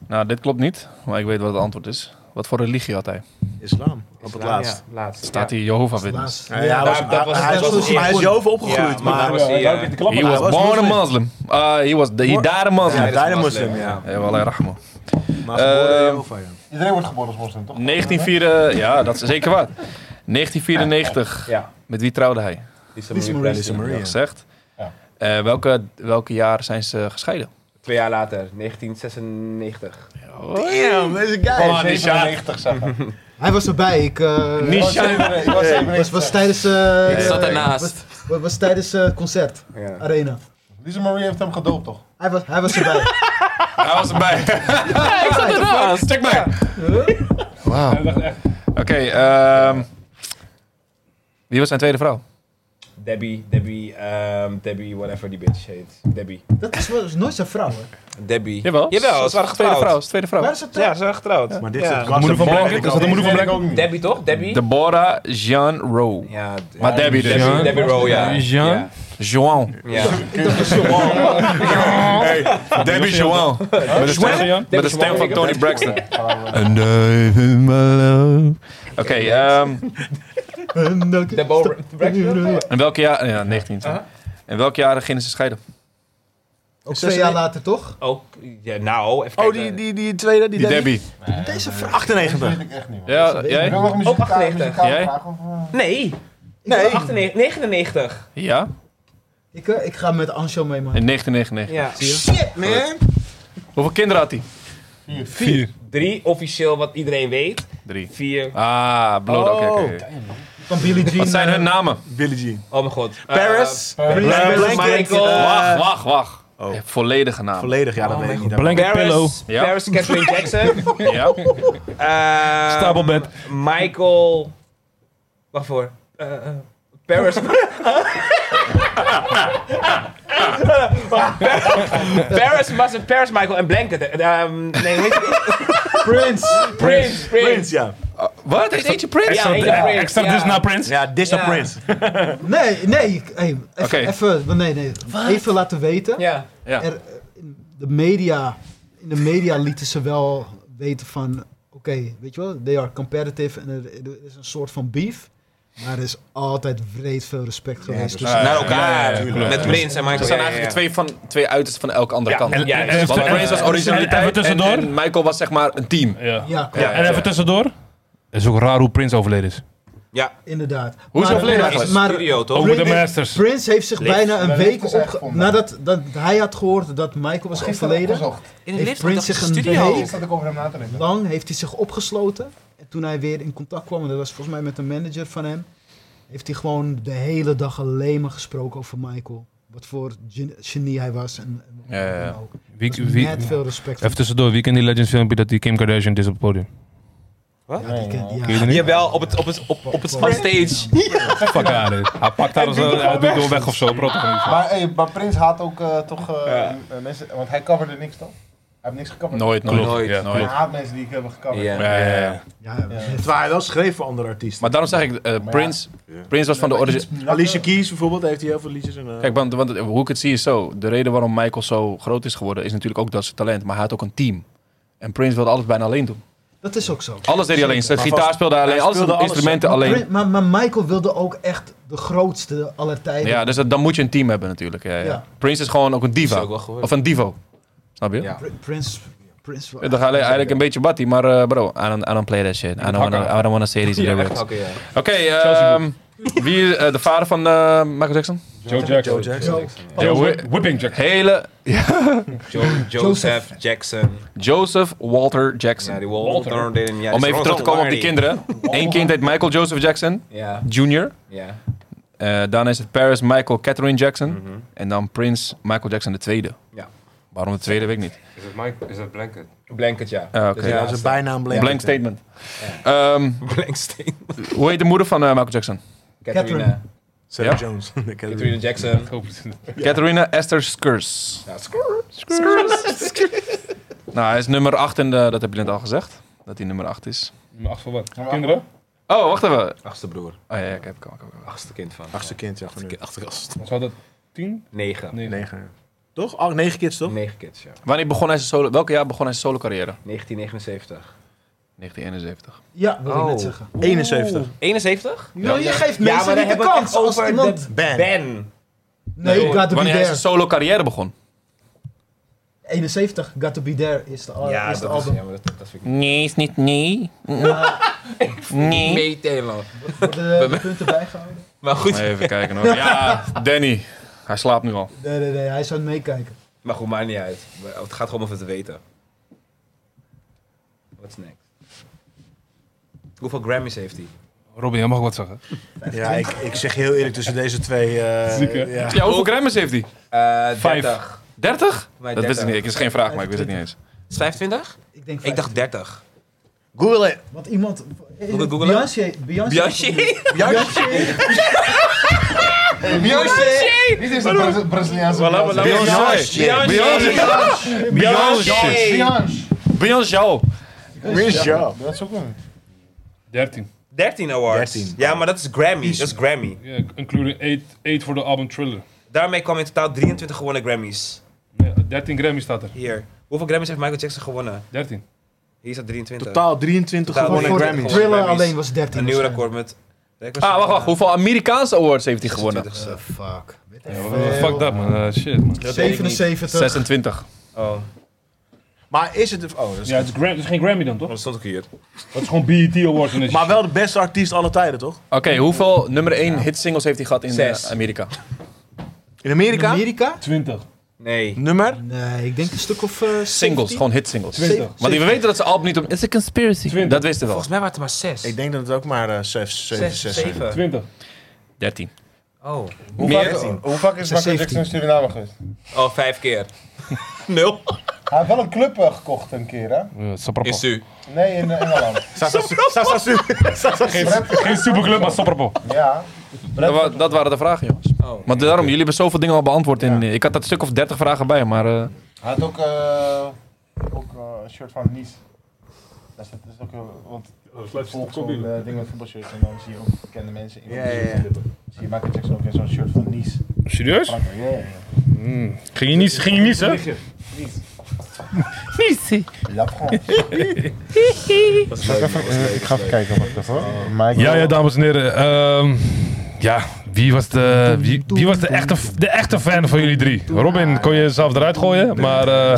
Nou, dit klopt niet, maar ik weet wat het antwoord is. Wat voor religie had hij?
Islam. Op het laatst.
Ja, laatst.
Staat hier Jehovah
Laatst.
Witness.
Ja, hij was-
Daar- dat was-
hij- hij
dat was-
was- Hij is zoveel
Ja,
opgegroeid,
maar daar
maar...
was hij, eh,
He was
was
born a
moslim.
Muslim. Uh, he was the, he died a
Ja,
Muslim.
hij is een moslim, ja.
Ja, wallah rahmo.
Maar geboren in
Ehm,
Jehovah, ja.
Iedereen wordt geboren als moslim, toch?
eh,
1904, ja, dat is zeker waar. 1994,
Ja.
met wie trouwde hij?
Lisa
Lisa
Marie
Marie.
Presley.
Ja, gezegd. Eh, welke, welke jaar zijn ze gescheiden?
Twee jaar later, 1996.
Damn, deze guy.
Oh, 97 zeggen.
Hij was erbij. Ik eh,
Ik was
was, was
97.
tijdens... eh,
Ik zat
eh,
ernaast.
Was, was- was tijdens eh, concert.
Ja.
Arena.
Lisa Marie heeft hem gedoopt, toch?
Hij was, hij was erbij.
Hij was
[laughs]
erbij.
Ik zat ernaast.
Check mij. Wauw. Oké, ehm, wie was zijn tweede vrouw?
Debbie, Debbie, ehm, Debbie, whatever die bitch heet. Debbie.
Dat is, wel- is nooit zijn vrouw, hè?
Debbie.
Jawel.
Jawel, ze waren
Tweede vrouw,
getrouwd.
is tweede
Waar
vrouw.
is het
Ja, ze waren getrouwd.
Maar dit
Ja.
is
De
het
moeder van
Black.
Blanket? Is dat de moeder van Blanket?
Debbie toch? Debbie?
Deborah Jean Rowe.
ja,
Maar Debbie dus.
Debbie, Debbie Rowe, ja.
Jean?
Ja.
Joan.
ja.
Debbie Joan. Met de stem-
Joan?
Met de stem van Tony
[laughs]
Braxton. And Oké, ehm,
Deborah Braxton?
en welk jaar? Ja, 19. En welk jaar gingen ze scheiden?
Ook twee jaar later, toch?
Ook, Oh, ja, nou, even
Oh,
kijken.
die, die, die tweede, die,
Die Debbie.
Deze vraag.
98.
Ja, jij?
nog een
Ook 98.
Jij?
Nee.
Nee.
98, 99.
Ja?
Ik, eh, ik ga met Ancho mee, man.
In 1999.
Ja.
Shit, man.
Hoeveel kinderen had hij?
Vier. Drie, officieel wat iedereen weet.
Drie.
Vier.
Ah, bloot. Oké, oké, oké.
Van Billie Jean.
Wat zijn
eh,
hun namen?
Billie Jean.
Oh mijn god. Eh,
Paris.
Paris,
Blanket,
Michael.
eh,
Wacht, wacht, wacht. Je hebt Volledige namen.
Volledig, ja, dat weet ik niet.
Blanket pillow.
Paris,
Ja.
Paris Catherine Jackson.
Ja.
Eh,
Stapelbed.
Michael. Wacht voor. Eh, eh, [laughs] Paris. Paris, was het Paris, Michael en Blanket. eh, ehm, nee, weet je
Prince.
Prince, Prince.
Prince, ja.
Wat? Heeft eentje Prince?
Ja, eentje
Ja,
Prince,
Extra
ja.
dus naar Prince.
Ja, Disney
Ja.
Prince.
Nee, nee. ik- Hey, even,
Oké.
even, nee, nee. Even laten weten.
Ja.
Ja.
Er, eh, in de media, in de media lieten ze wel weten van, oké, weet je wel, they are competitive en er, er is een soort van beef. Maar er is altijd wreed veel respect geweest. tussen-
Naar elkaar. Met Prince en Michael.
Dat zijn
ja,
eigenlijk
ja, ja.
twee, van, twee uitersten van elke andere
Ja,
kant.
en- ja,
Want
en-
Prince was
en- en- en-
originaliteit en,
tussendoor?
en Michael was zeg maar een team.
Ja.
ja, klopt.
En even tussendoor. Het is ook raar hoe Prince overleden is.
inderdaad.
Hoe
Maar-
is hij overleden
maar-
eigenlijk?
Maar,
Maar
studio
Oh,
toch?
Over de
Prince-
Masters.
Prince heeft zich
Leeft.
bijna een week opge...
gevonden.
Nadat dat hij had gehoord dat Michael was overleden,
In
heeft Prince zich een week
Dat ik over hem na te denken.
lang heeft hij zich opgesloten. En toen hij weer in contact kwam, en dat was volgens mij met een manager van hem, heeft hij gewoon de hele dag alleen maar gesproken over Michael. Wat voor gen- genie hij was. En, en wat
Ja, ja, ja.
dan ook.
Wie,
Dus
wie-
net veel respect.
even tussendoor, wie kent die Legends filmpje dat die Kim Kardashian is op het podium?
Ja, die kent- ja.
Kun je er niet?
Jawel, op het, op het, op, op het van stage.
Fuck haar. hè. Hij pakt haar als een hij doet door weg of zo. Brot,
Maar, hey, maar Prins haat ook eh, toch eh, eh, mensen, want hij coverde niks toch? Hij heeft niks gecoverd.
Nooit, nooit.
Klopt,
Ja,
ja,
nooit.
Hij haat mensen die ik heb gecoverd.
Ja.
Ja, ja, ja.
Ja,
Terwijl hij wel schreef voor andere artiesten.
Maar daarom zeg ik, eh, Prince, Prince was van de origine...
Alicia Keys bijvoorbeeld, heeft hij heel veel liedjes. En, eh,
Kijk, want, want hoe ik het zie is zo. De reden waarom Michael zo groot is geworden is natuurlijk ook dat zijn talent. Maar hij had ook een team. En Prince wilde alles bijna alleen doen.
dat is ook zo.
Alles deed hij alleen. Zijn gitaar speelde hij alleen.
hij
Alles
speelde alles.
instrumenten alleen.
Prin- Maar, maar Michael wilde ook echt de grootste aller tijden.
Ja, dus dat- dan moet je een team hebben natuurlijk. Ja, ja.
Ja.
Prince is gewoon ook een
Dat is
diva.
ook wel geworden.
Of een divo. Snap je?
Ja.
Pr- Prince, Prince was-
Dan ga je eigenlijk een beetje batty, maar eh, bro, I don't, I don't play that shit. I don't wanna, I don't wanna say these lyrics.
Oké, ja.
Oké, ehm, wie is eh, de vader van eh, Michael Jackson?
Joe Jackson.
Joe,
Joe Whi- Whipping Jackson.
Hele
Jo- Joseph Jackson.
Joseph Walter Jackson.
Ja, die Walter. Walter. Ja,
Om even terug te komen op die kinderen. Eén kind heet Michael Joseph Jackson,
Ja,
junior.
ja.
Eh dan is het Paris Michael Catherine Jackson. En dan Prince Michael Jackson de tweede.
Mhm. Ja.
Waarom de tweede, weet ik niet.
Is het Mike? Is het Blanket?
Blanket, ja.
Ah, oké.
Dus
ja,
ja,
dat is bijna een
Blank statement. Ehm,
Blanksteen.
hoe heet de moeder van eh, Michael Jackson?
Catherine.
Sarah
Ja.
Jones. [laughs] Ik ken
Catherine Jackson.
Catherine Esther Skurs.
Ja, skrrr.
Nou, hij is nummer 8 en eh, dat heb je net al gezegd. Dat hij nummer 8 is.
Acht voor wat? Kinderen?
Oh, wacht even.
Achtste broer.
Oh ja, ja, ik heb ik heb- ik heb- ik heb-
Achtste kind van.
Achtste kind, ja. van nu.
Achterkast.
Zou dat tien?
Negen.
Nee.
Negen. ja. Toch? Al negen kids, toch?
Negen kids, ja.
Wanneer begon hij zijn solo... Welke jaar begon hij zijn solo carrière?
1979.
1971.
ja, wil ik
Oh.
net zeggen.
71.
71?
Nou, je geeft
Ja,
mensen
maar dan
niet de
hebben we het
kans
echt
als
over
iemand...
de
Ben.
Ben.
Nee, Gotta Be
Wanneer hij zijn
There.
solo carrière begon?
71, Gotta Be There is de, al-
Ja,
is de
dat is,
album.
ja, maar dat, dat vind ik
Nee, is niet nee. Nee.
niet. Nederland.
Worden de punten bijgehouden?
Maar goed.
Even kijken hoor. Ja, Danny. Hij slaapt nu al.
Nee, nee, nee, hij zou het meekijken.
Maar goed, maakt niet uit. Maar Het gaat gewoon om even te weten. What's next? Hoeveel Grammys heeft hij?
Robin, jij mag wat zeggen.
Ja, ik, ik zeg heel eerlijk tussen deze twee. eh, ja.
Ja, hoeveel Grammys heeft hij?
Eh
Vijf.
30.
30?
Mij
Dat wist
30.
ik niet. Ik is geen vraag, maar ik wist het niet eens.
Is het 25?
Ik denk
Ik dacht 30.
Google it.
Want iemand...
ik googlen? [laughs]
Beyoncé... Beyoncé...
Beyoncé?
Beyoncé...
Beyoncé! Dit is een Braziliaanse Beyoncé.
Beyoncé. Beyoncé. Beyoncé.
Beyoncé.
Beyoncé.
Beyoncé. Dat is ook een...
13.
13 awards. Ja, maar dat is Grammy. Dat is Grammy.
Ja, including 8 voor de album Thriller.
Daarmee kwam in totaal 23 gewonnen Grammys.
Ja, 13 Grammy staat er.
Hier. Hoeveel Grammys heeft Michael Jackson gewonnen?
13.
Hier staat 23.
Totaal 23
Totaal
gewonnen
Grammys.
Grammys.
Grammys.
Thriller alleen was 13.
Een nieuw
waarschijnlijk.
record met...
Ah, wacht, wacht. Hoeveel Amerikaanse awards heeft hij gewonnen?
Eh, fuck.
Fuck dat man, Eh, shit man.
77.
26.
Oh,
Maar is het... Oh, dat is-
Ja, het is, Gram- het is geen Grammy dan toch?
dat stond ook hier.
Dat is gewoon BET Awards en
Maar wel de beste artiest alle tijden, toch?
Oké, hoeveel nummer 1 hitsingles heeft hij gehad in
Zes.
eh, Amerika?
In Amerika?
Amerika?
20.
Nee.
Nummer?
Nee, ik denk een stuk of... eh,
Singles,
17.
gewoon hitsingles.
Zeven-
Want we weten dat ze album niet om... It's a conspiracy. Dat wisten we wel.
Volgens mij waren het maar 6.
Ik denk dat het ook maar eh, 6, 7, 6 zijn.
20.
13.
Oh.
Hoe
Meer?
vaak- Hoe vaak is Michael
17.
Jackson in Suriname geweest?
Oh, vijf keer. Nul.
Hij heeft wel een club eh, gekocht een keer, hè?
Is u.
Nee, in eh, Engeland.
Sasasu.
Geen superclub, maar Sopperpo.
Ja.
Dat, wa- dat waren de vragen, jongens.
Oh.
Want daarom, jullie hebben zoveel dingen al beantwoord. In, ik had dat stuk of 30 vragen bij, maar... eh,
Hij had ook, eh, ook eh, een shirt van Nice. Dat is, dat is ook heel... Want ik volg zo'n eh, ding met voetbalshirts en dan zie je ook bekende mensen in.
Ja, ja, ja.
Zie je Michael Jackson ook in zo'n shirt van Nice.
Serieus? Hmm.
Frankrijk, ja, ja, ja.
Ging je niet, ging je niet, hè?
La
[laughs]
France. Ik ga even kijken wat dat hoor. Michael.
Ja, ja, dames en heren. ehm, ja, wie was, de, wie, wie was de, echte, de echte fan van jullie drie? Robin kon je zelf eruit gooien, maar eh,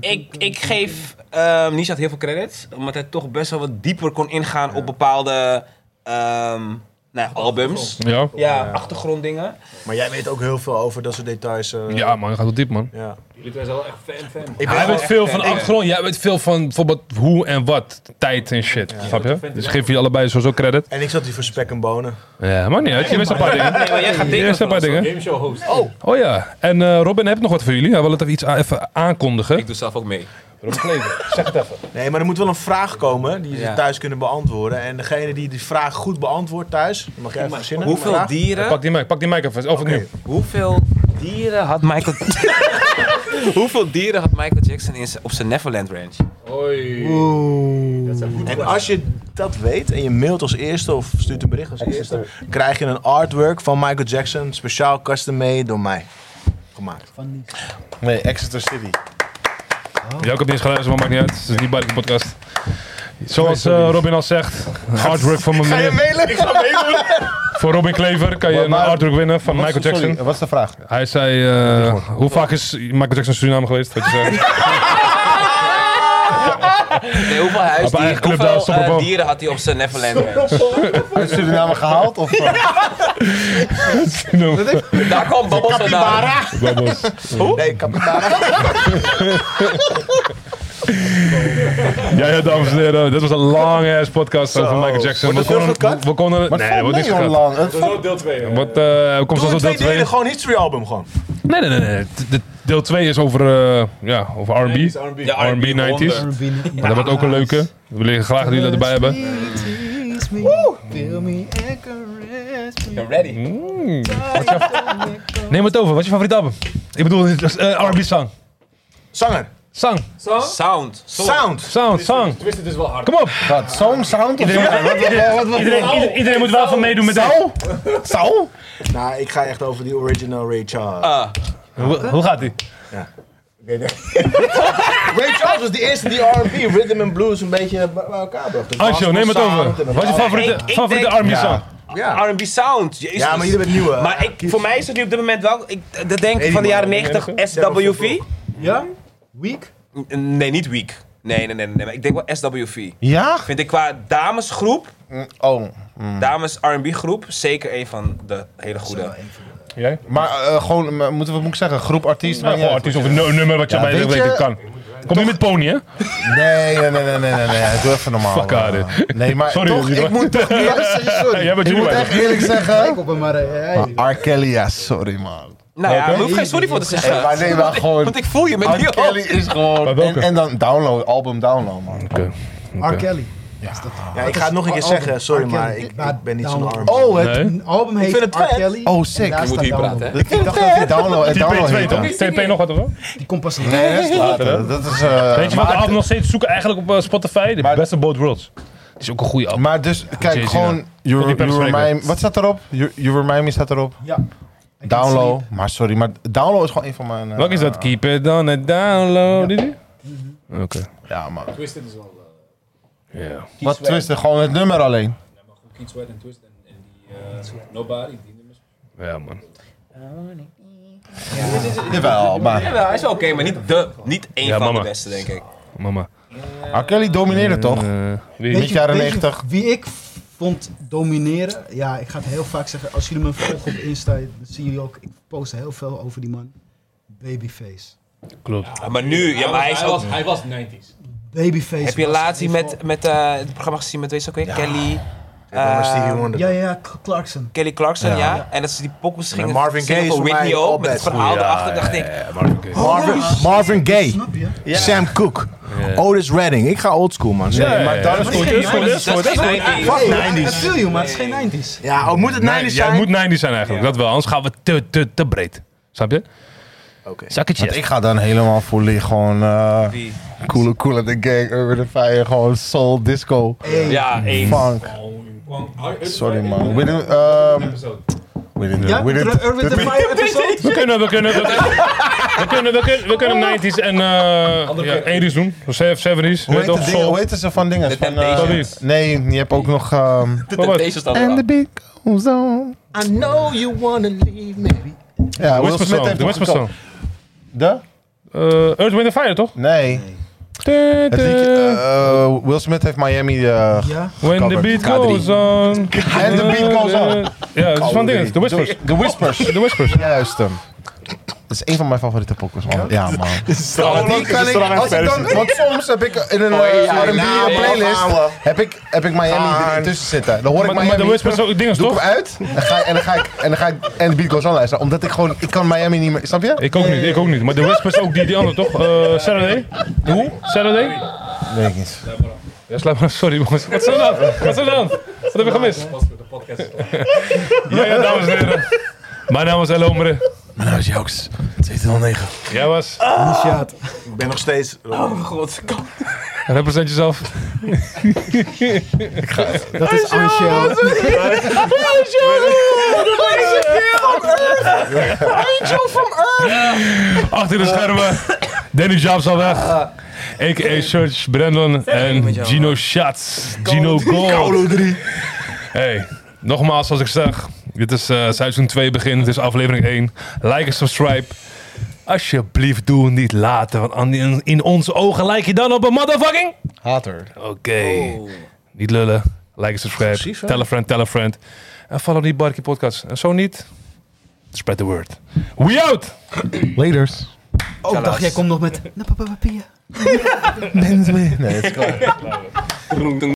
Ik, ik geef ehm Nishat heel veel credit. Omdat hij toch best wel wat dieper kon ingaan op bepaalde ehm, nou, ja, albums.
ja.
Ja, achtergronddingen.
Maar jij weet ook heel veel over dat soort details. eh.
Ja man, je gaat wel diep man.
Ja.
Jullie zijn wel echt fan, fan.
Ik ben
Jij
gewoon-
weet veel van
fan.
achtergrond, jij weet veel van bijvoorbeeld hoe en wat, tijd en shit. Snap je? Dus ik geef jullie allebei sowieso credit.
En ik zat hier voor spek en bonen.
Ja, maar niet uit, je wist een paar dingen.
Nee, maar jij gaat
Je
dingen
wist een
van
paar
ons.
dingen.
Game show host. Oh.
Oh ja, en eh, Robin, heb ik nog wat voor jullie? Hij wil het even iets a- even aankondigen.
Ik doe zelf ook mee.
Robin Klever, zeg het even.
Nee, maar er moet wel een vraag komen die ze
Ja.
thuis kunnen beantwoorden. En degene die die vraag goed beantwoordt thuis, mag jij even verzinnen.
Hoeveel
Vraag?
dieren,
Pak die mic, pak die mic even. Of nu.
hoeveel dieren had
[laughs]
Michael... hoeveel dieren had Michael Jackson in zijn- op zijn Neverland Ranch?
Hoi. Dat zijn goed
En als je dat weet en je mailt als eerste of stuurt een bericht als eerste, krijg je een artwork van Michael Jackson speciaal custom made door mij gemaakt.
Nee, Exeter City.
Ja, ik heb niet eens geluisterd, maar maakt niet uit. Het is niet bij de podcast. Zoals eh, Robin al zegt, een artwork van mijn meneer. Voor Robin Klever kan je een
maar-
artwork winnen van Michael Jackson.
Sorry, wat is de vraag?
Hij zei, eh, hoe vaak is Michael Jackson in Suriname geweest? Wat je zei.
[laughs]
[laughs]
Nee, hoeveel huis
Op eigen club daar,
hoeveel eh,
Stopperbo.
dieren had hij op zijn Neverland Ranch?
Is Suriname gehaald? Of, eh?
Daar kwam Babbel vandaan.
Babbels.
Nee, kapitaal.
Ja, ja, dames en heren. Dit was een lange ass podcast over Michael Jackson. We
Wordt het
konden,
nog gekat?
we konden...
Maar
nee,
het
dat
valt
wordt
mee,
niet
joh,
gekat.
lang. Het valt-
Deel 2.
Wat, eh komt
Doe
straks
in
op
twee
deel 2.
delen, gewoon history album gewoon.
Nee, nee, nee. nee. De- de- Deel 2 is over, eh, ja, over R&B.
Ja,
R&B 90s.
honderd.
Maar dat wordt ook een leuke. We willen graag dat jullie dat erbij hebben.
You're ready.
Neem het over. Wat is je favoriete album? Ik bedoel, eh, R&B song.
Zanger,
Song,
Sound. Sound.
sound.
sound, song.
Twist, het is wel hard.
Kom op.
Wat? Zo'n sound? Of zo?
Iedereen, ieder- iedereen moet wel van meedoen met deze.
Sound?
Nou, ik ga echt over die original Ray Charles.
Ah,
Hoe, hoe gaat die?
[laughs] Ray Charles was de eerste die R&B, rhythm and blues een beetje bij bij elkaar bracht. Dus
Anjo, neem het
gospel
over.
sound en-
Wat is je favoriete,
ik
favoriete
denk-
R&B
Ja.
song?
Ja.
R&B sound. Jezus.
Ja, maar jullie met nieuwe.
Maar ik, voor mij is het nu op dit moment wel. Ik eh, dat denk ik van de jaren 90 SWV.
Ja? Week?
Nee, niet weak. Nee, nee, nee, nee. Maar ik denk wel SWV.
Ja?
Vind ik qua damesgroep,
Oh.
Hmm.
dames R&B groep, zeker een van de hele goede.
Jij?
Maar eh, gewoon, eh, moeten we, wat moet ik zeggen? Groep artiest?
Ja,
maakt niet
gewoon
uit.
artiest of Oh, een nu- nummer wat je
Ja,
bij
weet
weet
je-
ik kan. Kom niet met pony, hè?
Nee, nee, nee, nee, nee, nee, nee. Doe even normaal.
Fuck out,
eh. Nee, maar
Sorry,
toch,
jullie,
ik
maar- [laughs]
moet toch... Ja, sorry.
Jij bent
ik
jullie
moet
bij
echt eerlijk zeggen...
Kijk op hem maar. eh, hey.
R. Kelly, ja, sorry man.
Nou ja, daar hoef ik geen sorry voor te
Hey,
zeggen.
maar nee, maar gewoon...
Want ik
Ah,
voel je met
R.
die
Kelly
al.
is
Maar
gewoon... En,
welke?
en dan download, album download man.
Oké.
R. Kelly.
Ja, ik ga het nog een keer zeggen, sorry, maar ik, ik ben niet zo'n arm.
Oh, het...
Nee.
Nou, album heet
vind het
R.
vet.
Kelly.
Oh, sick.
En daar
Je
moet
staat
hier
Download.
praten, hè?
Ik dacht dat het download, het download
TP2
heet.
toch? TP nog wat hoor?
Die komt pas
Nee, dat is
later.
later.
hè?
Dat is... eh,
Weet je wat de album nog steeds zoeken eigenlijk op eh, Spotify? De
Maar-
beste Boat Worlds. Het is ook een goede album.
Maar dus, kijk,
Oh, Jay-Z
gewoon...
Met
You,
die
You
Pepsi
Remind-
Records.
wat staat erop? You, You Remind Me staat erop.
Ja. I Can't
Download. Maar sorry, maar Download is gewoon een van mijn... eh,
Welke is dat? Keep it on a download. die die? Oké.
Ja, man.
Twisted is wel... eh,
Ja.
Wat
Sweat.
twisten, gewoon het nummer alleen.
Ja, maar goed, Keith Sweat en Twist en, en die eh, Nobody, die nummers.
Ja, man.
Jawel, maar...
Jawel, hij is wel oké, maar niet, de, niet één
Ja,
van
mama.
de beste, denk ik.
Mama.
R. Kelly domineerde
Eh,
toch?
Weet
wie?
Mid
je-
jaren
weet je
90.
Wie ik vond domineren, ja, ik ga het heel vaak zeggen. Als jullie me volgen op Insta, dan zien jullie ook, ik post heel veel over die man. Babyface.
Klopt.
Ah, Maar nu, ja, maar hij is ook...
was, hij was 90s.
Babyface.
Heb je
was
laatst die
in ieder
met, met eh, het programma gezien met, weet je ook weer, Kelly,
Ja, maar Stevie
geval-
Wonder.
Ja, ja, Cl- Clarkson.
Kelly Clarkson, ja. En dat ze die pokkels gingen
Marvin
zingen
Gaye is
voor
voor mij
Whitney
al
ook, met het
best.
verhaal erachter, dacht ik.
Marvin, Marvin Gaye,
Snap je?
Sam Cooke, Otis Redding. Ik ga oldschool, man. Sorry, maar dat is
Goed,
geen
goed, goed,
nineties,
goed,
dat is
goed.
geen nineties.
Fuck 90s. Dat wil je, maar het is geen 90s.
Ja, oh, moet het 90's
Nee, ja,
zijn?
het moet 90 zijn eigenlijk. Dat wel, anders gaan we te, te, te breed. Snap je?
Oké.
Zakketje.
Want ik ga dan helemaal fully gewoon... eh
Wie?
Cool, cool and the gang, Urban the Fire, gewoon soul, disco,
Ja, één.
funk. Sorry man. We didn't, um, we didn't,
Ja,
we
Urban
didn't,
the Fire episode?
We kunnen, we kunnen, we kunnen, we kunnen, we kunnen, we kunnen 90s en eh ja, 80s doen. 70s.
hoe,
Weet
heet
toch,
het ding,
soul.
hoe heet het zo van dingen? Van, eh,
Wat is?
nee, je hebt ook nog... ehm
Wat was?
Deze staat
and the
eraan.
big goes on.
I know you wanna leave me.
Ja, Will
Whisper
Smith
Song.
heeft
De
hem
Whisper
gekocht.
Song.
De?
Eh, Earth, Wind and Fire, toch?
Nee. Het liedje, eh, Will Smith heeft Miami... eh,
Ja.
When the beat goes on.
And the beat goes on.
Ja, het is van dingen. The
De
Whispers.
The Whispers.
The Whispers.
Juist hem. Dat is een van mijn favoriete pokkers, man. Ja, man. Die kan ik, als ik dan, want soms heb ik in een eh, R&B
nou,
playlist, heb ik, heb ik Miami er tussen zitten. Dan hoor ik
Maar,
Miami,
maar The Whispers ook dingen,
doe ik
toch?
hem uit en, ga, en dan ga ik, en dan ga ik, en de beat goes on luisteren. Omdat ik gewoon, ik kan Miami niet meer, snap je?
Ik ook niet, ik ook niet. Maar The Whispers ook die, die andere, toch? Eh, Saturday? Hoe? Saturday?
Weet ik niet.
Ja, slaap maar. Sorry, jongens. Wat is er dan? Wat is er dan? Wat heb ik gemist?
De podcast is klaar.
Ja, ja, dames en heren. Mijn naam is El Omre.
Mijn naam is Jooks. 1709.
Jij was.
Initiaat.
Ik ben nog steeds...
Represent jezelf.
Dat is Angel.
Achter de schermen. Danny Jobs al weg. A.k.a. Church, Brandon en Gino Schatz. Gino Gold. Hey, nogmaals, zoals ik zeg. Dit is eh seizoen 2 begin. Dit is aflevering 1. Like en subscribe. Alsjeblieft, doe het niet later. Want aan- in, in onze ogen lijk je dan op een motherfucking...
Hater.
Oké. Niet lullen. Like en subscribe. tell a friend, tell a friend. En follow die Barkie podcast. En zo niet, spread the word. We out!
Laters.
Oh, ik dacht
[laughs]
jij komt nog met... Napapapapia.
Nee, dat is klaar.